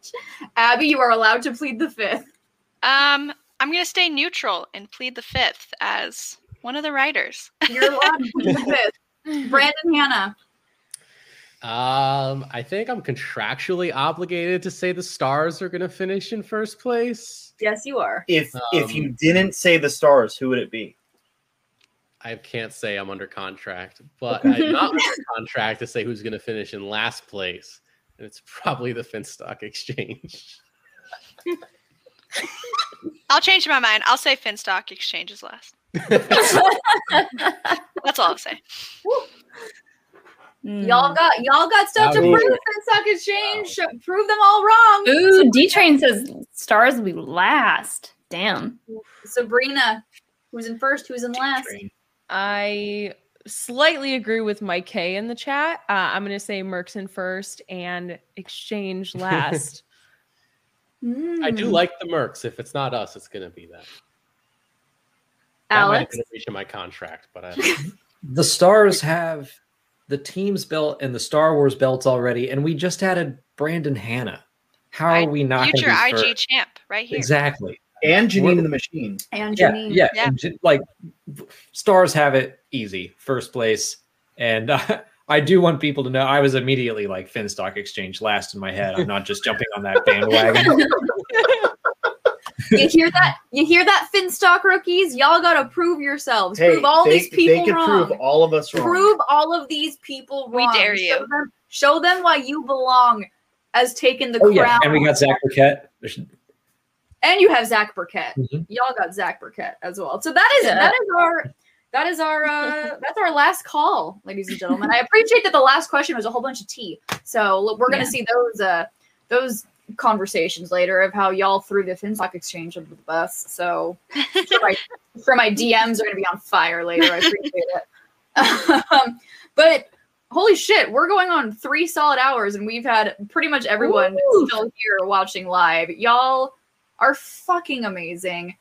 S2: Abby, you are allowed to plead the fifth.
S6: *laughs* Um, I'm gonna stay neutral and plead the fifth as one of the writers.
S2: You're allowed to plead the fifth. Brandon Hannah.
S7: Um, I think I'm contractually obligated to say the Stars are going to finish in first place.
S2: Yes, you are.
S4: If if
S7: Um,
S4: you didn't say the stars, who would it be?
S7: I can't say I'm under contract, but I'm not under contract to say who's going to finish in last place, and it's probably the Finstock Exchange.
S6: I'll change my mind. I'll say Finstock exchanges last. That's all I'll say. Hmm.
S1: Mm.
S2: Y'all got y'all got stuff to
S7: That
S2: prove
S7: was-
S2: Finstock Exchange. Prove them all wrong.
S1: Ooh, D Train says stars will be last. Damn.
S2: Sabrina, who's in first, who's in last?
S5: I slightly agree with Mike K in the chat. Uh, I'm going to say Merkson first and Exchange last.
S7: I do
S2: Mm.
S7: like the Mercs. If it's not us, it's going to be that. That might have
S1: Alex.
S7: been a breach of my contract, but I,
S8: The stars have the team's belt and the Star Wars belts already, and we just added Brandon Hannah. How are
S6: Right.
S8: we not
S6: Future
S8: gonna be
S6: IG
S8: first?
S6: champ right here.
S8: Exactly.
S4: And Janine and the Machine.
S1: And
S8: Yeah,
S1: Janine.
S8: yeah.
S6: Yeah.
S8: and ju- like stars have it easy, first place, and *laughs* uh, I do want people to know I was immediately like Finstock Exchange last in my head. I'm not just jumping on that bandwagon.
S2: you hear that? You hear that, Finstock rookies? Y'all gotta prove yourselves.
S4: Hey,
S2: prove all
S4: they,
S2: these people
S4: they could
S2: wrong.
S4: prove all of us wrong.
S2: prove all of these people
S6: We
S2: wrong.
S6: dare
S2: Show
S6: you.
S2: them, show them why you belong as taking the
S8: oh
S2: crown.
S8: yeah, and we got Zach Burkett. There's-
S2: And you have Zach Burkett.
S8: Mhm.
S2: Y'all got Zach Burkett as well. So that is it.
S1: Yeah.
S2: That is our that is our uh that's our last call, ladies and gentlemen. I appreciate that the last question was a whole bunch of tea. So look, we're gonna
S1: Yeah.
S2: see those uh those conversations later of how y'all threw the Finstock exchange under the bus. So sure my, sure my DMs are gonna be on fire later. I appreciate it. *laughs* um, but holy shit, we're going on three solid hours and we've had pretty much everyone
S1: Woo.
S2: still here watching live. Y'all are fucking amazing.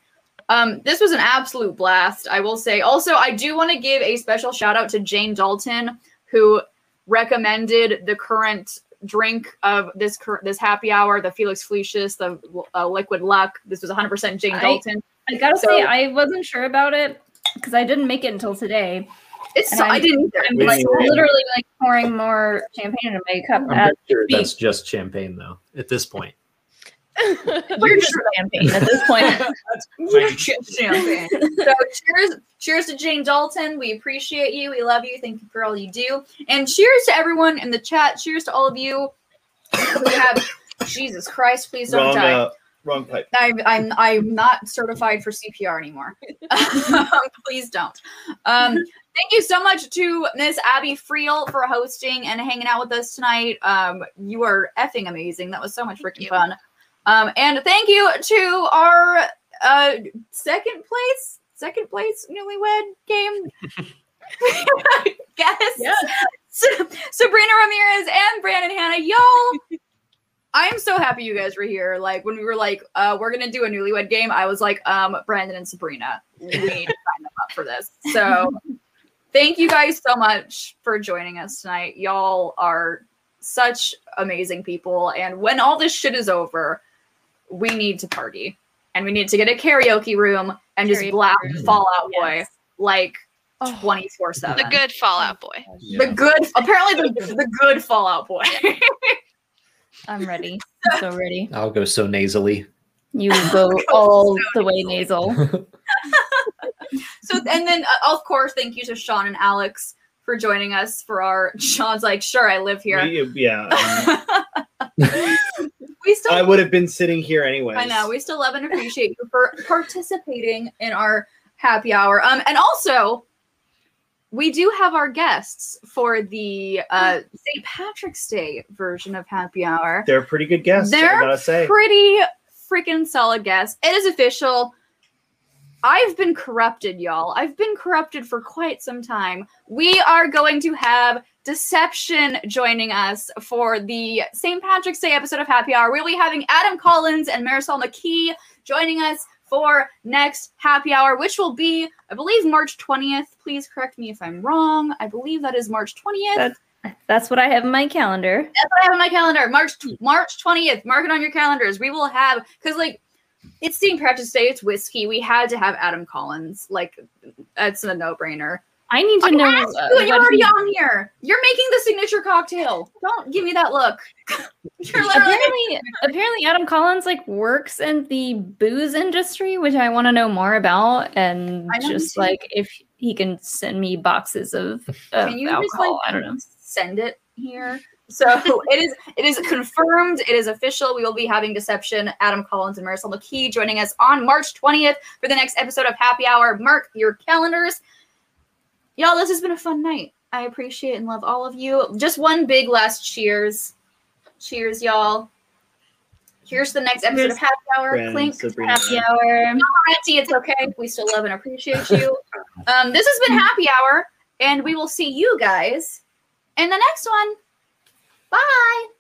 S2: Um, this was an absolute blast, I will say. Also, I do want to give a special shout out to Jane Dalton, who recommended the current drink of this cur- this happy hour, the Felix Fleecius, the uh, Liquid Luck. This was 100% Jane
S1: I-
S2: Dalton.
S1: I gotta
S2: So-
S1: say, I wasn't sure about it because I didn't make it until today.
S2: It's
S1: and
S2: so,
S1: I'm-
S2: I didn't either.
S1: I'm
S4: Wait,
S1: like
S4: wait, wait.
S1: literally like pouring more champagne into my cup.
S8: I'm
S1: as
S8: pretty sure
S1: we
S8: that's just champagne though. At this point,
S2: We're
S1: You're
S2: just-
S1: just champagne at this
S2: *laughs*
S1: point.
S2: champagne. so cheers, cheers to Jane Dalton. We appreciate you. We love you. Thank you for all you do. And cheers to everyone in the chat. Cheers to all of you who have Jesus Christ, please don't
S4: wrong,
S2: die.
S4: uh, wrong pipe.
S2: I'm I'm I'm not certified for CPR anymore. um, please don't. Um, thank you so much to Miss Abby Friel for hosting and hanging out with us tonight. Um, you are effing amazing. That was so much freaking
S6: you.
S2: fun. Um, and thank you to our uh, second place, second place newlywed game. Guess.
S5: Yes.
S2: Sa- Sabrina Ramirez and Brandon Hannah, *laughs* y'all. I'm so happy you guys were here. Like when we were like, uh, we're gonna do a newlywed game, I was like, um, Brandon and Sabrina, we need to sign them up for this. So thank you guys so much for joining us tonight. Y'all are such amazing people. And when all this shit is over, we need to party. And we need to get a karaoke room and just
S6: Karaoke
S2: blast
S8: room.
S2: Fallout Oh, Boy
S1: Yes.
S2: like
S5: Oh.
S2: 24
S6: The
S2: 7.
S6: good Fallout Boy.
S2: The good, apparently *laughs* the, the good Fallout Boy.
S1: I'm
S2: *laughs*
S1: ready. I'm so ready.
S8: I'll go so nasally.
S1: You go all the way nasal.
S2: so, and then uh, of course, thank you to Sean and Alex for joining us for our. *laughs* Sean's like, sure, I live here.
S4: We- yeah.
S2: *laughs*
S4: I mean,
S2: we still,
S4: I would have been sitting here anyway.
S2: I know, we still love and appreciate you for participating in our happy hour. Um, and also, we do have our guests for the uh, St. Patrick's Day version of happy hour.
S4: They're pretty good guests.
S2: They're
S4: I gotta say.
S2: pretty freaking solid guess. It is official. I've been corrupted, y'all. I've been corrupted for quite some time. We are going to have Deception joining us for the St. Patrick's Day episode of Happy Hour. We'll be having Adam Collins and Marisol McKee joining us for next Happy Hour, which will be, I believe, March 20th. Please correct me if I'm wrong. I believe that is March 20th.
S1: That's what I have in my calendar.
S2: That's what I have on my calendar. March tw- March twentieth. Mark it on your calendars. We will have because like it's St. Patrick's Day. It's whiskey. We had to have Adam Collins. Like that's a no brainer.
S1: I need to
S2: I
S1: know.
S2: asked
S1: uh,
S2: you and you're
S1: what
S2: already
S1: he-
S2: on here. You're making the signature cocktail. Don't give me that look. *laughs* you're literally
S1: apparently, apparently, Adam Collins like works in the booze industry, which I want to know more about, and
S2: I know me
S1: just
S2: too.
S1: like if he can send me boxes of, of
S2: Can you
S1: alcohol.
S2: just like
S1: I don't know.
S2: send it here? So *laughs* it is it is confirmed, it is official. We will be having deception. Adam Collins and Marisol McKee joining us on March 20th for the next episode of Happy Hour. Mark your calendars. Y'all, this has been a fun night. I appreciate and love all of you. Just one big last cheers. Cheers, y'all. Here's the next episode of Happy Hour.
S4: Friends,
S2: Clink.
S4: Sabrina.
S1: Happy hour.
S2: Auntie, it's okay. We still love and appreciate you. Um, this has been Happy Hour, and we will see you guys in the next one. Bye.